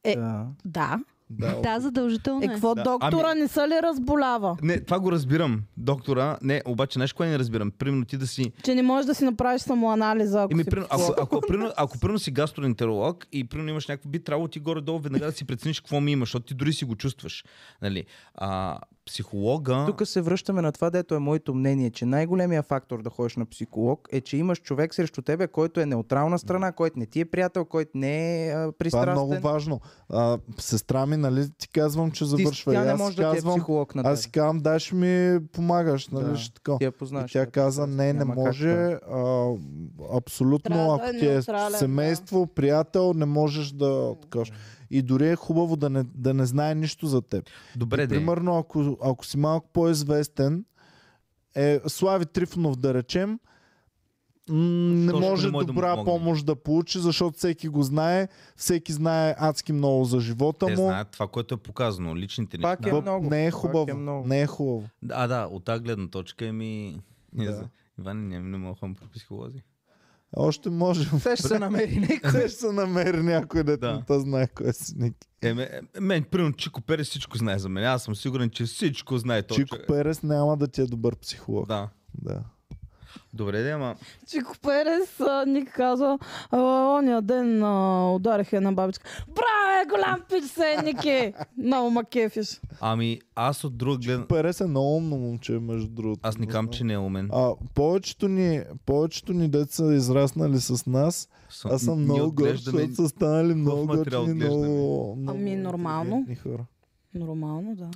е. Да. Да. Да, Да, задължително Е, е. какво Да, Ами- доктора не са ли разболява? Не, това го разбирам, доктора. Не, обаче знаеш кое не разбирам? Примерно ти да си... Че не можеш да си направиш самоанализа, ако Еми, си Ами, примерно, ако, ако, примерно, ако примерно си гастроентеролог и примерно имаш някакво, би трябвало ти горе-долу веднага да си прецениш какво ми имаш, защото ти дори си го чувстваш. Нали? А, психолога... Тук се връщаме на това, дето е моето мнение, че най-големия фактор да ходиш на психолог е, че имаш човек срещу тебе, който е неутрална страна, който не ти е приятел, който не е а, Това е пристрастен. много важно. А, сестра ми, нали ти казвам, че Ти- завършва. тя и не аз може си да ти е казвам, психолог на теб. аз си казвам, да, ще ми помагаш, нали? Да. Ще така. Ти я познаваш. И тя да. каза, не, не Няма как може. А, абсолютно, Трябва да ако е ти е неутрален, да. семейство, приятел, не можеш да откажеш. И дори е хубаво да не, да не знае нищо за теб. Добре, И, де. примерно, ако, ако си малко по-известен, е, Слави Трифонов, да речем, м, не Точно може не може да му добра помогне. помощ да получи, защото всеки го знае, всеки знае адски много за живота Те му. знаят това, което е показано, личните неща. Пак е Въп- много. не е пак хубаво. Е много. Не е хубаво. А, да, от тази гледна точка е ми... Да. Да. Иван, не, не мога да ходим по психолози. Още може. Сега ще се намери някой. Ще се намери някой, дето Ами- Да. да. не та знае кой е си Ники. Еме, е, мен, примерно, Чико Перес всичко знае за мен. Аз съм сигурен, че всичко знае той. Чико човек. Перес няма да ти е добър психолог. Да. Да. да. Добре, де, ама... Чико Перес а, Ник казва, «А, ония ден а, ударих една бабичка. Браве, голям пич се, Ники! Много ма кефиш. Ами, аз от друга гледна... Перес е много умно момче, между другото. Аз не Не кам, знам. че не е умен. А, повечето ни, повечето ни деца израснали с нас, Съм- аз съм ние много горд, отглеждаме- защото са станали много материал готини, отглеждаме? много, много Ами, нормално. интелигентни хора. Нормално, да.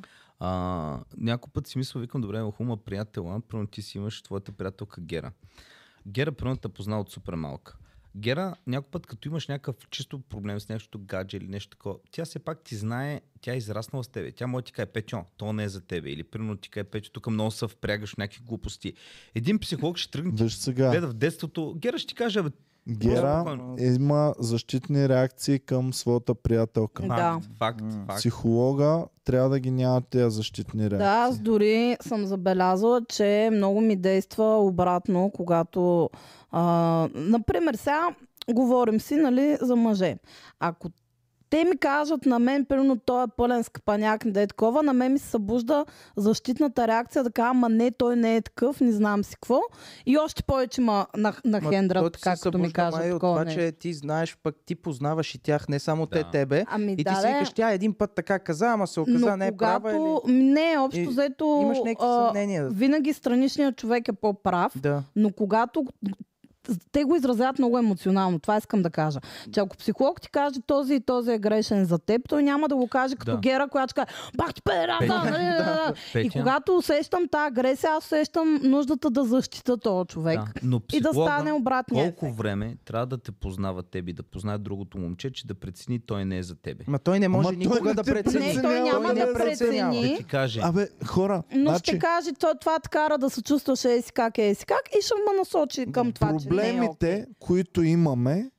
А, някой път си мисля, викам, добре, уху, ма приятела, примерно ти си имаш твоята приятелка Гера. Гера, примерно, те позна от супер малка. Гера, някой път, като имаш някакъв чисто проблем с нещо гадже или нещо такова, тя все пак ти знае, тя е израснала с тебе. Тя може да ти каже, Петьо, то не е за тебе. Или, примерно, ти каже, Петьо, тук много се впрягаш в някакви глупости. Един психолог ще тръгне, ти Виж сега, гледа в детството, Гера ще ти каже, бе, Гера Спокойно. има защитни реакции към своята приятелка. Да. факт, факт, факт. Психолога трябва да ги няма тези защитни реакции. Да, аз дори съм забелязала, че много ми действа обратно, когато... А, например, сега говорим си, нали, за мъже. Ако те ми кажат на мен, примерно, той е пълен скъпаняк, не да е такова, на мен ми се събужда защитната реакция, да кажа, ама не, той не е такъв, не знам си какво. И още повече ма на, на Ма хендра, то ти се така като ми събужда, кажат май, от такова това, нещо. че ти знаеш, пък ти познаваш и тях, не само Да. те тебе. Ами И ти да, си бе, викаш, тя един път така каза, ама се оказа но не е права. когато... Или... Не, И- общо взето... Имаш някакви а, съмнения. Винаги страничният човек е по-прав, Да. Но когато те го изразяват много емоционално. Това искам да кажа. Че ако психолог ти каже този и този е грешен за теб, той няма да го каже като Да. гера, която ще каже бах ти педерата! Петя. нали, да, да. И Петя. когато усещам тази агресия, аз усещам нуждата да защита този човек. Да, но И да психолога- стане обратния Колко ефект. време трябва да те познава тебе, и да познае другото момче, че да прецени той не е за тебе? Ма той не може той никога не да те прецени. Не, той няма не да преценява. Ще прецени. ти каже, Абе, хора, Но значи, ще каже, то, това те кара да се чувстваш е си как, е си как и ще ме насочи към това, че не е проблемите, които имаме,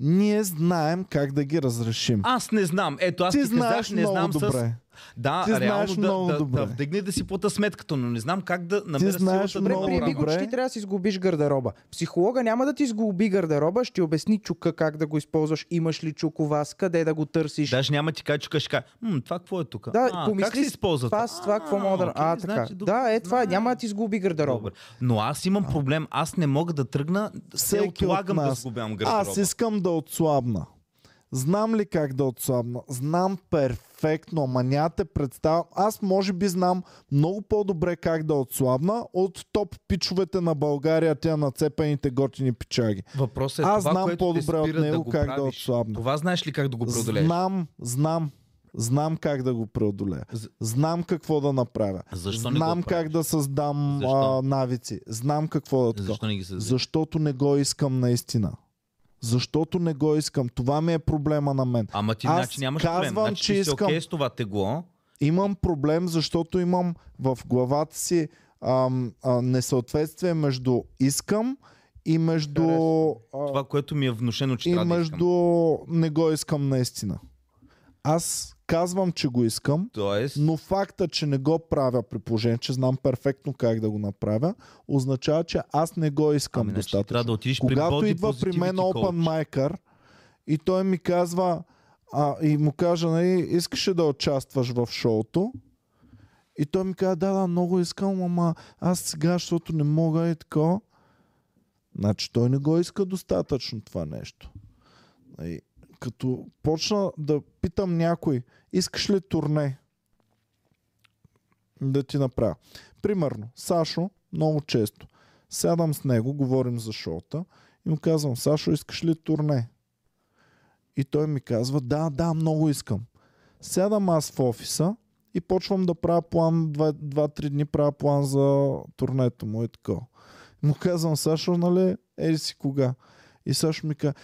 ние знаем как да ги разрешим. аз не знам. Ето, аз Ти ти, знаеш казах, не много знам с... добре. Да, Ти знаеш реално много да, да, добре. да вдигне да си плата сметката, но не знам как да намеря знаеш силата да много го При добре. направя. Биго, че ти трябва да си изгубиш гардероба. Психолога няма да ти изгуби гардероба, ще ти обясни чука как да го използваш, имаш ли чуковаз, къде да го търсиш. Даже няма ти кажа, че ще кажа, «М, това какво е тук? Да, а, помисли как се си, използва това, с това какво мога да... А, така. значи добре, да, е това, е, знам. няма да ти изгуби гардероба. Добър. Но аз имам проблем, аз не мога да тръгна, се Всеки от отлагам да нас. сгубям гардероба. Аз искам да отслабна. Знам ли как да отслабна? Знам перфектно, ама нямате представа. Аз може би знам много по-добре как да отслабна от топ пичовете на България, тя нацепените готини пичаги. Въпросът е Аз това, знам което те по-добре от спира да него го как да правиш. отслабна. Това знаеш ли как да го преодолееш? Знам, знам. Знам как да го преодолея. З- Знам какво да направя. Защо не го Знам как правиш? да създам Защо? а, навици. Знам какво да така. Защо не ги се Защото не го искам наистина. Защото не го искам. Това ми е проблема на мен. Ама ти Аз значи нямаш казвам, проблем. Значи че ти си искам- окей с това тегло. Имам проблем, защото имам в главата си ам, а, несъответствие между искам и между... а, Това, което ми е внушено, че и трябва да между искам. не го искам наистина. Аз казвам, че го искам, Тоест, но факта, че не го правя при положение, че знам перфектно как да го направя, означава, че аз не го искам Ами, значи ти достатъчно. трябва да отидеш при Когато body идва при мен positivity Open coach. Майкър и той ми казва а, и му кажа, нали, искаш ли да участваш в шоуто? И той ми каза, да, да, много искам, ама аз сега, защото не мога и така. Значи той не го иска достатъчно това нещо. И, като почна да питам някой, искаш ли турне да ти направя? Примерно, Сашо, много често, сядам с него, говорим за шоута и му казвам, Сашо, искаш ли турне? И той ми казва, да, да, много искам. Сядам аз в офиса и почвам да правя план, 2-3 дни правя план за турнето му и така. Му казвам, Сашо, нали, ели си кога? И Сашо ми казва,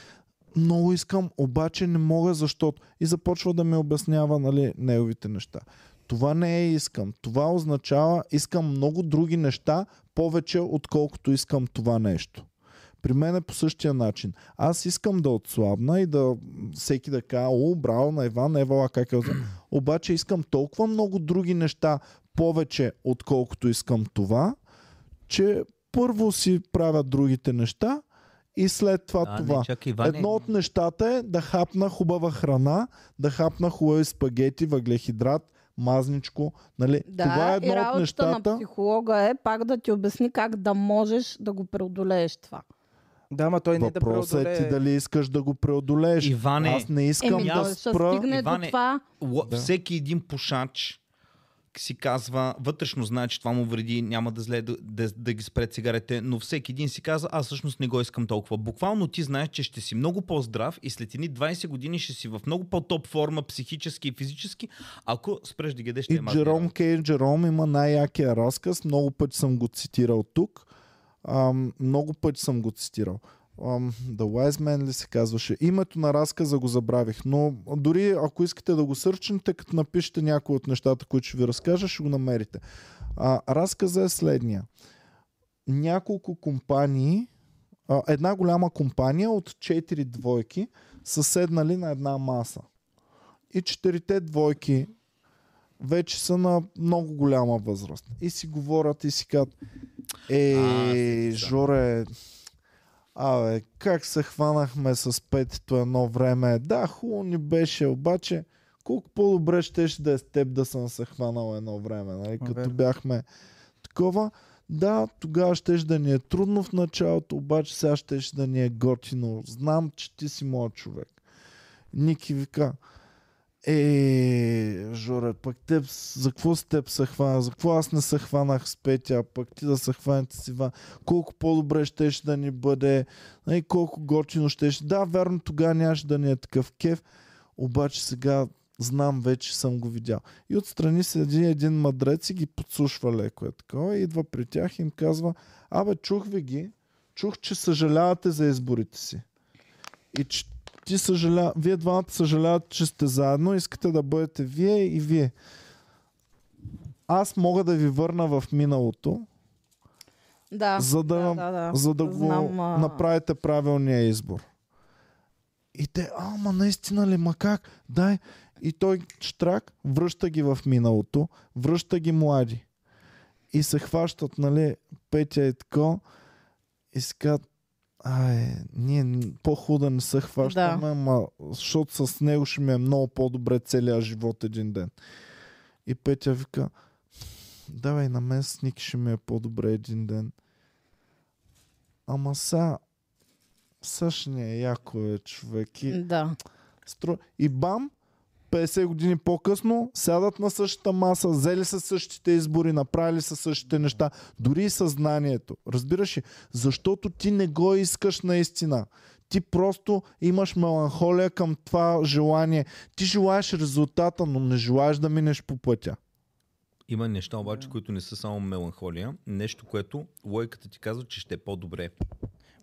много искам, обаче не мога, защото... И започва да ми обяснява, нали, неговите неща. Това не е искам. Това означава, искам много други неща, повече отколкото искам това нещо. При мен е по същия начин. Аз искам да отслабна и да всеки да каже, о, браво на Иван, евала как е. отслаб-». Обаче искам толкова много други неща, повече отколкото искам това, че първо си правя другите неща и след това А, това. не, чакай, е. Иване. Едно от нещата е да хапна хубава храна, да хапна хубави спагети, въглехидрат, мазничко. Нали? Да, това е и едно от работата на нещата. психолога е пак да ти обясни как да можеш да го преодолееш това. Да, ма той не да Въпросът е преодолее. ти дали искаш да го преодолееш. Иване, Аз не искам Еми, да той ще спра. стигне Иване, до това. Л- Всеки един пушач си казва, вътрешно знае, че това му вреди, няма да зле да, да, да ги спре цигарите, но всеки един си казва, аз всъщност не го искам толкова. Буквално ти знаеш, че ще си много по-здрав и след едни 20 години ще си в много по-топ форма, психически и физически, ако спреш да ги ядеш И тези мазни Джером работи. Кей Джером има най-якия разказ. Много пъти съм го цитирал тук. Ам, много пъти съм го цитирал. Ам, The Wise Man ли се казваше? Името на разказа го забравих, но дори ако искате да го сърчнете, като напишете някои от нещата, които ще ви разкажа, ще го намерите. А, разказа е следния. Няколко компании, а, една голяма компания от 4 двойки са седнали на една маса. И четирите двойки вече са на много голяма възраст. И си говорят и си казват, е, Жоре, абе, как се хванахме с петито едно време. Да, хубаво ни беше, обаче колко по-добре щеше да е с теб да съм се хванал едно време, нали? Ма, като верно. бяхме такова. Да, тогава щеше да ни е трудно в началото, обаче сега щеше да ни е готино. Знам, че ти си моят човек. Ники вика, е, Жоре, пък теб, с- за какво с теб се хвана? За какво аз не се хванах с Петя, а пък ти да се хванете с Иван? Колко по-добре щеше да ни бъде, и колко готино щеше. Да, верно, тогава нямаше да ни е такъв кеф, обаче сега знам вече, съм го видял. И отстрани седи един мъдрец и ги подслушва леко е такова. И идва при тях и им казва, абе, чух ви ги, чух, че съжалявате за изборите си. И че ти съжаля... вие двамата съжалявате, че сте заедно, искате да бъдете вие и вие. Аз мога да ви върна в миналото, Да, за да, да, да, да. За да го Знам, а- направите правилния избор. И те, а, ма наистина ли, ма как? Дай. И той штрак връща ги в миналото, връща ги млади. И се хващат, нали, Петя и така, и си казват, ай, ние н- по-хубаво да не се хващаме, да. Ма, защото с него ще ми е много по-добре целия живот един ден. И Петя вика, давай на мен с Ники ще ми е по-добре един ден. Ама са, са ще ни е яко е човек. И, Да. стру... и бам, 50 години по-късно сядат на същата маса, взели са същите избори, направили са същите неща, дори и съзнанието. Разбираш ли? Защото ти не го искаш наистина. Ти просто имаш меланхолия към това желание. Ти желаеш резултата, но не желаеш да минеш по пътя. Има неща обаче, които не са само меланхолия. Нещо, което логиката ти казва, че ще е по-добре.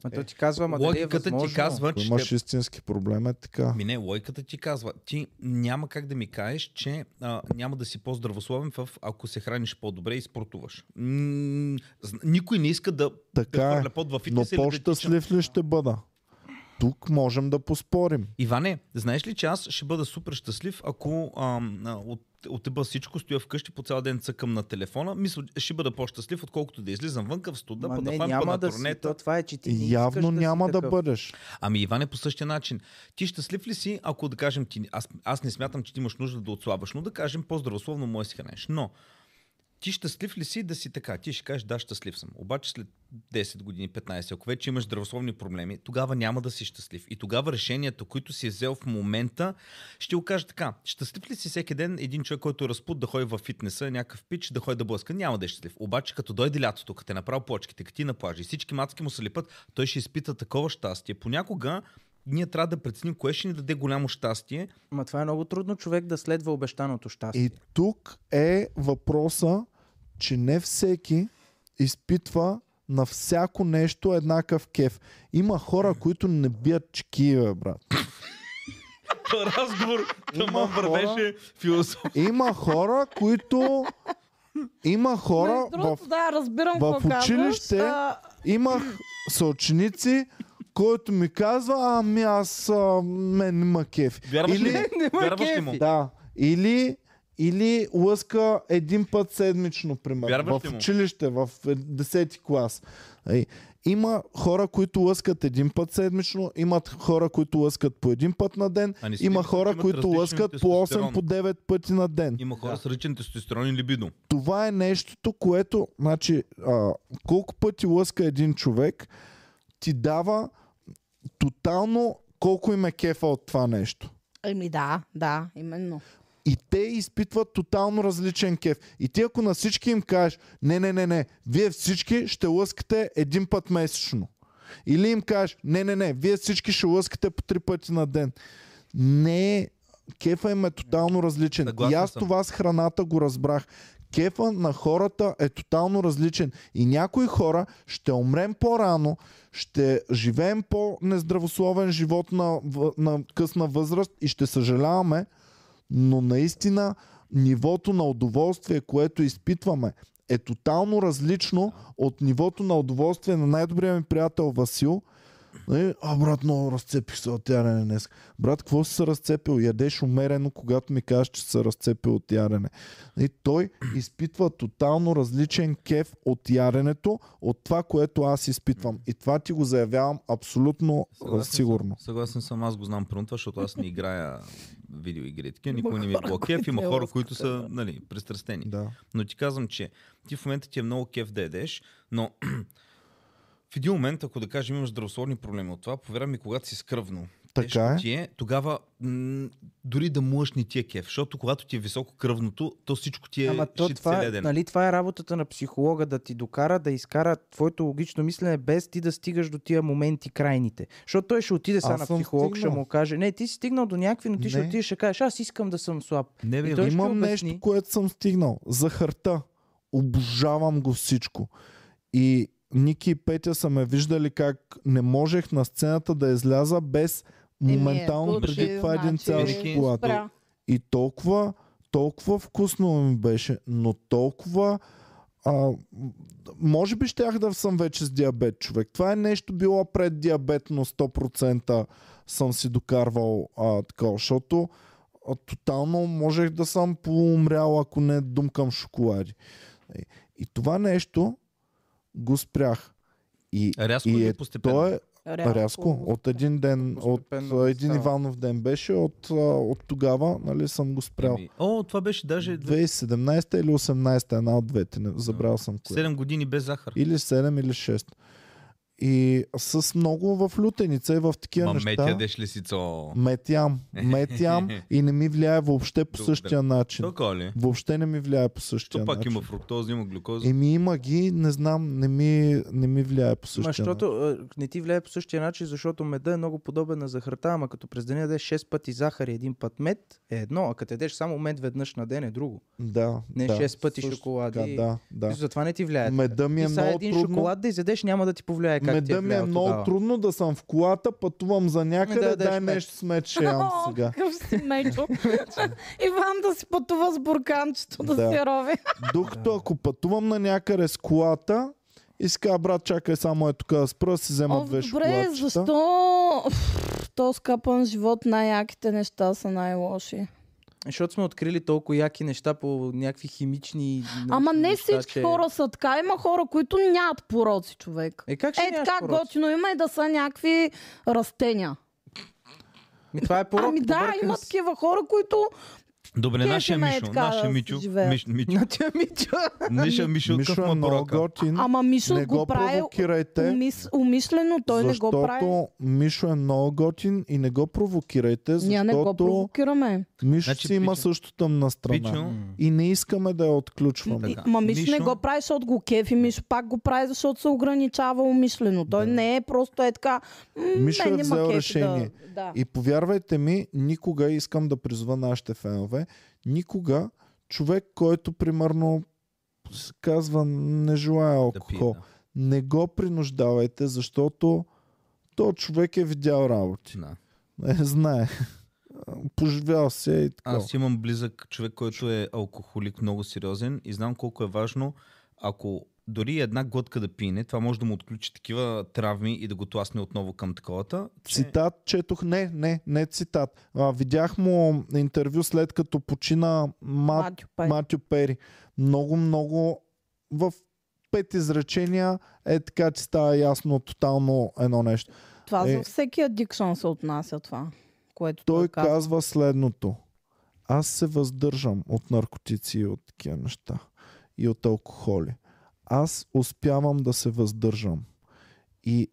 Ма то ти казва, ама дали е Логиката възможно? ти казва, Ако че имаш ще... истински проблем е така. Ми Ами не, логиката ти казва. Ти няма как да ми кажеш, че а, няма да си по-здравословен в ако се храниш по-добре и спортуваш. М- зн- никой не иска да Така е. хвърля под в Но по-щастлив ли ще бъда? Тук можем да поспорим. Иване, знаеш ли, че аз ще бъда супер щастлив, ако ам, а, от отеба всичко, стоя вкъщи по цял ден цъкам на телефона. Мисля, ще бъда по-щастлив, отколкото да излизам вънка в студа, Ма па да не, ходим па няма на да си, турнета. то това е, че ти не искаш Явно да няма си да такъв. бъдеш. Ами Иване по същия начин. Ти щастлив ли си, ако да кажем, ти, аз, аз не смятам, че ти имаш нужда да отслабваш, но да кажем по-здравословно мое си хранеш. Но ти щастлив ли си да си така? Ти ще кажеш, да, щастлив съм. Обаче след 10 години, 15, ако вече имаш здравословни проблеми, тогава няма да си щастлив. И тогава решенията, които си е взел в момента, ще го кажа така. Щастлив ли си всеки ден един човек, който е разпут да ходи във фитнеса, някакъв пич, да ходи да блъска? Няма да е щастлив. Обаче, като дойде лятото, като те направи плочките, като ти на плажа и всички мацки му се лепат, той ще изпита такова щастие. Понякога ние трябва да преценим кое ще ни даде голямо щастие. Ма това е много трудно човек да следва обещаното щастие. И тук е въпроса, че не всеки изпитва на всяко нещо еднакъв кеф. Има хора, които не бият чки, бе, брат. Разговор, Има хора- философ. Има хора, които... Има хора Между в другото, да, разбирам в какво казваш. училище- А, имах съученици, който ми казва, ами аз а, мен има кеф. Вярваш ли? Или, му? Вярваш ли му? да, или, или лъска един път седмично, примерно, Вярваш ли в му? училище, в 10 клас. Ай, Има хора, които лъскат един път седмично, имат хора, които лъскат по един път на ден, А не си ли, има че хора, Ами имат които различен лъскат по 8, тестостерон? по 9 пъти на ден. Има хора с ръчен тестостерон и либидо. Това е нещото, което, значи, а, колко пъти лъска един човек, ти дава тотално колко им е кефа от това нещо. Еми да, да, именно. И те изпитват тотално различен кеф. И ти ако на всички им кажеш, не, не, не, не, вие всички ще лъскате един път месечно. Или им кажеш, не, не, не, вие всички ще лъскате по три пъти на ден. Не, кефа им е тотално различен. Съгласен и аз съм. това с храната го разбрах. Кефа на хората е тотално различен. И някои хора ще умрем по-рано, ще живеем по-нездравословен живот на, в- на късна възраст и ще съжаляваме, но наистина нивото на удоволствие, което изпитваме, е тотално различно от нивото на удоволствие на най-добрия ми приятел Васил. Нали, А, брат, много разцепих се от ярене днес. Брат, какво си се разцепил? Ядеш умерено, когато ми кажеш, че си се разцепил от ярене. Нали, той изпитва тотално различен кеф от яденето, от това, което аз изпитвам. И това ти го заявявам абсолютно а, сигурно. Съм, съгласен съм, аз го знам първо това, защото аз не играя видеоигри. Такива никога не ми е било кеф. Има хора, които са нали, пристрастени. Да. Но ти казвам, че ти в момента ти е много кеф да ядеш, но в един момент, ако да кажем, имаш здравословни проблеми от това, повярвай ми, когато си скръвно, тежко Така е. ти е, тогава м- дори да мъж не ти е кеф, защото когато ти е високо кръвното, то всичко ти е Ама то шит това, целия е, ден. нали, това е работата на психолога, да ти докара, да изкара твоето логично мислене, без ти да стигаш до тия моменти крайните. Защото той ще отиде сега Аз на съм психолог, ще стигнал. му каже, не, ти си стигнал до някакви, но ти ще Не. отидеш и ще кажеш, аз искам да съм слаб. Не, бе, И той ще Имам обясни. нещо, което съм стигнал. Захарта. Обожавам го всичко. И Ники и Петя са ме виждали как не можех на сцената да изляза без моментално Еми, ето, преди че, това е един значи, цял Вики, шоколад. спря. И толкова, толкова вкусно ми беше, но толкова а, може би щях да съм вече с диабет човек. Това е нещо било пред диабет, но 100% съм си докарвал а, така, защото а, тотално можех да съм поумрял, ако не думкам шоколади. И, и това нещо го спрях. И, Рязко и или е, постепенно? то е рязко. От един ден, от Е, Постепенно а, един става. Иванов ден беше, от, а, от тогава нали, съм го спрял. Ами, О, това беше даже 2017 или 18, една от двете, не, забрал съм кое. 7 години без захар. Или 7 или 6. И с много в лютеница и в такива Ма неща. метя деш лисицо. Метям, метям и не ми влияе въобще по Добре. същия начин. Тока ли? Въобще не ми влияе по същия То пак начин. Е, има фруктоза, има глюкоза. Еми има ги, не знам, не ми, не ми влияе по Ма, същия начин. защото а, не ти влияе по същия начин, защото меда е много подобен на захарта, ама като през деня ядеш 6 пъти захар и един път мед е едно, а като ядеш само мед веднъж на ден е друго. Да, Не да, шест пъти също шоколади. Така, да, да. Затова не ти влияе. Меда ми е Ти сега много един трудно. шоколад да изядеш няма да ти повлияе как ти е Меда ми е влиял много тогава. трудно да съм в колата, пътувам за Ами някъде, да ядеш дай мед. нещо с мед ще ям сега. Какъв си мечо. Иван да си пътува с бурканчето да, Да. се рови. Докато ако пътувам на някъде с колата, и си казва, брат, чакай само е тук да спра, да си взема О, две добре, шоколадчета. защо в този скъпан живот най-яките неща са най-лоши? Защото сме открили толкова яки неща по някакви химични... Ама научни не неща, всички че- хора са така. Има хора, които нямат пороци, човек. Е, как ще Е, нямаш така пороци? готино има и да са някакви растения. Ми, това е порок. ами да, побъркан има си. такива хора, които Добре, Кефи нашия ме е Мишо, така да нашия си Мичо, живея. Миш- Мичо, На тя ми чува. Миша Мишо, Мишо какъв е му е много порока? готин. Ама Мишо не го го прави провокирайте. умис... умишлено, той не защото го прави. Мишо е много готин и не го провокирайте, Ние не го защото провокираме. Мишо Значи, си има Пичо- също тъмна страна. Пичо, И не искаме да я отключваме. Така. Ма Мишо не Мишо- го прави, защото го кефи. Мишо пак го прави, защото се ограничава умишлено. Той не е просто е така. «М, Мишо мен е не ме взел кефи решение. Да, да. И повярвайте ми, никога искам да призва нашите фенове, никога човек, който примерно с- казва не желая да пие, алкохол, да. не го принуждавайте, защото то човек е видял работи. Да. Е, знае. Поживял се и така. Аз имам близък човек, който е алкохолик, много сериозен и знам колко е важно, ако дори една глътка да пине, това може да му отключи такива травми и да го тласне отново към таковата. Че... Цитат четох. Не, не, не цитат. А, видях му интервю след като почина Мат Матю, пай. Матю Пери. Много, много в пет изречения е така, че става ясно тотално едно нещо. Това е- за всеки адикшън се отнася това, което той, Той казва. казва следното. Аз се въздържам от наркотици и от такива неща. И от алкохоли. Аз успявам да се въздържам. И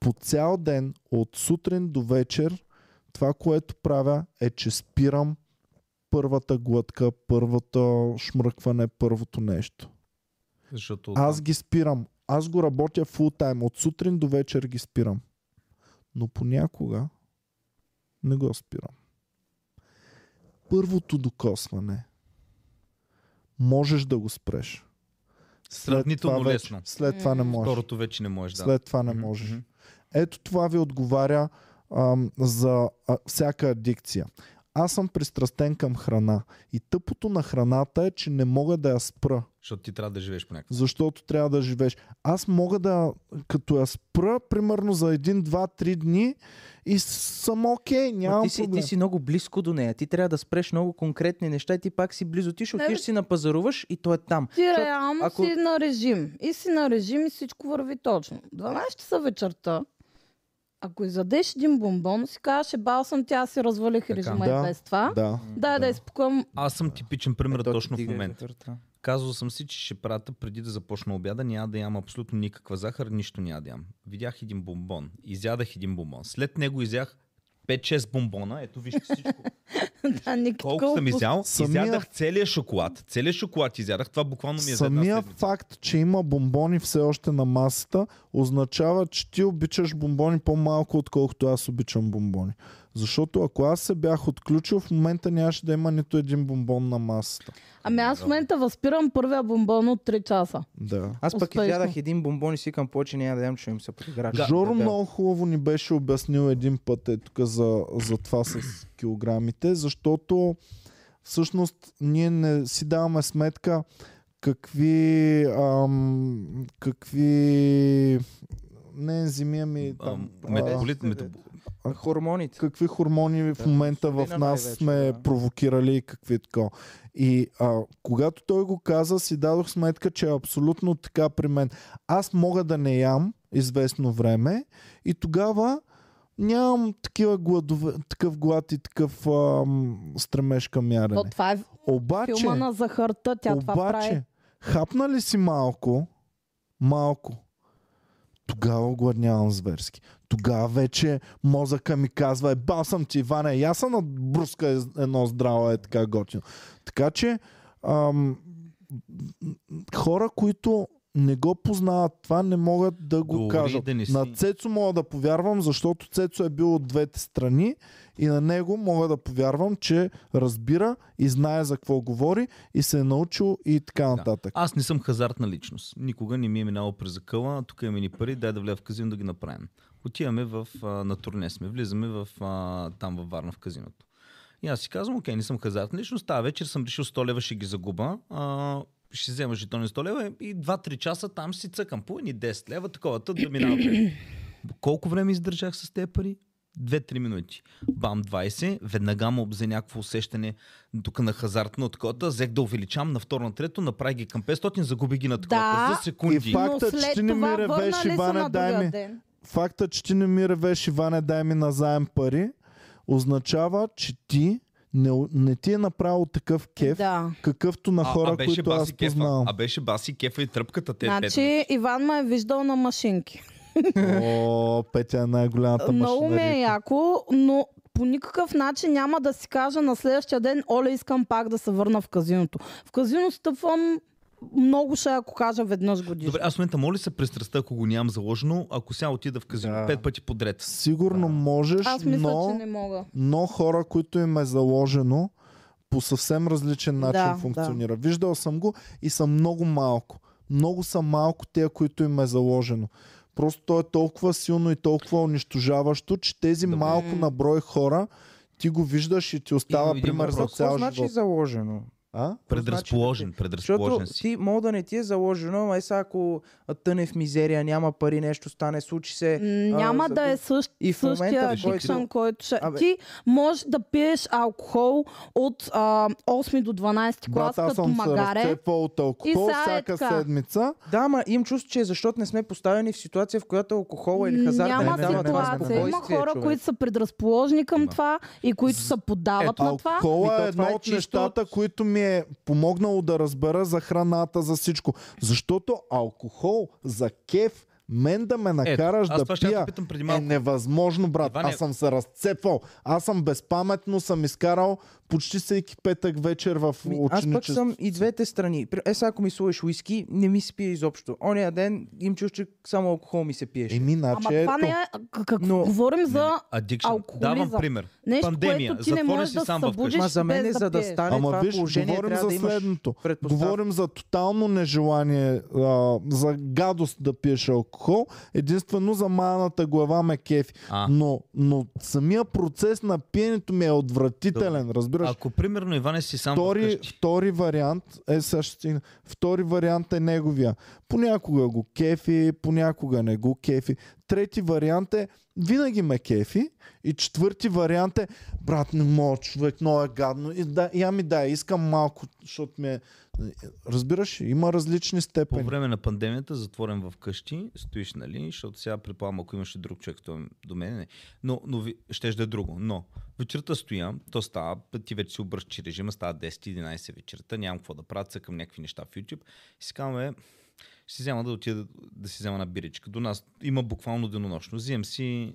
по цял ден, от сутрин до вечер, това, което правя е, че спирам първата глътка, първата шмръкване, първото нещо. Защото Аз ги спирам. Аз го работя фул тайм. От сутрин до вечер ги спирам. Но понякога не го спирам. Първото докосване можеш да го спреш. Сравнително това вече, лесно. След това не можеш. второто вече не можеш да. След това не Мгм, можеш. мгм. Ето това ви отговаря ам, за а, всяка адикция. Аз съм пристрастен към храна. И тъпото на храната е, че не мога да я спра Защото ти трябва да живееш по някакъв. защото трябва да живееш. Аз мога да, като я спра, примерно за един, два, три дни и съм окей, Ма нямам Ти си, ти проблем. си много близко до нея. Ти трябва да спреш много конкретни неща и ти пак си близо. Ти ще Не, отиш бе. си напазаруваш и той е там. Ти Защото реално ако- си на режим. И си на режим и всичко върви точно. 12 часа вечерта, ако изядеш един бомбон, си казваш, бал съм, тя си развалих Така. режима Да. и без това. Да. Дай да, да изпукам Аз съм типичен пример Ето, точно в ти дига момента. вечерта. Казвал съм си, че ще прата преди да започна обяда, няма да ям абсолютно никаква захар, нищо няма да ям. Видях един бомбон, изядах един бомбон. След него изях 5-6 бомбона, ето вижте всичко. да, никакъв Колко съм изял, Самия- изядах целия шоколад. Целия шоколад изядах, това буквално ми е за една Самия седмица. факт, че има бомбони все още на масата, означава, че ти обичаш бомбони по-малко, отколкото аз обичам бомбони. Защото ако аз се бях отключил, в момента нямаше да има нито един бомбон на масата. Ами аз в момента възпирам първия бомбон от 3 часа. Да. Аз пък Успешно. изядах един бомбон и си към повече няма да ям, че им се подиграш. Жоро Да. много хубаво ни беше обяснил един път е тук за, за това с килограмите, защото всъщност ние не си даваме сметка какви, ам, какви не ензими, ами там, Е, Ам, а, метаболит, метаболит. Хормоните. какви хормони в момента в инсулина нас най-вече, сме да. провокирали и какви така. И а, когато той го каза, си дадох сметка, че е абсолютно така при мен. Аз мога да не ям известно време и тогава нямам такива гладове, такъв глад и такъв ам, стремеж към Но ярене. това е Обаче, филма на захарта, тя това обаче прави. хапна ли си малко, малко, Тогава огладнявам зверски. Тогава вече мозъка ми казва, е бал съм ти, Иване, я съм на бруска е- едно здраво, е така готино. Така че ам, хора, които не го познават това, не могат да го Дори кажат. да не си- На Цецо мога да повярвам, защото Цецо е бил от двете страни и на него мога да повярвам, че разбира и знае за какво говори и се е научил и така нататък. Аз не съм хазартна личност. Никога не ми е минало през закъла. Тук имаме ни пари, дай да вляза в казино да ги направим. Отиваме в, а, на турне сме, влизаме в, а, там във Варна в казиното. И аз си казвам, окей, не съм хазартна личност, тази вечер съм решил 100 лева ще ги загуба. А, ще взема жетони 100 лева и 2-3 часа там си цъкам по едни 10 лева, такова, тъд да минава. през. Колко време издържах с тези пари? 2-3 минути. Бам 20, веднага му обзе някакво усещане тук на хазартно от кота, взех да увеличам на второ, на трето, направи ги към 500, загуби ги на такова Да. за секунди. И факт- Фактът, Но че след ти не това ми ревеш, върнали са Иване, на дай другия ми. ден. Факта, че ти не ми ревеш, Иване, дай ми назаем пари, означава, че ти не, не ти е направил такъв кеф, Да. какъвто на хора, а, а беше които баси аз кефа. познавам. А беше баси кефа и тръпката те бедни. Значи Иван ме е виждал на машинки. О, Петя е най-голямата Много ми е машинерия. яко, но по никакъв начин няма да си кажа на следващия ден, оле, искам пак да се върна в казиното. В казино стъпвам много ще, ако кажа веднъж годишно. Добре, аз в момента моля се престрастта, ако го нямам заложено, ако сега отида в казино Да. пет пъти значи подред. Сигурно можеш, аз мисля, но... че не мога. но хора, които им е заложено, по съвсем различен начин Да, да, да. функционира. Да. Виждал съм го и са много малко. Много са малко те, които им е заложено. Просто то е толкова силно и толкова унищожаващо, че тези Добре. Добре. малко на брой хора ти го виждаш и ти Имам остава един пример за въпрос. цял Какво живот. значи заложено? А? Предразположен, Защото предразположен си. ти мога да не ти е заложено, ама е сега ако а, тъне в мизерия, няма пари, нещо стане, случи М, се. Няма а, за- да е същ, И в момента, същия в който- адикшън, който ще... Абе. Ти можеш да пиеш алкохол от а, 8 до 12 клас Брат, аз като съм се магаре. разцепвал от алкохол сега е всяка така. седмица. Да, ма им чувство, че е защото не сме поставени в ситуация, в която алкохола или хазарта Е, Няма не дава това ситуация. Има спокойствие, хора, човек. които са предразположени към Има. това и които се поддават на това. Ми, Алкохола то е това едно е от чисто нещата, които ми е помогнало да разбера за храната, за всичко. Защото алкохол за кеф, мен да ме накараш аз да това ще я пия те питам преди е малко. невъзможно, брат. Иване- Аз съм се разцепвал. Аз съм безпаметно, съм изкарал почти всеки петък вечер в Ми, Ами, аз пък ученичество. съм и двете страни. При- Е, сега ако ми слуеш уиски, не ми се пие изобщо. Оня ден им чуш, че само алкохол ми се пиеше. Еми, Ама значи това ето. не е... а, Как... Но- Говорим за Адикшн. алкохолизъм. Давам пример. нещо, Пандемия. което ти не Затворя можеш си да сам се в къщи. събудиш Ма за мен е без за да пиеш. стане Ама това виж, положение, говорим трябва за да имаш следното. предпоставка. Говорим за тотално нежелание, а, за гадост да пиеш алкохол. Единствено за маната глава ме кефи. А. Но, но самия процес на пиенето ми е отвратителен, разбираш? Ако примерно Иване си сам Втори, вкъщи. втори вариант е сега ще стигна. Втори вариант е неговия. Понякога го кефи, понякога не го кефи. Трети вариант е винаги ме кефи. И четвърти вариант е брат, не мога, човек, много е гадно. И да, я ми да, искам малко, защото ми е... Разбираш, има различни По степени. време на пандемията, затворен в къщи, стоиш, нали? Защото сега предполагам, ако имаше друг човек то до мен, не. Но, но ви, щеш да е друго. Но вечерта стоя, то става, ти вече си обръщи режима, става 10-11 вечерта, нямам какво да правя, цъкам някакви неща в YouTube. И си казвам, е, ще си взема да отида да си взема една биричка. До нас има буквално денонощно. Взимам си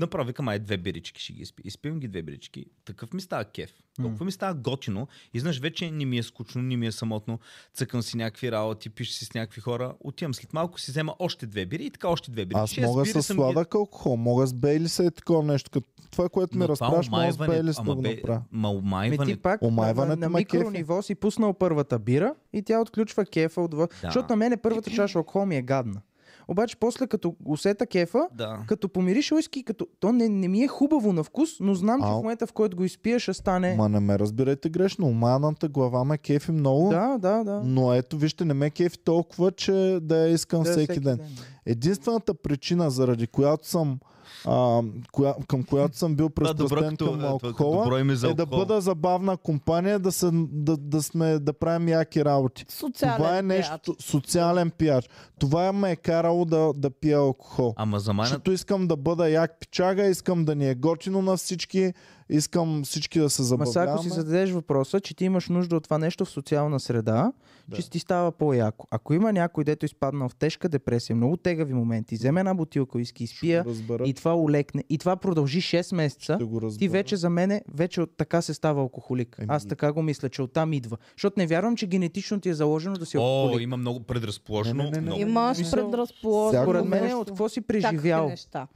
направи към ай две бирички, ще ги изпи. Изпивам ги две бирички. Такъв ми става кеф. Толкова ми става готино. И знаеш, вече не ми е скучно, не ми е самотно. Цъкам си някакви работи, пиша си с някакви хора. Отивам след малко, си взема още две бири и така още две бири. Аз Шест мога бири с съм ги- сладък алкохол, мога с бейлиса и такова нещо. Като това, което ми Но това разправяш, мога с омайване- бейлис да ама го бе- направя. Ма Ами ти омайване. пак Омайването на, на ме кефи. микрониво си пуснал първата бира и тя отключва кефа от вън. Защото на мене първата чаша алкохол ми е гадна. Обаче после като усета кефа, Да. като помириш уиски, като... то не, не ми е хубаво на вкус, но знам, че Ау. в момента в който го изпия ще стане... Ма не ме разбирайте грешно. Оманата глава ме кефи много. Да, да, да. Но ето, вижте, не ме кефи толкова, че да я искам Да, да, всеки ден. Единствената причина, заради която съм а, коя, към която съм бил Това е добро престрастен като- е, към това е като алкохола, добро име за е да алкохол. бъда забавна компания, да, се, да, да, сме, да правим яки работи. Социален Това е театър. нещо, социален пиар. Това ме е карало да, да пия алкохол. Ама за мен Защото искам да бъда як пичага, искам да ни е готино на всички, искам всички да се Ма сега, ако забавляваме. си зададеш въпроса, че ти имаш нужда от това нещо в социална среда, Да. да. че ти става по-яко. Ако има някой, дето изпадна в тежка депресия, много тегави моменти, вземе една бутилка уиски, изпия Ще го разбера, и това улекне. И това продължи 6 месеца. ще го разбера. Ами- Ти вече за мене, вече от така се става алкохолик. Еми- Аз така го мисля, че оттам идва. Защото не вярвам, че генетично ти е заложено да си О, алкохолик. има много предразположено. Не, не, не, не. много. Имаш Мисъл, предразположение. всяко Според мен е нещо. от какво си Всякакви преживял. неща.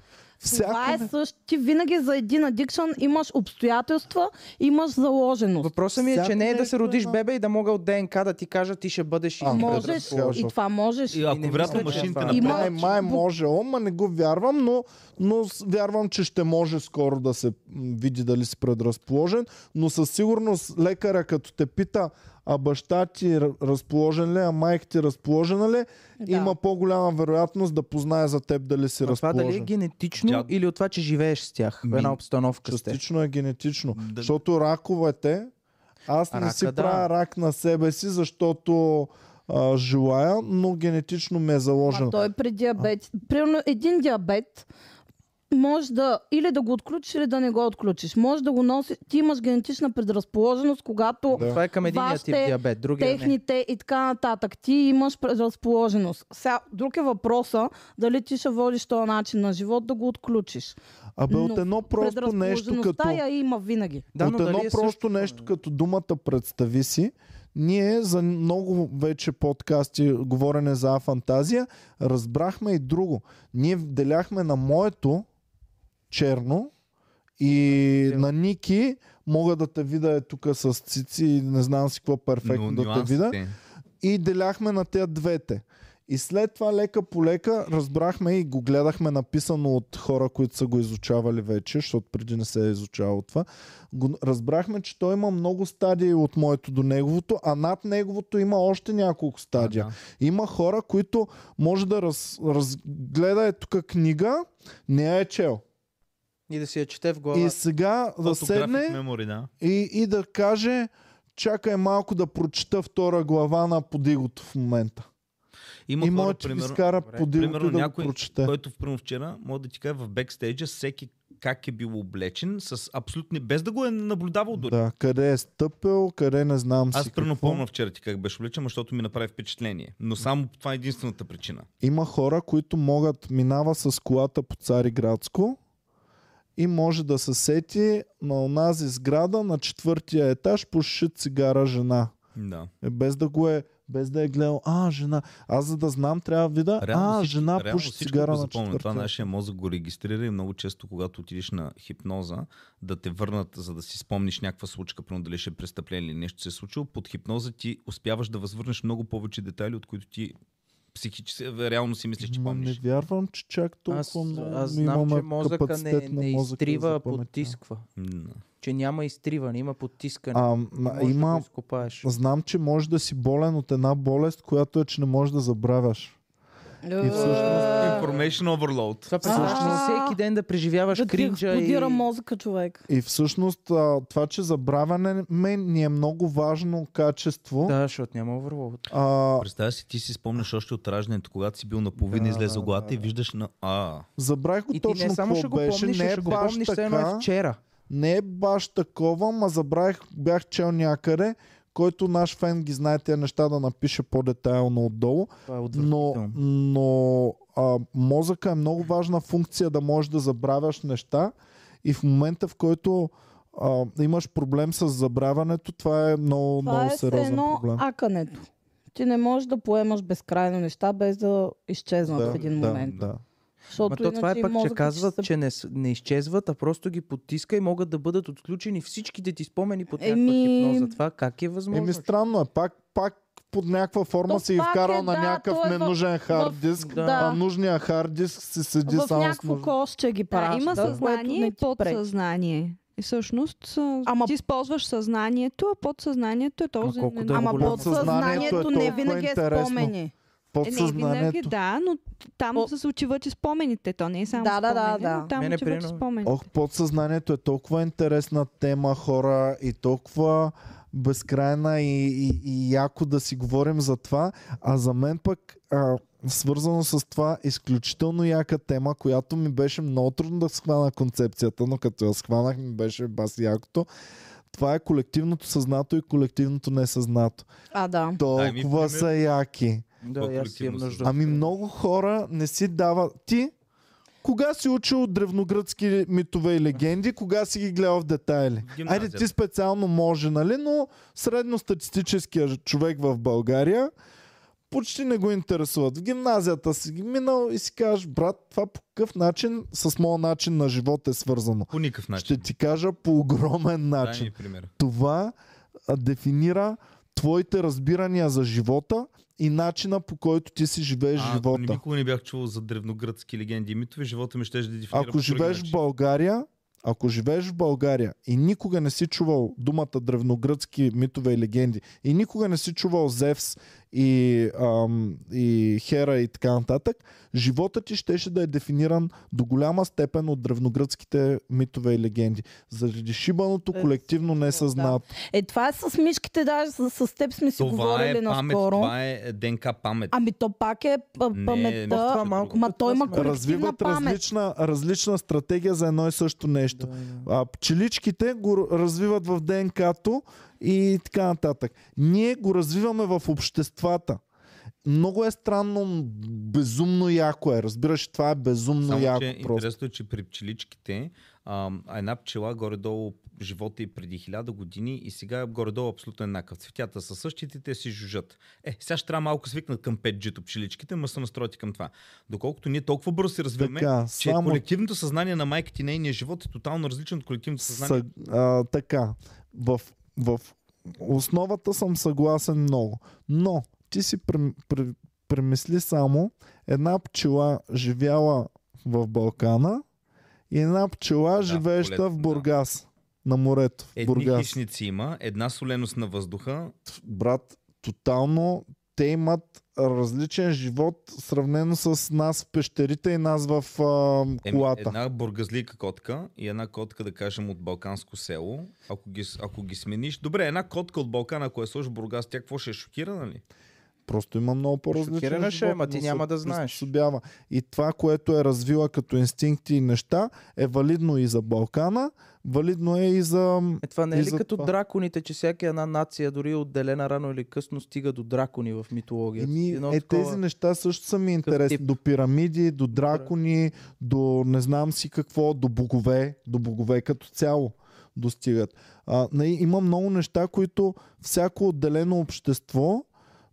Това е Всяко... също. Ти винаги за един адикшън имаш обстоятелства, имаш заложеност. Въпросът ми е, Всяко че не е да нещо се родиш има- бебе и да мога от ДНК да ти кажа, ти ще бъдеш А, и Можеш предразположен. и това можеш. И Ами ако не вероятно мисля, че е машините това. направят... Май, май може, ама не го вярвам, но, но с- вярвам, че ще може скоро да се м, види дали си предразположен, но със сигурност лекаря като те пита, а баща ти р- разположен ли, е, а майка ти разположена ли, да. Да. има по-голяма вероятност да познае за теб дали си Ма Това разположен. дали е генетично Дядо- или от това, че живееш с тях в Ми, една обстановка с теб? Частично е генетично. Да. Защото раковете, аз не Рака, си да. правя рак на себе си, защото а, желая, но генетично ми е А заложено. той при диабет. Примерно един диабет може да или да го отключиш, или да не го отключиш. Може да го носиш. Ти имаш генетична предразположеност, когато Да. Това е към единия тип Вашите диабет, другия не. техните и така нататък. Ти имаш предразположеност. Сега, друг е въпроса дали ти ще водиш този начин на живот да го отключиш. Абе от но едно просто нещо Предразположеността като... я има винаги. Да, от едно дали е просто същото? нещо като думата представи си, ние за много вече подкасти, говорене за фантазия, разбрахме и друго. Ние деляхме на моето черно и на Ники мога да те видя е тук с цици и не знам си какво перфектно да те е, видя. И деляхме на тези двете. И след това лека по лека разбрахме и го гледахме написано от хора, които са го изучавали вече, защото преди не се е изучавало това. Го, разбрахме, че той има много стадии от моето до неговото, а над неговото има още няколко стадия. да. Има хора, които може да раз, разгледа е тук книга, не я е чел. И да си я чете в И главата. сега да седне Мемори, да. и, и да каже, чакай малко да прочита втора глава на подигото в момента. Има И хора, може да ви примерно, изкара Добре. подигото примерно и да някой, е го прочете. който примерно вчера, мога да ти кажа в бекстейджа всеки как е бил облечен, с абсолютни, без да го е наблюдавал дори. Да, къде е стъпил, къде не знам Аз си прено какво. помня вчера ти как беше облечен, защото ми направи впечатление. Но само това е единствената причина. Има хора, които могат, минава с колата по Цариградско и може да се сети на онази сграда на четвъртия етаж пуши цигара жена. Да. Е, Без да го е без да е гледал, а, жена. Аз за да знам, трябва да видя, а, всички- жена реално пуши всичко цигара го на запомня. Това четвъртия. нашия мозък го регистрира и много често, когато отидеш на хипноза, да те върнат, за да си спомниш някаква случка, примерно дали ще е престъпление или нещо се е случило, под хипноза ти успяваш да възвърнеш много повече детайли, от които ти психически, реално си мислиш, че Ма не помниш. вярвам, че чак Аз, толкова много аз знам, имаме че мозъка не, капацитет на не мозъка изтрива, за а паметта. потисква. М, Че няма изтриване, има потискане. А, Не м- можеш да има, го изкопаеш. Знам, че може да си болен от една болест, която е, че не можеш да забравяш. И всъщност... Е, Information overload. Това представяш всъщност- всеки ден да преживяваш Да ти кринджа експлодира и... мозъка човек. И всъщност а, това, че забравяне мен ни е много важно качество. Да, защото няма overload. А, Представя си, ти си спомняш още от раждането, когато си бил наполовина, Да, да, излезе да, главата да, и виждаш на... А, забравих го И ти точно не само ще какво го беше. помниш, не а е ще го баш помниш, все едно така. е вчера. не е баш такова, ма забравих, бях чел някъде, който наш фен ги знае тези неща да напише по-детайлно отдолу. Това е но, отвратително. но а, мозъка е много важна функция да можеш да забравяш неща и в момента в който а, имаш проблем с забравянето, това е много, Това много е все сериозен едно проблем. акането. Ти не можеш да поемаш безкрайно неща, без да изчезнат да, в един да, момент. Да. Защото Ма то това иначе е и пък, мозъкът че ти казват, се- че не, с- не изчезват, а просто ги потиска и могат да бъдат отключени всичките ти спомени под някаква Еми- хипноза. Това как е възможно? Еми странно е, пак, пак под някаква форма То си ги пак вкарал е, на да, някакъв то е в- ненужен хард в- диск, да. а нужния хард диск си седи в само с някакво нуж... кошче ги Да, праща, има което съзнание не и е ти пречи. подсъзнание. И всъщност а, Ама- ти използваш съзнанието, а подсъзнанието е този... колко не- да е Ама голямо. Подсъзнанието е подсъзнанието не толкова винаги е интересно. спомени. Е, не винаги, Подсъзнанието. да, но там По- се случват и спомените. То не е само Да, да, да, спомените, да. но там Мене, отиват и примерно- спомените. Ох, подсъзнанието е толкова интересна тема, хора, и толкова безкрайна и, и, и яко да си говорим за това. А за мен пък а, свързано с това изключително яка тема, която ми беше много трудно да схвана концепцията, но като я схванах ми беше бас якото. Това е колективното съзнато и колективното несъзнато. А, да. Дай ми пример. Толкова са яки. Да, и аз си колективно имам нужда. съзнание. Ами много хора не си дават... Ти кога си учил древногръцки митове и легенди, кога си ги гледал в детайли? В гимназията. Айде ти специално може, нали? Но средностатистическия човек в България почти не го интересуват. В гимназията си ги минал и си кажеш, брат, това по какъв начин с моят начин на живот е свързано? По никакъв начин. Ще ти кажа по огромен Дай начин. ми пример. Това а, дефинира твоите разбирания за живота и начина по който ти си живееш А, ако Е, живота. никога не бях чувал за древногръцки легенди и митове, живота ми ще да дефинира по Ако друг живееш в начин. България, ако живееш в България и никога не си чувал думата древногръцки митове и легенди и никога не си чувал Зевс и, ам, и Хера и така нататък, живота ти щеше да е дефиниран до голяма степен от древногръцките митове и легенди. Заради шибаното Е, колективно да. несъзнато. Е, това е с мишките, даже с, с теб сме си Това говорили е памет, наскоро. това е ДНК памет. Ами то пак е п- Не, паметта. може това малко Ма като той има сме. колективна развиват памет. различна, различна стратегия за едно и също нещо. Да, да. А, пчеличките го р- развиват в ДНК-то и така нататък. Ние го развиваме в обществата. Много е странно, м, безумно яко е. Разбираш, това е безумно Само, яко че просто. интересното е, че при пчеличките а, една пчела горе-долу живота и преди хиляда години и сега е горе-долу абсолютно еднакъв. Цветята са същите, те си жужат. Е, сега ще трябва малко свикнат към 5G-то пчеличките, ма са настроите към това. Доколкото ние толкова бързо се развиваме, Така, е, че само- колективното съзнание на майките и нейния живот е тотално различно от колективното съзнание. Съ, а, така, в, в основата съм съгласен много. Но ти си прем- пре- премисли само една пчела живяла в Балкана и една пчела Да, живееща полет, в да. Бургас. На морето. В Едни Бургас. хищници има, една соленост на въздуха, брат, тотално те имат различен живот, сравнено с нас в пещерите и нас в а, Еми, колата. една бургазлика котка и една котка, да кажем, от балканско село. Ако ги, с- ако ги смениш. Добре, една котка от Балкана, ако е сложи в бургас, тя какво ще е шокира, нали? Просто има много по-различен Шокирана живот. ще е, ма ти но се няма да знаеш. приспособява. И това, което е развила като инстинкти и неща, е валидно и за Балкана, валидно е и за... Е, това не И е ли за като това. драконите, че всяка една нация, дори отделена рано или късно, стига до дракони в митологията? Еми, Едно е, такова- тези неща също са ми интересни. тип. До пирамиди, до дракони, до не знам си какво, до богове, до богове като цяло достигат. А, не, има много неща, които всяко отделено общество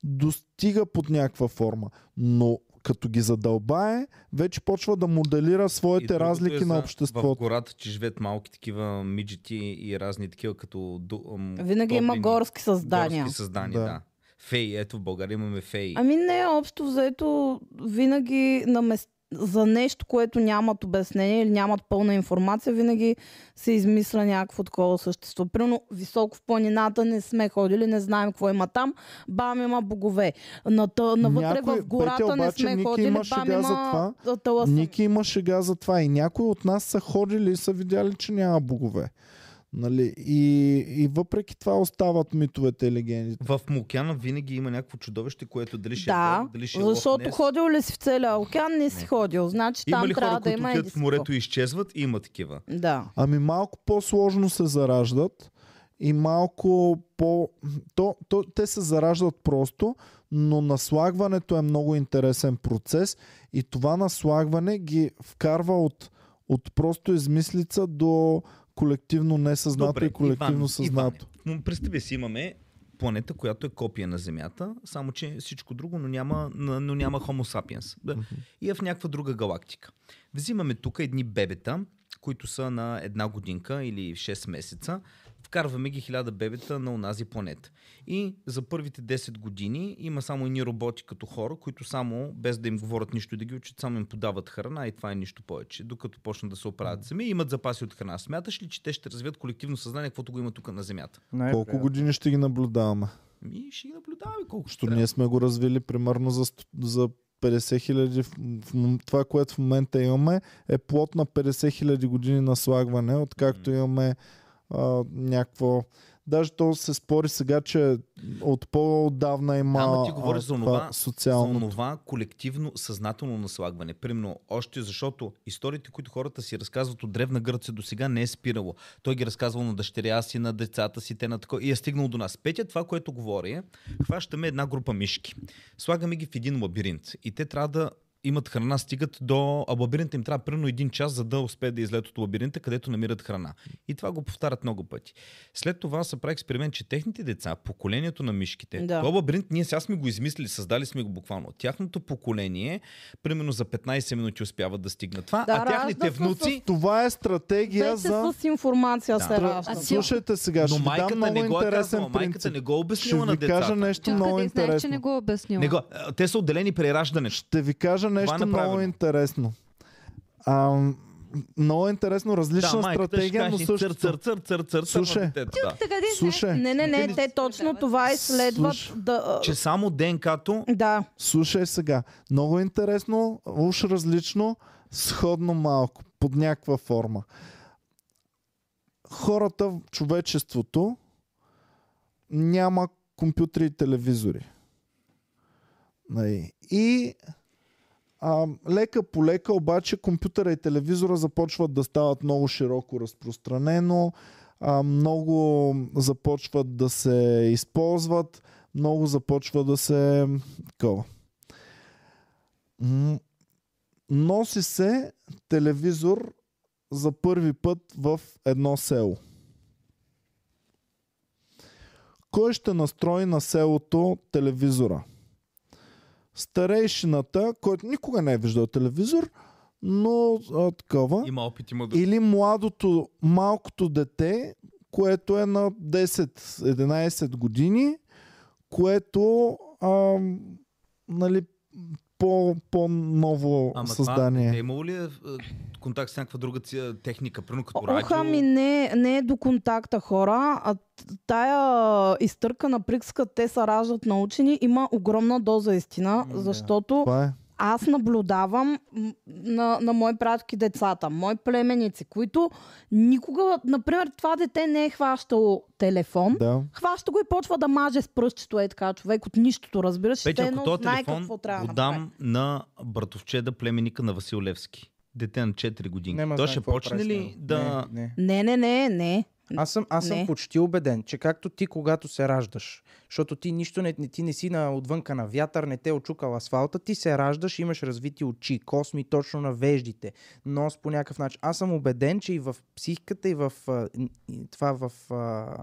достига под някаква форма. Но като ги задълбае, вече почва да моделира И своите другото разлики е на за- В обществото. гората, че живеят малки такива миджити и разни такива, като... до- ам, Винаги има гоблини, горски създания. Горски създания, Да. да. Феи, ето в България имаме феи. Ами не, общо взето винаги на мес... за нещо, което нямат обяснение или нямат пълна информация, винаги се измисля някакво такова същество. Примерно високо в планината не сме ходили, не знаем какво има там. Бам има богове. На, та, навътре Някой- в гората Петя, не обаче, сме Ники ходили, има шега бам има за това. за таласъм. Ники имаше газ за това и някои от нас са ходили и са видяли, че няма богове. Нали? И, и въпреки това остават митовете и легендите. В Мокяна винаги има някакво чудовище, което дали ще е Да, бог, дали ще е лох защото днес. ходил ли си в целия океан, не си Не. ходил. Значи Има там ли трябва хора, да които има отиват в един морето и изчезват? Има такива. Да. Ами малко по-сложно се зараждат и малко по... То, то, те се зараждат просто, но наслагването е много интересен процес и това наслагване ги вкарва от, от просто измислица до колективно несъзнато Добре, и колективно Иван, съзнато. Иване, м, представи си, имаме планета, която е копия на Земята, само че всичко друго, но няма, н- но няма Homo sapiens. Да. И е в някаква друга галактика. Взимаме тук едни бебета, които са на една годинка или 6 месеца. Вкарваме ги хиляда бебета на онази планета. И за първите 10 години има само едни роботи като хора, които само, без да им говорят нищо и да ги учат, само им подават храна и това е нищо повече, докато почнат да се оправят сами и имат запаси от храна. Смяташ ли, че те ще развият колективно съзнание, каквото го има тук на Земята? Най-вероятно. Колко години ще ги наблюдаваме? Ми ще ги наблюдаваме колко ще Що трябва. ние сме го развили примерно за, сто- за 50 хиляди. Това, което в момента имаме, е плод на 50 хиляди години наслагване, откакто имаме а, някакво Даже то се спори сега, че от по-давна има Да, ама ти говориш а, за това онова- социално. За онова колективно, съзнателно наслагване. Примерно, още защото историите, които хората си разказват от древна Гърция до сега не е спирало. Той ги разказвал на дъщеря си, на децата си, те на такова и е стигнал до нас. Петя това, което говори е, хващаме една група мишки, слагаме ги в един лабиринт и те трябва да имат храна, стигат до... А лабиринта им трябва примерно един час, за да успеят да излезат от лабиринта, където намират храна. И това го повтарят много пъти. След това се прави експеримент, че техните деца, поколението на мишките, Да. да. този лабиринт ние сега сме го измислили, създали сме го буквално. Тяхното поколение, примерно за 15 минути успяват да стигнат това, Да, а тяхните раждат се внуци... Това е стратегия Вече за... с информация Да. се А, ражда. си- Слушайте сега, ще Но ви дам майката много не го е интересен казала, майката принцип. не го е Ще обяснила на ви кажа децата. нещо Чакай много да знаеш, че интересно. не го е обяснила. Не го... а, Те са отделени при раждането. Ще ви кажа е нещо много направено. интересно. А, много интересно, различна да, майката стратегия, но ще също... каже, цър, цър, цър, цър, цър, Слушай. на детето, да. Така да Слушай, Не, не, не, Те те точно това изследват Слушай. да... Че само ДНК-то Да, слушай сега. Много интересно, уж различно, сходно малко, под някаква форма. Хората в човечеството няма компютри и телевизори. Нали? И а, лека по лека обаче компютъра и телевизора започват да стават много широко разпространено, а, много започват да се използват, много започва да се такова. М, Носи се телевизор за първи път в едно село. Кой ще настрои на селото телевизора? Старейшината, който никога не е виждал телевизор, но а, такава. има опит, има да... Или младото, малкото дете, което е на 10-11 години, което а, нали, по, по-ново Ама създание. това не е имало ли е, е, контакт с някаква друга ци- техника, примерно като радио? Оха ми не, не е до контакта хора, а т- тая изтъркана приказка, те се раждат научени, има огромна доза истина, М, да. защото това е. аз наблюдавам м, на, на мои пратки децата, мои племеници, които никога, например, това дете не е хващало телефон, Да. хваща го и почва да маже с пръстчето, е така човек от нищото, разбираш, Петя, те ако но този знае телефон какво трябва го да направи. дам на братовче да племеника на Васил Левски. Дете на 4 години. Нема Той знае ще какво почне прави с ли него. да... Не, не. Не, не, не, не. Аз съм, аз съм Не. почти убеден, че както ти, когато се раждаш, защото ти нищо не, не ти не си на отвънка на вятър, не те е очукал асфалта, ти се раждаш, имаш развити очи, косми точно на веждите, нос по някакъв начин. Аз съм убеден, че и в психиката, и в а, и това в... А,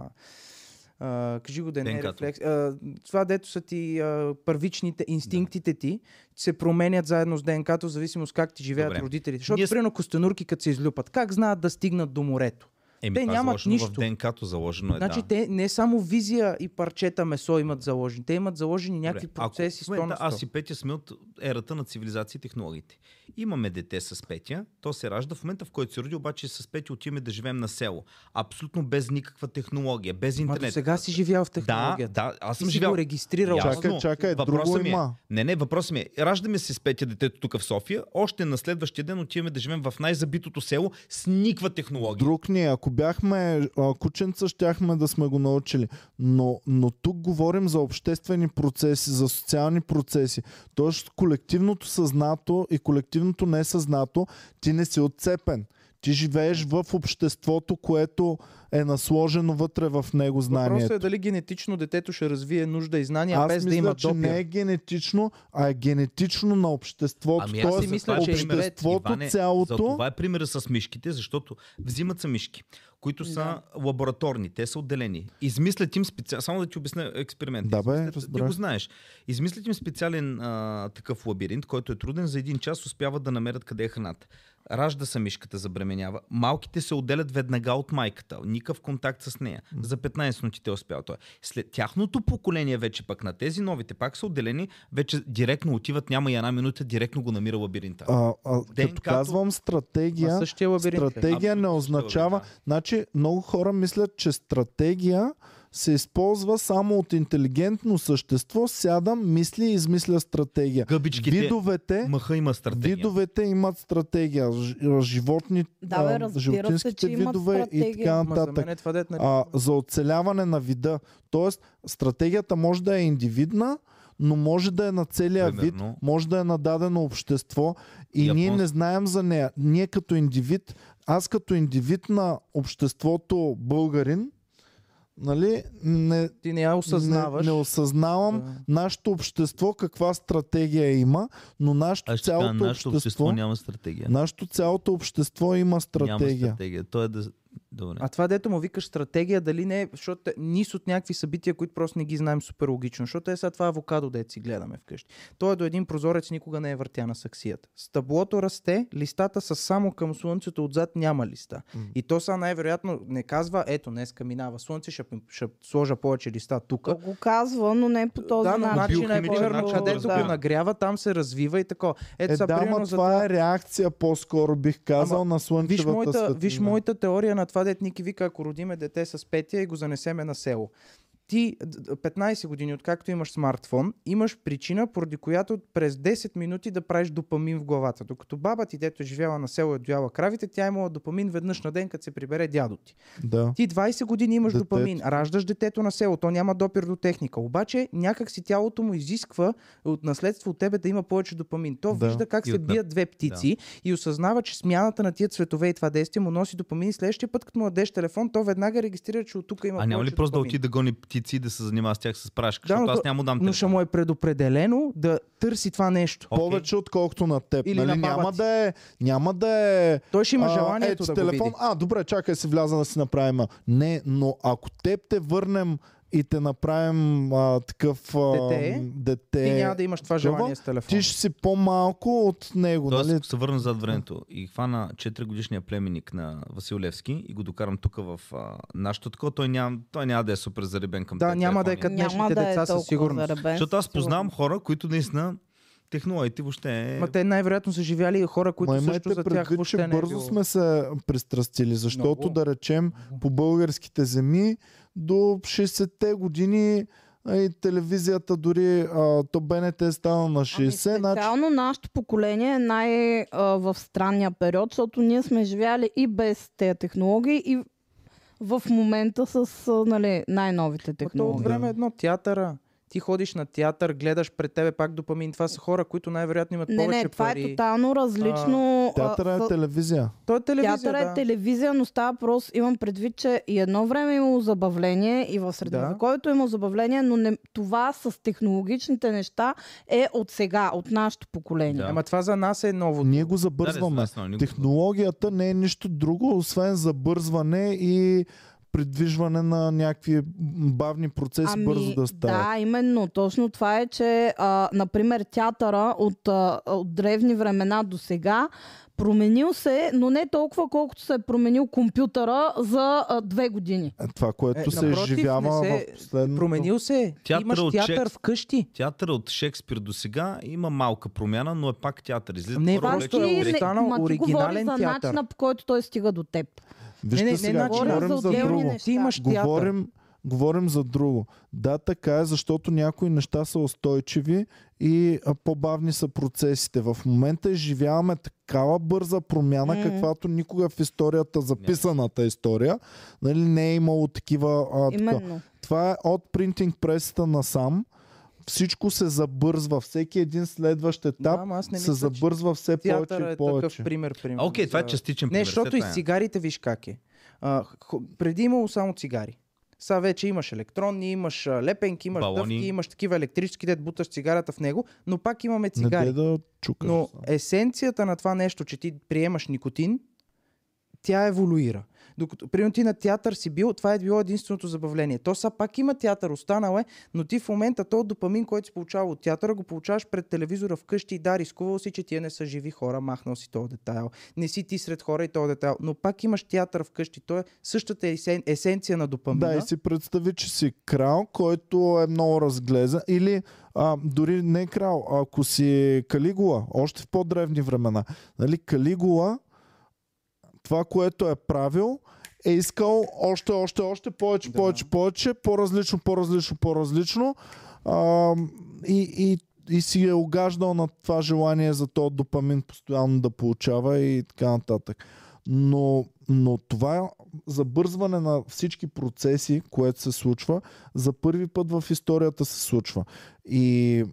а, кажи го да не е ДНК-то. рефлекс. А, това дето са ти а, първичните инстинктите ти, се променят заедно с ДНК-то, в зависимост как ти живеят Добре. родителите. Защото, Ние Ние... с- примерно, костенурки, като се излюпат, как знаят да стигнат до морето? Еми, Те това е нямат заложено в нищо. ДНК-то заложено е, Значи да. те не само визия и парчета месо имат заложени, те имат заложени някакви Добре, процеси ако, в момента 100 на 100. Аз и Петя сме от ерата на цивилизация и технологиите. Имаме дете с Петя, то се ражда в момента, в който се роди, обаче с Петя отиваме да живеем на село. Абсолютно без никаква технология, без Ма до интернет. Е, сега си живял в да, технологията. да, аз Ти съм си живял. го регистрирал. Ясно. Чакай, чакай, друго ми има. Е, не, не, въпросът ми е. Раждаме се с петия детето тук в София, още на следващия ден отиваме да живеем в най-забитото село с никаква технология. Друг ние, ако бяхме а, кученца, щяхме да сме го научили. Но, но тук говорим за обществени процеси, за социални процеси. Тоест колективното съзнато и колективното несъзнато, ти не си отцепен. Ти живееш в обществото, което е насложено вътре в него знанието. Въпросът е дали генетично детето ще развие нужда и знания, Аз без мисля, да има че допир. не е генетично, а е генетично на обществото. Ами аз Тоест, си мисля, че е примерът, обществото цялото... За това е примера с мишките, защото взимат са мишки, които са да. лабораторни, те са отделени. Измислят им специален... Само да ти обясня експеримент. Да, бе, Измислят- Ти разбрах. го знаеш. Измислят им специален а, такъв лабиринт, който е труден. За един час успяват да намерят къде е храната. Ражда са мишката, забременява. Малките се отделят веднага от майката. Никакъв контакт с нея. За 15 минути те успяват. това. След тяхното поколение вече пък на тези новите пак са отделени, вече директно отиват, няма и една минута, директно го намира лабиринта. А, а, като ДНК-то казвам На стратегия, същия лабиринт. е. стратегия Абсолютно не същия означава... лабиринт, Значи, много хора мислят, че стратегия се използва само от интелигентно същество, сядам, мисли и измисля стратегия. Гъбичките, Видовете, мъха има стратегия. видовете имат стратегия. Ж- Животни, Да, бе, а, разбира се, животинските че имат видове и стратегия. така Ама Ма за нататък мен е това дет, нали? а, за оцеляване на вида. Тоест, стратегията може да е индивидна, но може да е на целия Примерно. вид, може да е на дадено общество и Японс... ние Японс- не знаем за нея. Ние като индивид, аз като индивид на обществото българин, нали, не, Ти не я осъзнаваш. не, не осъзнавам Да. нашето общество каква стратегия има, но нашето Аз ще цялото кажа, нашето общество, общество няма стратегия. нашето цялото общество има Няма стратегия. стратегия. То е да... Добре. А това, дето му викаш стратегия, дали не е, защото те- низ от някакви събития, които просто не ги знаем супер логично. Защото е сега това авокадо, дето си гледаме вкъщи. Той е до един прозорец, никога не е въртя на саксията. Стъблото расте, листата са само към слънцето, отзад няма листа. М. И то са най-вероятно не казва, ето, днеска минава слънце, ще, пи- ще сложа повече листа тук. То го казва, но не по този Да, но начин. начинът е биохимичен примерно, начин, където разбира. го нагрява, там се развива и така. Ето, Е, сега, да, примерно, ма за това е реакция по-скоро, бих казал, Ама, на слънчевата Виж моята, светлина. виж моята теория на това, дет Ники вика, ако родиме дете с петия и го занесеме на село. Ти д- д- 15 години, откакто имаш смартфон, имаш причина, поради която през 10 минути да правиш допамин в главата. Докато баба ти, дето е живяла на село и е дояла кравите, тя е имала допамин веднъж на ден, като се прибере дядо ти. Да. Ти 20 години имаш Детето. допамин, раждаш детето на село, то няма допир до техника. Обаче някак си тялото му изисква от наследство от тебе да има повече допамин. То Да. вижда как И се от- бият две птици и осъзнава, че смяната на тия цветове и това действие му носи допамин. И Следващия път, като му дадеш телефон, то веднага регистрира, че от тук има А няма ли повече просто да допамин. отида да гони птици и да се занимава с тях с прашка? Да, защото но аз то- няма да дам Но ще телефон. му е предопределено да търси това нещо. Окей. Повече отколкото на теб. Или нали? на баба няма ти. да е. Няма да е. Той ще има а, желанието ето да с телефон. го види. А, добре, чакай си вляза да си направим. а. Не, но ако теб те върнем и те направим а, такъв а, Дете, м, дете Ти няма да имаш това такова, желание с телефон. ти ще си по-малко от него. Тоест, нали? ако се върна зад времето и хвана 4 годишния племенник на Васил Левски и го докарам тук в а, нашото такова, той няма, той няма да е супер заребен към Да, тези няма да е телефони. като Няма днешните да е деца със толкова сигурност. заребен. Защото аз със сигурност. познавам хора, които наистина технологиите въобще... е- Ма те най-вероятно са живяли и хора, които Ма също за имайте тях предвид, че въобще не е бързо било. сме се пристрастили, защото Много. да речем по българските земи до 60-те години а, и телевизията дори а, то БНТ е стана на 60, ами значи специално нашето поколение е най-в странния период, защото ние сме живяли и без тези технологии и в момента с а, нали, най-новите Ма То от технологии. време е едно театъра. Ти ходиш на театър, гледаш пред тебе пак допамин. Това са хора, които най-вероятно имат Не, повече не, това пари. е тотално различно. а, театъра е в- телевизия. Той е телевизия, Театъра да. е телевизия, но става въпрос, имам предвид, че и едно време е имало забавление и в средновековието е имало забавление, но не, това с технологичните неща е от сега, от нашето поколение. Да. Ама това за нас е ново. Ние го Да, да, забързваме. естествено, никога. Технологията не е нищо друго, освен забързване и придвижване на някакви бавни е процеси бързо да стават. Ами, Да, именно. Точно това е, че, а, например, театъра от, а, от древни времена до сега променил се, но не толкова, колкото се е променил компютъра за а, две години. Е, Това, което Е, се напротив, не изживява се в последното... Променил се. Театъра Имаш от театър Шекс- вкъщи. Театъра от Шекспир до сега има малка промяна, но е пак театър. Излиза Не, първо просто вече е от не- Грек. останал ма ти говори оригинален за театър. начина, по който той стига до теб. Вижте не, значи не, сега, не, че начин, говорим говорим за за отделни друго. неща. Ти имаш театър. Говорим, говорим за друго. Да, така е, защото някои неща са устойчиви и а, по-бавни са процесите. В момента изживяваме такава бърза промяна, М. каквато никога в историята, записаната история, нали, не е имало такива. А, така. Именно. Това е от принтинг пресата насам. Всичко се забързва. Всеки един следващ етап ама аз не се мисля, че забързва все повече Театъра и е такъв повече. пример. примерно, А, Окей, това е за- частичен пример. Не, защото след и това с е. цигарите виж как е. А, хо- преди имало само цигари. Сега вече имаш електронни, имаш а, лепенки, имаш Балони. дъвки, имаш такива електрически, дед буташ цигарата в него, но пак имаме Не цигари. дей да чукаш. Но есенцията на това нещо, че ти приемаш никотин, тя еволюира. Докато, примерно ти на театър си бил, това е било единственото забавление. То са пак има театър, останал е, но ти в момента то допамин, който си получавал от театъра, го получаваш пред телевизора вкъщи и да, рискувал си, че тия не са живи хора, махнал си този детайл. Не си ти сред хора и този детайл, но пак имаш театър вкъщи. То е същата есен, есенция на допамина. Да, и си представи, че си крал, който е много разглезен. Или а, дори не е крал, а ако си Калигула, още в по-древни времена. Нали, Калигула, това, което е правил, е искал още, още, още, повече, Да. повече, повече, по-различно, по-различно, по-различно. А, и, и, и си е огаждал на това желание за този допамин постоянно да получава и така нататък. Но, но това забързване на всички процеси, което се случва, за първи път в историята се случва. И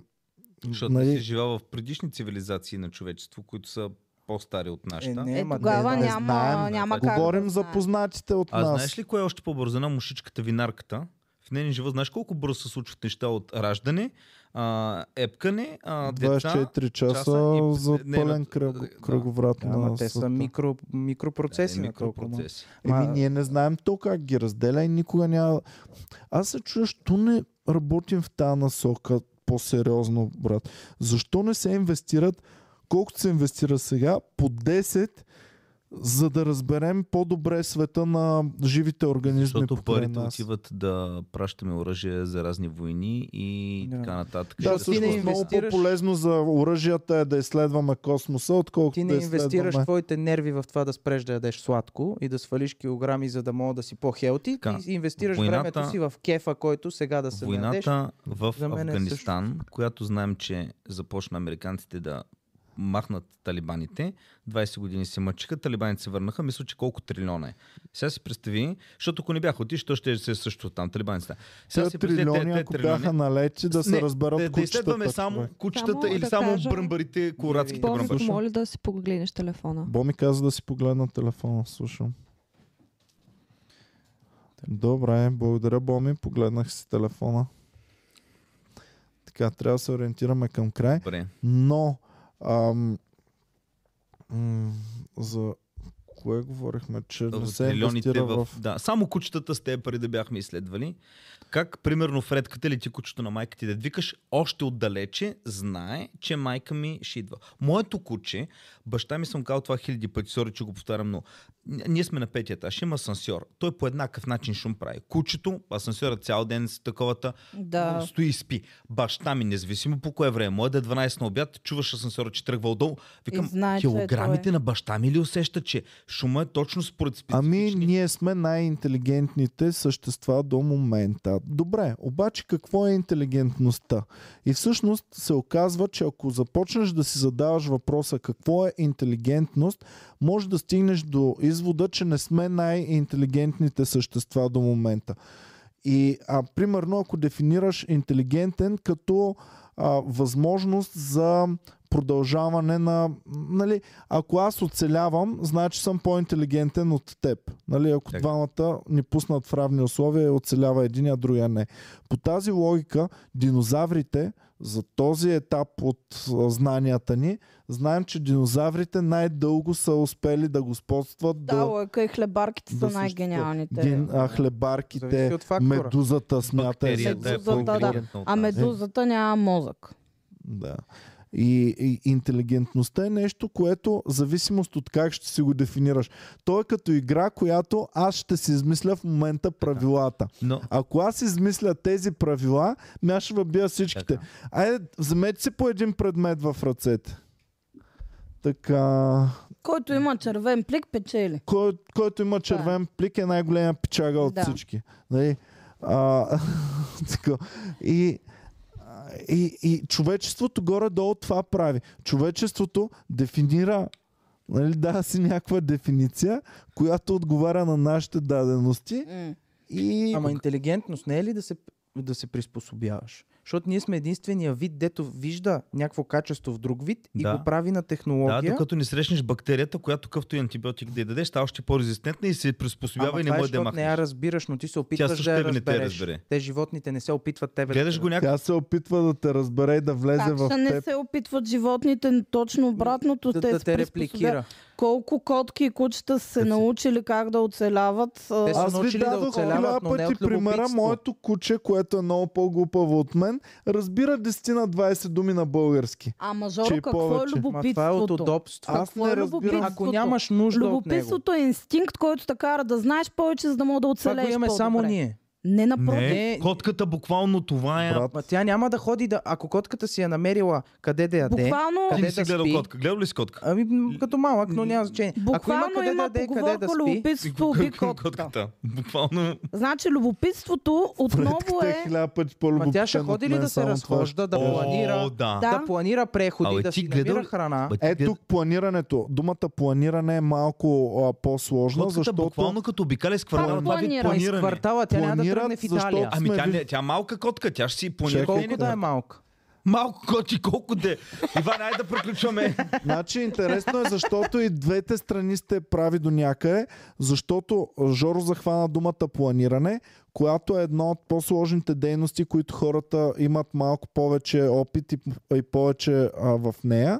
Защото нали... си живял в предишни цивилизации на човечество, които са по-стари от нашата. Е, Е, не, ма, тогава не, не няма, знаем. няма как. говорим да за знаем. познатите от А нас. знаеш ли кое е още по-бързо? На мушичката винарката. В нейния живот знаеш колко бързо се случват неща от раждане, а, епкане, а, деца... Е, 24 часа, часа и- за не, пълен на- кръг, да. кръговрат Да, на ама те са света. микро, микропроцеси. Да, Да, е, микропроцеси. микропроцеси. Еми, Ма- Ами ние не знаем то как ги разделя и никога няма... Аз се чуя, що не работим в тази насока по-сериозно, брат. Защо не се инвестират, колкото се инвестира сега, по 10, за да разберем по-добре света на живите организми Защото покрай парите нас? отиват да пращаме оръжие за разни войни и Да. така нататък. Да, И ти всъщност не много инвестираш- по-полезно за оръжията е да изследваме космоса, отколкото Ти не да инвестираш изследваме... твоите нерви в това да спреш да ядеш сладко и да свалиш килограми, за да мога да си по-хелти. Ти Така, инвестираш войната- времето си в кефа, който сега да се наядеш. Войната в за мен е Афганистан, която знаем, че започна американците да махнат талибаните. 20 години се мъчиха, талибаните се върнаха. Мисля, че колко трилиона е. Сега си представи, защото ако не бяха отишли, то ще се също там талибаните. Те са. си представи, те- трилиони, те ако трилиони- бяха налети, да се Не, разберат да, да кучетата, изследваме човек. само кучетата Само или да само кажа- бръмбарите, колорадските Бобо, бръмбари. слушам. Бобов, моля да си погледнеш телефона. Бо ми каза да си погледна телефона, слушам. Добре, благодаря Боми, погледнах си телефона. Така, трябва да се ориентираме към край, Добре. но ам, м- за кое говорихме, че не в се е трилионите инвестира в... в... Да, само кучетата с тези пари да бяхме изследвали. Как, примерно, в редката лети кучето на майка ти да викаш още отдалече, знае, че майка ми ще идва. Моето куче, баща ми съм казал това хиляди пъти, сори, че го повтарям, но н- ние сме на петия етаж, има асансьор. Той по еднакъв начин шум прави. Кучето, асансьора цял ден с таковата, Да. стои и спи. Баща ми, независимо по кое време, моят да е 12 на обяд, чуваш асансьора, че тръгва отдолу. Викам, И знае, че е килограмите той. на баща ми ли усеща, че шума е точно според Ами, специфични ние сме най-интелигентните същества до момента. Добре, обаче какво е интелигентността? И всъщност се оказва, че ако започнеш да си задаваш въпроса какво е интелигентност, може да стигнеш до извода, че не сме най-интелигентните същества до момента. И, а, примерно, ако дефинираш интелигентен като а, възможност за продължаване на... Нали, ако аз оцелявам, значи съм по-интелигентен от теб. Нали, ако Така. двамата ни пуснат в равни условия, оцелява един, а другия не. По тази логика, динозаврите за този етап от а, знанията ни, знаем, че динозаврите най-дълго са успели да господстват Да, до... лъка и хлебарките са Да, най-гениалните. Ген, а, Зависи хлебарките, от фактора. медузата смятай. бактерии, да е Медузата, да. Ами, по-интелигентна от А нас. медузата няма мозък. Да. И, и интелигентността е нещо, което в зависимост от как ще си го дефинираш. То е като игра, която аз ще си измисля в момента правилата. Но, Ако аз измисля тези правила, ми аз ще въбия всичките. Така. Айде, вземете си по един предмет в ръцете. Така. Който има червен плик, печели. Кой, който има червен плик е най-големия печага от Да. всички. Нали? А, така. и, а, и, и човечеството горе-долу това прави. Човечеството дефинира Нали, да, си някаква дефиниция, която отговаря на нашите дадености М. и Ама интелигентност не е ли да се, да се приспособяваш? Защото ние сме единствения вид, дето вижда някакво качество в друг вид и Да. го прави на да, технология. докато не срещнеш бактерията, която какъвто и антибиотик да й дадеш, става още по-резистентна и се приспособява Ама и не това е, може да я защото не я махнеш. разбираш, но ти се опитваш също да я тебе не те разбереш. разбере. Те животните не се опитват тебе Гледаш да го някак... тя се опитва да те разбере и да влезе Как в ще не теб. се опитват животните но точно обратното? да, те да се те приспособяват. репликира. Колко котки и кучета са се научили как да оцеляват. а, Те са Аз ви научили да дадох хиляда оцеляват, но не пъти от примера. любопитство. Моето куче, което е много по-глупаво от мен, разбира 10 на 20 думи на български. Ама Жоро, Че и какво е повече. Ма Ма това е от любопитството? удобство. Аз Какво не е разбирам. любопитството? Ако нямаш нужда от него. Любопитството е инстинкт, който те кара да знаеш повече, за да мога да Това го оцелееш имаме по-добре. само ние. Не, напротив. Не, Не. котката буквално това е... Брат, Ма тя няма да ходи да... Ако котката си е намерила къде да яде... Буквално, Ти не къде си да гледал спи? котка. Гледал ли си котка? Ами, м, като малък, но няма значение. Ако има буквално къде да има яде, къде да поговорка спи... любопитството уби котката. Буквално Значи любопитството отново предката е е... хиляда пъти Ма по-любопитен тя ще ходи от ли мен, да се само това ще- разхожда, да О, планира... Да. да. Да планира Абе, преходи, да ти си гледал- намира храна. Бе, ти Е, глед- тук планирането. Думата планиране е малко а, по-сложно, Котката защото... буквално като обикаля с квартала, Пак това ви планира. Ма из планиране. квартала тя няма да Планират, тръгне в защото- Италия. Ами сме тя, ви- не, тя малка котка, тя ще си планира. Колко нейната- да е малка? Малко коти, колко де. Иван, айде да приключваме. Значи интересно е, защото и двете страни сте прави до някъде, защото Жоро захвана думата планиране, която е една от по-сложните дейности, които хората имат малко повече опит и, и повече а, в нея.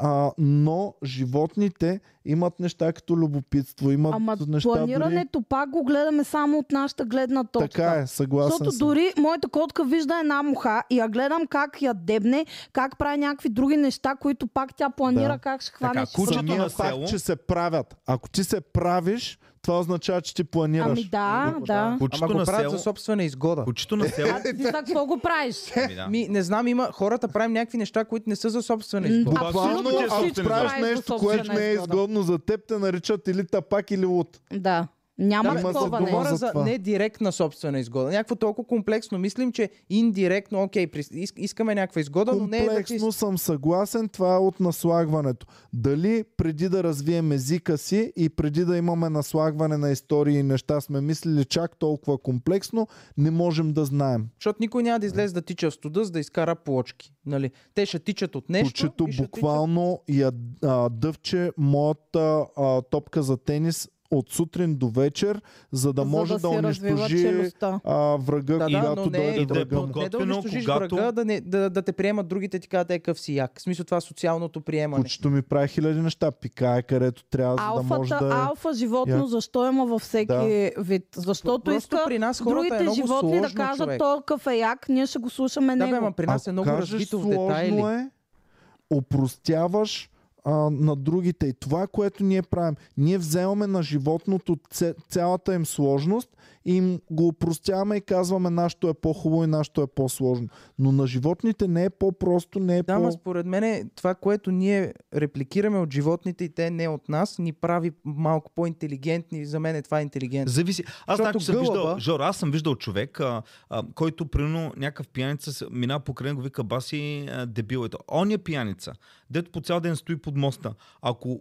А, но животните имат неща като любопитство, имат Ама неща дори... планирането пак го гледаме само от нашата гледна точка. Така е, съгласен Защото съм. дори моята котка вижда една муха и я гледам как я дебне, как прави някакви други неща, които пак тя планира Да. как ще хване. Така, ще кучето хване. Самия на село. факт, че се правят. Ако ти се правиш, това означава, че ти планираш. Ами да, да. Кучето Ама го на правят село. за собствена изгода. Кучето на село. А ти за какво го правиш? Ами да. Ми, не знам, има хората правим някакви неща, които не са за собствена М, изгода. Буквално, Абсолютно ако всичко правиш правиш нещо, по което не е собствена изгодно за теб, те наричат или тапак, или лут. Да. Няма Да, ма такова за нещо. говоря Говоря за за това. не директна собствена изгода. Някакво толкова комплексно. Мислим, че индиректно, окей, прис- ис- искаме някаква изгода, но не е да ти... Комплексно съм съгласен, това е от наслагването. Дали преди да развием езика си и преди да имаме наслагване на истории и неща сме мислили чак толкова комплексно, не можем да знаем. Защото никой няма да излезе да тича в студа, за да изкара плочки. Нали? Те ще тичат от нещо. Кучето и ще буквално я а, дъвче моята а, топка за тенис от сутрин до вечер, за да За може да да, си развива унищожи челюстта. а, врага, Да, да, когато но не, е дойде и да, врага. но му. не да Подготвено, унищожиш когато- врага, да, не, да, да те приемат другите ти казват екъв си як. В смисъл това социалното приемане. Кучето ми прави хиляди неща. Пикае където трябва, за да може Алфата, да е... алфа животно, Я. защо има във всеки Да. вид? Защото Просто иска при нас хората другите е много животни сложно, да кажат, човек. то кафе як, ние ще го слушаме Да, него. бе, ама при нас е много кажеш, развито в сложно детайли. е, опростяваш а, на другите. И това, е което ние правим, ние вземаме на животното ц- цялата им сложност и им го опростяваме и казваме нашето е по-хубаво и нашето е по-сложно. Но на животните не е по-просто, не е Да, по... ма според мен това, което ние репликираме от животните и те не от нас, ни прави малко по-интелигентни. За мен е това интелигентно. Зависи. Аз знам, Защото че съм гълъба- виждал, Жор, аз съм виждал човек, а, а, който примерно някакъв пияница с- мина покрай него, вика баси а, дебил ето. Он е пияница, дето по цял ден стои под моста. Ако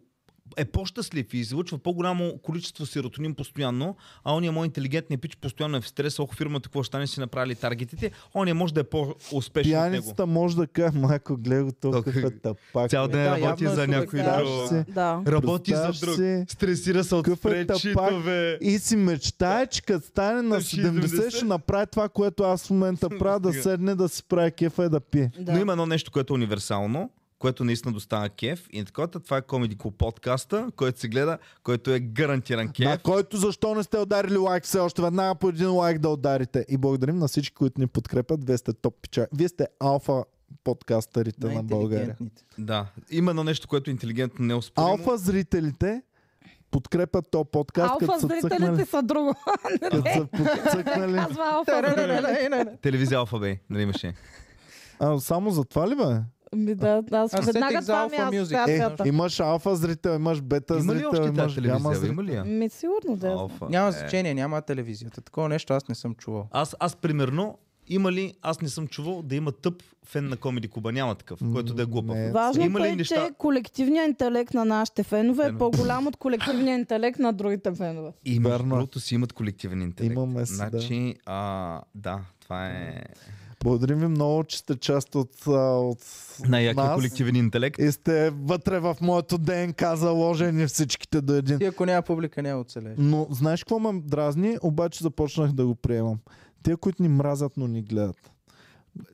е по-щастлив и излъчва по-голямо количество сиротонин постоянно, а он е мой интелигентния пич, постоянно е в стрес, ох, фирмата какво ще не си направили таргетите, он е може да е по-успешен от него. Пияницата може да каже, майко, гледай го толкова Толкова- okay. тапак. Цял ден Да, работи явно е за човек, някой да. друг. Си. Да. Работи за Представяш друг. си, Стресира се от какъв е тапак? пречитове. И си мечтае, че като стане на Ще 70, ще 70. направи това, което аз в момента правя, да Стига. седне, да си прави кефа и да пие. Да. Но има едно нещо, което е универсално, което наистина достава кеф и такова. Това е Comedy Club подкаста, който се гледа, който е гарантиран кеф. На който защо не сте ударили лайк все още веднага по един лайк да ударите. И благодарим на всички, които ни подкрепят. Вие сте топ пича. Вие сте алфа подкастърите на България. Най-интелигентните. Да. Има едно нещо, което е интелигентно неоспоримо. Алфа зрителите подкрепят то подкаст, Алфа като са зрителите цъкнали. са друго. Като са подцъкнали. Казва алфа зрителите. Телевизия Алфа бе, нали имаше? А, само за това ли бе? Ми Ами да, аз Аз веднага сетих за това ми е Alpha Music. Е, асоциацията. имаш алфа зрител, имаш бета Има ли зрител, още тази имаш гама телевизия? бе? Има зрител. ли я? Ми Ами, сигурно да. я знам. Алфа. Няма Е. значение, няма телевизията. Такова нещо аз не съм чувал. Аз, аз примерно, има ли, аз не съм чувал да има тъп фен на Comedy Club. Няма такъв, който да е глупав. не. Важното Има ли е, неща- че колективният интелект на нашите фенове е Фенове. по-голям от колективния интелект на другите фенове. И между Верно е. другото си имат колективен интелект. Имаме си, да. значи, да. А, да, това е Благодарим ви много, че сте част от, а, от най-якия нас. колективен интелект. И сте вътре в моето ДНК заложени всичките до един. Ти ако няма публика, няма оцелеш. Но знаеш какво ме дразни? Обаче започнах да го приемам. Те, които ни мразят, но ни гледат.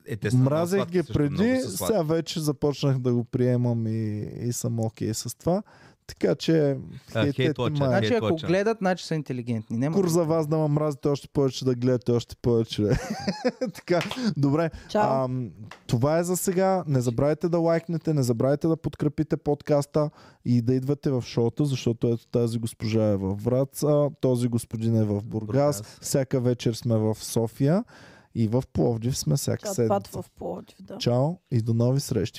Е, те са много Мразех сладки, ги също много преди, са сладки. сега вече започнах да го приемам и, и съм окей okay с това. Така че, А, хейтете хейт-лоча, май. Значи ако Headwatch-а. гледат, значи са интелигентни. Няма Кур за вас да ме мразите още повече, да гледате още повече. така, добре. Чао. Ам, това е за сега. Не забравяйте да лайкнете, не забравяйте да подкрепите подкаста и да идвате в шоута, защото ето тази госпожа е във Враца, този господин е в Бургас, Бургас. всяка вечер сме в София и в Пловдив сме всяка Чат пат седмица. в Пловдив, да. Чао и до нови срещи.